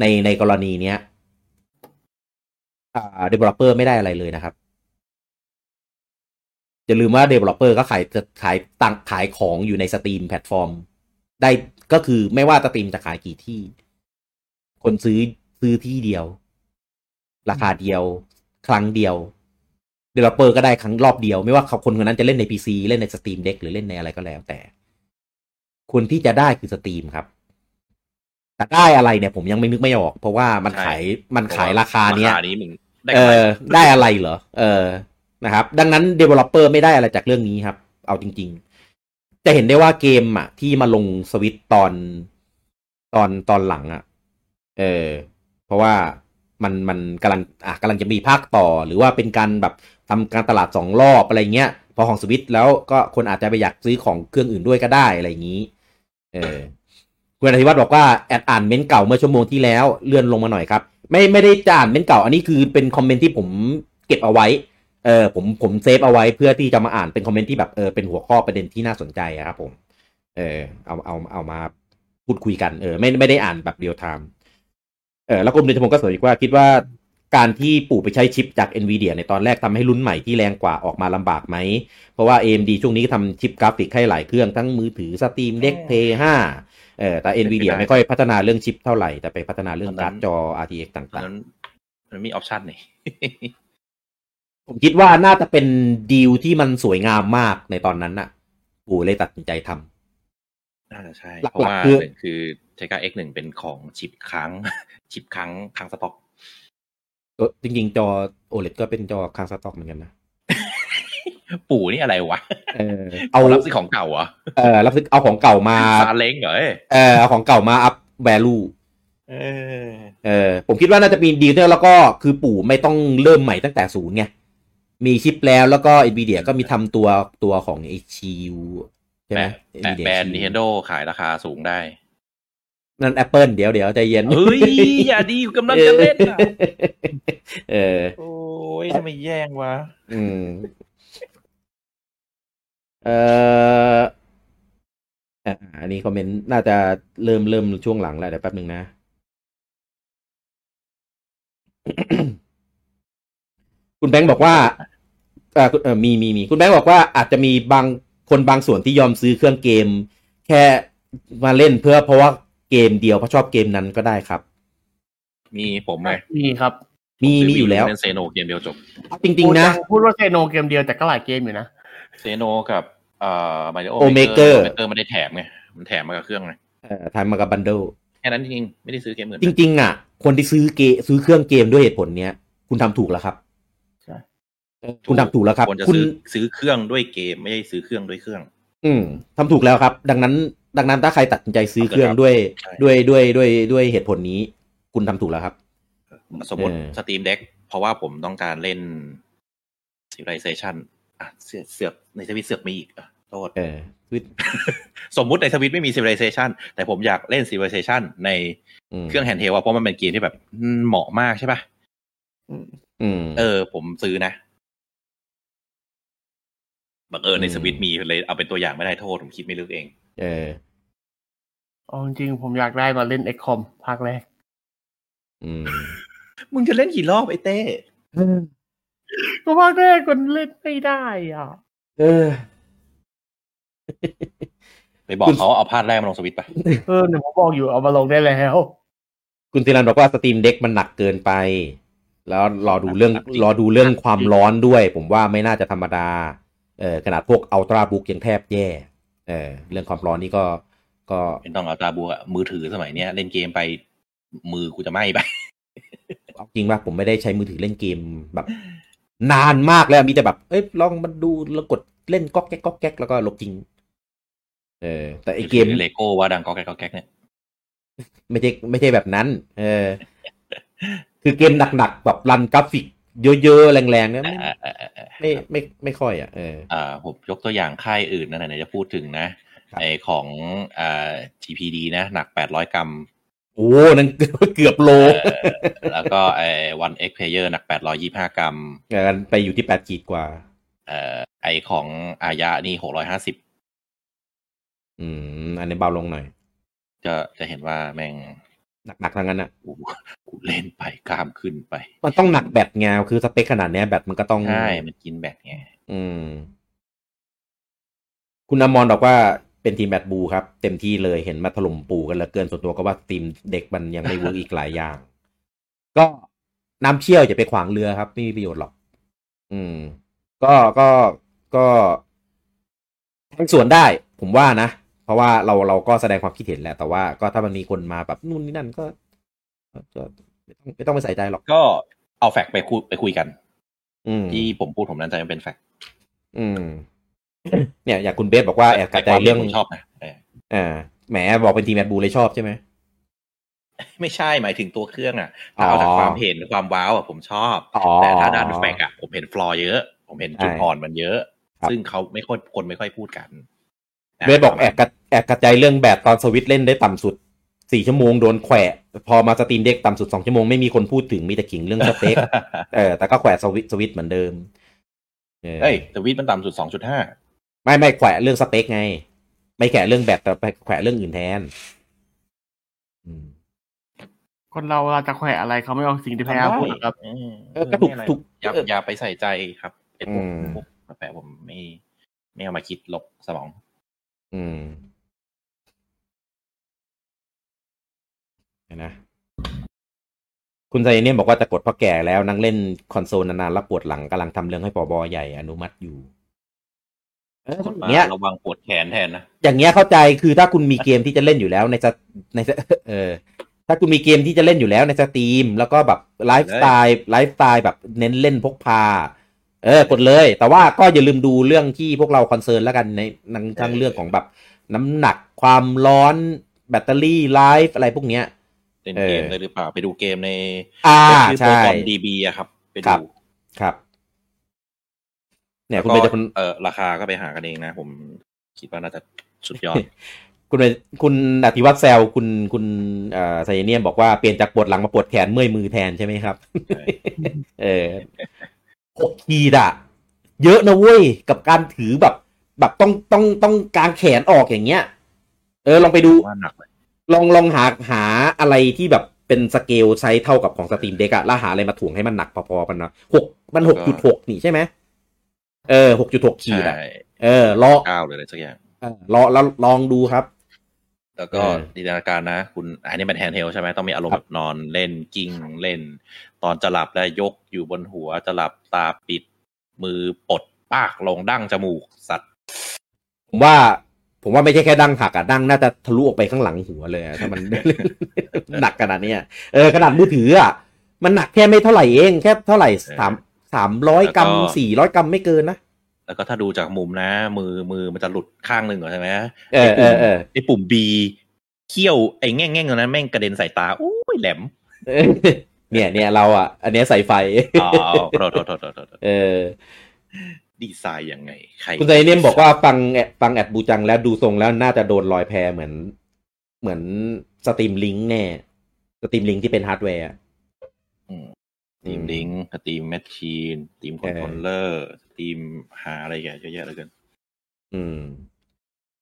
Speaker 1: ในในกรณีเนี้ย อ่า developer ไม่ได้อะไรเลยนะครับ อย่าลืมว่า developer ก็ขายขายตังขายของอยู่ในสตรีมแพลตฟอร์ม ได้ก็คือไม่ว่าสตรีมจะขายกี่ที่ คนซื้อซื้อที่เดียว ราคาเดียวข ครั้งเดียว เดเวลอปเปอร์ก็ได้ครั้งรอบเดียว ไม่ว่าเขาคนคนนั้นจะเล่นใน PC เล่นใน Steam Deck หรือเล่นในอะไรก็แล้วแต่ คนที่จะได้คือ Steam ครับ แต่ได้อะไรเนี่ยผมยังไม่นึกไม่ออก เพราะว่ามันขายมันขายราคาเนี้ย
Speaker 2: ราคานี้มึงได้
Speaker 1: เอ
Speaker 2: ไหม
Speaker 1: อได้อะไรเหรอ เออนะครับ ดังนั้น Developer ไม่ได้อะไรจากเรื่องนี้ครับ เอาจริง ๆ จะเห็นได้ว่าเกมอ่ะ ที่มาลงสวิตช์ตอนตอนตอนหลังอ่ะ เออ เพราะว่ามันมันกำลังอ่ะกำลังจะมีภาคต่อ หรือว่าเป็นการแบบทำการตลาดสองรอบอะไรเงี้ย พอของสวิตช์แล้วก็คนอาจจะไปอยากซื้อของเครื่องอื่นด้วยก็ได้อะไรอย่างนี้ เออคุณอธิวัฒน์บอกว่าแอดอ่านเม้นต์เก่าเมื่อชั่วโมงที่แล้วเลื่อนลงมาหน่อยครับ ไม่ไม่ได้จะอ่านเม้นต์เก่า อันนี้คือเป็นคอมเมนต์ที่ผมเก็บเอาไว้ เออผมผมเซฟเอาไว้เพื่อที่จะมาอ่านเป็นคอมเมนต์ที่แบบเออเป็นหัวข้อประเด็นที่น่าสนใจอะครับผม เออเอาเอาเอามาพูดคุยกันเออไม่ไม่ได้อ่านแบบเรียลไทม์เออแล้วคุณดินทพงศ์ก็เสนออีกว่าคิดว่าการที่ปู่ไปใช้ชิปจาก NVIDIA ในตอนแรกทำให้รุ่นใหม่ที่แรงกว่าออกมาลำบากไหม เพราะว่า AMD ช่วงนี้ก็ทำชิปกราฟิกให้หลายเครื่องทั้งมือถือ Steam Deck Play 5เออแต่ NVIDIA ไม่ค่อยพัฒนาเรื่องชิปเท่าไหร่ แต่ไปพัฒนาเรื่องการ์ดจอ RTX
Speaker 2: อัน
Speaker 1: ต่าง
Speaker 2: นั้นมันมีออปชันนี่
Speaker 1: ๆ ผมคิดว่าน่าจะเป็นดีลที่มันสวยงามมากในตอนนั้นน่ะ ปู่เลยตัดสินใจทำ
Speaker 2: น่าจะใช่
Speaker 1: หลักๆ
Speaker 2: เพราะว่า
Speaker 1: คือ
Speaker 2: หนึ่งคือเทกา X1 เป็นของชิปค้าง ชิปค้างค้างสต็อก
Speaker 1: เออจริงๆ จอ OLED ก็เป็นจอคางสต็อกเหมือนกันนะ
Speaker 2: ปู่นี่อะไรวะ
Speaker 1: เออเอา
Speaker 2: รับซื้อของเก่าเหรอ
Speaker 1: เออรับซื้อเอาของเก่ามา
Speaker 2: ซาเล้งเหรอเอ้ย
Speaker 1: เออเอาของเก่ามาอัพ value
Speaker 2: เออ
Speaker 1: เออผมคิดว่าน่าจะมีดีลเนี่ยแล้วก็คือปู่ไม่ต้องเริ่มใหม่ตั้งแต่ศูนย์ไง มีชิปแล้วแล้วก็ Nvidia ก็มีทำตัวตัวของ HU ใช่ไหม
Speaker 2: แต่
Speaker 1: NVIDIA
Speaker 2: แบรนด์ Nintendo ขายราคาสูง ได้
Speaker 1: นั่น Apple เดี๋ยวเดี๋ยวใจเย็น
Speaker 2: เฮ้ย อย่าดีกำลังจะเล่นอ่ะ
Speaker 1: เออ
Speaker 2: โอ้ยทำไมแย่งวะ
Speaker 1: อืม เอ่ออ่ะอันนี้คอมเมนต์น่าจะเริ่มเริ่มช่วงหลังแล้วเดี๋ยวแป๊บหนึ่งนะ คุณแบงค์บอกว่าเอ่อคุณเอ่อมีมีมีคุณแบงค์บอกว่าอาจจะมีบางคนบางส่วนที่ยอมซื้อเครื่องเกม แค่มาเล่นเพื่อเพราะว่าเกมเดียวเพราะชอบเกมนั้นก็ได้ครับ
Speaker 2: มีผมไหม
Speaker 3: มีครับ
Speaker 1: มีมีอยู่แล้ว
Speaker 2: เล่นเซโนเกมเดียวจบ
Speaker 1: เอาจริง ๆ นะ
Speaker 3: โอ้ยพูดว่าเซโนเกมเดียวแต่ก็หลายเกมอยู่นะ
Speaker 2: เซโนกับเอ่อมาริโอ
Speaker 1: Maker
Speaker 2: เมเกอร์ไม่ได้แถมไง มันแถมมากับเครื่องไง
Speaker 1: เอ่อทำมากับบันเดิล
Speaker 2: แค่นั้นจริงๆไม่ได้ซื้อเกมอื่น
Speaker 1: จริงๆอ่ะ คนที่ซื้อเกซื้อเครื่องเกมด้วยเหตุผลเนี้ย คุณทำถูกแล้วครับ
Speaker 3: ใช่
Speaker 1: เออคุณทำถูกแล้วครับ
Speaker 2: ควรจะ
Speaker 1: คุณ
Speaker 2: ซื้อซื้อเครื่องด้วยเกมไม่ได้ซื้อเครื่องด้วยเครื่อง
Speaker 1: อืมทำถูกแล้วครับ ดังนั้น ดังนั้นถ้าใครตัดสินใจซื้อเครื่องด้วย
Speaker 2: ใช่
Speaker 1: ด้วยด้วยด้วยด้วยเหตุผลนี้ คุณทำถูกแล้วครับ
Speaker 2: สมมติ
Speaker 1: เออ
Speaker 2: สตรีมเด็กเพราะว่าผมต้องการเล่น Civilization อ่ะเสือกเสือกในสวิตเสือกมีอีกอ่ะโทษ
Speaker 1: เออคือ
Speaker 2: สมมุติในสวิตไม่มี Civilization แต่ผมอยากเล่น Civilization ใน
Speaker 1: ม
Speaker 2: เครื่องแฮนด์เฮลอะเพราะมันเป็นเกมที่แบบอืมเหมาะมากใช่ป่ะ
Speaker 1: อืม
Speaker 2: เออ ผมซื้อนะบังเอิญใน
Speaker 1: อืม
Speaker 2: สวิตมีเลยเอาเป็นตัวอย่างไม่ได้โทษ ผมคิดไม่ลึกเอง
Speaker 1: เออ
Speaker 3: เอาจริงๆผมอยากได้มาเล่นเอ็กคอมภาคแรก
Speaker 1: อืม
Speaker 2: มึงจะเล่นกี่รอบไอ้เต้
Speaker 3: ก็ภาคแรกมันเล่นไม่ได้อ่ะ
Speaker 1: เออ
Speaker 2: ไปบอกเขาเอาพาดแรกมาลงสวิตไป
Speaker 3: เออเนี่ยผมบอกอยู่เอามาลงได้แล้ว
Speaker 1: คุณธีรันบอกว่าสตรีมเด็กมันหนักเกินไป แล้วรอดูเรื่องรอดูเรื่องความร้อนด้วย ผมว่าไม่น่าจะธรรมดา เออขนาดพวกอัลตราบุ๊กยังแทบแย่ เออเรื่องความร้อนนี่ก็ก็
Speaker 2: เป็นต้องเอาตาบัวอะมือถือสมัยเนี้ย เล่นเกมไปมือกูจะไหม้ไป
Speaker 1: เอาจริงว่าผมไม่ได้ใช้มือถือเล่นเกมแบบ นานมากแล้วมีแต่แบบ เอ้ยลองมันดูแล้วกดเล่นก๊อกแก๊กก๊อกแก๊กแล้วก็ลบทิ้งเออ แต่ไอเกม
Speaker 2: เลโก้ว่าดังก็แก๊กก็แก๊กเนี่ย
Speaker 1: ไม่ใช่ไม่ใช่แบบนั้น เออ คือเกมหนักๆแบบรันกราฟิก เยอะๆแรงๆเนี่ยไม่
Speaker 2: อ่าอ่าอ่าอ่า
Speaker 1: ไม่ไม่ไม่ค่อยอ่ะเออ
Speaker 2: อ่าผมยกตัวอย่างค่ายอื่นนะไหนๆจะพูดถึงนะครับ ไอของอ่า GPD นะหนัก 800 กรัม
Speaker 1: โอ้นั่น เกือบโล
Speaker 2: เอ่อแล้วก็ไอ One X Player หนัก 825 กรัม
Speaker 1: เงินไปอยู่ที่แปดขีดกว่า
Speaker 2: เอ่อไอของอายะนี่ 650
Speaker 1: อืม อันนี้เบาลงหน่อย
Speaker 2: จะจะเห็นว่าแม่ง
Speaker 1: หนักๆทั้งนั้นอ่ะ
Speaker 2: กูกูเล่นไปกล้ามขึ้นไป
Speaker 1: มันต้องหนักแบตไงคือสเปคขนาดเนี้ยแบตมันก็ต้อง
Speaker 2: ใช่มันกินแบตไง
Speaker 1: อืม คุณอมรบอกว่าเป็นทีมแบตบูครับ เต็มที่เลยเห็นมาถล่มปูกันเหลือเกินส่วนตัวก็ว่าทีมเด็กมันยังไม่เวิร์กอีกหลายอย่าง ก็ น้ำเชี่ยวอย่าไปขวางเรือครับ ไม่มีประโยชน์หรอก อืม ก็ก็ก็ทั้งส่วนได้ ผมว่านะ เพราะว่าเราเราก็แสดงความคิดเห็นแหละ แต่ว่าก็ถ้ามันมีคนมาแบบนู่นนี่นั่นก็ก็ไม่ต้องไม่ต้องไปใส่ใจหรอก
Speaker 2: ก็เอาแฟกต์ไปคุยไปคุยกัน
Speaker 1: อืม
Speaker 2: ที่ผมพูดผมนั้นใจมันเป็นแฟกต์
Speaker 1: อืม เนี่ย อย่างคุณเบสบอกว่าแอบกัดใจ
Speaker 2: แต่ความ
Speaker 1: เรื่อง
Speaker 2: ผมชอบนะเออ
Speaker 1: อ่าแหมบอกเป็นทีมแมนบูเลยชอบใช่ไหม
Speaker 2: ไม่ใช่หมายถึงตัวเครื่องอ่ะ
Speaker 1: อ๋อ
Speaker 2: ถ้าเอาจากความเห็นความว้าวอ่ะผมชอบ
Speaker 1: อ๋อ
Speaker 2: แต่ถ้าด้านแฟกต์อ่ะผมเห็นฟลอร์เยอะ ผมเห็นจุด
Speaker 1: ใช่
Speaker 2: อ่อนมันเยอะ
Speaker 1: ครับ
Speaker 2: ซึ่งเขาไม่ค่อยคนไม่ค่อยพูดกันนะ
Speaker 1: เบสบอกแอบกัดแอบกัดใจเรื่องแบบตอนสวิตช์เล่นได้ต่ำสุดสี่ชั่วโมงโดนแขวะพอมาสตรีมเด็กต่ำสุดสองชั่วโมงไม่มีคนพูดถึงมีแต่ขิงเรื่องส เต็ก เออแต่ก็แขวะสวิตสวิตช์เหมือนเดิมเออ
Speaker 2: เอ้ยแต่วิทย์มันต่ำสุดสองจุดห้า
Speaker 1: ไม่ไม่แขวะเรื่องสเต็กไง ไม่แขวะเรื่องแบบแต่ไปแขวะเรื่องอื่นแทนอืม
Speaker 3: คนเราเวลาจะแขวะอะไรเขาไม่เอาสิ่งที่แพ้พูดหรอกครับ
Speaker 1: เออก็ถูกถูก
Speaker 2: อย่า
Speaker 1: เออ
Speaker 2: อย่าไปใส่ใจครับเป็นพวก
Speaker 1: อืม
Speaker 2: พวกแปะผมไม่ไม่เอามาคิดลบสมอง
Speaker 1: อืมเห็นนะ คุณไซเนียมบอกว่าจะกดเพราะแก่แล้วนั่งเล่นคอนโซลนานๆแล้วปวดหลังกำลังทำเรื่องให้ปอบอใหญ่อนุมัติอยู่ เอออย่างเนี้ย
Speaker 2: ระวังปวดแขนแทนนะ
Speaker 1: อย่างเงี้ยเข้าใจคือถ้าคุณมีเกมที่จะเล่นอยู่แล้วในสตในสเออ ถ้าคุณมีเกมที่จะเล่นอยู่แล้วในสตรีม แล้วก็แบบไลฟ์สไตล์ไลฟ์สไตล์แบบเน้นเล่นพกพา เออกดเลย แต่ว่าก็อย่าลืมดูเรื่องที่พวกเราคอนเซิร์นแล้วกันในทั้งทั้งเรื่องของแบบ น้ำหนักความร้อนแบตเตอรี่ไลฟ์อะไรพวกเนี้ย
Speaker 2: เล่น
Speaker 1: เออ
Speaker 2: เกมเลยหรือเปล่าไปดูเกมใน
Speaker 1: อ่า
Speaker 2: ชื่โปร
Speaker 1: ใช่
Speaker 2: แกรมดีบีอะครับ ไป
Speaker 1: ครั
Speaker 2: ดู
Speaker 1: บ ครับ เนี่ยคุณ
Speaker 2: ก็
Speaker 1: เบนจะคุณ
Speaker 2: เออราคาก็ไปหากันเองนะ ผมคิดว่าน่าจะสุด ยอด
Speaker 1: คุณเบนคุณอธิวัตรแซวคุณคุณเอ่อไซเนียมบอกว่าเปลี่ยนจากปวดหลังมาปวดแขนเมื่อยมือแทนใช่ไหมครับ เออหกขีดอะเยอะนะเว้ย กับการถือแบบ แบบต้องต้องต้องกางแขนออกอย่างเงี้ย เออ ลองไปดู
Speaker 2: ว่าหนักเลย
Speaker 1: ลองลองหาหาอะไรที่แบบเป็นสเกลใช้เท่ากับของสตรีมเด็กอะแล้วหาอะไรมาถ่วงให้มันหนักพอๆกันนะหกมันหกจุดหกนี่ใช่ไหมเออหกจุดหกขีดอะ
Speaker 2: ใช่
Speaker 1: เออลอง
Speaker 2: ก้าวเลยอะไรสักอย่าง
Speaker 1: เออลองแล้วลองดูครับ
Speaker 2: แล้วก็
Speaker 1: เออ
Speaker 2: จินตนาการนะ คุณอันนี้เป็นแฮนด์เฮลใช่ไหมต้องมีอารมณ์
Speaker 1: ครั
Speaker 2: แบบ บนอนเล่นกิ้งเล่น ตอนจะหลับแล้วยกอยู่บนหัวจะหลับตาปิด มือปลดปากลงดั้งจมูกสัตว์
Speaker 1: ผมว่า ผมว่าไม่ใช่แค่ดังหักอะดังน่าจะทะลุออกไปข้างหลังหัวเลยอะถ้ามัน หนักขนาดเนี้ยเออขนาดมือถืออะมันหนักแค่ไม่เท่าไหร่เอง แค่เท่าไหร่สามสามร้อยกรัม
Speaker 2: แล้วก็
Speaker 1: สี่ร้อยกรัมไม่เกินนะ
Speaker 2: แล้วก็ถ้าดูจากมุมนะ มือมือมันจะหลุดข้างหนึ่งเหรอใช่ไหม
Speaker 1: เออเออเออ
Speaker 2: ไอ้ปุ่ม B เขี้ยวไอ้แง่งๆตรงนั้นแม่งกระเด็นใส่ตาอุ้ยแหลม
Speaker 1: เออเนี่ยเนี่ยเราอะอันเนี้ยใส่ไฟ
Speaker 2: อ๋อโทษโทษโทษโทษโทษ
Speaker 1: เออ
Speaker 2: ดีไซน์ยังไง ใคร
Speaker 1: คุณไซเนียมบอกว่าฟังแอดฟังแอดบูจังแล้วดูทรงแล้วน่าจะโดนรอยแพรเหมือน เหมือนสตรีมลิงก์แน่สตรีมลิงก์ที่เป็นฮาร์ดแวร์อะ
Speaker 2: อืมทีมลิงก์ทีมแมชชีนทีมคอนโทรลเลอร์ทีมหาอะไรอย่างเยอะแยะเหลยกัน
Speaker 1: อืม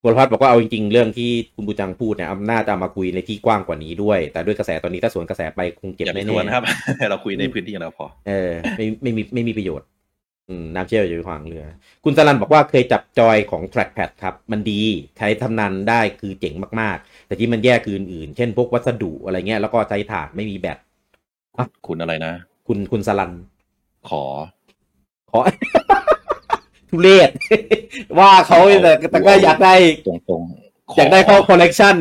Speaker 1: บุรพัฒน์บอกว่าเอาจริงๆเรื่องที่คุณบูจังพูดเนี่ยอำนาจจะเอามาคุยในที่กว้างกว่านี้ด้วย แต่ด้วยกระแสตอนนี้ถ้าสวนกระแสไปคงเจ็บ
Speaker 2: อย่าไป
Speaker 1: แน่
Speaker 2: สวน
Speaker 1: ๆ
Speaker 2: ครับ เราคุยในพื้นที่ของเราพอ
Speaker 1: เออไม่ไม่มีไม่มีประโยชน์ อืมน้ำเชี่ยวอยู่ในขวางเรือ คุณสลันบอกว่าเคยจับจอยของ trackpad ครับ มันดีใช้ทำนันได้คือเจ๋งมากๆ แต่ที่มันแย่คืออื่นๆ เช่นพวกวัสดุอะไรเงี้ยแล้วก็ใช้ถ่านไม่มีแบต
Speaker 2: คุณอะไรนะ
Speaker 1: คุณคุณสลัน
Speaker 2: ขอ
Speaker 1: ขอ ทุเรศ ว่าเขาแต่แต่ก็อยากได้
Speaker 2: ตรงตรงๆข
Speaker 1: อยากได้เข้าคอลเลก ชัน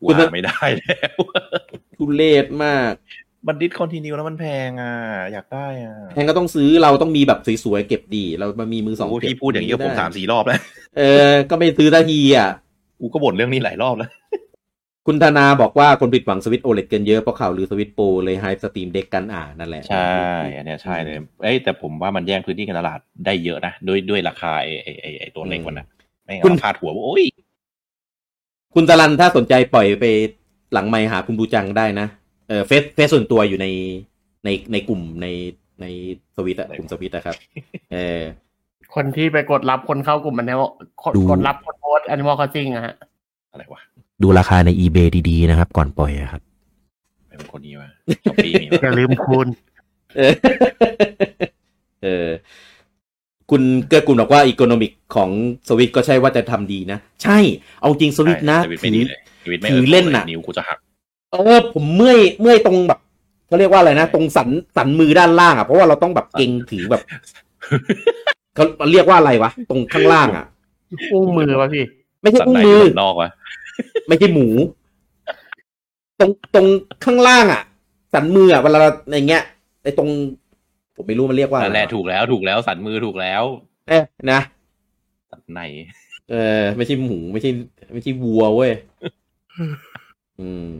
Speaker 1: คุ
Speaker 2: คุณ ณไม่ได้แล้ว
Speaker 1: ทุเรศมาก
Speaker 2: มันดิสคอนติเนียแล้วมันแพงอ่ะ อยากได้อ่ะ
Speaker 1: แทนก็ต้องซื้อเราต้องมีแบบสวยๆเก็บดี เรามามีมือสอง
Speaker 2: โอ้ย
Speaker 1: เก็บ
Speaker 2: พี่พูดอย่างนี้กับผม
Speaker 1: ไได้
Speaker 2: สามสี่รอบแล้ว
Speaker 1: เออ ก็ไม่ซื้อทันทีอ่ะ
Speaker 2: กูก็บ่นเรื่องนี้หลายรอบแล้ว
Speaker 1: คุณธนาบอกว่าคนผิดหวังสวิตโอเลดเกินเยอะเพราะข่าวลือสวิตโปรเลยไฮสตรีมเด็กกันอ่านั่นแหละ
Speaker 2: ใช่ อันเนี้ยใช่เลย เอ้ยแต่ผมว่ามันแย่งพื้นที่การตลาดได้เยอะนะ ด้วยด้วยราคาไอ้ไอ้ไอ้ไอ้ตัวเล็กมันนะไม่งั้น
Speaker 1: คุณ
Speaker 2: เราพาดหัวว่าโอ้ย
Speaker 1: คุณตะลันถ้าสนใจปล่อยไปหลังไมค์หาคุณบูจังได้นะเออเฟซเฟซส่วนตัวอยู่ในในในกลุ่มในในสวิตอะกลุ่มสวิตนะครับ เออ
Speaker 3: คนที่ไปกดรับคนเข้ากลุ่มมันเนี่ย
Speaker 1: ดู
Speaker 3: กดรับคนโพสแอนิมอลคอสซิงอะฮะ
Speaker 2: อะไรวะ
Speaker 1: ดูราคาใน eBay ดีๆนะครับ ก่อนปล่อยครับ
Speaker 2: เป็นคนนี้วะช้อปปี้มี
Speaker 3: อย่าว
Speaker 2: ะ
Speaker 3: ลืมคูณ
Speaker 1: เออ เออ คุณเกื้อกูลบอกว่าอีโคโนมิกของสวิตก็ใช่ว่าจะทำดีนะ ใช่ เอาจริงสวิตนะ
Speaker 2: ชีวิต
Speaker 1: ถือ
Speaker 2: ไม่ดีเลยชีวิตไม่
Speaker 1: ถือเล่นน่ะ
Speaker 2: นิ้วกูจะหัก
Speaker 1: เออผมเมื่อยเมื่อยตรงแบบ เขาเรียกว่าอะไรนะ ตรงสันสันมือด้านล่างอ่ะเพราะว่าเราต้องแบบเก่งถือ แบบเขาเรียกว่าอะไรวะตรงข้างล่างอ่ะ
Speaker 3: อุ้งมือป่ะพี่
Speaker 1: ไม่ใช่
Speaker 2: สัน
Speaker 1: อุ้ง
Speaker 2: ใน
Speaker 1: มือ
Speaker 2: สันนอกวะ
Speaker 1: ไม่ใช่หมู ตรงตรงข้างล่างอ่ะ สันมืออ่ะเวลาเราอย่างเงี้ยไอ้ตรง ผมไม่รู้มันเรียกว่า
Speaker 2: นั่
Speaker 1: อะ
Speaker 2: น
Speaker 1: ไร
Speaker 2: แหละถูกแล้วถูกแล้วสันมือถูกแล้ว
Speaker 1: เอ๊ะนะ
Speaker 2: สันใน
Speaker 1: เออ ไม่ใช่หมู ไม่ใช่ ไม่ใช่วัวเว้ยอืม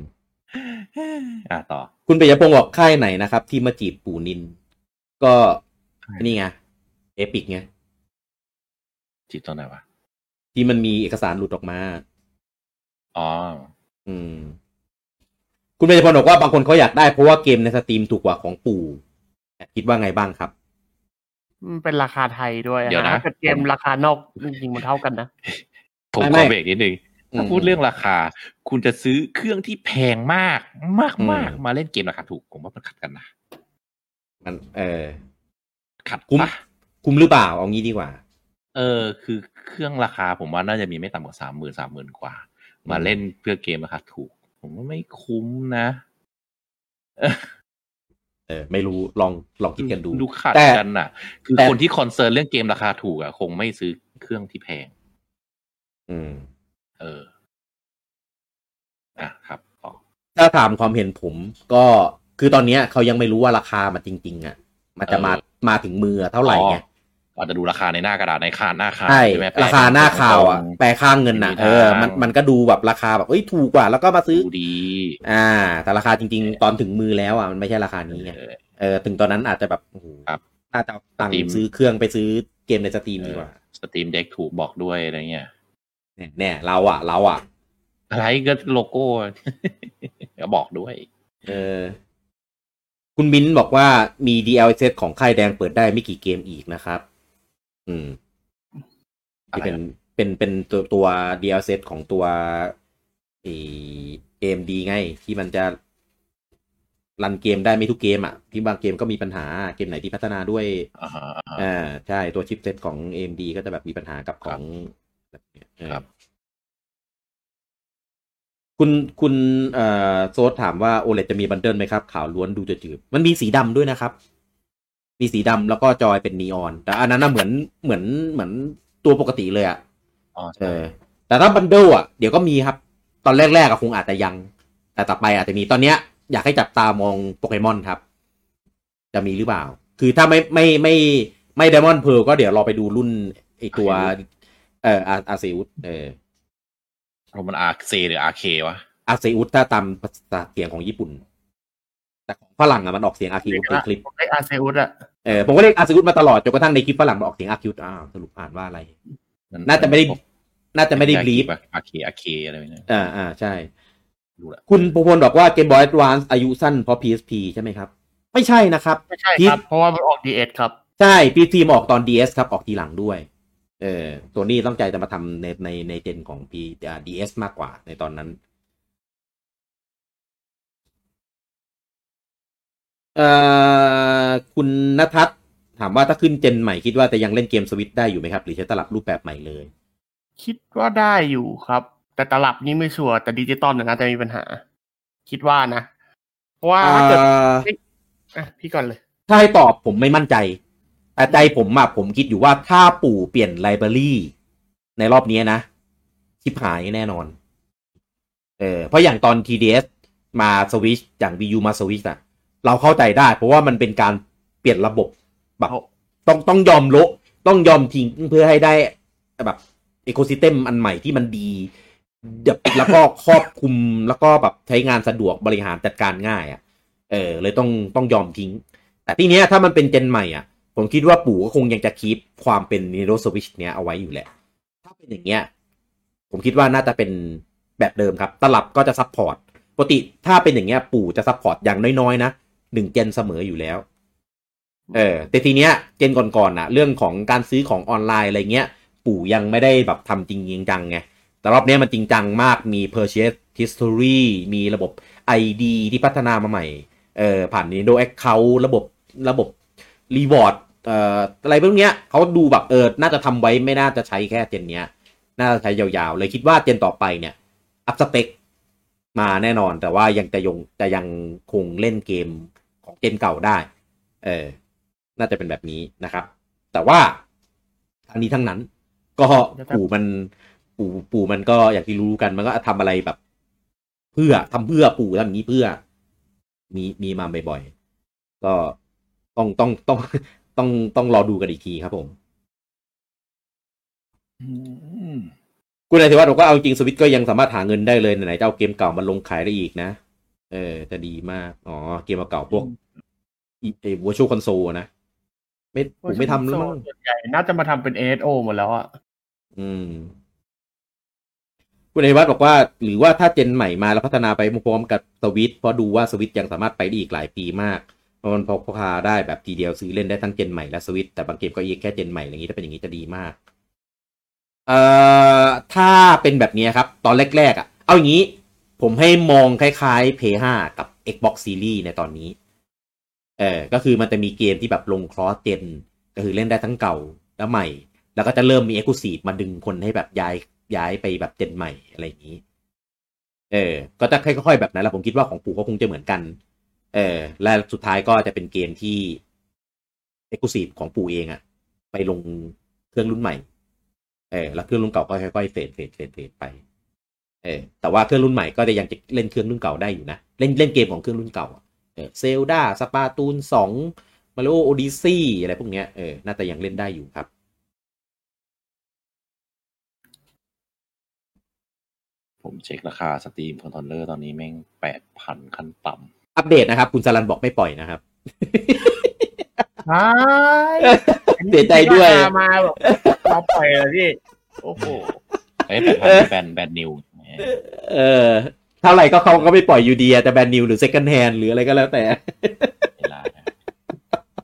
Speaker 2: อ่ะต่อ
Speaker 1: คุณปิยพงศ์บอกค่ายไหนนะครับ ที่มาจีบปู่นิน ก็
Speaker 2: ค่าย
Speaker 1: นี่ไงเอพิกไง
Speaker 2: จิตตอนไหนวะ
Speaker 1: ที่มันมีเอกสารหลุดออกมา
Speaker 2: อ๋อ
Speaker 1: อืม คุณปิยพงศ์บอกว่าบางคนเขาอยากได้เพราะว่าเกมในสตรีมถูกกว่าของปู่คิดว่าไงบ้างครับ
Speaker 3: มันเป็นราคาไทยด้วย
Speaker 2: เดี๋ยวนะ
Speaker 3: ถ้าเกิดเกมราคานอกจริงๆมันเท่ากันนะ
Speaker 2: ผม
Speaker 1: ไม่
Speaker 2: ข
Speaker 1: ไม่
Speaker 2: อเบรกนิดนึงถ้าพูดเรื่องราคา คุณจะซื้อเครื่องที่แพงมากมากมาก
Speaker 1: อืม
Speaker 2: มาเล่นเกมราคาถูก ผมว่ามันขัดกันนะ
Speaker 1: มัน เออ
Speaker 2: ขัด
Speaker 1: คุ้ม
Speaker 2: ปะ
Speaker 1: คุ้มหรือเปล่า เอางี้ดีกว่า
Speaker 2: เออ คือเครื่องราคาผมว่าน่าจะมีไม่ต่ำกว่าสามหมื่นสามหมื่นกว่า มาเล่นเพื่อเกมราคาถูก ผมว่าไม่คุ้มนะ
Speaker 1: เออ ไม่รู้ลองลองคิดกันดู
Speaker 2: ดูขัด
Speaker 1: แต่
Speaker 2: กันน่ะ คือ
Speaker 1: แต่
Speaker 2: คนที่คอนเซิร์นเรื่องเกมราคาถูกอ่ะ คงไม่ซื้อเครื่องที่แพง
Speaker 1: อืม
Speaker 2: เออ อ่ะครับต่อ
Speaker 1: ถ้าถามความเห็นผมก็คือตอนเนี้ยเขายังไม่รู้ว่าราคามันจริง ๆ อ่ะ มันจะมามาถึงมือเท่าไหร่ไง
Speaker 2: อาจจะดูราคาในหน้ากระดาษในคานหน้าคาน
Speaker 1: ใช่
Speaker 2: ไหมแปล
Speaker 1: ราคาหน้าข่าวอ่ะ แปลค่างเงินน่ะ
Speaker 2: ไม่มี
Speaker 1: เออ
Speaker 2: ทาง
Speaker 1: มันมันก็ดูแบบราคาแบบเอ้ยถูกกว่า แล้วก็มาซื้อ
Speaker 2: ดูดี
Speaker 1: อ่า แต่ราคาจริง ๆ ตอนถึงมือแล้วอ่ะ มันไม่ใช่ราคานี้ไง
Speaker 2: เออ
Speaker 1: เออ ถึงตอนนั้นอาจจะแบบโอ้โห
Speaker 2: ครับ
Speaker 1: น่าจะเอาตังค์
Speaker 2: สตรีม
Speaker 1: ซื้อเครื่องไปซื้อเกมในสตรีมดีกว่า
Speaker 2: สตรีมเด็กถูกบอกด้วยอะไรเงี้ย
Speaker 1: เนี่ยเนี่ยเราอ่ะ เราอ่ะ
Speaker 2: อะไรก็โลโก้ ก็บอกด้วย
Speaker 1: เออ คุณมิ้นบอกว่ามี DLSS ของค่ายแดงเปิดได้ไม่กี่เกมอีกนะครับ อืมที่เป็นเป็นเป็นตัวตัว DLSS ของตัวเอเอ็มดีไง ที่มันจะ รันเกมได้ไม่ทุกเกมอ่ะ ที่บางเกมก็มีปัญหาเกมไหนที่พัฒนาด้วย
Speaker 2: อ่าฮะอ่าฮะ
Speaker 1: อ่าใช่ตัวชิปเซตของ AMD ก็จะแบบมีปัญหากับของแบบเนี้ยเออ
Speaker 2: ครับ
Speaker 1: คุณคุณเอ่อโซดถามว่า OLED จะมีบันเดิลไหมครับ ขาวล้วนดูจะจืดมันมีสีดำด้วยนะครับ มีสีดำแล้วก็จอยเป็นนีออน แต่อันนั้นน่ะเหมือนเหมือนเหมือนตัวปกติเลยอะ
Speaker 2: อ๋อ
Speaker 1: เอ
Speaker 2: ใช่
Speaker 1: อแต่ถ้าบันเดิลอ่ะเดี๋ยวก็มีครับ ตอนแรกๆอะคงอาจจะยัง แต่ต่อไปอาจจะมีตอนเนี้ย อยากให้จับตามองโปเกมอนครับ จะมีหรือเปล่า คือถ้าไม่ไม่ไม่ไม่ไดมอนเพลก็เดี๋ยวรอไปดูรุ่นไอตัว เอออาอาเซอุสเออ
Speaker 2: เพราะมันอาร์เซหรืออาร์เควะ
Speaker 1: อาเซอุสถ้าตามภาษาเสียงของญี่ปุ่น แต่ของฝรั่งอะมันออกเสียงอาคิวในคลิป
Speaker 3: ผมได้อาเซอุสอะ
Speaker 1: เออผมก็เรียกอาเซอุสมาตลอดจนกระทั่งในคลิปฝรั่งมันออกเสียงอาคิวอ้าวสรุปอ่านว่าอะไร น่าจะไม่ได้ น่าจะไม่ได้บีฟ
Speaker 2: อาเคอาเคอะไรแบบเนี่ย
Speaker 1: อ่าอ่าใช่
Speaker 2: ดูละ
Speaker 1: คุณประพลบอกว่าเกมบอย a d วาน c e อายุสั้นเพราะ PSP ใช่ไหมครับ ไม่ใช่นะครับ
Speaker 3: ไม่ใช่ครับ เพราะว่ามันออกดีเอสครับ
Speaker 1: ใช่ PC มาออกตอน DS ครับ ออกทีหลังด้วย เออตัวนี้ตั้งใจจะมาทำในในในเจนของ P อ่า DS มากกว่าในตอนนั้น เอ่อคุณนทัศน์ถามว่าถ้าขึ้นเจนใหม่คิดว่าจะยังเล่นเกมสวิตได้อยู่ไหมครับ หรือจะตลับรูปแบบใหม่เลย
Speaker 3: คิดว่าได้อยู่ครับ แต่ตลับนี่ไม่ชัวร์แต่ดิจิตอลนะน่าจะมีปัญหา คิดว่านะ เพราะว่าถ้าเกิดอ่ะพี่ก่อนเลย
Speaker 1: ถ้าให้ตอบผมไม่มั่นใจ แต่ใจผมอะผมคิดอยู่ว่าถ้าปู่เปลี่ยนไลบรารีในรอบนี้นะ ชิบหายแน่นอน เออเพราะอย่างตอน TDS มาสวิชอย่าง VU มาสวิชอะเราเข้าใจได้ เพราะว่ามันเป็นการเปลี่ยนระบบแบบ
Speaker 3: ครับ
Speaker 1: ต้องต้องยอมโละต้องยอมทิ้งเพื่อให้ได้แบบเอโคซิสเต็มอันใหม่ที่มันดีแบบแล้วก็ครอบคลุมแล้วก็แบบใช้งานสะดวกบริหารจัดการง่ายอะ เออเลยต้องต้องยอมทิ้ง แต่ที่เนี้ยถ้ามันเป็นเจนใหม่อ่ะ ผมคิดว่าปู่ก็คงยังจะคีปความเป็น n ิโร w i t c h เนี้ยเอาไว้อยู่แหละ ถ้าเป็นอย่างเงี้ย ผมคิดว่าน่าจะเป็นแบบเดิมครับ ตลับก็จะซัพพอร์ตปกติถ้าเป็นอย่างเงี้ย ปู่จะซัพพอร์ตอย่างน้อยๆนะหนึ่งเจนเสมออยู่แล้ว เออแต่ทีเนี้ยเจนก่อนๆน่ะ เรื่องของการซื้อของออนไลน์อะไรเงี้ย ปู่ยังไม่ได้แบบทำจริงจริงจังไง แต่รอบเนี้ยมันจริงจังมากมี purchase history มีระบบ ID ที่พัฒนามาใหม่ เอ่อผ่าน Nintendo Account ระบบระบบรีวอร์ดเอ่ออะไรพวกเนี้ยเขาดูแบบเออน่าจะทำไว้ไม่น่าจะใช้แค่เจนเนี้ย น่าจะใช้ยาวๆ เลยคิดว่าเจนต่อไปเนี่ย อัพสเปค มาแน่นอน แต่ว่ายังจะยงจะยังคงเล่นเกมของเกมเก่าได้ เออ น่าจะเป็นแบบนี้นะครับ แต่ว่าทั้งนี้ทั้งนั้น ก็ปู่มันปู่ปู่มันก็อย่างที่รู้กันมันก็ทำอะไรแบบ เพื่อทำเพื่อปู่ทำอย่างนี้เพื่อ มีมีมาบ่อยๆก็ต้องต้องต้องต้องต้องรอดูกันอีกทีครับผม
Speaker 2: อืม
Speaker 1: คุณนายธิวัฒน์บอกว่าเอาจริงสวิตก็ยังสามารถหาเงินได้เลย ไหนๆจะเอาเกมเก่ามาลงขายได้อีกนะ เออจะดีมาก อ๋อ เกมเก่าพวกไอ้วัวชูคอนโซนะ ไม่ผมไม่ทำแล้วมั้ง
Speaker 3: ส่วนใหญ่น่าจะมาทำเป็นเอสโอหมดแล้วอะ
Speaker 1: อืม คุณนายธิวัฒน์บอกว่า หรือว่าถ้าเจนใหม่มาแล้วพัฒนาไปพร้อมๆกับสวิตเพราะดูว่าสวิตยังสามารถไปได้อีกหลายปีมากเพราะมันพกพาได้แบบทีเดียวซื้อเล่นได้ทั้งเจนใหม่และสวิตแต่บางเกมก็อีกแค่เจนใหม่อะไรอย่างนี้ถ้าเป็นอย่างนี้จะดีมาก เอ่อถ้าเป็นแบบนี้ครับ ตอนแรก ๆ อ่ะ เอาอย่างนี้ ผมให้มองคล้ายๆ PS5 กับ Xbox Series ในตอนนี้ เออก็คือมันจะมีเกมที่แบบลงครอสเจนก็คือเล่นได้ทั้งเก่าและใหม่ แล้วก็จะเริ่มมี Exclusive มาดึงคนให้แบบย้ายย้ายไปแบบเจนใหม่อะไรอย่างนี้ เออ ก็จะค่อยๆแบบนั้นแหละผมคิดว่าของปู่ก็คงจะเหมือนกัน เออ และสุดท้ายก็จะเป็นเกมที่ Exclusive ของปู่เองอะไปลงเครื่องรุ่นใหม่ เออแล้วเครื่องรุ่นเก่าก็ค่อยๆเฟดเฟดเฟดเฟดไป เออแต่ว่าเครื่องรุ่นใหม่ก็จะยังจะเล่นเครื่องรุ่นเก่าได้อยู่นะ เล่นเล่นเกมของเครื่องรุ่นเก่าอะเออเซลดาสปาตูนสองมาริโอโอดิซี่อะไรพวกเนี้ยเออน่าจะยังเล่นได้อยู่ครับ
Speaker 2: ผมเช็คราคาสตรีมคอนโทรลเลอร์ตอนนี้แม่งแปดพันขั้นต่
Speaker 1: อัปเดตนะครับ คุณสารันบอกไม่ปล่อยนะครับ
Speaker 3: ใช่
Speaker 1: เสียใจด้วย
Speaker 3: ราคามาแบบ เราปล่อยเลยพี่โอ้โห
Speaker 2: ำเอ้ยแปดพันแบนแบนนิว
Speaker 1: เออเท่าไหร่ก็เขาก็ไม่ปล่อยอยู่ดีอะแต่แบรนด์นิวหรือเซคันด์แฮนหรืออะไรก็แล้วแต่
Speaker 2: เวลานะ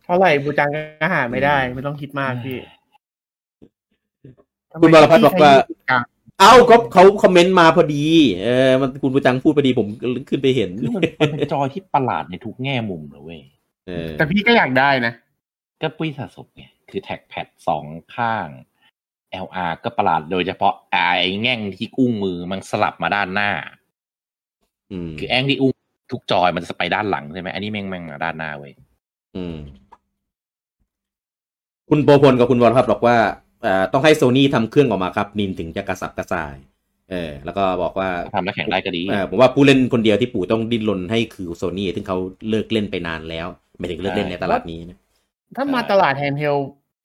Speaker 3: เท่าไหร่บูจังก็หาไม่ได้ไม่ต้องคิดมากพี่
Speaker 1: คุณวรพัฒน์บอกว่า
Speaker 3: ทำไมพี่ใช้
Speaker 1: เอ้าก็เขาคอมเมนต์มาพอดี เออมันคุณประจังพูดพอดีผมขึ้นไปเห็น
Speaker 2: คือมันมันเป็นจอยที่ประหลาดในทุกแง่มุมเลยเว้ย
Speaker 1: เออ
Speaker 3: แต่พี่ก็อยากได้นะ
Speaker 2: ก็ปุ้ยสะสมไงคือแท็กแพดสองข้าง LR ก็ประหลาดโดยเฉพาะไอ้แง่งที่อุ้งมือมันสลับมาด้านหน้า
Speaker 1: อืม
Speaker 2: คือแองที่อุ้งทุกจอยมันจะไปด้านหลังใช่ไหมอันนี้แม่งแม่งมาด้านหน้าเว้ย
Speaker 1: อืม คุณโปรพลกับคุณวรพัฒน์บอกว่าเอ่อต้องให้โซนี่ทำเครื่องออกมาครับ นินถึงจะกระสับกระส่าย เออ แล้วก็บอกว่า
Speaker 2: ทำแล้วแข่งได้ก็ดี
Speaker 1: เออผมว่าผู้เล่นคนเดียวที่ปู่ต้องดิ้นรนให้คือโซนี่ซึ่งเขาเลิกเล่นไปนานแล้วไม่ถึงเลิกเล่นในตลาดนี้นะ
Speaker 3: ถ้ามาตลาดแฮนด์เฮล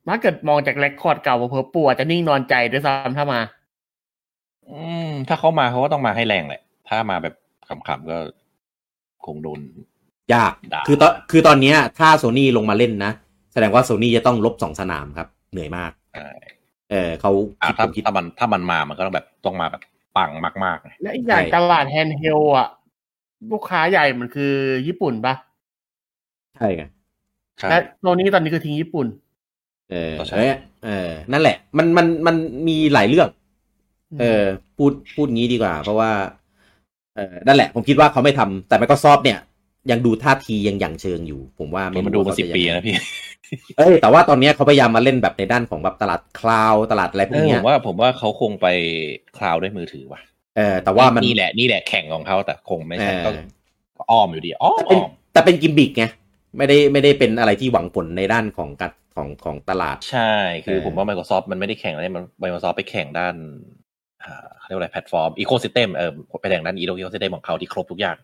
Speaker 3: ถ้าเกิดมองจากเรคคอร์ดเก่าเพิ่มปวดจะนิ่งนอนใจด้วยซ้ำถ้ามา
Speaker 2: อืมถ้าเขามาเขาก็ต้องมาให้แรงแหละ ถ้ามาแบบขำๆก็คงโดน
Speaker 1: ยาก
Speaker 2: ด่า
Speaker 1: คือตอนคือตอนเนี้ย ถ้าโซนี่ลงมาเล่นนะ แสดงว่าโซนี่จะต้องลบสองสนามครับ เหนื่อยมาก
Speaker 2: อ่า
Speaker 1: เออเขา
Speaker 2: อ่า
Speaker 1: คิดผ
Speaker 2: ถ้าม
Speaker 1: คิด
Speaker 2: ถ้ามันถ้ามันมามันก็ต้องแบบต้องมาแบบปังมากๆไง
Speaker 3: และอีกอย่าง
Speaker 1: ใช่
Speaker 3: ตลาดแฮนด์เฮลอ่ะ ลูกค้าใหญ่มันคือญี่ปุ่นปะ
Speaker 1: ใช่ไง
Speaker 2: ใช่
Speaker 3: และโซนี้ตอนนี้คือทิ้งญี่ปุ่น
Speaker 1: เออ
Speaker 2: ก็ใช่
Speaker 1: เอ้ยเออ นั่นแหละ มัน มัน มันมีหลายเรื่อง เออ พูด พูดงี้ดีกว่า เพราะว่า เออนั่นแหละ ผมคิดว่าเขาไม่ทำ แต่ Microsoft เนี่ย ยังดูท่าทียังหยั่งเชิงอยู่ ผมว่า
Speaker 2: มัน
Speaker 1: รู้
Speaker 2: มาดูมา
Speaker 1: ว่เข
Speaker 2: สิบ
Speaker 1: จ
Speaker 2: ปี
Speaker 1: ยังไง
Speaker 2: นะพี่
Speaker 1: เอ้ย แต่ว่าตอนเนี้ยเขาพยายามมาเล่นแบบในด้านของแบบตลาดคลาวตลาดอะไรพว
Speaker 2: เอก อผ
Speaker 1: เนี้ย
Speaker 2: มว่าผมว่าเขาคงไปคลาวด์ด้วยมือถือว่ะ
Speaker 1: เออ แต่ว่ามัน
Speaker 2: แหละนี่แหละแข่งของเขาแต่คงไม่ใช่
Speaker 1: เออ
Speaker 2: ก็ก็อ้อมอยู่ดีอ้อม
Speaker 1: แต่เป็
Speaker 2: อ้
Speaker 1: น
Speaker 2: อม
Speaker 1: แต่เป็นกิมบิกไง ไม่ได้ ไม่ได้เป็นอะไรที่หวังผลในด้านของการของของตลาด
Speaker 2: ใช่คือ
Speaker 1: เออ
Speaker 2: ผมว่า Microsoft มันไม่ได้แข่งอะไรมัน Microsoft ไปแข่งด้านอ่าเขาเรียกว่าอะไรแพลตฟอร์มอีโคซิสเต็มเออไปแข่งด้านอีโคซิสเต็มของเขาที่ครบทุกอย่าง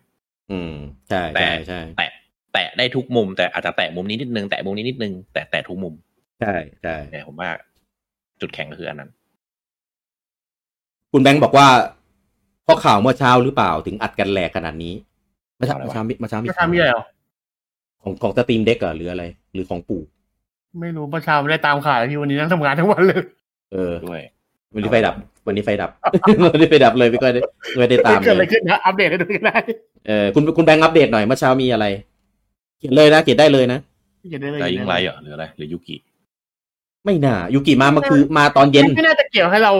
Speaker 1: อืม ใช่
Speaker 2: แต่
Speaker 1: ใช่ใช่
Speaker 2: แตะแตะได้ทุกมุม แต่อาจจะแตะมุมนี้นิดนึงแตะมุมนี้นิดนึงแต่แตะทุกมุม
Speaker 1: ใช่ใช่
Speaker 2: เนี่ยผมว่าจุดแข็งก็คืออันนั้น
Speaker 1: คุณแบงค์บอกว่าเพราะข่าวเมื่อเช้าหรือเปล่าถึงอัดกันแหลกขนาดนี้เมื่อเช้า
Speaker 2: ข่าวอะไร
Speaker 1: เมื่อเช้ามีเมื่อเช้ามี
Speaker 3: เมื่อเช้ามีอะไรเหรอ
Speaker 1: ของของสตรีมเด็กหรืออะไร หรือของปู่
Speaker 3: ไม่รู้ประชาไม่ได้ตามข่าวพี่วันนี้นั่งทำงานทั้งวันเลย
Speaker 1: เออ
Speaker 2: ด้วย
Speaker 1: วันนี้ไฟ ดับ วันนี้ไฟดับ วันนี้ไฟดับเลยไม่ค่อยได้ไม่ค่อยได้ตาม
Speaker 3: เกิดอะ
Speaker 1: เล
Speaker 3: ไร
Speaker 1: ย
Speaker 3: ขึ้นนะอัปเดตให้ดูกันได้
Speaker 1: เออคุณคุณแบงค์อัปเดตหน่อยเมื่อเช้ามีอะไร เขียนเลยนะเขียนได้เลยนะ
Speaker 3: จะได้เลย
Speaker 2: แต่ยิงไรเหรอหรืออะไรหรือยุกิ
Speaker 1: ไม่น่ายูกิมามาคือมาตอนเย็น
Speaker 3: ไม่น่าจะเกี่ยวให้เรา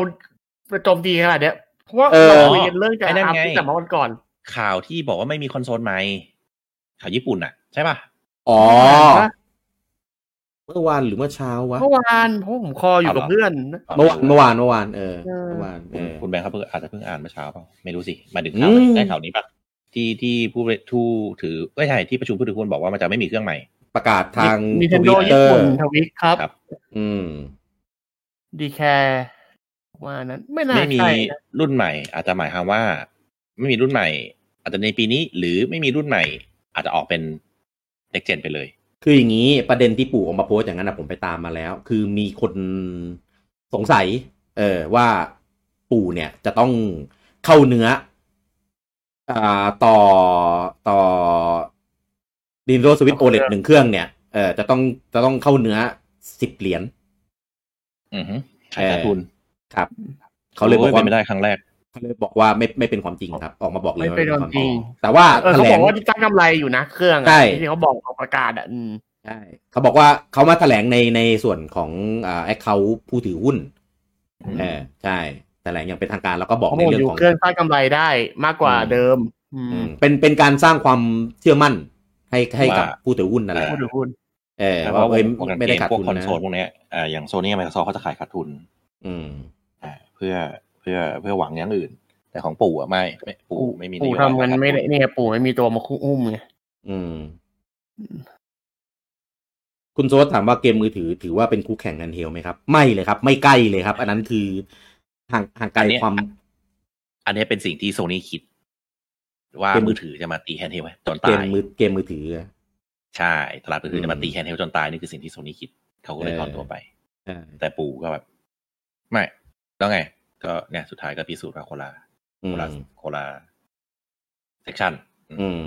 Speaker 3: ประโจมตีขนาดเนี้ยเพราะว่า
Speaker 1: เออ
Speaker 3: เราคุยกันเรื่องจะอัพที่แต่เมื่อวันก่อน
Speaker 2: ข่าวที่บอกว่าไม่มีคอนโซลใหม่ข่าวญี่ปุ่นอ่ะ ใช่ป่ะ
Speaker 1: อ๋อเมื่อวานหรือเมื่อเช้าวะ
Speaker 3: เมื่อวานเพราะผมคออยู่กับเพื่อน
Speaker 1: เมื่อวานเมื่อวานเมื่อวานเออ
Speaker 3: เออ
Speaker 1: เมื่อวานเอ
Speaker 2: คุณ
Speaker 1: อ
Speaker 2: คุณแบงค์เขาเพิ่งอาจจะเพิ่งอ่านเมื่อเช้าเปล่าไม่รู้สิมาถึง
Speaker 1: อื
Speaker 2: ข่าว
Speaker 1: ม
Speaker 2: ไหนได้ข่าวนี้ป่ะ ที่ที่ผู้ผู้ถือไม่ใช่ที่ประชุมผู้ถือหุ้นบอกว่ามันจะไม่มีเครื่องใหม่
Speaker 1: ประกาศทาง
Speaker 3: นิน
Speaker 1: ท
Speaker 3: เทนโด
Speaker 1: วิตเต
Speaker 3: ญี่
Speaker 1: อ
Speaker 3: ปุ่น
Speaker 1: ร์
Speaker 3: ทวิตครับ
Speaker 2: ครับ
Speaker 1: อืม
Speaker 3: ดีแคว่านั้นไม่น่า
Speaker 2: ไม่มี
Speaker 3: ใช่นะ
Speaker 2: รุ่นใหม่ อาจจะหมายความว่า ไม่มีรุ่นใหม่ อาจจะในปีนี้หรือไม่มีรุ่นใหม่ อาจจะออกเป็นเด็กเจนไปเลย
Speaker 1: คืออย่างนี้ประเด็นที่ปู่ออกมาโพสต์อย่างนั้นนะผมไปตามมาแล้ว คือมีคนสงสัย เออว่าปู่เนี่ยจะต้องเข้าเนื้ออ่าต่อต่อดินโรสวิตโอเลตหนึ่งเครื่องเนี่ยเออจะต้องจะต้องเข้าเนื้อสิบเหรียญ
Speaker 2: อือฮึ
Speaker 1: เอ
Speaker 2: ขา
Speaker 1: อ
Speaker 2: ดทุน
Speaker 1: ครับ เขาเลยบอกว่า
Speaker 2: โเป็นไม่ได้ครั้งแรก
Speaker 1: เขาเลยบอกว่าไม่ไม่เป็นความจริงครับ ออกมาบอกเลย
Speaker 3: ไม่เป็นความจริง
Speaker 1: แต่ว่า
Speaker 3: เออ
Speaker 1: แถล
Speaker 3: เขาบอง กว่าที่ตั้งกำไรอยู่นะเครื่องอะ
Speaker 1: ใช่
Speaker 3: ที่เขาบอกออกประกาศอ่ะอืม
Speaker 1: ใช่เขาบอกว่าเขามาแถลงในในส่วนของอ่าแอคเคาท์ผู้ถือหุ้น
Speaker 2: อืม
Speaker 1: เออใช่ แถลงอย่างเป็นทางการแล้วก็บอก
Speaker 3: เขา
Speaker 1: ใน
Speaker 3: บอก
Speaker 1: เรื่อ
Speaker 3: องยู่
Speaker 1: ของ
Speaker 3: เครื่องสร้างกำไรได้มากกว่า
Speaker 1: อืม
Speaker 3: เดิม อืม
Speaker 1: อืมเป็นเป็นการสร้างความเชื่อมั่นให้ให้กับ
Speaker 2: ว่า
Speaker 1: ผู้ถือหุ้นนั่นแหละ
Speaker 3: พูดถึงหุ้น
Speaker 1: เออ
Speaker 2: แต่
Speaker 1: ว่าเอ้ย
Speaker 2: พวกกาง
Speaker 1: ไม่
Speaker 2: เก
Speaker 1: ได้
Speaker 2: ม
Speaker 1: ขาด
Speaker 2: พวก
Speaker 1: ทุน
Speaker 2: คอน
Speaker 1: นะ
Speaker 2: โซลพวกเนี้ยอ่าอย่างโซนี่ Microsoft เขาจะขายขาดทุน
Speaker 1: อืม
Speaker 2: อ่าเพื่อเพื่อเพื่อหวังอย่างอื่น แต่ของปู่อะไม่ไม่ปู่ไม่มีนโย
Speaker 3: ปู่
Speaker 2: บาย
Speaker 3: ทำกัน
Speaker 2: ขาดทุ
Speaker 3: ไม่ได้เนี่ยปู่ไม่มีตัวมาคุ้มอุ้มไง
Speaker 1: อืม คุณโซดถามว่าเกมมือถือ ถือว่าเป็นคู่แข่งแอนด์เฮลไหมครับ ไม่เลยครับ ไม่ใกล้เลยครับ อันนั้นคือห่างห่างไกล
Speaker 2: อันเนี้ย
Speaker 1: ความ
Speaker 2: อันเนี้ยเป็นสิ่งที่โซนี่คิด ว่า
Speaker 1: เป็น
Speaker 2: มือถือจะมาตีแฮนด์เฮลจน
Speaker 1: เก
Speaker 2: ตาม ย
Speaker 1: มือเกมมือถือ
Speaker 2: ใช่ตลาดมือถือจะมา
Speaker 1: อืม
Speaker 2: ตีแฮนด์เฮลจนตายนี่คือสิ่งที่โซนี่คิด เขาก็เลย
Speaker 1: เออ
Speaker 2: ถอนตัวไป
Speaker 1: ใช่
Speaker 2: แต่ปู่ก็แบบ ไม่แล้วไง ก็เนี่ยสุดท้ายก็พิสูจน์ว่าโคลา
Speaker 1: อื
Speaker 2: โค
Speaker 1: ม
Speaker 2: ลาโคลาเซกชัน
Speaker 1: อืม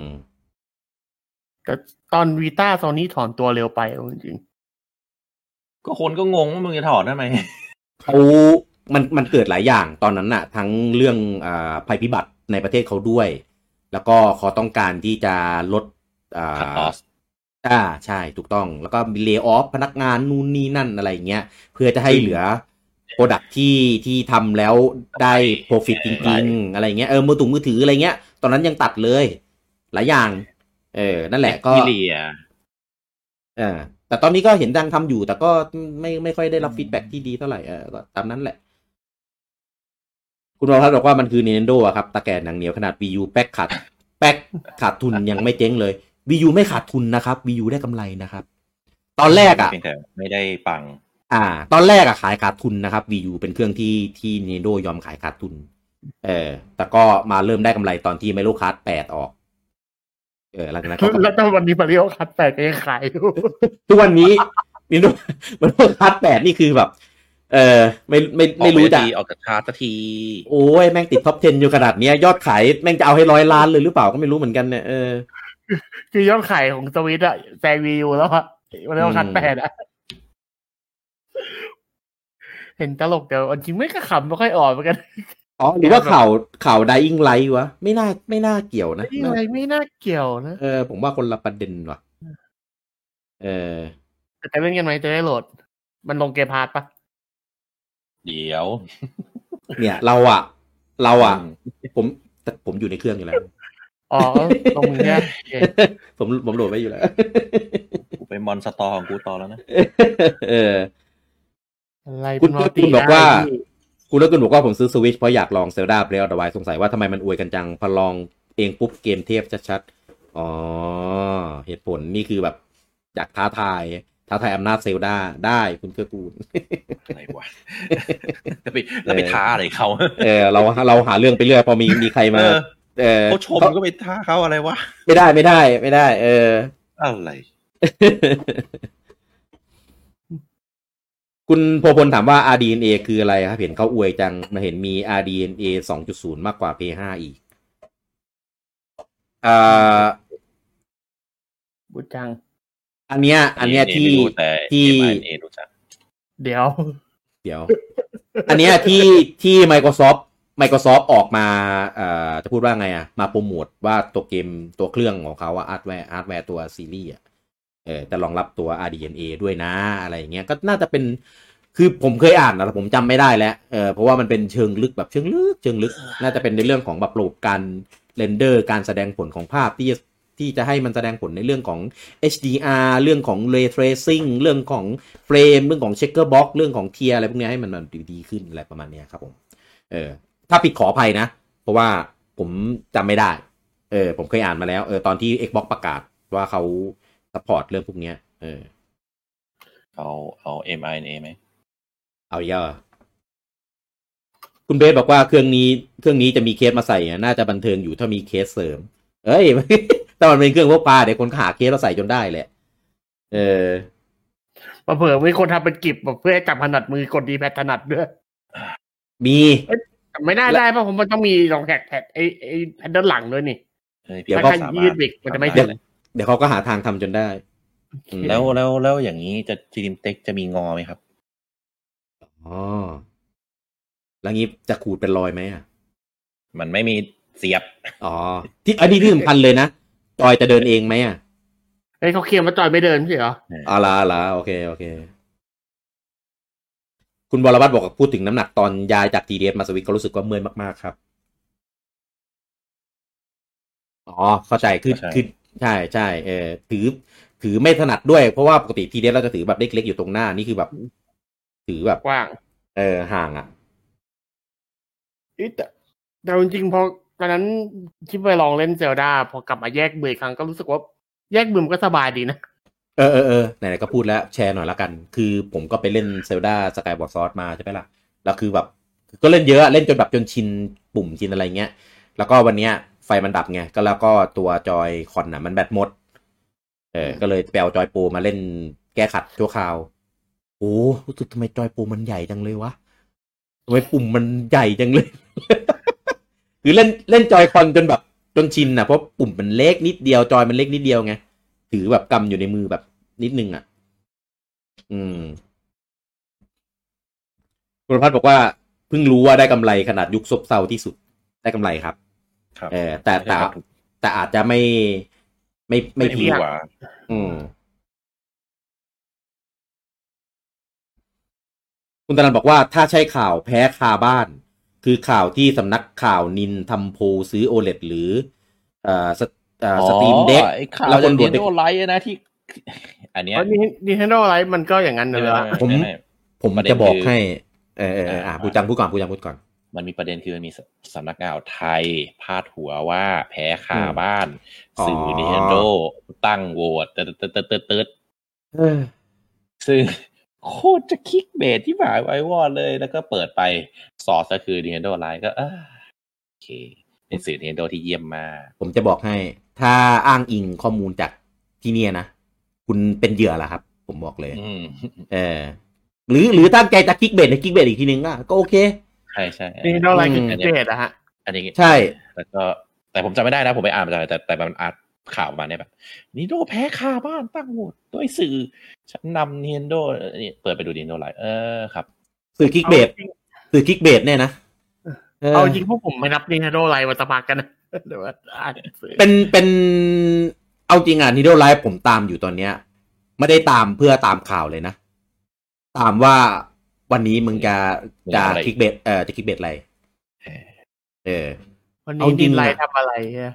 Speaker 3: แต่ตอนวีต้าโซนี่ถอนตัวเร็วไปเอาจริง
Speaker 2: ก็คนก็งงว่ามึงจะถอนทำไม
Speaker 1: เขามัน มันเกิดหลายอย่างตอนนั้นน่ะ ทั้งเรื่องอ่าภัยพิบัติในประเทศเขาด้วย แล้วก็เขาต้องการที่จะลดอ่า
Speaker 2: Cut loss
Speaker 1: อ่า ใช่ ถูกต้อง แล้วก็มีเล y o ออฟพนักงานนู่นนี่นั่นอะไรอย่างเงี้ย เพื่อจะให้เหลือโปรดักที่ที่ทำแล้วได้ profit จริงๆ อะไรอย่างเงี้ย เออ มือถุงมือถืออะไรเงี้ย ตอนนั้นยังตัดเลย หลายอย่าง เออ นั่นแหละก็
Speaker 2: ที่เลีย
Speaker 1: เออแต่ตอนนี้ก็เห็นดังทำอยู่ แต่ก็ไม่ไม่ค่อยได้รับฟีดแบ็กที่ดีเท่าไหร่เออก็ตามนั้นแหละ คุณวรพัฒน์บอกว่ามันคือ Nintendo อะครับ ตะแกรงหนังเหนียวขนาด Wii U แป๊กขาดแป๊กขาดทุนยังไม่เจ๊งเลย Wii U ไม่ขาดทุนนะครับ Wii U ได้กำไรนะครับ ตอนแรกอ่ะ
Speaker 2: เพียงแต่ไม่ได้ปัง
Speaker 1: อ่า ตอนแรกอะขายขาดทุนนะครับ Wii U เป็นเครื่องที่ที่ Nintendo ยอมขายขาดทุน เออ แต่ก็มาเริ่มได้กำไรตอนที่ Mario Kart 8ออก เออหลังจากนั้นก็
Speaker 3: ๆแล้วตอนวันนี้มาริโอคัตแตกก็ยังขายอยู่
Speaker 1: ทุกวันนี้ นินโดมันโดคัดแปดนี่คือแบบ เออไม่ไม่ไม่รู้จะ
Speaker 2: ออกเวทีออกจากชาร์ตสักที
Speaker 1: โอ้ยแม่งติดท็อป 10 อยู่ขนาดเนี้ย ยอดขายแม่งจะเอาให้ร้อยล้านเลยหรือเปล่าก็ไม่รู้เหมือนกันเนี่ยเออ
Speaker 3: คือยอดขายของสวิตอะแซงวีอยู่แล้วอะมาริโอคัตแตกอะ เห็นตลกเดี๋ยวเอาจริงไม่ก็ขำไม่ค่อยออกเหมือนกัน
Speaker 1: อ๋อ หรือว่าข่าวข่าวดายอิงไลท์วะ ไม่น่าไม่น่าเกี่ยวนะ
Speaker 3: ไม่อะไรไม่น่าเกี่ยวนะ
Speaker 1: เออ ผมว่าคนละประเด็นว่ะ เออ
Speaker 3: แต่จะเล่นกันไหมจะได้โหลด มันลงเกมพาร์ทปะ
Speaker 2: เดี๋ยว
Speaker 1: เนี่ย เราอะเราอะ
Speaker 2: ม
Speaker 1: ผมแต่ผมอยู่ในเครื่องอยู่แล้ว
Speaker 3: อ๋อลงมือเนี่ยโอเค
Speaker 1: ผมผมโหลดไว้อยู่ แล้ว
Speaker 2: กูไปมอนสตอร์ของกูต่อแล้วนะ
Speaker 1: เออ
Speaker 3: อะไร
Speaker 1: คุณ
Speaker 3: เป็น
Speaker 1: คุณบอก
Speaker 3: multi-eye
Speaker 1: ว่า
Speaker 3: ที่
Speaker 1: คุณเลิกคุณบอกว่าผมซื้อสวิชเพราะอยากลองเซลดาเบรลดไวสงสัยว่าทำไมมันอวยกันจัง พอลองเองปุ๊บเกมเทพชัดๆ อ๋อ เหตุผลนี่คือแบบ อยากท้าทาย ท้าทายอำนาจเซลดาได้คุณเกื้อกูล
Speaker 2: อะไร วะ แล้วไปแล้วไปท้าอะไรเขา
Speaker 1: เออเราเราหาเรื่องไปเรื่อยพอมีมีใครมา
Speaker 2: เออ
Speaker 1: เออ
Speaker 2: เขาชมก็ไปท้าเขาอะไรวะ
Speaker 1: ไม่ได้ไม่ได้ไม่ได้ เออ
Speaker 2: อะไร
Speaker 1: คุณโพพลถามว่า RDNA คืออะไรครับ เห็นเขาอวยจังมาเห็นมี RDNA 2.0 มากกว่า P5 อีกอ่า
Speaker 3: บูจัง
Speaker 1: อันเนี้ยอันเนี้ย
Speaker 2: ANA
Speaker 1: ที่
Speaker 2: ไม่รู้แต่
Speaker 1: ที่
Speaker 2: MINA รู้จัก
Speaker 3: เดี๋ยว
Speaker 1: เดี๋ยว อันเนี้ยที่ที่ Microsoft Microsoft ออกมาเอ่อจะพูดว่าไงอ่ะ มาโปรโมทว่าตัวเกมตัวเครื่องของเขาอะอาร์ตแวร์อาร์ตแวร์ตัวซีรีส์อ่ะเออจะรองรับตัว RDNA ด้วยนะอะไรอย่างเงี้ยก็น่าจะเป็นคือผมเคยอ่านนะแต่ผมจำไม่ได้แล้วเออเพราะว่ามันเป็นเชิงลึกแบบเชิงลึกเชิงลึก น่าจะเป็นในเรื่องของแบบระบบการเรนเดอร์ การแสดงผลของภาพที่จะที่จะให้มันแสดงผลในเรื่องของ HDR เรื่องของ Ray Tracing เรื่องของเฟรม เรื่องของ Checker Box เรื่องของเทียอะไรพวกเนี้ยให้มันมันดีขึ้นอะไรประมาณเนี้ยครับผม เออ ถ้าผิดขออภัยนะ เพราะว่าผมจำไม่ได้ เออผมเคยอ่านมาแล้วเออตอนที่ Xbox ประกาศว่าเขาซัพพอร์ตเรื่องพวกเนี้ยเออ
Speaker 2: เอาเอา mRNA ไหม
Speaker 1: เอาเยอะคุณเบสบอกว่าเครื่องนี้เครื่องนี้จะมีเคสมาใส่อะน่าจะบันเทิงอยู่ถ้ามีเคสเสริม เอ้ย แต่มันเป็นเครื่องพวกปลาเดี๋ยวคนก็หาเคสมาใส่จนได้แหละเออ
Speaker 3: มาเผื่อมีคนทำเป็นกิบแบบเพื่อให้จับถนัดมือกดดีแพทถนัดด้วย
Speaker 1: มี
Speaker 3: แต่ไม่น่าได้ป่ะผมมันต้องมีรองแท็กแพดไอไอแพดด้านหลังด้วยนี่
Speaker 2: อ้
Speaker 1: เดี๋ยว
Speaker 2: พี่
Speaker 1: ก็
Speaker 2: สมรถ
Speaker 3: ยืดอีกมันจะไม่
Speaker 2: ทำด้เลย
Speaker 1: เดี๋ยวเขาก็หาทางทำจนได้อืม
Speaker 2: แล้วแล้วแล้วอย่างนี้จะทีมเต็กจะมีงอไหมครับ
Speaker 1: อ๋อแล้วงี้จะขูดเป็นรอยไหมอ่ะ
Speaker 2: มันไม่มีเสียบ
Speaker 1: อ๋อ ที่อันนี้ที่สำคัญเลยนะจอยจะเดินเองไหมอ่ะ
Speaker 3: เฮ้ยเขาเคลมว่าจอยไม่เดินใช่เหรอ
Speaker 1: อาลาอาลาโอเค โอเค คุณบอลวัตบอกว่าพูดถึงน้ำหนักตอนย้ายจากทีเดสมาสวิตก็รู้สึกว่าเมื่อยมาก ๆ ครับ อ๋อ เข้าใจคือ
Speaker 2: เข้าใจ
Speaker 1: คือใช่ใช่เออถือ ถือไม่ถนัดด้วย เพราะว่าปกติทีเดสเราจะถือแบบเล็ก ๆ อยู่ตรงหน้า นี่คือแบบ ถือแบบ
Speaker 3: กว้าง
Speaker 1: เออห่างอ่ะ
Speaker 3: เอ้ยแต่แต่จริงๆพอตอนนั้นที่ไปลองเล่นเซลดาพอกลับมาแยกมืออกครั้งก็รู้สึกว่าแยกมือมันก็สบายดีนะ
Speaker 1: เออเออเออไหนๆก็พูดแล้วแชร์หน่อยละกัน คือผมก็ไปเล่นเซลดาสกายบอร์ดซอสมาใช่ไหมล่ะ แล้วคือแบบ ก็เล่นเยอะอะเล่นจนแบบจนชินปุ่มชินอะไรเงี้ย แล้วก็วันเนี้ยไฟมันดับไง ก็แล้วก็ตัวจอยคอนอ่ะ มันแบตหมด เออ ก็เลยไปเอาจอยโปรมาเล่นแก้ขัดชั่วคราว โอ้รู้สึกทำไมจอยโปรมันใหญ่จังเลยวะทำไมปุ่มมันใหญ่จังเลย คือเล่นเล่นจอยคอนจนแบบจนชินนะเพราะปุ่มมันเล็กนิดเดียวจอยมันเล็กนิดเดียวไง ถือแบบกำอยู่ในมือแบบนิดนึงอ่ะ อืมคุณประพัฒน์บอกว่าเพิ่งรู้ว่าได้กำไรขนาดยุคซบเซาที่สุดได้กำไรครับ
Speaker 2: ครับ
Speaker 1: เออแต่แต่แต่อาจจะไม่ไม่ไม่
Speaker 2: ไม่
Speaker 1: พี
Speaker 2: ดี
Speaker 1: ค
Speaker 2: กว่า
Speaker 1: อืม คุณตนันบอกว่าถ้าใช่ข่าวแพ้คาบ้าน คือข่าวที่สำนักข่าวนินทำโพลซื้อโอเลหรือ เอ่อสเอ่อสตรีมเด็ก
Speaker 2: อ๋อไอ้ข่าว
Speaker 1: แล้วคน
Speaker 2: เด
Speaker 1: ดู
Speaker 2: น
Speaker 1: เด็ก
Speaker 2: โดไลท์นะที่ อันเนี้ย
Speaker 3: เพราะนี่นี่ฮันโดไรมันก็อย่างนั้นเล
Speaker 2: ไม่
Speaker 3: ย
Speaker 2: ไม่
Speaker 3: วะ
Speaker 2: ไม่
Speaker 1: ผมผม
Speaker 2: ไม่ไม่ประเด็น
Speaker 1: จะบอก
Speaker 2: คือ
Speaker 1: ให้ เออเออเอออ่ะ
Speaker 2: อ่า
Speaker 1: ผูจังพูดก่อนผูจังพูดก่อน
Speaker 2: มันมีประเด็นคือมันมีสำนักข่าวไทย พาดหัวว่าแพ้คาบ้าน
Speaker 1: อ๋อ
Speaker 2: สื่อ Nintendo ตั้งโหวตเติร์ดเติร์ดเติร์ดเติร์ด
Speaker 1: เออ
Speaker 2: ซึ่ง โคตรจะคลิกเบสที่หมายไว้วอดเลยแล้วก็เปิดไปสอดก็คือ Nintendo ไลท์ก็อ่าโอเค เป็นสื่อ Nintendo ที่เยี่ยมมาก
Speaker 1: ผมจะบอกให้ ถ้าอ้างอิงข้อมูลจากที่เนี่ยนะ คุณเป็นเหยื่อละครับ ผมบอกเลย
Speaker 2: อืม
Speaker 1: เออ หรือหรือตั้งใจจะคลิกเบดในคลิกเบดอีกทีนึงอ่ะก็โอเค
Speaker 2: ใช่ใช่
Speaker 3: นี่ฮันโดไรคือเกรดอะฮะ
Speaker 2: อันนี้
Speaker 1: ใช่
Speaker 2: แล้วก็แต่ผมจำไม่ได้นะ ผมไปอ่านมาจากไหนแต่แต่มันอัดข่าวมาเนี่ยแบบนิโดแพ้คาบ้านตั้งโหวตด้วยสื่อฉันนำนินโดนี่เปิดไปดูนินโดไลน์เออครับ
Speaker 1: สื่อคลิกเบด สื่อคลิกเบสเนี่ยนะ
Speaker 3: เอาจริงพวกผมไม่นับนินเทนโดไลน์มาสมัครกันนะ เดี๋ยวว่าอ่านสื่อ
Speaker 1: เป็น เป็น เอาจริงอ่ะนิโดไลฟ์ผมตามอยู่ตอนเนี้ย ไม่ได้ตามเพื่อตามข่าวเลยนะ ตามว่าวันนี้มึงจะ
Speaker 2: มึง
Speaker 1: จะ
Speaker 2: ทำอะไร
Speaker 1: คลิกเบสเอ่อ จะคลิกเบสอะไร เออ
Speaker 3: วัน
Speaker 1: เอา
Speaker 3: นี้
Speaker 1: จริง
Speaker 3: นินไลน์ทำอะไรอะ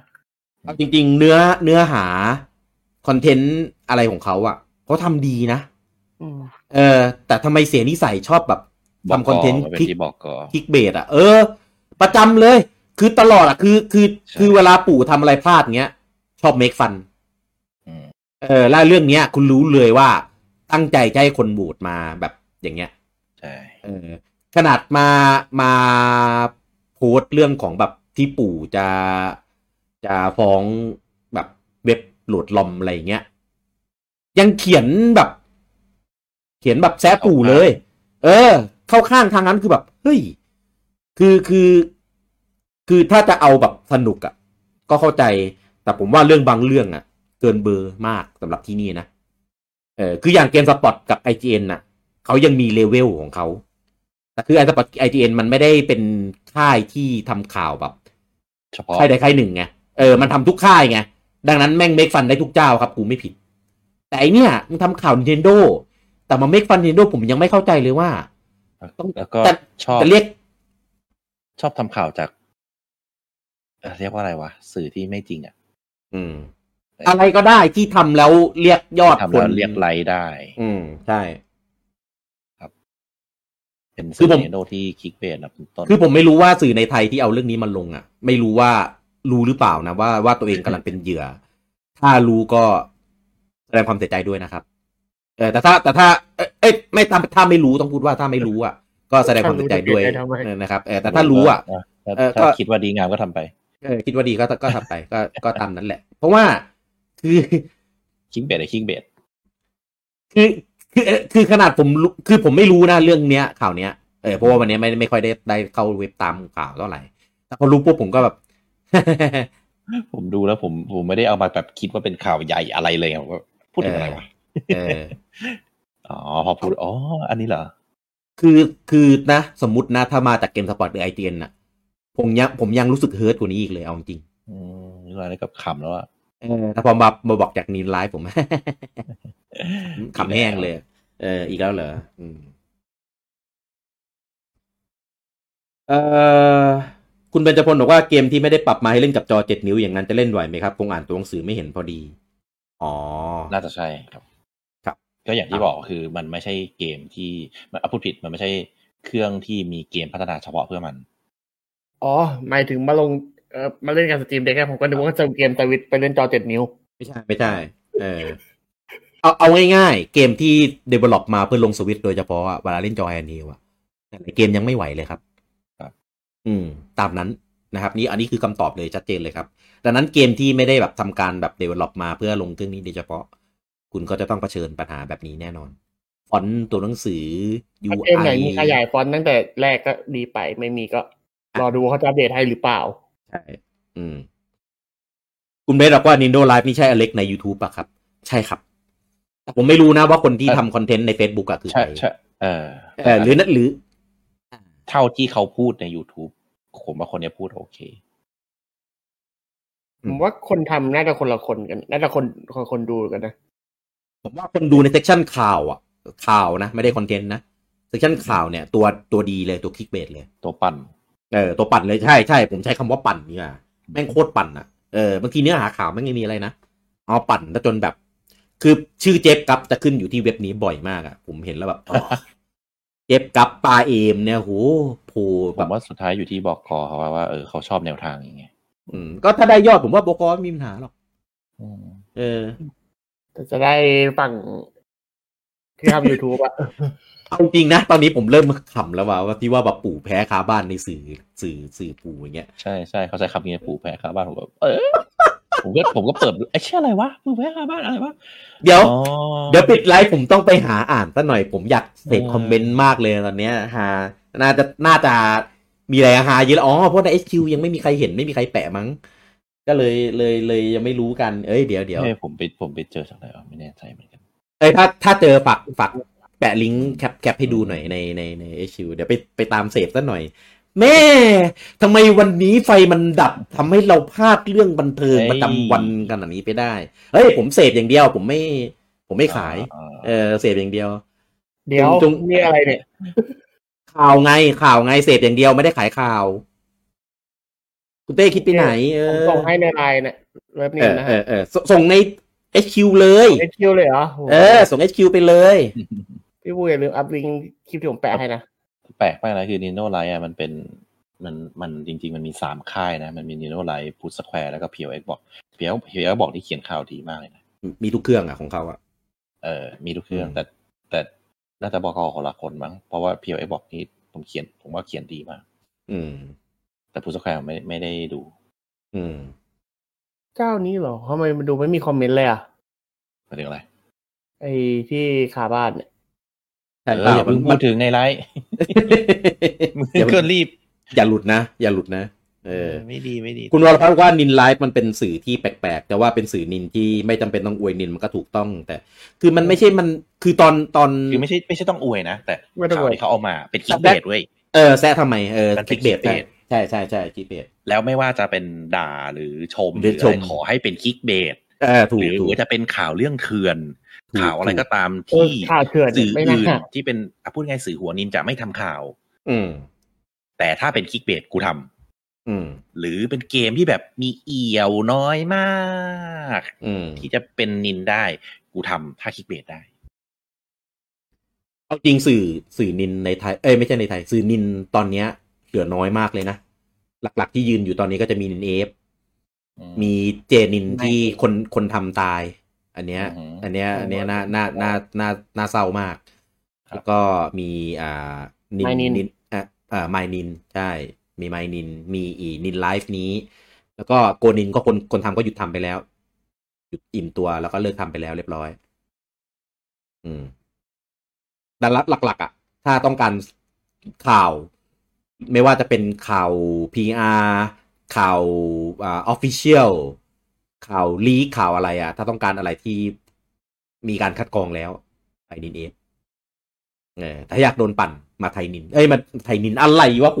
Speaker 1: เอาจริง ๆ เนื้อ เนื้อหา คอนเทนต์อะไรของเขาอ่ะ เขาทำดีนะ
Speaker 3: อืม
Speaker 1: เออ แต่ทำไมเสียนิสัยชอบแบบทำคอนเทนต์
Speaker 2: บอก
Speaker 1: คลิก
Speaker 2: ที่บอกกอ
Speaker 1: คลิกเบสอ่ะ เออ ประจำเลย คือตลอดอ่ะ คือ คือ
Speaker 2: ใช่
Speaker 1: คือเวลาปู่ทำอะไรพลาดเงี้ย ชอบเมคฟัน
Speaker 2: อืม
Speaker 1: เออแล้วเรื่องเนี้ย คุณรู้เลยว่าตั้งใจจะให้คนบูดมาแบบอย่างเงี้ย
Speaker 2: ใช่
Speaker 1: เออ ขนาดมามาโพสต์เรื่องของแบบที่ปู่จะจะฟ้องแบบเว็บโหลดลอมอะไรอย่างเงี้ย ยังเขียนแบบ เขียนแบบแซะปู่เลย เออ เข้าข้างทางนั้นคือแบบ เฮ้ย คือคือ คือถ้าจะเอาแบบสนุกอะ่ะ ก็เข้าใจ แต่ผมว่าเรื่องบางเรื่องอะ่ะ เกินเบอร์มากสำหรับที่นี่นะ เออ คืออย่างเกมสปอตกับ IGN น่ะ เขายังมีเลเวลของเขา แต่คือไอสปอตไอจีเอ็นมันไม่ได้เป็นค่ายที่ทำข่าวแบบ
Speaker 2: เฉพาะ
Speaker 1: ค่ายใดค่ายหนึ่งไง เออ มันทำทุกค่ายไง ดังนั้นแม่งเมคฟันได้ทุกเจ้าครับ กูไม่ผิด แต่ไอเนี่ยมึงทำข่าว Nintendo แต่มาเมคฟัน Nintendo ผมยังไม่เข้าใจเลยว่า ต้อง
Speaker 2: แล้วก็
Speaker 1: แต่
Speaker 2: ชอบ
Speaker 1: จะเรียก
Speaker 2: ชอบทำข่าวจากเอ่อเรียกว่าอะไรวะ สื่อที่ไม่จริงอ่ะ
Speaker 1: อืม อะไรก็ได้ที่ทำแล้วเรียกยอด
Speaker 2: ทำแล้วเรียกไลค์ได้
Speaker 1: อืม ใช่
Speaker 2: เป็น
Speaker 1: คื
Speaker 2: สื่
Speaker 1: อ
Speaker 2: อ
Speaker 1: ผม
Speaker 2: นินโดที่คลิกเบสนะเป็นต้น
Speaker 1: คือผมไม่รู้ว่าสื่อในไทยที่เอาเรื่องนี้มาลงอ่ะ ไม่รู้ว่า รู้หรือเปล่านะว่าว่าตัวเองกำลังเป็นเหยื่อ ถ้ารู้ก็แสดงความเสียใจด้วยนะครับ เออแต่ถ้าแต่ถ้าเอ้ยเอ้ยไม่ถ้าถ้าไม่รู้ต้องพูดว่าถ้าไม่รู้อ่ะก็แสดงความเสียใจด้วย
Speaker 3: ถ้ารู้จะเสียใจทำไม
Speaker 1: เออนะครับเออแต่ถ้ารู้อ่ะ
Speaker 2: อ่ถ้า
Speaker 1: เออก็
Speaker 2: ถ้าคิดว่าดีงามก็ทำไป
Speaker 1: เออคิดว่าดีก็ก็ทำไปก็ก็ตามนั้นแหละ เพราะว่าคือ
Speaker 2: คิงเบดไอ้คิงเบด
Speaker 1: คือคือคือขนาดผมรู้คือผมไม่รู้นะเรื่องเนี้ยข่าวเนี้ยเออเพราะว่าวันนี้ไม่ไม่ค่อยได้ได้เข้าเว็บตามข่าวเท่าไหร่แต่พอรู้ปุ๊บผมก็แบบ
Speaker 2: ผมดูแล้วผมผมไม่ได้เอามาแบบคิดว่าเป็นข่าวใหญ่อะไรเลยผมก็พูดถึงอะไรวะ
Speaker 1: เออ
Speaker 2: อ๋อพอพูดอ๋ออันนี้เหรอ
Speaker 1: คือคือนะ สมมตินะ ถ้ามาจากเกมสปอร์ตหรือไอเทียนน่ะ ผมยังผมยังรู้สึกเฮิร์ตกว่านี้อีกเลยเอาจริง
Speaker 2: อืมนึกว่าอะไรกับขำแล้วอะ
Speaker 1: เออถ้าพอมามาบอกจากนีนไลฟ์ผม ขำแห้งเลย เออ อีกแล้วเหรออืมเออคุณเบญจพลบอกว่าเกมที่ไม่ได้ปรับมาให้เล่นกับจอเจ็ดนิ้วอย่างนั้นจะเล่นไหวไหมครับ คงอ่านตัวหนังสือไม่เห็นพอดี อ๋อ
Speaker 2: น่าจะใช่ครับ
Speaker 1: ครับ
Speaker 2: ก็อย่างที่บอกคือมันไม่ใช่เกมที่มันอ่ะพูดผิดมันไม่ใช่เครื่องที่มีเกมพัฒนาเฉพาะเพื่อมัน
Speaker 3: อ๋อหมายถึงมาลงเออมาเล่นกับสตรีมเด็กแค่ผมก็นึกว่าจะเกมแต่วิทไปเล่นจอเจ็ดนิ้ว
Speaker 1: ไม่ใช่ไม่ใช่ เออ เอาเอาง่ายๆ เกมที่ develop มาเพื่อลงสวิตโดยเฉพาะอะเวลาเล่นจอแฮนด์เฮลอะเกมยังไม่ไหวเลยครับ
Speaker 2: ครับ
Speaker 1: อืม ตามนั้นนะครับ นี่อันนี้คือคำตอบเลยชัดเจนเลยครับ ดังนั้นเกมที่ไม่ได้แบบทำการแบบ develop มาเพื่อลงเครื่องนี้โดยเฉพาะ คุณก็จะต้องเผชิญปัญหาแบบนี้แน่นอน ฟอนต์ตัวหนังสือ
Speaker 3: ถ้า
Speaker 1: UI
Speaker 3: เกมไหนมีขยายฟอนต์ตั้งแต่แรกก็ดีไปไม่มีก็ รอดูว่าเขาจะอัปเดตให้หรือเปล่า
Speaker 1: ใช่ อืม คุณเบสบอกว่า Nintendo Live นี่ใช่อเล็กใน YouTube ป่ะครับ ใช่ครับ แต่ผมไม่รู้นะว่าคนที่ทำคอนเทนต์ใน Facebook อะคือใค
Speaker 2: ใช่
Speaker 1: ร
Speaker 2: ใช่เออ
Speaker 1: เออหรือนั่นหรือ
Speaker 2: เท่าที่เขาพูดใน YouTube ผมว่าคนเนี้ยพูดโอเค
Speaker 1: อื
Speaker 3: ผม มว่าคนทำน่าจะคนละคนกัน น่าจะคนคนคนดูกันนะ
Speaker 1: ผมว่าคนดูในเซ c ชันข่าวอะข่าวนะ ไม่ได้คอนเทนต์นะเซ c ชันข่าวเนี่ย ตัวตัวดีเลยตัวคลิกเบสเลย
Speaker 2: ตัวปั่น
Speaker 1: เออ ตัวปั่นเลยใช่ใช่ผมใช้คำว่าปั่นนี่อ่ะแม่งโคตรปั่นอะเออบางทีเนื้อหาข่าวแม่งไม่มีอะไรนะเอาปั่นแล้วจนแบบ คือชื่อเจฟกับจะขึ้นอยู่ที่เว็บนี้บ่อยมากอะผมเห็นแล้วแบบอ๋อ เจฟกับปาเอมเนี่ยโหโผล่
Speaker 2: ผ
Speaker 1: แบบ
Speaker 2: มว่าสุดท้ายอยู่ที่บอกคอเขาว่าเออเขาชอบแนวทางอย่างเงี้ย
Speaker 1: อืมก็ถ้าได้ยอดผมว่าโบกอไม่มีปัญหาหรอก
Speaker 2: อืม
Speaker 1: เออ
Speaker 3: แต่จะได้ฝั่งที่ทำ YouTube อะ
Speaker 1: เอาจริงนะ ตอนนี้ผมเริ่มขำแล้วว่าว่าที่ว่าแบบปู่แพ้คาบ้านในสื่อสื่อสื่อปู่อย่างเงี้ย
Speaker 2: ใช่ใช่เขาใช้คำนี้ผูแพ้คาบ้านผมแบบเออผมก็ผมก็เปิดดูไอ้เชื่ออะไรวะผูแพ้คาบ้านอะไรวะ
Speaker 1: เดี๋ยว
Speaker 2: อ๋อ
Speaker 1: เดี๋ยวปิดไลฟ์ผมต้องไปหาอ่านซะหน่อยผมอยากเสพ
Speaker 2: เออ
Speaker 1: คอมเมนต์มากเลยตอนเนี้ยฮาน่าจะน่าจะมีอะไรฮาเยอะแล้วอ๋อเพราะใน HQ ยังไม่มีใครเห็นไม่มีใครแปะมั้ง ก็เลยเลยเลยยังไม่รู้กันเอ้ยเดี๋ยวเดี๋ยว
Speaker 2: ไม่ผมไปผมไปเจอจากไหนวะไม่แน่ใจเหมือนกัน
Speaker 1: เอ้ยถ้าถ้าเจอฝากฝากแปะลิงก์แคปแคปให้ดูหน่อยในในใน HQ เดี๋ยวไปไปตามเสพซะหน่อย แม่ทำไมวันนี้ไฟมันดับทำให้เราพลาดเรื่องบันเทิง
Speaker 2: เฮ้ย
Speaker 1: ประจำวันขนาดนี้ไปได้เฮ้ยผมเสพอย่างเดียวผมไม่ผมไม่ขาย
Speaker 2: อ่า
Speaker 1: เออเสพอย่างเดียว
Speaker 3: เดี๋ยว
Speaker 1: จง
Speaker 3: นี่อะไรเนี่ย
Speaker 1: ข่าวไงข่าวไงเสพอย่างเดียวไม่ได้ขายข่าว คุณเต้คิดไปไหน เออ
Speaker 3: ผมส่งให้ในไลน์เนี่ยเว็บ
Speaker 1: เอ
Speaker 3: นี้
Speaker 1: อ
Speaker 3: นะ
Speaker 1: เอ
Speaker 3: ฮะ
Speaker 1: อเออสส่งใน HQ เลย
Speaker 3: เอคิวเลยเหรอโอ้โห
Speaker 1: เออ ส่ง HQ ไปเลย
Speaker 3: พี่บูอย่าลืมอัพลิงก์คลิปที่ผมแปะให้นะ
Speaker 2: แปลกมากนะคือ Nino l i ไ e อ่ะมันเป็นมันมันจริง ๆ มันมีสามค่ายนะ มันมี Nino l i ไ e พุทสแควร์แล้วก็เพียวเอ็กบอกเพียวเพียวบอกที่เขียนข่าวดีมากเลยนะ
Speaker 1: มีทุกเครื่องอ่ะของเขาอ่ะ
Speaker 2: เออมีทุกเครื่อง
Speaker 1: อืม
Speaker 2: แต่แต่น่าจะบอกคนละคนมั้งเพราะว่าเพียวเอ็กบอกนี่ผมเขียนผมว่าเขียนดีมาก
Speaker 1: อืม
Speaker 2: แต่พุทสแควร์ไม่ไม่ได้ดู
Speaker 1: อืม
Speaker 3: เจ้านี้เหรอทำไมมันดูไม่มีคอมเมนต์เลยอะ
Speaker 2: หมายถึงอะไร
Speaker 3: ไอ้ที่คาบ้านเนี่ย
Speaker 1: ใช่
Speaker 2: เอ
Speaker 1: เป
Speaker 2: อ
Speaker 1: ล่า
Speaker 2: อย่าเพิ่งพูดถึงในไลฟ์ มึง
Speaker 1: อย่า
Speaker 2: ก็
Speaker 1: เพิ่ง
Speaker 2: รีบ
Speaker 1: อย่าหลุดนะ อย่าหลุดนะ เออ
Speaker 2: ไม่ดีไม่ดี
Speaker 1: คุณวรพัฒน์ว่านินไลฟ์มันเป็นสื่อที่แปลกๆ แต่ว่าเป็นสื่อนินที่ไม่จำเป็นต้องอวยนินมันก็ถูกต้อง แต่ คือมันไม่ใช่มันคือตอนตอน
Speaker 2: คือไม่ใช่ไม่ใช่ต้องอวยนะ แต่
Speaker 3: ไม่ต้อง
Speaker 2: ข่าว
Speaker 3: เว้ย
Speaker 2: ที่เขาเอามาเป็น
Speaker 1: แต่
Speaker 2: อี
Speaker 1: แบ็
Speaker 2: เบ
Speaker 1: ค
Speaker 2: ดเว้ย
Speaker 1: เออแซะทำไมเออ
Speaker 2: มัน
Speaker 1: คิ
Speaker 2: เป็น
Speaker 1: กเบต
Speaker 2: clickbait
Speaker 1: ใช่ใช่ใช่คิกเบต
Speaker 2: แล้วไม่ว่าจะเป็นด่าหรือชม
Speaker 1: ห
Speaker 2: ห
Speaker 1: รื
Speaker 2: รือ อ
Speaker 1: ช
Speaker 2: อะ
Speaker 1: ม
Speaker 2: ไรขอให้เป็นคลิกเบส
Speaker 1: เออถูก
Speaker 2: หรือ
Speaker 1: ถูก
Speaker 2: ว่าจะเป็นข่าวเรื่องเถื่อน
Speaker 1: ถูก
Speaker 2: ข่าวอะไร
Speaker 1: ถูก
Speaker 2: ก็ตาม
Speaker 3: เออ
Speaker 2: ที่
Speaker 3: ข่าวเถื่อนเนี่
Speaker 2: สื่
Speaker 3: ย
Speaker 2: อ
Speaker 3: ไม่น่า
Speaker 2: อื่นที่เป็นอ่ะพูดง่ายๆสื่อหัวนินจะไม่ทำข่าว
Speaker 1: อืม
Speaker 2: แต่ถ้าเป็นคลิกเบสกูทำ
Speaker 1: อืม
Speaker 2: หรือเป็นเกมที่แบบมีเอี่ยวน้อยมาก
Speaker 1: อืม
Speaker 2: ที่จะเป็นนินได้กูทำถ้าคลิกเบสได้
Speaker 1: เอาจริงสื่อสื่อนินในไทย เอ้ยไม่ใช่ในไทย สื่อนินตอนเนี้ยเหลือน้อยมากเลยนะ หลักๆที่ยืนอยู่ตอนนี้ก็จะมีนินเอฟ
Speaker 2: อืม
Speaker 1: มีเจนินที่คนคนทำตาย อันเนี้ย
Speaker 2: อือหืออั
Speaker 1: อันเนี้ย อันเนี้ยน่าน่าน่าน่าน่าเศร้ามาก
Speaker 2: ครับ
Speaker 1: แล้วก็มีอ่านิน
Speaker 3: ไมนิน
Speaker 1: นินอ่ะอ่าไมนิน ใช่ มีไมนิน มีอีนินไลฟ์นี้ แล้วก็โกนินก็คนคนทำก็หยุดทำไปแล้ว หยุดอิ่มตัวแล้วก็เลิกทำไปแล้วเรียบร้อย อืม ดังรับหลัก ๆอะ่ะ ถ้าต้องการข่าว ไม่ว่าจะเป็นข่าว PR ข่าวออฟฟิเชียลข่าวลีกข่าวอะไรอะ่ะ ถ้าต้องการอะไรที่มีการคัดกรองแล้ว ไทยนินเอฟเออถ้าอยากโดนปั่นมาไทยนิน เอ้ยมาไทยนินอะไรวะโห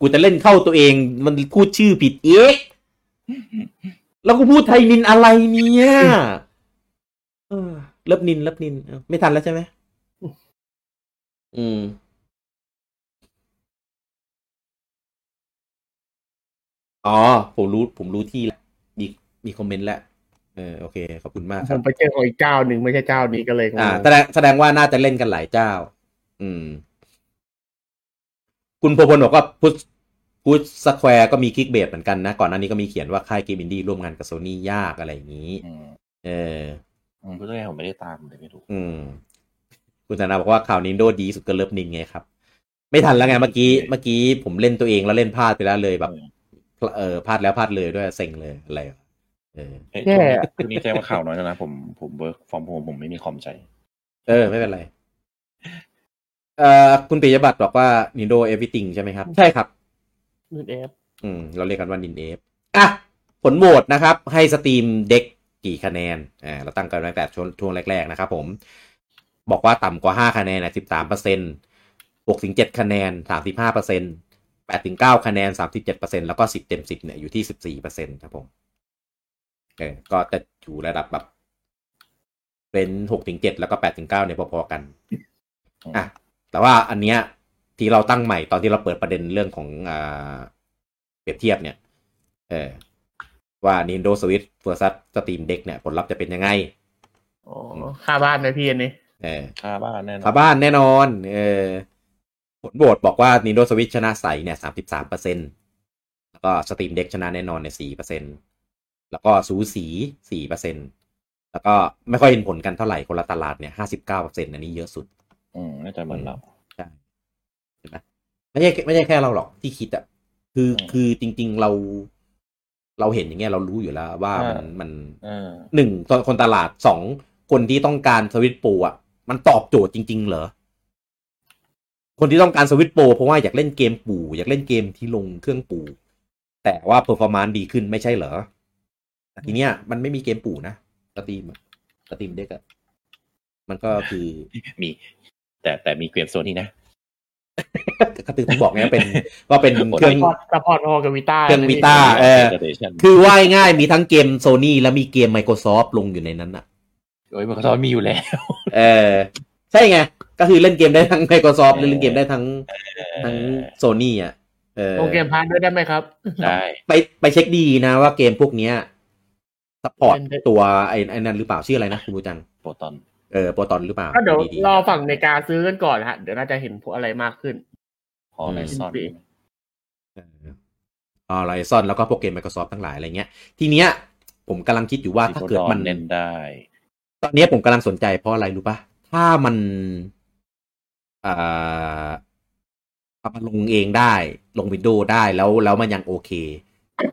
Speaker 1: กูจะเล่นเข้าตัวเอง มันพูดชื่อผิดเอ๊ะแล้วกูพูดไทยนินอะไรเนี่ยเออเลิฟนินเลิฟนินเอ้าไม่ทันแล้วใช่ไหม อืม อ๋อ ผมรู้ ผมรู้ที่แล้วมีมีคอมเมนต์แล้ว เออ โอเค ขอบคุณมากค
Speaker 3: ผ
Speaker 1: รับ
Speaker 3: มไปเจอของอีกเจ้าหนึ่งไม่ใช่เจ้านี้ก็เลยงง
Speaker 1: อ่า แสดง แสดงว่าน่าจะเล่นกันหลายเจ้า อืม คุณโพพลบอกว่าพุทพุทสแควร์ก็มีคลิกเบสเหมือนกันนะ ก่อนหน้านี้ก็มีเขียนว่าค่ายเกมอินดี้ร่วมงานกับโซนี่ยากอะไรอย่างนี้
Speaker 2: อืม
Speaker 1: เออ
Speaker 2: อืมพูดง่ายๆผมไม่ได้ตามเลยไม่รู้
Speaker 1: อืม คุณธนาบอกว่าข่าวนินโดดีสุดก็เลิฟนินไงครับ ไม่ทันแล้วไงเมื่อกี้เมื่อกี้ผมเล่นตัวเองแล้วเล่นพลาดไปแล้วเลยแบบ เออพลาดแล้วพลาดเลยด้วยเซ็งเลยอะไรวะเออ
Speaker 2: เอ้ย
Speaker 3: แย่อะ
Speaker 2: คือนี่แจ้งว่าข่าวน้อยแล้วนะ ผมผมเวิร์กฟอร์มโฮมผมไม่มีคอมใช้
Speaker 1: เออ ไม่เป็นไร เอ่อคุณปิยบัตรบอกว่า Nindo Everything ใช่ไหมครับ ใช่ครับ
Speaker 3: นินเอฟ
Speaker 1: อืม เราเรียกกันว่า Nin F อ่ะ ผลโหวตนะครับ ให้สตรีมเด็กกี่คะแนนอ่าเราตั้งกันไว้ตั้งแต่ช่วงช่วงแรก ๆ นะครับผม บอกว่าต่ำกว่า 5 คะแนนนะ13เปอร์เซ็นต์6ถึง7คะแนน 35เปอร์เซ็นต์8ถึง9คะแนน 37เปอร์เซ็นต์แล้วก็ 10 เต็ม 10 เนี่ยอยู่ที่ 14เปอร์เซ็นต์ครับผม เออ ก็จะอยู่ระดับแบบเป็น6ถึง7แล้วก็8ถึง9เนี่ยพอๆกัน อ่ะ แต่ว่าอันเนี้ยที่เราตั้งใหม่ตอนที่เราเปิดประเด็นเรื่องของอ่าเปรียบเทียบเนี่ย เออว่า Nintendo Switch vs Steam Deck เนี่ย ผลลัพธ์จะเป็นยังไง
Speaker 3: อ๋อค่าบ้านไหมพี่อันนี้
Speaker 1: เออ
Speaker 2: ค่าบ้านแน่นอน
Speaker 1: ชาวบ้านแน่นอน เออผลโหวตบอกว่า Nintendo Switch ชนะใสเนี่ยสามสิบสามเปอร์เซ็นแล้วก็ Steam Deck ชนะแน่นอนเนี่ยสี่เปอร์เซ็นแล้วก็สูสีสี่เปอร์เซ็นแล้วก็ไม่ค่อยเห็นผลกันเท่าไหร่คนละตลาดเนี่ยห้าสิบเก้าเปอร์เซ็นอันนี้เยอะสุด
Speaker 2: อืมน่าจะเหมือนเรา
Speaker 1: ใช่เห็นไหมไม่ใช่ไม่ใช่แค่เราหรอกที่คิดอะคือ
Speaker 2: อืม
Speaker 1: คือจริง ๆเรา เราเห็นอย่างเงี้ยเรารู้อยู่แล้ว ว่า
Speaker 2: อ่ามั
Speaker 1: มันมัน
Speaker 2: เออ
Speaker 1: หนึ่งคนคนตลาดสองคนที่ต้องการสวิตช์โปรอะมันตอบโจทย์จริง ๆ เหรอ คนที่ต้องการสวิตช์โปรเพราะว่าอยากเล่นเกมปู่อยากเล่นเกมที่ลงเครื่องปู่แต่ว่าเพอร์ฟอร์มานซ์ดีขึ้นไม่ใช่เหรอแต่ทีเนี้ยมันไม่มีเกมปู่นะสตรีมสตรีมเด็กอะมันก็คือ
Speaker 2: มี แต่แต่มีเกมโซนนี่นะ
Speaker 1: ก็ถึงบอกไงว่าเป็นว่าเป็นเครื่อง
Speaker 3: สปอร์ตพอกับวิต้า
Speaker 1: เครื่อง Vita อ่าเออ
Speaker 2: PlayStation
Speaker 1: คือว่าง่ายๆมีทั้งเกมโซ n y และมีเกม Microsoft ลงอยู่ในนั้นอ่ะ
Speaker 2: โอ้ยมันก็มีอยู่แล้ว
Speaker 1: เออ ใช่ไง ก็คือเล่นเกมได้ทั้ง Microsoft หรือเล่นเกมได้ทั้งทั้งโซ n y อ่ะเออ
Speaker 3: โอเกมพาร์ทด้วยได้ไหมครับ
Speaker 2: ได้
Speaker 1: ไปไปเช็คดีนะว่าเกมพวกเนี้ยสปอร์ต
Speaker 3: เล่นได้
Speaker 1: ตัวไอ้ไอ้นั้นหรือเปล่าชื่ออะไรนะคุณบูจัง
Speaker 2: โปรตอน
Speaker 1: เออโปรตอนหรือเปล่า
Speaker 3: ก็เดี๋ยว
Speaker 1: ๆ
Speaker 3: รอฝั่งอเมริกาซื้อกันก่อนฮะเดี๋ยวน่าจะเห็นพวกอะไรมากขึ้น
Speaker 2: ฮอลไลซอน
Speaker 1: เอออะไรซ่อนแล้วก็พวกเกม Microsoft ทั้งหลายอะไรเงี้ย ทีเนี้ย ผมกำลังคิดอยู่ว่าถ้าเกิดมัน
Speaker 2: เน้นได้
Speaker 1: ตอนเนี้ยผมกำลังสนใจเพราะอะไรรู้ปะถ้ามันอ่าเอามาลงเองได้ ลงวินโดว์ได้แล้วแล้วมันยังโอเค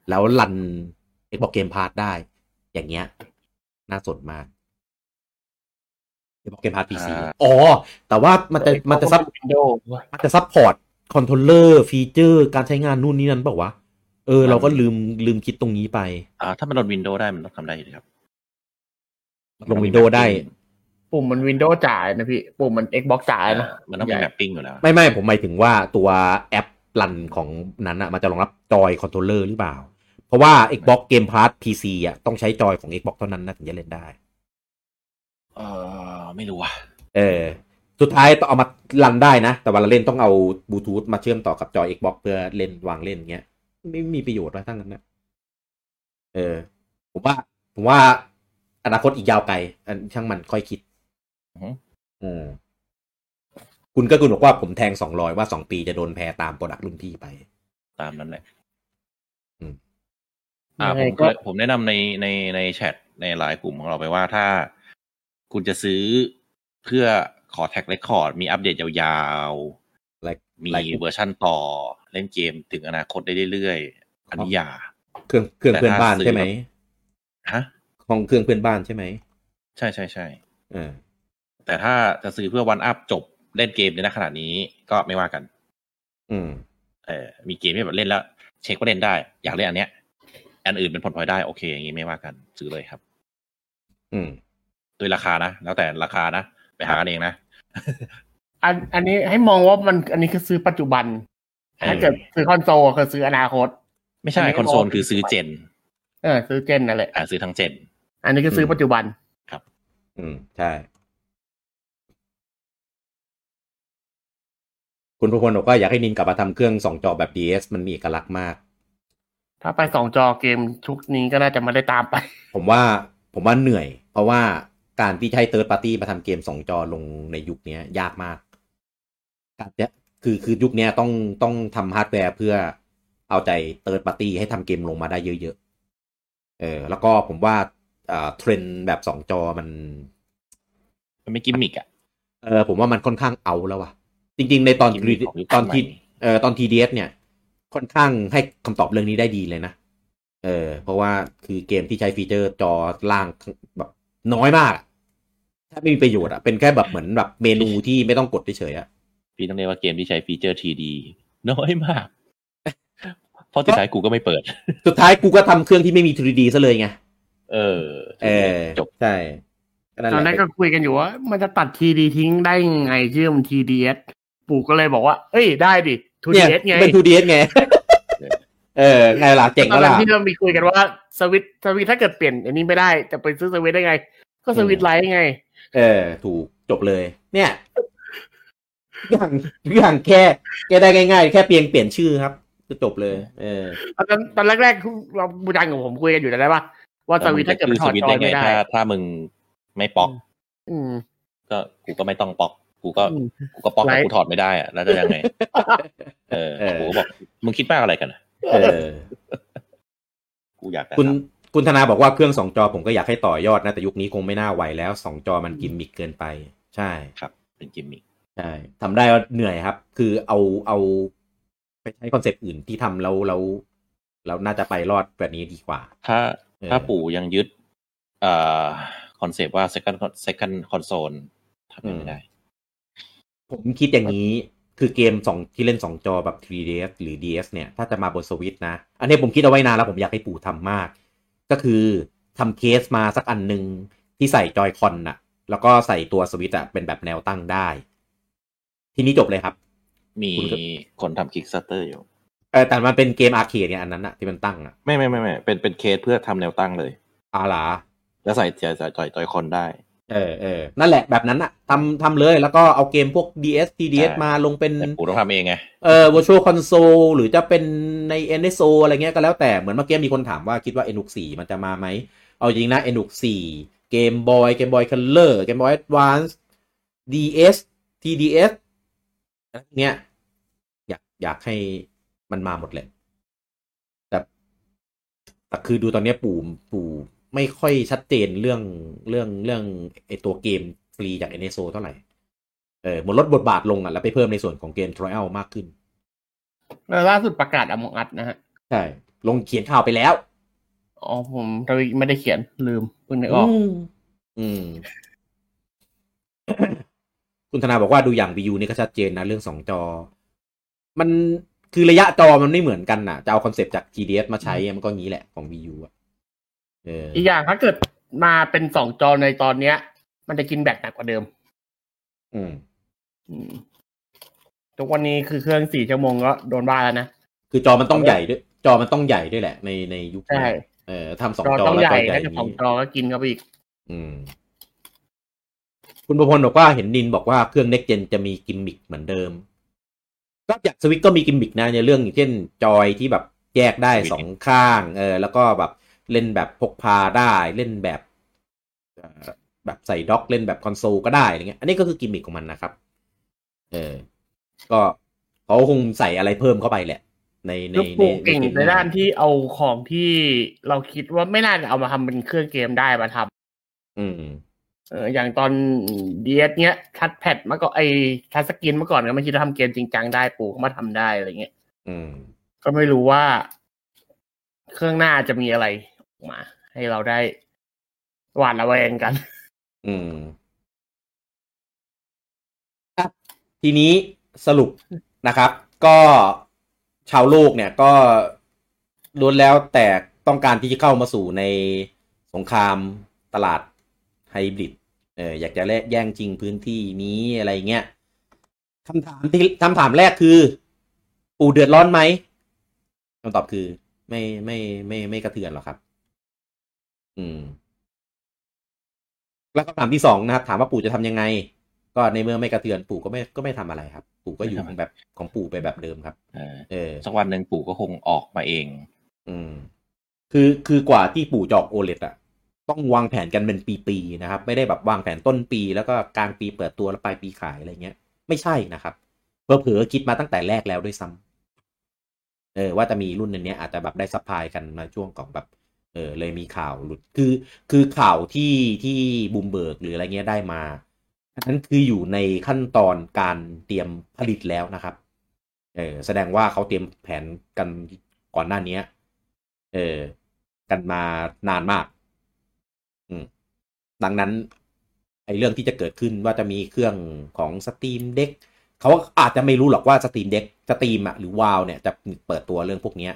Speaker 1: แล้วรันไอ้บอกเกมพาร์ทได้ อย่างเงี้ย น่าสนมากไอ้บอกเกมพาร์ทพีซี
Speaker 2: อ่า
Speaker 1: อ๋อ แต่ว่ามันจะมันจะซับ
Speaker 3: Windows
Speaker 1: มันจะซัพพอร์ตคอนโทรลเลอร์ฟีเจอร์การใช้งานนู่นนี่นั่นเปล่าวะ เออ เราก็ลืมลืมคิดตรงนี้ไป
Speaker 2: อ่า ถ้ามันลงวินโดว์ได้มันต้องทำได้อยู่แล้วครับ
Speaker 1: ลง Windows ได้
Speaker 3: ปุ่มมัน Windows จ่ายนะพี่ ปุ่มมัน Xbox จ่าย
Speaker 2: อ่า
Speaker 3: นะ
Speaker 2: มันต้องมีแมปปิ้งอยู่แล้ว
Speaker 1: ไม่ไม่ผมหมายถึงว่าตัวแอปรันของนั้นอะมันจะรองรับจอยคอนโทรลเลอร์หรือเปล่า เพราะว่า Xbox Game Pass PC อะต้องใช้จอยของ Xbox เท่านั้นนะถึงจะเล่นได้
Speaker 2: เออ ไม่รู้ว่ะ
Speaker 1: เออ สุดท้ายต้องเอามารันได้นะ แต่เวลาเล่นต้องเอาบลูทูธมาเชื่อมต่อกับจอย Xbox เพื่อเล่นวางเล่นเงี้ย ไม่มีประโยชน์นะทั้งนั้นนะเออ ผมว่า ผมว่าอนาคตอีกยาวไกลอันช่างมันค่อยคิด
Speaker 2: อือฮึ
Speaker 1: อืมคุณก็คุณบอกว่าผมแทงสองร้อยว่าสองปีจะโดนแพ้ตามโปรดักรุ่นพี่ไป
Speaker 2: ตามนั้นแหละ อ่า
Speaker 3: ยัง
Speaker 2: ผ
Speaker 3: ไง
Speaker 2: ม
Speaker 3: ก็
Speaker 2: เคยผมแนะนำในในในแชทในไลน์กลุ่มของเราไปว่าถ้าคุณจะซื้อเพื่อขอแท็กเรคคอร์ด มีอัปเดตยาว
Speaker 1: ไลน์
Speaker 2: ๆ มี
Speaker 1: ไลน์กลุ่ม
Speaker 2: เวอร์ชั่นต่อเล่นเกมถึงอนาคตได้เรื่อยๆอันนี้อย่า
Speaker 1: เครื่องเครื่อง
Speaker 2: แต่
Speaker 1: เพื่อน
Speaker 2: ถ้า
Speaker 1: บ้านใช่ไหม
Speaker 2: ซื้อ ฮะ
Speaker 1: ของเครื่องเพื่อนบ้านใช่ไหม
Speaker 2: ใช่ใช่ใช่
Speaker 1: อ่า
Speaker 2: แต่ถ้าจะซื้อเพื่อวันอัพจบเล่นเกมในณขณะนี้ก็ไม่ว่ากัน
Speaker 1: อืม
Speaker 2: เออมีเกมที่แบบเล่นแล้ว เช็คว่าเล่นได้ อยากเล่นอันเนี้ย อันอื่นเป็นผลพลอยได้โอเคอย่างนี้ไม่ว่ากันซื้อเลยครับ
Speaker 1: อืม
Speaker 2: ด้วยราคานะ แล้วแต่ราคานะ ไปหากันเองนะ
Speaker 3: อันอันนี้ให้มองว่ามันอันนี้คือซื้อปัจจุบัน ถ้าเกิดซื้อคอนโซลก็คือซื้ออนาคต
Speaker 2: ไม่ใช่
Speaker 3: อันนี้
Speaker 2: คอนโซล
Speaker 3: ก็
Speaker 2: คือซื้อเจน
Speaker 3: เออซื้อเจนนั่นแหละ
Speaker 2: อ่าซื้อทั้งเจน
Speaker 3: อันนี้ก็ซื้อปัจจุบัน
Speaker 1: อืม ใช่ คุณพลบอกว่าอยากให้นินกลับมาทำเครื่องสองจอแบบ DS มันมีเอกลักษณ์มาก
Speaker 3: ถ้าไปสองจอเกมชุกนี้ก็น่าจะไม่ได้ตามไป
Speaker 1: ผมว่าผมว่าเหนื่อย เพราะว่าการที่ใช้ Third Party มาทำเกมสองจอลงในยุคเนี้ย ยากมากการเนี้ยคือคือยุคเนี้ยต้องต้องทำฮาร์ดแวร์เพื่อเอาใจ Third Party ให้ทำเกมลงมาได้เยอะๆ เออ แล้วก็ผมว่าอ่าเทรนด์แบบสองจอมัน
Speaker 2: มันไม่กิมมิกอ่ะ
Speaker 1: เออผมว่ามันค่อนข้างเอาแล้วว่ะ จริง ๆ ในตอน
Speaker 2: กิม
Speaker 1: 3D
Speaker 2: มิกของยุค
Speaker 1: ตอน
Speaker 2: ใหม่
Speaker 1: ที่เออตอน TDS เนี่ย ค่อนข้างให้คำตอบเรื่องนี้ได้ดีเลยนะ เออ เพราะว่าคือเกมที่ใช้ฟีเจอร์จอล่างแบบน้อยมากอะแทบไม่มีประโยชน์อะเป็นแค่แบบเหมือนแบบเมนูที่ไม่ต้องกดเฉยๆอะ
Speaker 2: พี่ต้องเรียกว่าเกมที่ใช้ฟีเจอร์ 3D น้อยมาก เพราะสุดท้ายกูก็ไม่เปิด
Speaker 1: สุดท้ายกูก็ทำเครื่องที่ไม่มี 3D ซะเลยไง
Speaker 2: เออ
Speaker 1: เออ
Speaker 2: จบ
Speaker 1: ใช่ก็นั่น
Speaker 3: ตอน
Speaker 1: แห
Speaker 3: แร
Speaker 1: ละ
Speaker 3: กก็คุยกันอยู่ว่า มันจะตัดทีดีทิ้งได้ยังไงชื่อมันทีดีเอสปู่ก็เลยบอกว่า เอ้ยได้ดิทูดี
Speaker 1: เนี่ย
Speaker 3: เอสไง
Speaker 1: เป็น 2DS ไง เออไงล่ะเจ๋ง
Speaker 3: ตอ
Speaker 1: แล้ว
Speaker 3: นนั้
Speaker 1: ล่ะ
Speaker 3: นที่เรามีคุยกันว่าสวิตช์สวิตช์ถ้าเกิดเปลี่ยนอันนี้ไม่ได้จะไปซื้อสวิตช์ได้ไง ก็สวิตช์ไลท์ไง
Speaker 1: เออ ถูกจบเลย เนี่ยอย่างอย่างแค่แค่ได้ง่าย ๆ แค่เปลี่ยนเปลี่ยนชื่อครับ จะจบเลย เออ
Speaker 3: ตอนนั้นตอนแรกๆเราบูดังกับผมคุยกันอยู่จำได้ปะว่าสวิตช์ถ้าเกิดมันถอด
Speaker 2: วิต
Speaker 3: จ
Speaker 2: ช์
Speaker 3: อ
Speaker 2: ได้
Speaker 3: ย
Speaker 2: ไง
Speaker 3: ไม่ได้
Speaker 2: ถ้าถ้ามึงไม่ป๊อก
Speaker 3: อืม
Speaker 2: ก็กูก็ไม่ต้องป๊อก กูก็
Speaker 3: อืม
Speaker 2: กูก็ป๊อกแต่
Speaker 3: ไลฟ์
Speaker 2: กูถอดไม่ได้อะแล้วจะยังไง เออ
Speaker 1: เออ
Speaker 2: กูก็บอกมึงคิดมากอะไรกันอะ
Speaker 1: เออ
Speaker 2: กูอยากจะ
Speaker 1: คุณ
Speaker 2: ท
Speaker 1: คุณธนาบอกว่าเครื่องสองจอผมก็อยากให้ต่อยอดนะ แต่ยุคนี้คงไม่น่าไหวแล้วสองจอมันกิมมิกเกินไป ใช่
Speaker 2: ำครับ เป็นกิมมิก
Speaker 1: ใช่ทำได้ว่าเหนื่อยครับ คือเอาเอาไปใช้คอนเซปต์อื่นที่ทำแล้วแล้วแล้วน่าจะไปรอดแบบนี้ดีกว่า
Speaker 2: ถ้า
Speaker 1: เออ
Speaker 2: ถ้าปู่ยังยึดเอ่อคอนเซปต์ว่า second second console ทำยังไม่ได้
Speaker 1: ผมคิดอย่างนี้คือเกมสองที่เล่นสองจอแบบ 3DS หรือ DS เนี่ย ถ้าจะมาบนสวิตช์นะ อันนี้ผมคิดเอาไว้นานแล้วผมอยากให้ปู่ทำมาก ก็คือทำเคสมาสักอันหนึ่งที่ใส่จอยคอนน่ะ แล้วก็ใส่ตัวสวิตช์อะเป็นแบบแนวตั้งได้ ทีนี้จบเลยครับ
Speaker 2: มี
Speaker 1: คุณก็
Speaker 2: คนทำ Kickstarter อยู่
Speaker 1: เออแต่มันเป็นเกมอาร์เคดเนี่ยอันนั้นอะที่มันตั้งอะ
Speaker 2: ไม่ไม่ไม่ไม่เป็นเป็นเคสเพื่อทำแนวตั้งเลย
Speaker 1: อาหลา
Speaker 2: แล้วใส่ใส่ใส่จอยจอยคอนได้
Speaker 1: เออเออนั่นแหละแบบนั้นอะทำทำเลยแล้วก็เอาเกมพวก DS 3DS
Speaker 2: ใช่
Speaker 1: มาลงเป็น
Speaker 2: แต่ปู่ต้องทำเองไง
Speaker 1: เอ่อ virtual console หรือจะเป็นใน NSO อะไรเงี้ยก็แล้วแต่เหมือนเมื่อกี้มีคนถามว่าคิดว่า N64 มันจะมาไหม เอาจริงนะ N64 Game Boy Game Boy Color Game Boy Advance DS TDS อะไรพวกเนี้ยอยากอยากให้มันมาหมดเลยแต่แต่คือดูตอนเนี้ยปู่ปู่ไม่ค่อยชัดเจนเรื่องเรื่องเรื่องไอตัวเกมฟรีจาก NSO เท่าไหร่เออเหมันลดบทบาทลงอ่ะแล้วไปเพิ่มในส่วนของเกม Trial มากขึ้น
Speaker 3: แล้วล่าสุดประกาศอมองอัดนะฮะ
Speaker 1: ใช่ ลงเขียนข่าวไปแล้ว
Speaker 3: อ๋อผมทวีไม่ได้เขียนลืมเพิ่งนึกอ
Speaker 1: อื
Speaker 3: อก
Speaker 1: มอืม คุณธนาบอกว่าดูอย่าง Wii U นี่ก็ชัดเจนนะเรื่องสองจอ มันคือระยะจอมันไม่เหมือนกันน่ะ จะเอาคอนเซปต์จาก GDS มาใช้มันก็งี้แหละของ Wii U อ่ะเออ
Speaker 3: อีกอย่างถ้าเกิดมาเป็นสองจอในตอนเนี้ย มันจะกินแบตหนักกว่าเดิม
Speaker 1: อืม
Speaker 3: อืมทุกวันนี้คือเครื่องสี่ชั่วโมงก็โดนบ้าแล้วนะ
Speaker 1: คือจอมันต้องใหญ่ด้วย จอมันต้องใหญ่ด้วยแหละ ในในยุคนี้
Speaker 3: ใช่
Speaker 1: เออทำสอง
Speaker 3: จอ
Speaker 1: จอ
Speaker 3: ต้อง
Speaker 1: แล้วจ
Speaker 3: ใหญ่
Speaker 1: อใหญ่
Speaker 3: ถ้าเกิดสองจอก็กินเข้าไปอีก
Speaker 1: อืม คุณประพลบอกว่าเห็นนินบอกว่าเครื่อง next gen จะมีกิมมิคเหมือนเดิม ก็จากสวิตก็มีกิมมิคนะในเรื่องอย่างเช่นจอยที่แบบแยกได้
Speaker 2: Switch
Speaker 1: สองข้างเออแล้วก็แบบเล่นแบบพกพาได้เล่นแบบเอ่อแบบใส่ด็อกเล่นแบบคอนโซลก็ได้อะไรเงี้ยอันนี้ก็คือกิมมิคของมันนะครับ เออ ก็เขาคงใส่อะไรเพิ่มเข้าไปแหละ ในใน
Speaker 3: คือ
Speaker 1: ใน
Speaker 3: ปลูกเก่
Speaker 1: ก
Speaker 3: ง
Speaker 1: ม
Speaker 3: ในด้านที่เอาของที่เราคิดว่าไม่น่าจะเอามาทำเป็นเครื่องเกมได้มาทำ
Speaker 1: อืม
Speaker 3: เอออย่างตอนเดียเนี้ยทัดแพดมาก่อนไอทัดสกินเมื่อก่อนก็ไม่คิดจะทำเกมจริงจังได้ปลูกมาทำได้อะไรเงี้ย
Speaker 1: อืม
Speaker 3: ก็ไม่รู้ว่า เครื่องหน้าจะมีอะไรออกมา ให้เราได้หวาดระแวงกัน
Speaker 1: อืมอ่ะทีนี้สรุปนะครับ ก็ชาวโลกเนี่ยก็ล้วนแล้วแต่ต้องการที่จะเข้ามาสู่ในสงครามตลาดไฮบริดเอออยากจะแลกแย่งจริงพื้นที่นี้อะไรเงี้ยคำถามที่คำถามแรกคือปู่เดือดร้อนไหมคำตอบคือ ไม่ไม่ไม่ไม่กระเทือนหรอกครับ อืม แล้วคำถามที่สองนะครับ ถามว่าปู่จะทำยังไง ก็ในเมื่อไม่กระเทือนปู่ก็ไม่ก็ไม่ทำอะไรครับ ปู่ก็อยู่
Speaker 2: ไม่ทำ
Speaker 1: แบบของปู่ไปแบบเดิมครับ
Speaker 2: เออ
Speaker 1: เออ
Speaker 2: สักวันหนึ่งปู่ก็คงออกมาเอง
Speaker 1: อืม คือคือกว่าที่ปู่จะออกโอเลตอะต้องวางแผนกันเป็นปีๆนะครับ ไม่ได้แบบวางแผนต้นปี แล้วก็กลางปีเปิดตัวแล้วปลายปีขายอะไรเงี้ย ไม่ใช่นะครับเผลอๆคิดมาตั้งแต่แรกแล้วด้วยซ้ำเออ ว่าจะมีรุ่นอันเนี้ยอาจจะแบบได้ซัพพลายกันมาช่วงของแบบ เออ เลยมีข่าวหลุดคือคือข่าวที่ที่บูมเบิร์กหรืออะไรเงี้ยได้มาอันนั้นคืออยู่ในขั้นตอนการเตรียมผลิตแล้วนะครับ เออแสดงว่าเขาเตรียมแผนกันก่อนหน้าเนี้ย เออ กันมานานมาก อืม ดังนั้น ไอ้เรื่องที่จะเกิดขึ้นว่าจะมีเครื่องของสตรีมเด็กเขาอาจจะไม่รู้หรอกว่าสตรีมเด็กสตรีมอะหรือวาวเนี่ยจะเปิดตัวเรื่องพวกเนี้ย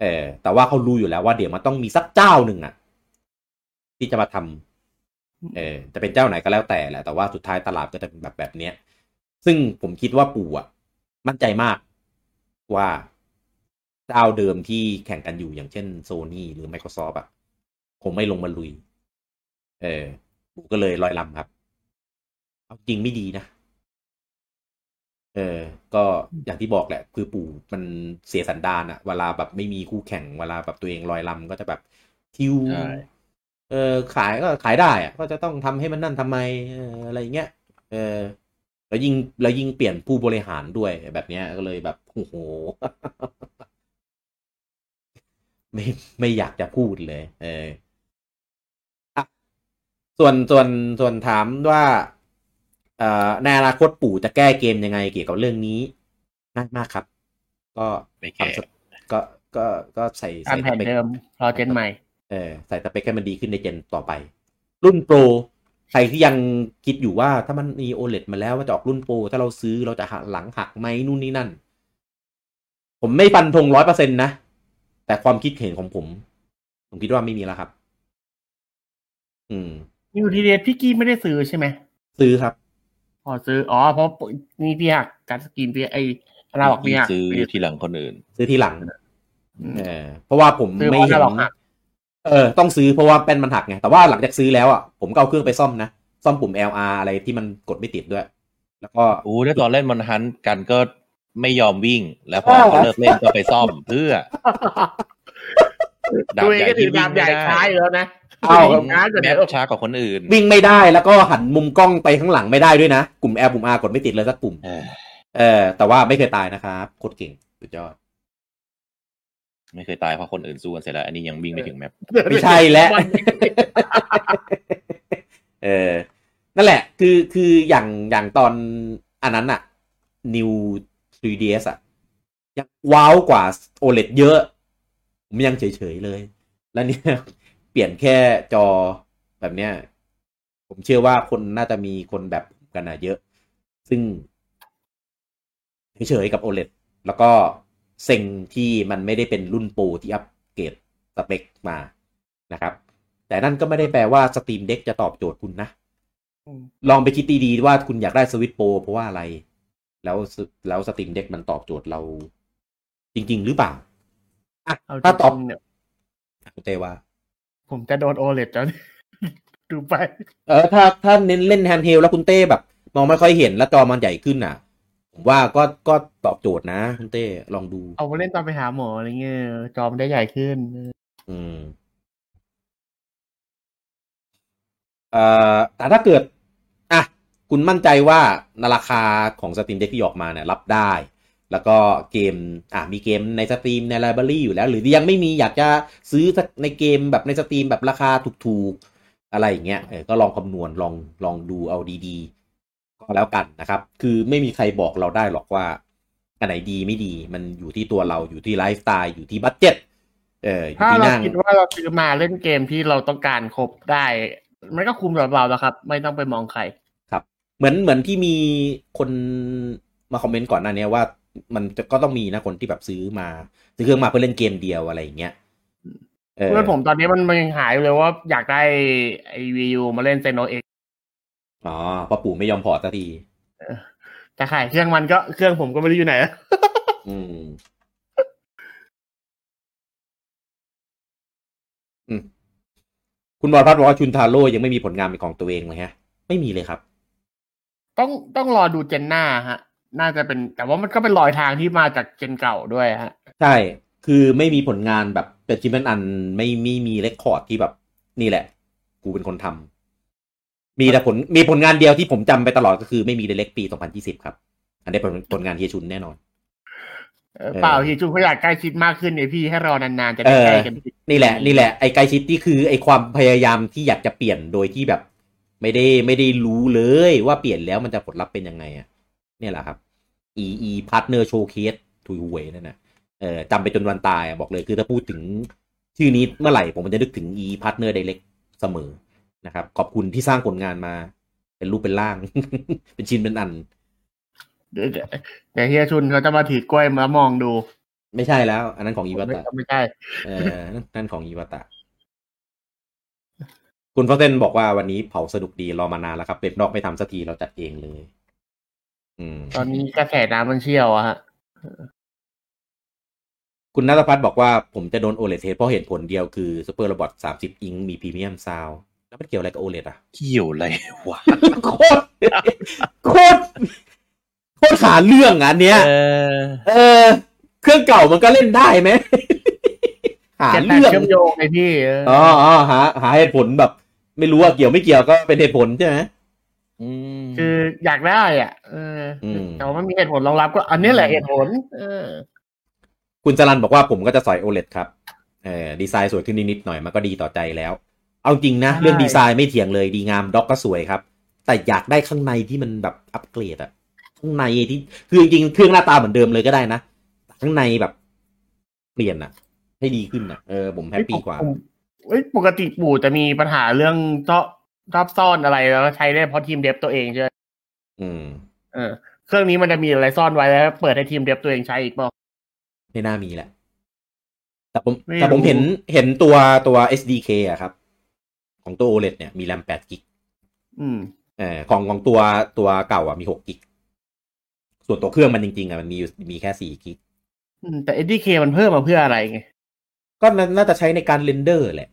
Speaker 1: เออ แต่ว่าเขารู้อยู่แล้วว่าเดี๋ยวมันต้องมีสักเจ้าหนึ่งอะที่จะมาทำเออ จะเป็นเจ้าไหนก็แล้วแต่แหละ แต่ว่าสุดท้ายตลาดก็จะเป็นแบบแบบเนี้ย ซึ่งผมคิดว่าปู่อะมั่นใจมากว่า เจ้าเดิมที่แข่งกันอยู่อย่างเช่นโซ n y หรือ Microsoft อะคงไม่ลงมาลุย เออกูก็เลยลอยลำครับ เอาจริงไม่ดีนะ เออ ก็อย่างที่บอกแหละ คือปู่มันเสียสันดานอะเวลาแบบไม่มีคู่แข่งเวลาแบบตัวเองลอยลำก็จะแบบทิว
Speaker 2: ใช่
Speaker 1: เออ ขายก็ขายได้อะก็จะต้องทำให้มันนั่นทำไมเอออะไรเงี้ย เออ แล้วยิงแล้วยิงเปลี่ยนผู้บริหารด้วยแบบเนี้ยก็เลยแบบโอ้โห ไม่ไม่อยากจะพูดเลย เอออ่ะส่วนส่วนส่วนถามว่าเอ่อในอนาคตปู่จะแก้เกมยังไงเกี่ยวกับเรื่องนี้ง่ายมากครับ ก็
Speaker 2: ไม่แก้
Speaker 1: ทำสก็ก็ก็ใส่
Speaker 3: ตา
Speaker 1: ใส่
Speaker 3: มแผน
Speaker 1: สปค
Speaker 3: เดิมรอเจนใหม่
Speaker 1: เออใส่สเปคให้มันดีขึ้นในเจนต่อไป รุ่นโปร ใครที่ยังคิดอยู่ว่าถ้ามันมีโอเลมาแล้วว่าจะออกรุ่นโปร ถ้าเราซื้อเราจะหักหลังหักไหมนู่นนี่นั่น ผมไม่ฟันธงร้อยเปอร์เซ็นต์นะ แต่ความคิดเห็นของผม ผมคิดว่าไม่มีแล้วครับ อืม
Speaker 3: อยู่ทีเดียพี่กี้ไม่ได้ซื้อใช่ไหม
Speaker 1: ซื้อครับ
Speaker 3: พอซื้ออ๋อเพราะนี่พี่หักการดสกินพี่ไอเราบอกพี่หัก
Speaker 2: ซื้อทีหลังคนอื่น
Speaker 1: ซื้อทีหลัง
Speaker 3: อืม
Speaker 1: เออเพราะว่าผม
Speaker 3: ซื้อเพ
Speaker 1: ไม่
Speaker 3: ราะ
Speaker 1: เห็น
Speaker 3: เราหัก
Speaker 1: เออ ต้องซื้อเพราะว่าแป้นมันหักไง แต่ว่าหลังจากซื้อแล้วอ่ะ ผมก็เอาเครื่องไปซ่อมนะ ซ่อมปุ่ม LR อะไรที่มันกดไม่ติดด้วย แล้วก็
Speaker 2: โอ้แล้วตอนเล่นมอนฮันต์กันก็ไม่ยอมวิ่ง แล้วพอเขาเลิกเล่นก็ไป ซ่อมเพื่อดาบ
Speaker 3: ตัวเอง
Speaker 2: ใหญ่
Speaker 3: ก็ถื
Speaker 2: ที่
Speaker 3: อ
Speaker 2: วิ่
Speaker 3: ดาง บให
Speaker 2: ไม่
Speaker 3: ญ่
Speaker 2: ได้
Speaker 3: ท้ายอยู่แล้วนะ
Speaker 1: เอ้า
Speaker 3: วิ่งช้าก
Speaker 2: แม
Speaker 3: ว่าเดิ
Speaker 2: ป
Speaker 3: ม
Speaker 2: ช้ากว่าคนอื่น
Speaker 1: วิ่งไม่ได้แล้วก็หันมุมกล้องไปข้างหลังไม่ได้ด้วยนะ กลุ่ม L ปุ่ม R กดไม่ติดเลยสักปุ่ม
Speaker 2: เออ
Speaker 1: เออ แต่ว่าไม่เคยตายนะครับโคตรเก่งสุดยอด
Speaker 2: ไม่เคยตายเพราะคนอื่นสู้กันเสร็จแล้ว อันนี้ยังวิ่งไม่ถึงแมป
Speaker 1: ไม่ใช่แล้ว เออ นั่นแหละ คือคืออย่างอย่างตอนอันนั้นอะ New 3DS อะยังว้าวกว่า OLED เยอะ ผมยังเฉยๆเลย แล้วเนี่ย เปลี่ยนแค่จอแบบเนี้ย ผมเชื่อว่าคนน่าจะมีคนแบบกันนะเยอะ ซึ่ง เฉยๆกับ OLED แล้วก็เซ็งที่มันไม่ได้เป็นรุ่นโปรที่อัปเกรดสเปคมานะครับ แต่นั่นก็ไม่ได้แปลว่าสตรีมเด็กจะตอบโจทย์คุณนะ
Speaker 3: อืม
Speaker 1: ลองไปคิดดีๆว่าคุณอยากได้สวิตช์โปรเพราะว่าอะไร แล้วสแล้วสตรีมเด็กมันตอบโจทย์เรา จริง ๆ หรือเปล่าอ่ะ
Speaker 3: เจริงๆ
Speaker 1: ถ้าตอบ
Speaker 3: เนี่ย
Speaker 1: คุณเตว่า
Speaker 3: ผมจะโดนโอเลตแล้วเนี่ย ดูไป
Speaker 1: เออถ้าถ้าเน้นเล่นแฮนด์เฮลแล้วคุณเต้แบบ มองไม่ค่อยเห็นแล้วจอมันใหญ่ขึ้นอ่ะ ผมว่าก็ก็ตอบโจทย์นะ คุณเต้ลองดู
Speaker 3: เอาไปเล่นตอนไปหาหมออะไรเงี้ยจอมนได้ใหญ่ขึ้น
Speaker 1: อืมเอ่อแต่ถ้าเกิด อ่ะ คุณมั่นใจว่าราคาของสตรีมเด็กที่ออกมาเนี่ย รับได้ แล้วก็เกมอ่ะมีเกมในสตรีมในไลบรารีอยู่แล้ว หรือยังไม่มีอยากจะซื้อสักในเกมแบบในสตรีมแบบราคาถูกๆ อะไรอย่างเงี้ยเออก็ลองคำนวณลองลองดูเอาดีๆ ก็แล้วกันนะครับ คือไม่มีใครบอกเราได้หรอกว่า อันไหนดีไม่ดีมันอยู่ที่ตัวเราอยู่ที่ไลฟ์สไตล์อยู่ที่บัตเจ็ตเอออยู่
Speaker 3: ถ้า
Speaker 1: ที่
Speaker 3: เรา
Speaker 1: นั่ง
Speaker 3: คิดว่าเราซื้อมาเล่นเกมที่เราต้องการครบได้ มันก็คุ้มสำหรับเราแล้วครับ ไม่ต้องไปมองใคร
Speaker 1: เหมือนเหมือนที่มีคนมาคอมเมนต์ก่อนหน้าเนี้ยว่ามันจะก็ต้องมีนะคนที่แบบซื้อมาซื้อเครื่องมาเพื่อเล่นเกมเดียวอะไรอย่างเงี้ย
Speaker 3: เพื่อนผมตอนนี้มันมันยังหายอยู่เลยว่าอยากได้ไอวีูมาเล่นเซโนเอ็ก
Speaker 1: อ๋อพ่อปู่ไม่ยอมพอร์ตสักที
Speaker 3: แต่ขายเครื่องมันก็เครื่องผมก็ไม่รู้อยู่ไหน
Speaker 1: อืม อืม คุณบอลพัดบอกว่าชุนทาโร่ยังไม่มีผลงานเป็นของตัวเองเลยฮะ ไม่มีเลยครับ
Speaker 3: ต้องต้องรอดูเจนหน้าฮะ น่าจะเป็น แต่ว่ามันก็เป็นรอยทางที่มาจากเจนเก่าด้วยฮะ
Speaker 1: ใช่ คือไม่มีผลงานแบบเป็นชิ้นเป็นอันไม่ไม่มีเรคคอร์ดที่แบบนี่แหละ กูเป็นคนทำมีแต่ผลมีผลงานเดียวที่ผมจำไปตลอดก็คือไม่มีเดเล็กปี 2020 ครับ อันนี้เป็นผลงานเฮียชุนแน่นอน
Speaker 3: เออ
Speaker 1: เออ
Speaker 3: เปล่าฮีจุนเขาอยากใกล้ชิดมากขึ้นเนี่ยพี่ให้รอนานๆจะ
Speaker 1: เอ
Speaker 3: ได้
Speaker 1: อ
Speaker 3: ใกล้กันอีก
Speaker 1: นี่แหละ นี่แหละไอ้ไกด์ชิดนี่คือไอ้ความพยายามที่อยากจะเปลี่ยนโดยที่แบบ ไม่ได้ไม่ได้รู้เลยว่าเปลี่ยนแล้วมันจะผลลัพธ์เป็นยังไงอ่ะเนี่ยแหละครับ e e partner showcase ถุยหวยนั่นนะเออจำไปจนวันตายอะบอกเลยคือถ้าพูดถึงชื่อนี้เมื่อไหร่ผมจะนึกถึง e partner direct เสมอนะครับ ขอบคุณที่สร้างผลงานมา เป็นรูปเป็นร่าง เป็นชิ้นเป็นอัน
Speaker 3: เดี๋ยวเดี๋ยวเดี๋ยวเฮียชุนเขาจะมาถือกล้วยมามองดู
Speaker 1: ไม่ใช่แล้ว อันนั้นของอีวา
Speaker 3: ไม่
Speaker 1: ตะ
Speaker 3: ไม่ใช่
Speaker 1: เออนั่นของอีวาตะ คุณฟอเซนบอกว่าวันนี้เผาสนุกดีรอมานานแล้วครับเว็บนอกไม่ทำสักทีเราจัดเองเลย อืม
Speaker 3: ตอนนี้กระแสน้ำมันเชี่ยวอะฮะ
Speaker 1: คุณนัทพัฒน์บอกว่าผมจะโดนโอเล h เทเพราะเห็นผลเดียวคือซูเปอร์โรบอทสามสิบอิงมีพรีเมียมซาวแล้วมันเกี่ยวอะไรกับโอเล d อ่ะ
Speaker 2: เกี่ยวอะไรวะ
Speaker 1: โคตร โคตร โคตรหาเรื่องอันเนี้ย
Speaker 2: เออ
Speaker 1: เออ เครื่องเก่ามันก็เล่นได้ไหม หา
Speaker 3: เจ็ดแปด
Speaker 1: เรื่อง
Speaker 3: เชื่อมโยงไอพี่เอออ
Speaker 1: อ๋ออ๋อหา หาเหตุผลแบบ ไม่รู้ว่าเกี่ยวไม่เกี่ยวก็เป็นเหตุผลใช่ไหม
Speaker 2: อืม
Speaker 3: คืออยากได้อ่ะเอออ
Speaker 1: ม
Speaker 3: แต่ว่ามันมีเหตุผลรองรับก็อันนี้แหละเหตุผล เออ
Speaker 1: คุณจรันบอกว่าผมก็จะสอย OLED ครับ เออดีไซน์สวยขึ้นนิดๆหน่อยมันก็ดีต่อใจแล้ว เอาจริงนะ
Speaker 3: ใช่
Speaker 1: เรื่องดีไซน์ไม่เถียงเลยดีงามด็อกก็สวยครับ แต่อยากได้ข้างในที่มันแบบอัปเกรดอะข้างในที่คือจริงๆเครื่องหน้าตาเหมือนเดิมเลยก็ได้นะแต่ข้างในแบบ เปลี่ยนอะให้ดีขึ้นอะเออผมแฮปปี้กว่า
Speaker 3: ผมเอ้ยปกติปู่จะมีปัญหาเรื่องชอบชอบซ่อนอะไรแล้วก็ใช้ได้เพราะทีมเดฟตัวเองใช่ไหม
Speaker 1: อืม
Speaker 3: เออเครื่องนี้มันจะมีอะไรซ่อนไว้แล้วเปิดให้ทีมเดฟตัวเองใช้อีกเปล่า
Speaker 1: ไม่น่ามีแหละ แต่ผม
Speaker 3: ไม่
Speaker 1: แต่ผม
Speaker 3: รู้
Speaker 1: เห็นเห็นตัวตัว SDK อะครับ ของตัว OLED เนี่ยมีแรม8กิก
Speaker 3: อืม
Speaker 1: เออของของตัวตัวเก่าอ่ะมีหกกิก ส่วนตัวเครื่องมันจริงๆอ่ะมันมีอยู่มีแค่สี่กิก
Speaker 3: อืม แต่เอ็ดดี้เคมันเพิ่มมาเพื่ออะไรไง
Speaker 1: ก็น่าน่าจะใช้ในการเรนเดอร์แหละ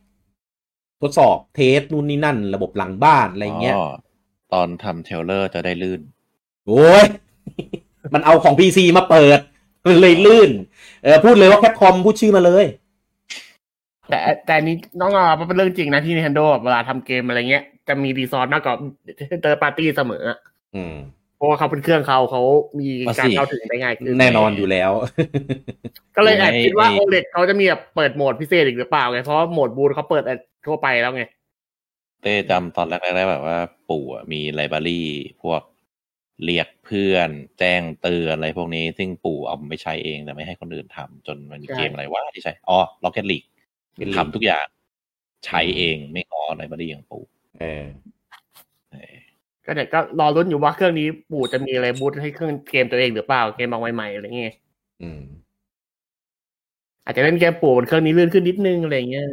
Speaker 1: ทดสอบเทสนู่นนี่นั่น ระบบหลังบ้านอะไรเงี้ย
Speaker 2: ตอนทำเทรลเลอร์จะได้ลื่น
Speaker 1: โอ้ย มันเอาของพีซีมาเปิด มันเลยลื่น เออพูดเลยว่าแคปคอมพูดชื่อมาเลย
Speaker 3: แต่แต่อันนี้น้องเราเป็นเรื่องจริงนะที่ Nintendo แบบเวลาทำเกมอะไรเงี้ยจะมีดีซอนมากกว่าเตอร์ปาร์ตี้เสมอ
Speaker 1: อืม
Speaker 3: เพราะว่าเขาเป็นเครื่องเขาเขามี
Speaker 2: ภาษี
Speaker 3: การเข้าถึงได้ง่ายขึ้น
Speaker 1: แน่นอนอยู่แล้ว
Speaker 3: ก็เลยแอบคิดว่า
Speaker 2: ไอ้
Speaker 3: OLED เขาจะมีแบบเปิดโหมดพิเศษอีกหรือเปล่าไง เพราะว่าโหมดบูทเขาเปิดทั่วไปแล้วไง
Speaker 2: เต้จำตอนแรกๆได้แบบว่า ปู่อะมีไลบรารีพวกเรียกเพื่อน แจ้งเตือนอะไรพวกนี้ ซึ่งปู่เอาไม่ใช้เองแต่ไม่ให้คนอื่นทำจนมันมี
Speaker 3: ใช่
Speaker 2: เกมอะไรว่าที่ใช้อ๋อ Rocket League
Speaker 1: Rocket League
Speaker 2: ทำทุกอย่าง ใช้เองไม่ขอไลบรารีอย่างปู่
Speaker 1: เออ
Speaker 2: เออ
Speaker 3: ก็เนี่ยก็รอรุ้นอยู่ว่าเครื่องนี้บูทจะมีอะไรบูทให้เครื่องเกมตัวเองหรือเปล่าเกมบางใหม่ๆอะไรเงี้ย
Speaker 1: อืม
Speaker 3: อาจจะเล่นเกมปู่บนเครื่องนี้ลื่นขึ้นนิดนึงอะไรเงี้ย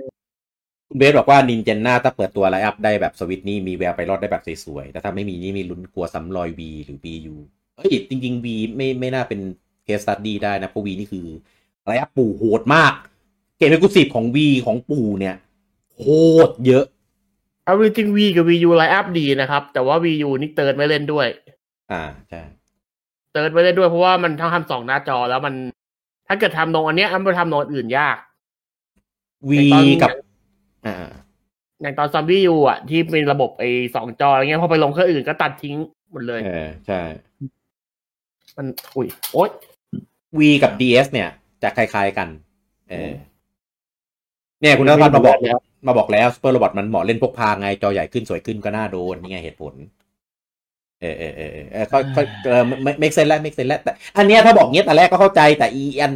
Speaker 1: คุณเบสบอกว่านินเจนนาถ้าเปิดตัวไลน์อัพได้แบบสวิตช์นี่มีแววไปรอดได้แบบสวยๆ แต่ถ้าไม่มีนี่มีลุ้นกลัวซ้ำรอย V หรือ BU เฮ้ยจริงๆ V ไม่ไม่น่าเป็นเคสตัดดีได้นะ เพราะ V นี่คือไลน์อัพปู่โหดมาก เกมเอ็กซ์คลูซีฟของ V ของปู่เนี่ยโหดเยอะ
Speaker 3: เอาจริงวีกับวียูไลอัพดีนะครับ แต่ว่าวียูนี่เติร์ดไม่เล่นด้วย
Speaker 1: อ่าใช่
Speaker 3: เติร์ดไม่เล่นด้วยเพราะว่ามันต้องทำสองหน้าจอแล้วมัน ถ้าเกิดทำลงอันเนี้ยมันไปทำลงอันอื่นยาก
Speaker 1: วี
Speaker 3: แต่ตอนนี้
Speaker 1: กับ อ่า
Speaker 3: อย่างตอนซอมบี้ยูอ่ะที่เป็นระบบไอ้สองจออะไรเงี้ยพอไปลงเครื่องอื่นก็ตัดทิ้งหมดเลย
Speaker 1: เออ ใช่
Speaker 3: มันอุ้ยโอ๊ย
Speaker 1: V กับ DS เนี่ย จะคล้ายๆกัน เออ เนี่ยคุณนภัทรมาบอก
Speaker 3: แล้ว
Speaker 1: มาบอกแล้วซูเปอร์โรบอทมันเหมาะเล่นพกพาไง จอใหญ่ขึ้นสวยขึ้นก็น่าโดน นี่ไงเหตุผล เออเออเออเออเออค่อยค่อยเออไม่ไม่เซนแล้วไม่เซนแล้วแต่ อันเนี้ยถ้าบอกเงี้ยแต่แรกก็เข้าใจแต่อีอัน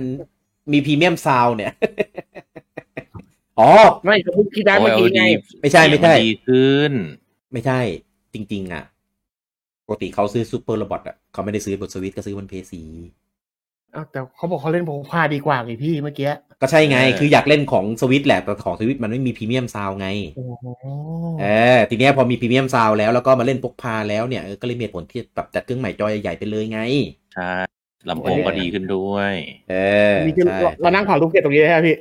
Speaker 1: มีพรีเมียมซาวเนี่ย อ๋อ
Speaker 3: ไม่ก็เพิ่งคิดได้เมื่อกี้ไง
Speaker 1: ไม่ใช่ไม่ใช่
Speaker 2: เสียงนดีขึ้น
Speaker 1: ไม่ใช่ จริง ๆ อ่ะ ปกติเขาซื้อซูเปอร์โรบอทอ่ะเขาไม่ได้ซื้อบนสวิตก็ซื้อบนเพซี
Speaker 3: อ้าวแต่เขาบอกเขาเล่นโพกพาดีกว่าไงพี่เมื่อกี้
Speaker 1: ก็ใช่ไง
Speaker 2: เออ
Speaker 1: คืออยากเล่นของสวิตแหละแต่ของสวิตมันไม่มีพรีเมียมซาวไง
Speaker 3: โอ้โห
Speaker 1: เออทีเนี้ยพอมีพรีเมียมซาวแล้วแล้วก็มาเล่นพกพาแล้วเนี่ยเออก็เลยมีเหตุผลที่แบบจัดเครื่องใหม่จอใหญ่ๆไปเลยไง
Speaker 2: ใช่ลำโพงก็ดีขึ้นด้วย
Speaker 1: เออ
Speaker 3: นี่คือ
Speaker 1: ใช่
Speaker 3: เราเรานั่งผ่านรูปเกตตรงนี้ได้ไหมพี่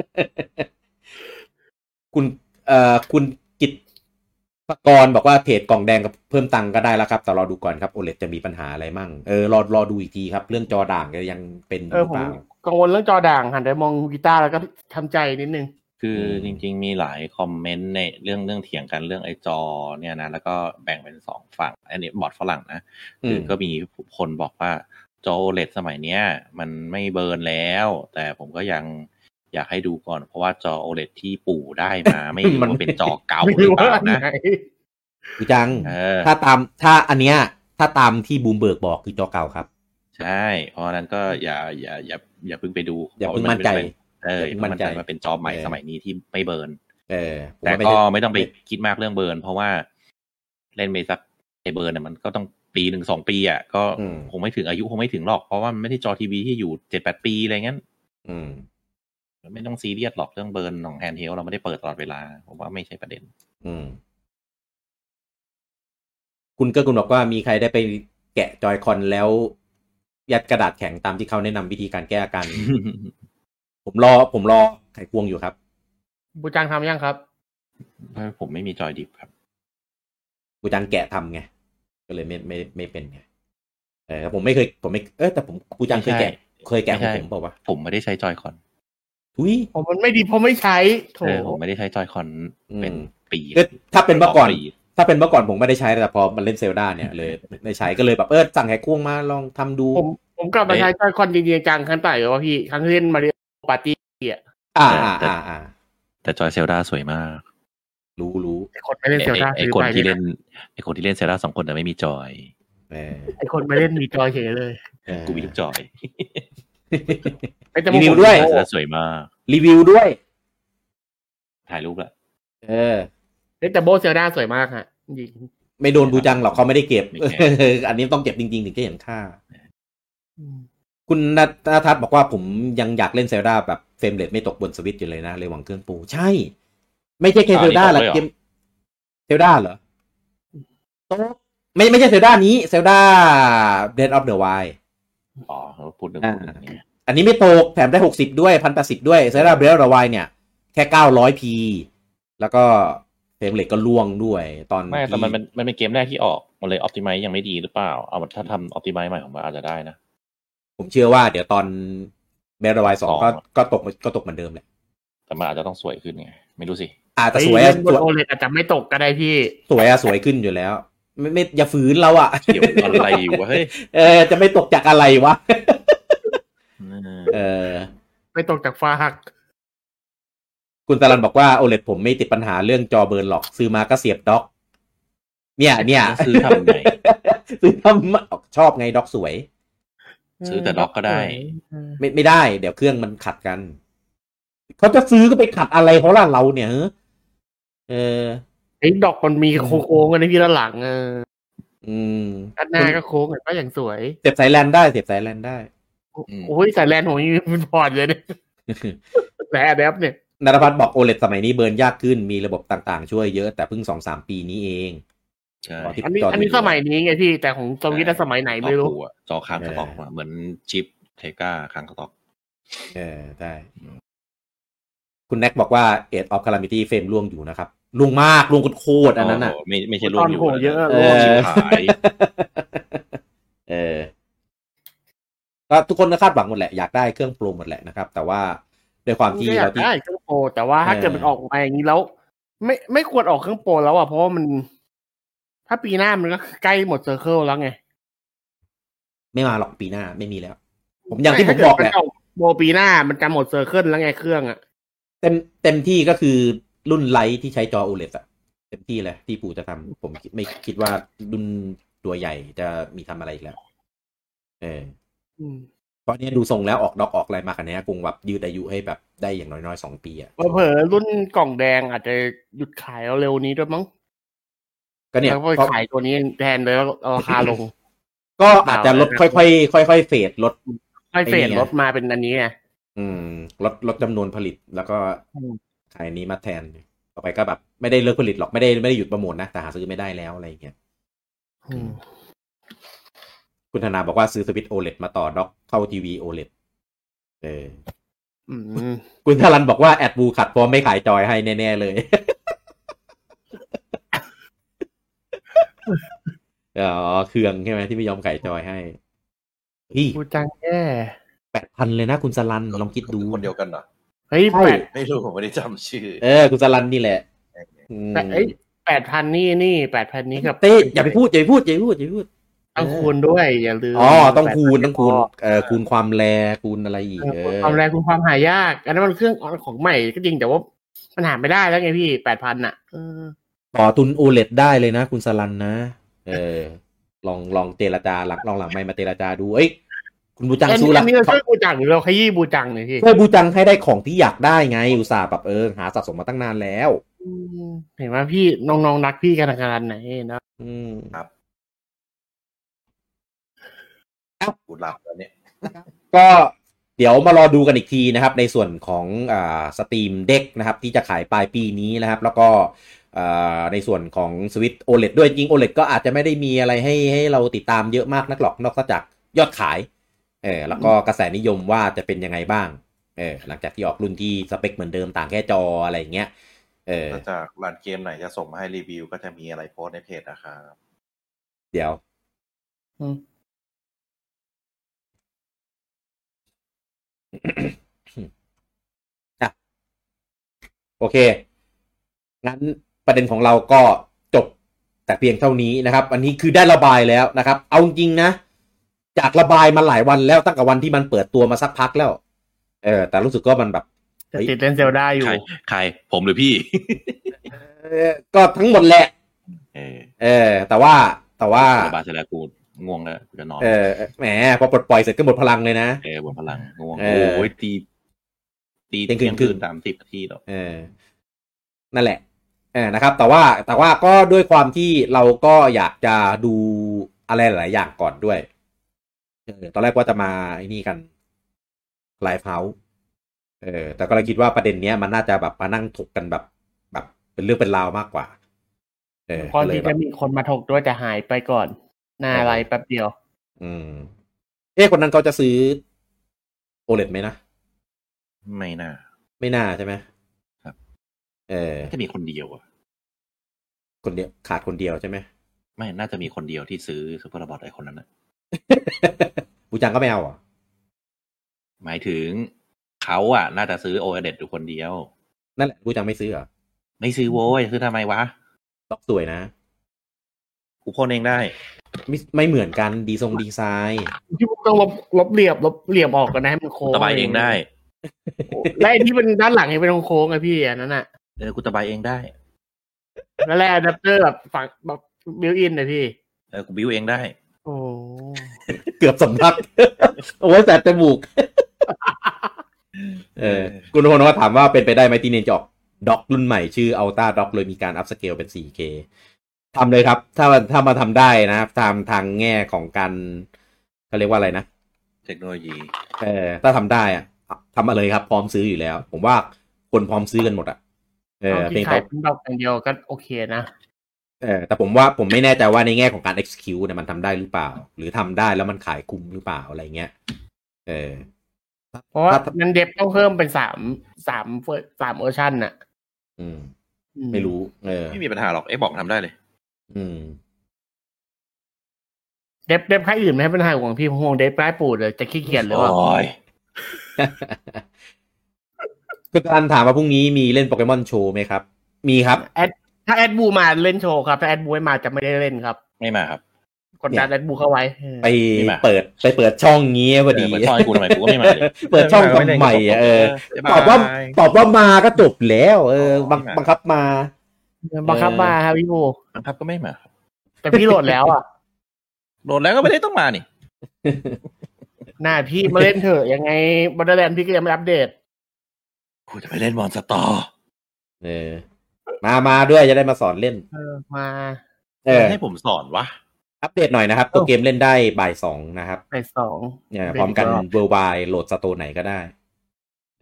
Speaker 1: คุณเอ่อคุณกิตปกรณ์บอกว่าเพจกล่องแดงกับเพิ่มตังค์ก็ได้แล้วครับ แต่รอดูก่อนครับโอเลจะมีปัญหาอะไรมั่งเออรอรอดูอีกทีครับ เรื่องจอด่างยังเป็นอยู่
Speaker 3: เออ
Speaker 1: หรือ
Speaker 3: ผ
Speaker 1: เป
Speaker 3: ม
Speaker 1: ล่า
Speaker 3: กังวลเรื่องจอด่างหันไปมองกีตาร์แล้วก็ทำใจนิดนึง
Speaker 2: คือ
Speaker 1: ม
Speaker 2: จริง ๆ มีหลายคอมเมนต์ในเรื่องเรื่องเถียงกันเรื่องไอ้จอเนี่ยนะ แล้วก็แบ่งเป็นสองฝั่ง อันนี้บอร์ดฝรั่งนะ คือก็มีคนบอกว่าจอ OLED สมัยเนี้ย มันไม่เบิร์นแล้ว แต่ผมก็ยังอยากให้ดูก่อน เพราะว่าจอ OLED ที่ปู่ได้มา ไม่รู้
Speaker 1: มัน
Speaker 2: ว่าเป็นจอเก่า
Speaker 3: ไม่
Speaker 2: หรือ
Speaker 3: รู้
Speaker 2: เป
Speaker 3: ว่า
Speaker 2: ล่า
Speaker 3: อัน
Speaker 2: นะ
Speaker 3: ไหน
Speaker 1: คือจัง
Speaker 2: เออ
Speaker 1: ถ้าตามถ้าอันเนี้ย ถ้าตามที่บูมเบิร์กบอกคือจอเก่าครับ
Speaker 2: ใช่ เพราะฉะนั้นก็อย่าอย่าอย่าอย่าเพิ่งไปดู
Speaker 1: อย่าเพิ่งมั่นใจ
Speaker 2: เอออย่าเพิ่งมั่นใจ
Speaker 1: อย่าเพิ่งมั่นใจ
Speaker 2: มันเป็นจอใหม่สมัยนี้ที่ไม่เบิร์น
Speaker 1: เออผม
Speaker 2: แต่
Speaker 1: ว่าไม่
Speaker 2: ก็
Speaker 1: ใช่
Speaker 2: ไม่ต้องไปคิดมากเรื่องเบิร์น เพราะว่าเล่นไปสักไอเบิร์นน่ะมันก็ต้องปีหนึ่งสองปีอ่ะก็
Speaker 1: อืม
Speaker 2: คงไม่ถึงอายุคงไม่ถึงหรอก เพราะว่ามันไม่ได้จอทีวีที่อยู่เจ็ดแปดปีอะไรงั้น
Speaker 1: อืม
Speaker 2: ไม่ต้องซีเรียสหรอกเรื่องเบิร์นของแฮนด์เฮลเราไม่ได้เปิดตลอดเวลา ผมว่าไม่ใช่ประเด็น
Speaker 1: อืม คุณเก็คุณบอกว่ามีใครได้ไปแกะจอยคอนแล้ว ยัดกระดาษแข็งตามที่เขาแนะนำวิธีการแก้อาการ ผมรอ ผมรอไขควงอยู่ครับ
Speaker 3: บูจังทำยังครับ
Speaker 2: เพราะผมไม่มีจอยดิบครับ
Speaker 1: กูจังแกะทำไง ก็เลยไม่ไม่ไม่เป็นไงเออผมไม่เคย ผมไม่เออแต่ผมกูจังเคยแกะ
Speaker 2: ไม่ใช่
Speaker 1: เคยแกะข
Speaker 2: ไม่
Speaker 1: อง
Speaker 2: ใช่
Speaker 1: ผมบอกว่าวะ
Speaker 2: ผมไม่ได้ใช้จอยคอน
Speaker 1: ทุย
Speaker 3: ผมมันไม่ดีผมไม่ใช้โถ
Speaker 2: เออผมไม่ได้ใช้จอยคอนเป็น
Speaker 1: อืม
Speaker 2: ปี
Speaker 1: เออถ้าเป็นเมื่อก่อน
Speaker 2: สงปี
Speaker 1: ถ้าเป็นเมื่อก่อนผมไม่ได้ใช้แต่พอมันเล่นเซลดาเนี่ยเลยไม่ใช้ก็เลยแบบเออสั่งไขควงมาลองทำดู
Speaker 3: ผมผมกลับมาใช้จอยคอนจริงๆจังครั้งต่อยว่าพี่ ครั้งที่เล่นมาเรียปาร์ตี้
Speaker 1: อ่าอ่าอ่าอ่า
Speaker 2: แต่จอยเซลดาสวยมาก
Speaker 1: รู้รู้
Speaker 3: คนไม่เล่นเซลดา
Speaker 2: ไอ้ไอ้คนที่เล่นไอ้คนที่เล่นเซลดาสองคนแต่ไม่มีจอย
Speaker 1: เออ
Speaker 3: ไอคนไม่เล่นมีจอยเฉยเลย
Speaker 1: เออ
Speaker 2: กูมีทุกจอย
Speaker 3: ไอ้แต่
Speaker 1: รีวิวด้วย
Speaker 2: เซลดาสวยมาก
Speaker 1: รีวิวด้วย
Speaker 2: ถ่ายรูปละ
Speaker 1: เออ
Speaker 3: ไอ้แต่โบเซลดาสวยมากฮะจริง
Speaker 1: ไม่โดนบูจังหรอกเขาไม่ได้เก็บ
Speaker 2: ไม่เก็บ
Speaker 1: เอออันนี้ต้องเก็บจริงๆ ถึงจะเห็นค่า
Speaker 3: อืม
Speaker 1: คุณนัททัศน์บอกว่าผมยังอยากเล่นเซลดาแบบเฟรมเรทไม่ตกบนสวิตช์อยู่เลยนะ เลยหวังเครื่องปู ใช่ ไม่ใช่แค่
Speaker 2: อ่า
Speaker 1: เซลดาหรอก
Speaker 2: นี่ตก
Speaker 1: เกม
Speaker 2: ด้วยเหรอ
Speaker 1: เซลดาเหรอตกไม่ไม่ใช่เซลดานี้เซลดาเดนออฟเดอะไว
Speaker 2: อ๋อพูดถึงพูดถึงอย่างนี้
Speaker 1: อันนี้ไม่ตกแถมได้หกสิบด้วยพันแปดสิบด้วยเซลดาเดนออฟเดอะไวเนี่ย แค่เก้าร้อยพีแล้วก็เฟรมเรทก็ล่วงด้วยตอน
Speaker 2: ไม่แต่มัน
Speaker 1: ที่
Speaker 2: มันมันเป็นเกมแรกที่ออกมันเลยออ t ติม z e ยังไม่ดีหรือเปล่า เอาถ้าทำออ t ติม z e ใหม่ผมว่าอาจจะได้นะ
Speaker 1: ผมเชื่อว่าเดี๋ยวตอนเบลวายสอง
Speaker 2: สอง
Speaker 1: ก็ก็ตกก็ตกเหมือนเดิมแหละ
Speaker 2: แต่มันอาจจะต้องสวยขึ้นไง ไม่รู้สิ
Speaker 1: อาจจะ
Speaker 3: ไอ้
Speaker 1: สวย
Speaker 3: เล่
Speaker 1: อะ
Speaker 3: น
Speaker 1: ส
Speaker 3: บ
Speaker 1: วน ย
Speaker 3: โอเลอาจจะไม่ตกก็ได้พี่
Speaker 1: สวยอะสวยขึ้นอยู่แล้ว ไม่ไม่อย่าฝืนเราอะ
Speaker 2: เดี๋ยวอะไรอยู่วะเฮ้ย
Speaker 1: เออจะไม่ตกจากอะไรวะ เออ
Speaker 3: ไม่ตกจากฟ้าหัก
Speaker 1: คุณตาลันบอกว่าโอเลผมไม่ติดปัญหาเรื่องจอเบิร์นหรอกซื้อมาก็เสียบด็อก เนี่ยเนี่ย
Speaker 2: แล้วซื้อทำไง
Speaker 1: ซื้อทำมาชอบไงด็อกสวย
Speaker 2: ซื้อแต่ล็อกก็ได้
Speaker 1: ไม่ไม่ได้ เดี๋ยวเครื่องมันขัดกัน เขาจะซื้อก็ไปขัดอะไรเขาล่ะเราเนี่ยเออเออ
Speaker 3: ไอ้ดอกมันมีโค้งๆกันในพี่ด้านหลังเออ
Speaker 1: อืม
Speaker 3: ด้านหน้าก็โค้งอะก็อย่างสวย
Speaker 1: เสียบสายแลนได้เสียบสายแลนได้
Speaker 2: อืม
Speaker 3: โอ้ยแต่แลนด์ผมยังมีพอร์ต เลยเนี่ยแต่แอดแอปเนี่ย
Speaker 1: นรพัฒน์บอกโอเลสมัยนี้เบิร์นยากขึ้นมีระบบต่างๆ ช่วยเยอะแต่เพิ่งสองสามปีนี้เอง
Speaker 2: ใช่
Speaker 1: ที่
Speaker 3: อันนี้
Speaker 1: จอด
Speaker 3: อันนี้
Speaker 1: อยู่
Speaker 3: สมัยนี้ไงพี่แต่ของสวิตช์อะสมัยไหนไม่
Speaker 2: จ
Speaker 3: รู้
Speaker 2: อปูอะจอค้างสต็อกมาเหมือนชิปเทก้าค้างสต็อก
Speaker 1: เออได้
Speaker 2: อืม
Speaker 1: คุณแน็กบอกว่าเอ e ออฟคา a ามิตี้เฟรมล่วงอยู่นะครับล่วงมากล่วงโคตรๆอันนั้นอ่ะ
Speaker 2: โโหไม่ไม่ใช่ร่วงอยู่
Speaker 3: ตอนโหเยอะ
Speaker 1: เอ
Speaker 2: ร่วงชิ
Speaker 1: อบ
Speaker 2: หาย
Speaker 1: เออก็ทุกคนก็คาดหวังหมดแหละ อยากได้เครื่องปรุงหมดแหละนะครับ แต่ว่าด้วยความที่
Speaker 3: ก็อยา
Speaker 1: เรา
Speaker 3: ก
Speaker 1: ที่
Speaker 3: ได้เครื่องโปรแต่ว่าถ้า
Speaker 1: เออ
Speaker 3: เกิดมันออกมาอย่างนี้แล้ว ไม่ไม่ควรออกเครื่องโปรแล้วอ่ะเพราะว่ามัน ถ้าปีหน้ามันก็ใกล้หมดเซอร์เคิลแล้วไง
Speaker 1: ไม่มาหรอกปีหน้าไม่มีแล้ว ผมอย่างที่ผมบอกแหละ
Speaker 3: ถ้าเดมันจโมปีหน้ามันจะหมดเซอร์เคิลแล้วไงเครื่องอ่ะ
Speaker 1: เต็มเต็มที่ก็คือรุ่นไลท์ที่ใช้จอ OLED อะเต็มที่เลยที่ปู่จะทำผมคิดไม่คิดว่ารุ่นตัวใหญ่จะมีทำอะไรอีกแล้ว เออ
Speaker 3: อืม
Speaker 1: เพราะเนี้ยดูทรงแล้วออกดอกออกอะไรมากันเนี้ยคงแบบยืดอายุให้แบบได้อย่างน้อยๆสองปีอะ
Speaker 3: เผลอๆรุ่นกล่องแดงอาจจะหยุดขายเร็วๆนี้ด้วยมั้ง
Speaker 1: ก็เนี่ย
Speaker 3: แล้วก็ไป
Speaker 1: ก็
Speaker 3: ขายตัวนี้แทนเลยแล้วเอาราคาลง
Speaker 1: ก็อาจจะลดค่อยๆค่อยๆเฟดลด
Speaker 3: ค่อยเฟด
Speaker 1: ไอ้เนี่ย
Speaker 3: ลดมาเป็นอันนี้ไง
Speaker 1: อืมลดลดจำนวนผลิตแล้วก็
Speaker 3: อืม
Speaker 1: ขายนี้มาแทน ต่อไปก็แบบไม่ได้เลิกผลิตหรอกไม่ได้ไม่ได้หยุดประมูลนะแต่หาซื้อไม่ได้แล้วอะไรอย่างเงี้ย
Speaker 3: อืม
Speaker 1: คุณธนาบอกว่าซื้อสวิตโอเลมาต่อด็อกเข้าทีวีโอเลเออ
Speaker 3: อืม
Speaker 1: คุณธารันบอกว่า แอดบูขัดฟอร์มไม่ขายจอยให้แน่ ๆ เลย อ๋อเครื่องใช่ไหมที่ไม่ยอมขายจอยให้พี่
Speaker 3: พูดจังแย่
Speaker 1: แปดพันเลยนะคุณสลันลองคิดดู
Speaker 2: คนเดียวกันเหรอ
Speaker 3: เฮ้ย
Speaker 1: ใช่
Speaker 3: แปด
Speaker 2: ไม่รู้ผมไม่ได้จำชื่อ
Speaker 1: เออ คุณสลันนี่แหละอืม
Speaker 3: แปดเอ้ยแปดพันนี่นี่แปดพันนี้กับ
Speaker 1: เต้อย่าไปพูดอย่าไปพูดอย่าไปพูดอย่าไปพูด
Speaker 3: ต้องคูณด้วยอย่าลืม
Speaker 1: อ๋อต้องคูณต้องคูณ
Speaker 3: แปด
Speaker 1: เออคูณความแรคูณอะไรอีก
Speaker 3: พัน
Speaker 1: เอ
Speaker 3: เอ
Speaker 1: อ
Speaker 3: อความแรงคูณความหายาก อันนั้นมันเครื่องของใหม่ก็จริงแต่ว่ามันหาไม่ได้แล้วไงพี่แปดพันอ่ะเออ
Speaker 1: ต่อทุนโอเลได้เลยนะ คุณสลันนะ เออ ลองลองเจรจาหลังลองหลังไม่มาเจรจาดูเอ้ยคุณบูจัง
Speaker 3: อัน
Speaker 1: สู้
Speaker 3: นี้
Speaker 1: ละ
Speaker 3: อันนี้เราช่วยบูจังหรือเราขยี้บูจังหน่อยพี่
Speaker 1: เพื่อบูจังให้ได้ของที่อยากได้ไง อุตส่าห์แบบเออหาสะสมมาตั้งนานแล้ว
Speaker 3: อืมเห็นว่าพี่น้องๆรักพี่กันขนาดไหนนะ
Speaker 1: อืม
Speaker 2: กูหลับแล้วเนี่ย
Speaker 1: ก็เดี๋ยวมารอดูกันอีกทีนะครับ ในส่วนของอ่าสตรีมเด็กนะครับ ที่จะขายปลายปีนี้นะครับ แล้วก็อ่าในส่วนของสวิตโอเลด้วยจริงโอเลก็อาจจะไม่ได้มีอะไรให้ให้เราติดตามเยอะมากนักหรอกนอกจากยอดขายเออแล้วก็กระแสนิยมว่าจะเป็นยังไงบ้างเออหลังจากที่ออกรุ่นที่สเปคเหมือนเดิมต่างแค่จออะไรอย่างเงี้ยเออ
Speaker 2: ถ้าจากร้านเกมไหนจะส่งมาให้รีวิวก็จะมีอะไรโพสต์ในเพจนะครับ
Speaker 1: เดี๋ยว
Speaker 3: อื ม
Speaker 1: โอเค งั้นประเด็นของเราก็จบแต่เพียงเท่านี้นะครับ อันนี้คือได้ระบายแล้วนะครับ เอาจริงนะ จากระบายมาหลายวันแล้วตั้งแต่วันที่มันเปิดตัวมาสักพักแล้ว เออ แต่รู้สึกก็มันแบบ
Speaker 3: แต่ติดเล่นเซลได้อยู่
Speaker 2: ใช่ ใครผมหรือพี่
Speaker 1: เออก็ทั้งหมดแหละ
Speaker 2: เออ
Speaker 1: เออ แต่ว่าแต่ว่า
Speaker 2: บาสเสร็จแล้วกูง่วงแล้วกูจะนอน
Speaker 1: เออแหมพอปลดปล่อยเสร็จก็หมดพลังเลยนะ
Speaker 2: เออบนพลังง่วง
Speaker 1: เอ
Speaker 2: โอ้
Speaker 1: อย
Speaker 2: ตี ตี
Speaker 1: เที่ยงคืน
Speaker 2: เที่ยงคืนสามสิบนาทีแล้ว
Speaker 1: เออนั่นแหละเออนะครับ แต่ว่าแต่ว่าก็ด้วยความที่เราก็อยากจะดูอะไรหลายๆอย่างก่อนด้วยเออตอนแรกว่าจะมาไอ้นี่กันไลฟ์เฮาส์เออ แต่ก็เลยคิดว่าประเด็นเนี้ยมันน่าจะแบบมานั่งถกกันแบบ แบบ เป็นเรื่องเป็นราวมากกว่า เออ
Speaker 3: พอ
Speaker 1: ก็เล
Speaker 3: ที่
Speaker 1: ยแบ
Speaker 3: จะ
Speaker 1: บ
Speaker 3: มีคนมาถกด้วยแต่หายไปก่อนหน้า
Speaker 1: เออ
Speaker 3: อะไรแป๊บเดียว
Speaker 1: อืม เอ๊ะคนนั้นเขาจะซื้อโอเลดไหมนะ
Speaker 2: ไม่น่า
Speaker 1: ไม่น่าใช่ไหม
Speaker 2: ครับ
Speaker 1: เออ
Speaker 2: น่าจะมีคนเดียวอะ
Speaker 1: คนเดียวขาดคนเดียวใช่ไหม
Speaker 2: ไม่น่าจะมีคนเดียวที่ซื้อซูเปอร์บอทไอคนนั้นนะ
Speaker 1: บูจังก็ไม่เอาเหรอ่ะ
Speaker 2: หมายถึงเขาอะน่าจะซื้อโอเอเดอยู่คนเดียว
Speaker 1: นั่นแหละกูจังไม่ซื้อเหรอ
Speaker 2: ไม่ซื้อโว้ยซื้อทำไมวะ
Speaker 1: ล็อกสวยนะ
Speaker 2: กูพ่นเองได้
Speaker 1: ไม่ไม่เหมือนกันดีทรงดีไซน์
Speaker 3: ที่มึงต้องลบลบเหลี่ยมลบเหลี่ยมออกกันนะให้มันโค้ง
Speaker 2: ตะไบเองได้
Speaker 3: และไอ้ที่เป็นด้านหลังเองเป็นโค้งไงพี่อันนั้นน่ะ
Speaker 2: เออ กูตะไบเองได้
Speaker 3: แล้วแรอะแดัปเตอร์แบบฝังแบบบิวอินเลยพี่
Speaker 2: เออ กูบิวเองได้
Speaker 3: โอ้
Speaker 1: เกือบสำลัก โอ้ยแสบจมูก เออคุณโนว่าถามว่าเป็นไปได้ไหมที่เนนจะออกด็อกรุ่นใหม่ชื่ออัลต้าด็อกเลยมีการอัพสเกลเป็น 4K ทำเลยครับ ถ้าถ้ามาทำได้นะตามทางแง่ของการเขาเรียกว่าอะไรนะ
Speaker 2: เทคโนโลยี
Speaker 1: เออถ้าทำได้อะทำมาเลยครับพร้อมซื้ออยู่แล้ว ผมว่าคนพร้อมซื้อกันหมดอะเออ
Speaker 3: เอา
Speaker 1: เพีย
Speaker 3: ที่
Speaker 1: ง
Speaker 3: ขาย
Speaker 1: แต่
Speaker 3: เป็นดอกอย่างเดียวก็โอเคนะ
Speaker 1: เออแต่ผมว่าผมไม่แน่ใจว่าในแง่ของการ execute เนี่ยมันทำได้หรือเปล่า หรือทำได้แล้วมันขายคุ้มหรือเปล่าอะไรเงี้ยเออ
Speaker 3: เพราะว่า
Speaker 1: ครับ
Speaker 3: นั้นเด็บต้องเพิ่มเป็นสามสามเวอร์สามเวอร์ชันน่ะ
Speaker 1: อืม
Speaker 3: อื
Speaker 1: ไม่รู้ เออ
Speaker 2: ไม่มีปัญหาหรอก เอ๊ะบอกทำได้เลย
Speaker 1: อืม
Speaker 3: เด็บเด็บใครอื่นไม่ให้เป็นหาห่วงพี่ผมห่วงเด็บใกล้ปูดเลยจะขี้เกียจหรือว่า
Speaker 2: โอ้ย
Speaker 1: คุณการถามว่าพรุ่งนี้มีเล่นโปเกมอนโชว์ไหมครับ มีครับ
Speaker 3: ถ้าแอดบูมาเล่นโชว์ครับถ้าแอดบูไม่มาจะไม่ได้เล่นครับ
Speaker 2: ไม่มาครับ
Speaker 3: กดดันแรดบูเข้าไว้
Speaker 1: ไปเปิดไปเปิดช่องงี้พอดี
Speaker 2: เเปิดช่องให้กูทำไมกูก็ไม่มาดิ
Speaker 1: เปิดช่องทำไมอะเออ ตอบว่าตอบว่ามาก็จบแล้ว เออบังบังคับมา
Speaker 3: บังคับมาฮะพี่โบ
Speaker 2: บังคับก็ไม่มาครับ
Speaker 3: แต่พี่โหลดแล้วอ่ะ
Speaker 2: โหลดแล้วก็ไม่ได้ต้องมานี่
Speaker 3: หน้าพี่มาเล่นเถอะยังไงบัตเตอร์แลนด์พี่ก็ยังไม่อัปเดต
Speaker 2: กูจะไปเล่นมอนสตอร์
Speaker 1: เออ มามาด้วยจะได้มาสอนเล่น
Speaker 3: เออมา
Speaker 1: เออ
Speaker 2: ให้ผมสอนวะ
Speaker 1: อัปเดตหน่อยนะครับ ตัวเกมเล่นได้บ่ายสองนะครับ
Speaker 3: ไปสอง
Speaker 1: เนี่ยพร้อมกันเวอร์ไวโหลดสโตร์ไหนก็ได้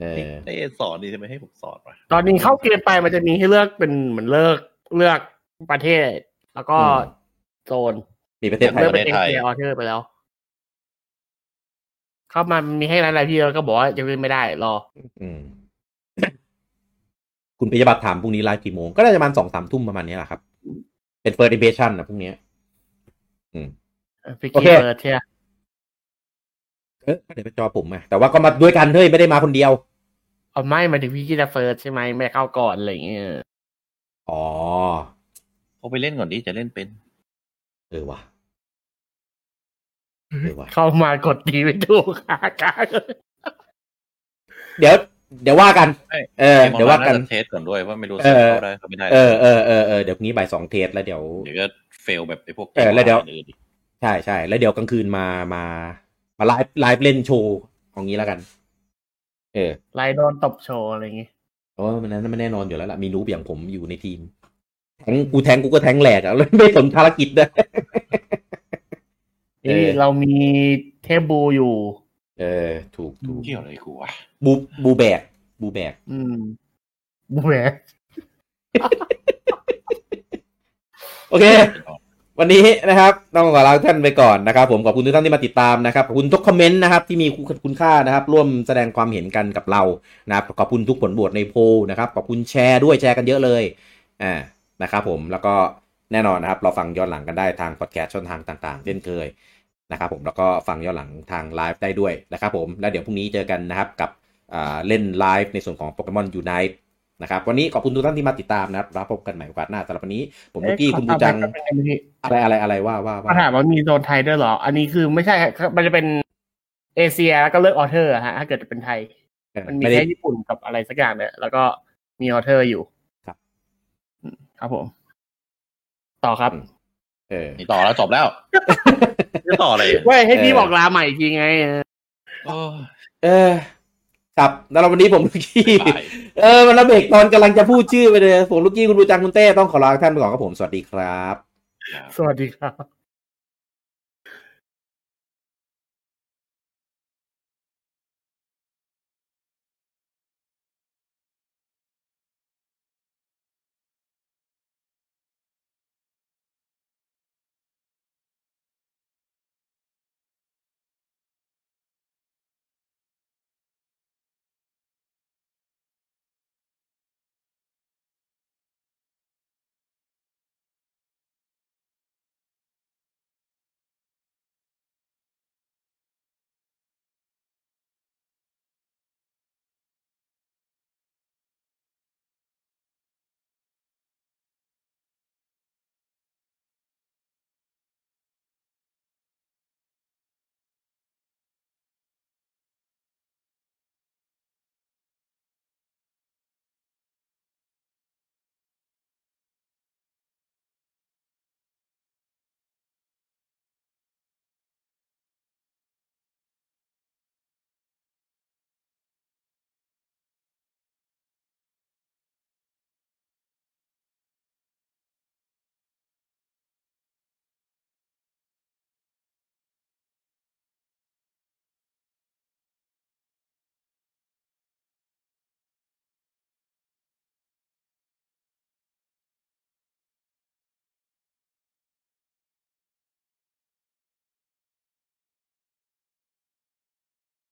Speaker 1: เอ
Speaker 2: เ
Speaker 1: อ
Speaker 2: อ๊ะสอนดีทำไมให้ผมสอนวะ
Speaker 3: ตอนนี้เข้าเกมไปมันจะมีให้เลือกเป็นเหมือนเลือกเลือกประเทศ แล้วก็
Speaker 1: อืม
Speaker 3: โซน
Speaker 1: มีประเทศไทย
Speaker 3: เลือกเป็นเอ็นเอออเทอร์ไปแล้ว เข้ามามีให้อะไรพี่แล้วก็บอกว่ายังเล่นไม่ได้รอ
Speaker 1: อืม คุณปิยบัตรถามพรุ่งนี้ไลฟ์กี่โมง ก็น่าจะประมาณสองสามทุ่มประมาณนี้แหละครับ เป็นเฟิร์สอิมเพรสชั่นนะพรุ่งนี้
Speaker 3: พี่
Speaker 1: โอ
Speaker 3: กี
Speaker 1: เค
Speaker 3: เปิดเชียร์
Speaker 1: เออเดี๋ยวไปจอผมอ่ะแต่ว่าก็มาด้วยกันเฮ้ยไม่ได้มาคนเดียว
Speaker 3: เอาไม่หมายถึงพี่กีจะเฟิร์สใช่ไหมไม่เข้าก่อนอะไรอย่างเงี้ย
Speaker 1: อ๋อ
Speaker 2: เขาไปเล่นก่อนดิจะเล่นเป็น
Speaker 1: เออว่ะเออว่ะ
Speaker 3: เข้ามากดดีไม่ถูกอากาศ
Speaker 1: เดี๋ยว เดี๋ยวว่ากัน
Speaker 2: เอ้ย
Speaker 1: เออ เดี๋ยวว่ากัน
Speaker 2: เทสก่อนด้วยว่าไม่รู้
Speaker 1: เอ
Speaker 2: เซ็ต
Speaker 1: อ
Speaker 2: เข้าได้เขาไม่ได้
Speaker 1: เออเออเออเออเดี๋ยวพรุ่งนี้บ่ายสองเทสแล้วเดี๋ยว
Speaker 2: เดี๋ยวก็เฟลแบบไอ้พวก
Speaker 1: เออแล้วเดี๋ยว
Speaker 2: นอีก
Speaker 1: ใช่ใช่แล้วเดี๋ยวกลางคืนมามามาไลฟ์ไลฟ์เล่นโชว์ของนี้แล้วกัน เออ
Speaker 3: ไล่โดนตบโชว์อะไรอย่างเงี้ย
Speaker 1: เพราะว่ามันนั้นมันแน่นอนอยู่แล้วล่ะมีนูบอย่างผมอยู่ในทีมแทงกูแทงกูก็แทงแหลกอะแล้ว ไม่สนภารกิจด้วย เออ
Speaker 3: นี่เรามีเทปบูอยู่
Speaker 1: เออ ถูกถูก
Speaker 2: เกี่ยวอะไรกูวะ
Speaker 1: บูบูแบกบูแบก
Speaker 3: อืมบูแหวน
Speaker 1: โอเค วันนี้นะครับต้องขอลาทุกท่านไปก่อนนะครับ ผมขอบคุณทุกท่านที่มาติดตามนะครับขอบคุณทุกคอมเมนต์นะครับที่มีคุณค่านะครับ ร่วมแสดงความเห็นกันกับเรานะครับขอบคุณทุกผลบวชในโพลนะครับขอบคุณแชร์ด้วยแชร์กันเยอะเลยอ่านะครับผมแล้วก็แน่นอนนะครับ เราฟังย้อนหลังกันได้ทางพอดแคสต์ช่องทางต่างๆเช่นเคยนะครับผมแล้วก็ฟังย้อนหลังทางไลฟ์ได้ด้วยนะครับผมแล้วเดี๋ยวพรุ่งนี้เจอกันนะครับกับอ่าเล่นไลฟ์ในส่วนของโปเกมอนยูไนต์นะครับวันนี้ขอบคุณทุกท่านที่มาติดตามนะครับรับพบกันใหม่โอกาสหน้าสำหรับวันนี้ ผมลูกกี้คุณบูจัง อะไรอะไรอะไรว่าว่าว่า
Speaker 3: ปัญหามว่ามีโซนไทยด้วยเหรอ อันนี้คือไม่ใช่ฮะมันจะเป็นเอเชียแล้วก็เลือกออเทอร์อะฮะถ้าเกิดจะเป็นไทย
Speaker 1: เออ
Speaker 3: มันมี
Speaker 1: ไม่ได้
Speaker 3: แค่ญี่ปุ่นกับอะไรสักอย่างเนี่ยแล้วก็มีออเทอร์อยู่
Speaker 1: ครับ
Speaker 3: อืมครับผม ต่อครับ
Speaker 1: เออ
Speaker 2: นี่ต่อแล้วจบ แล้วจะต่ออะไรอ่ะ
Speaker 3: เว้ยให้พี่บอกลาใหม่อีกทีไงเออ
Speaker 2: โอ้ย
Speaker 1: เออครับแล้วเราวันนี้ผมลูกกี้
Speaker 2: ตาย
Speaker 1: เออมันระเบรกตอนกำลังจะพูดชื่อไปเลยผมลูกกี้คุณบูจังคุณเต้ต้องขอลาทุกท่านไปก่อนครับผมสวัสดีครับ
Speaker 3: สวัสดีครับ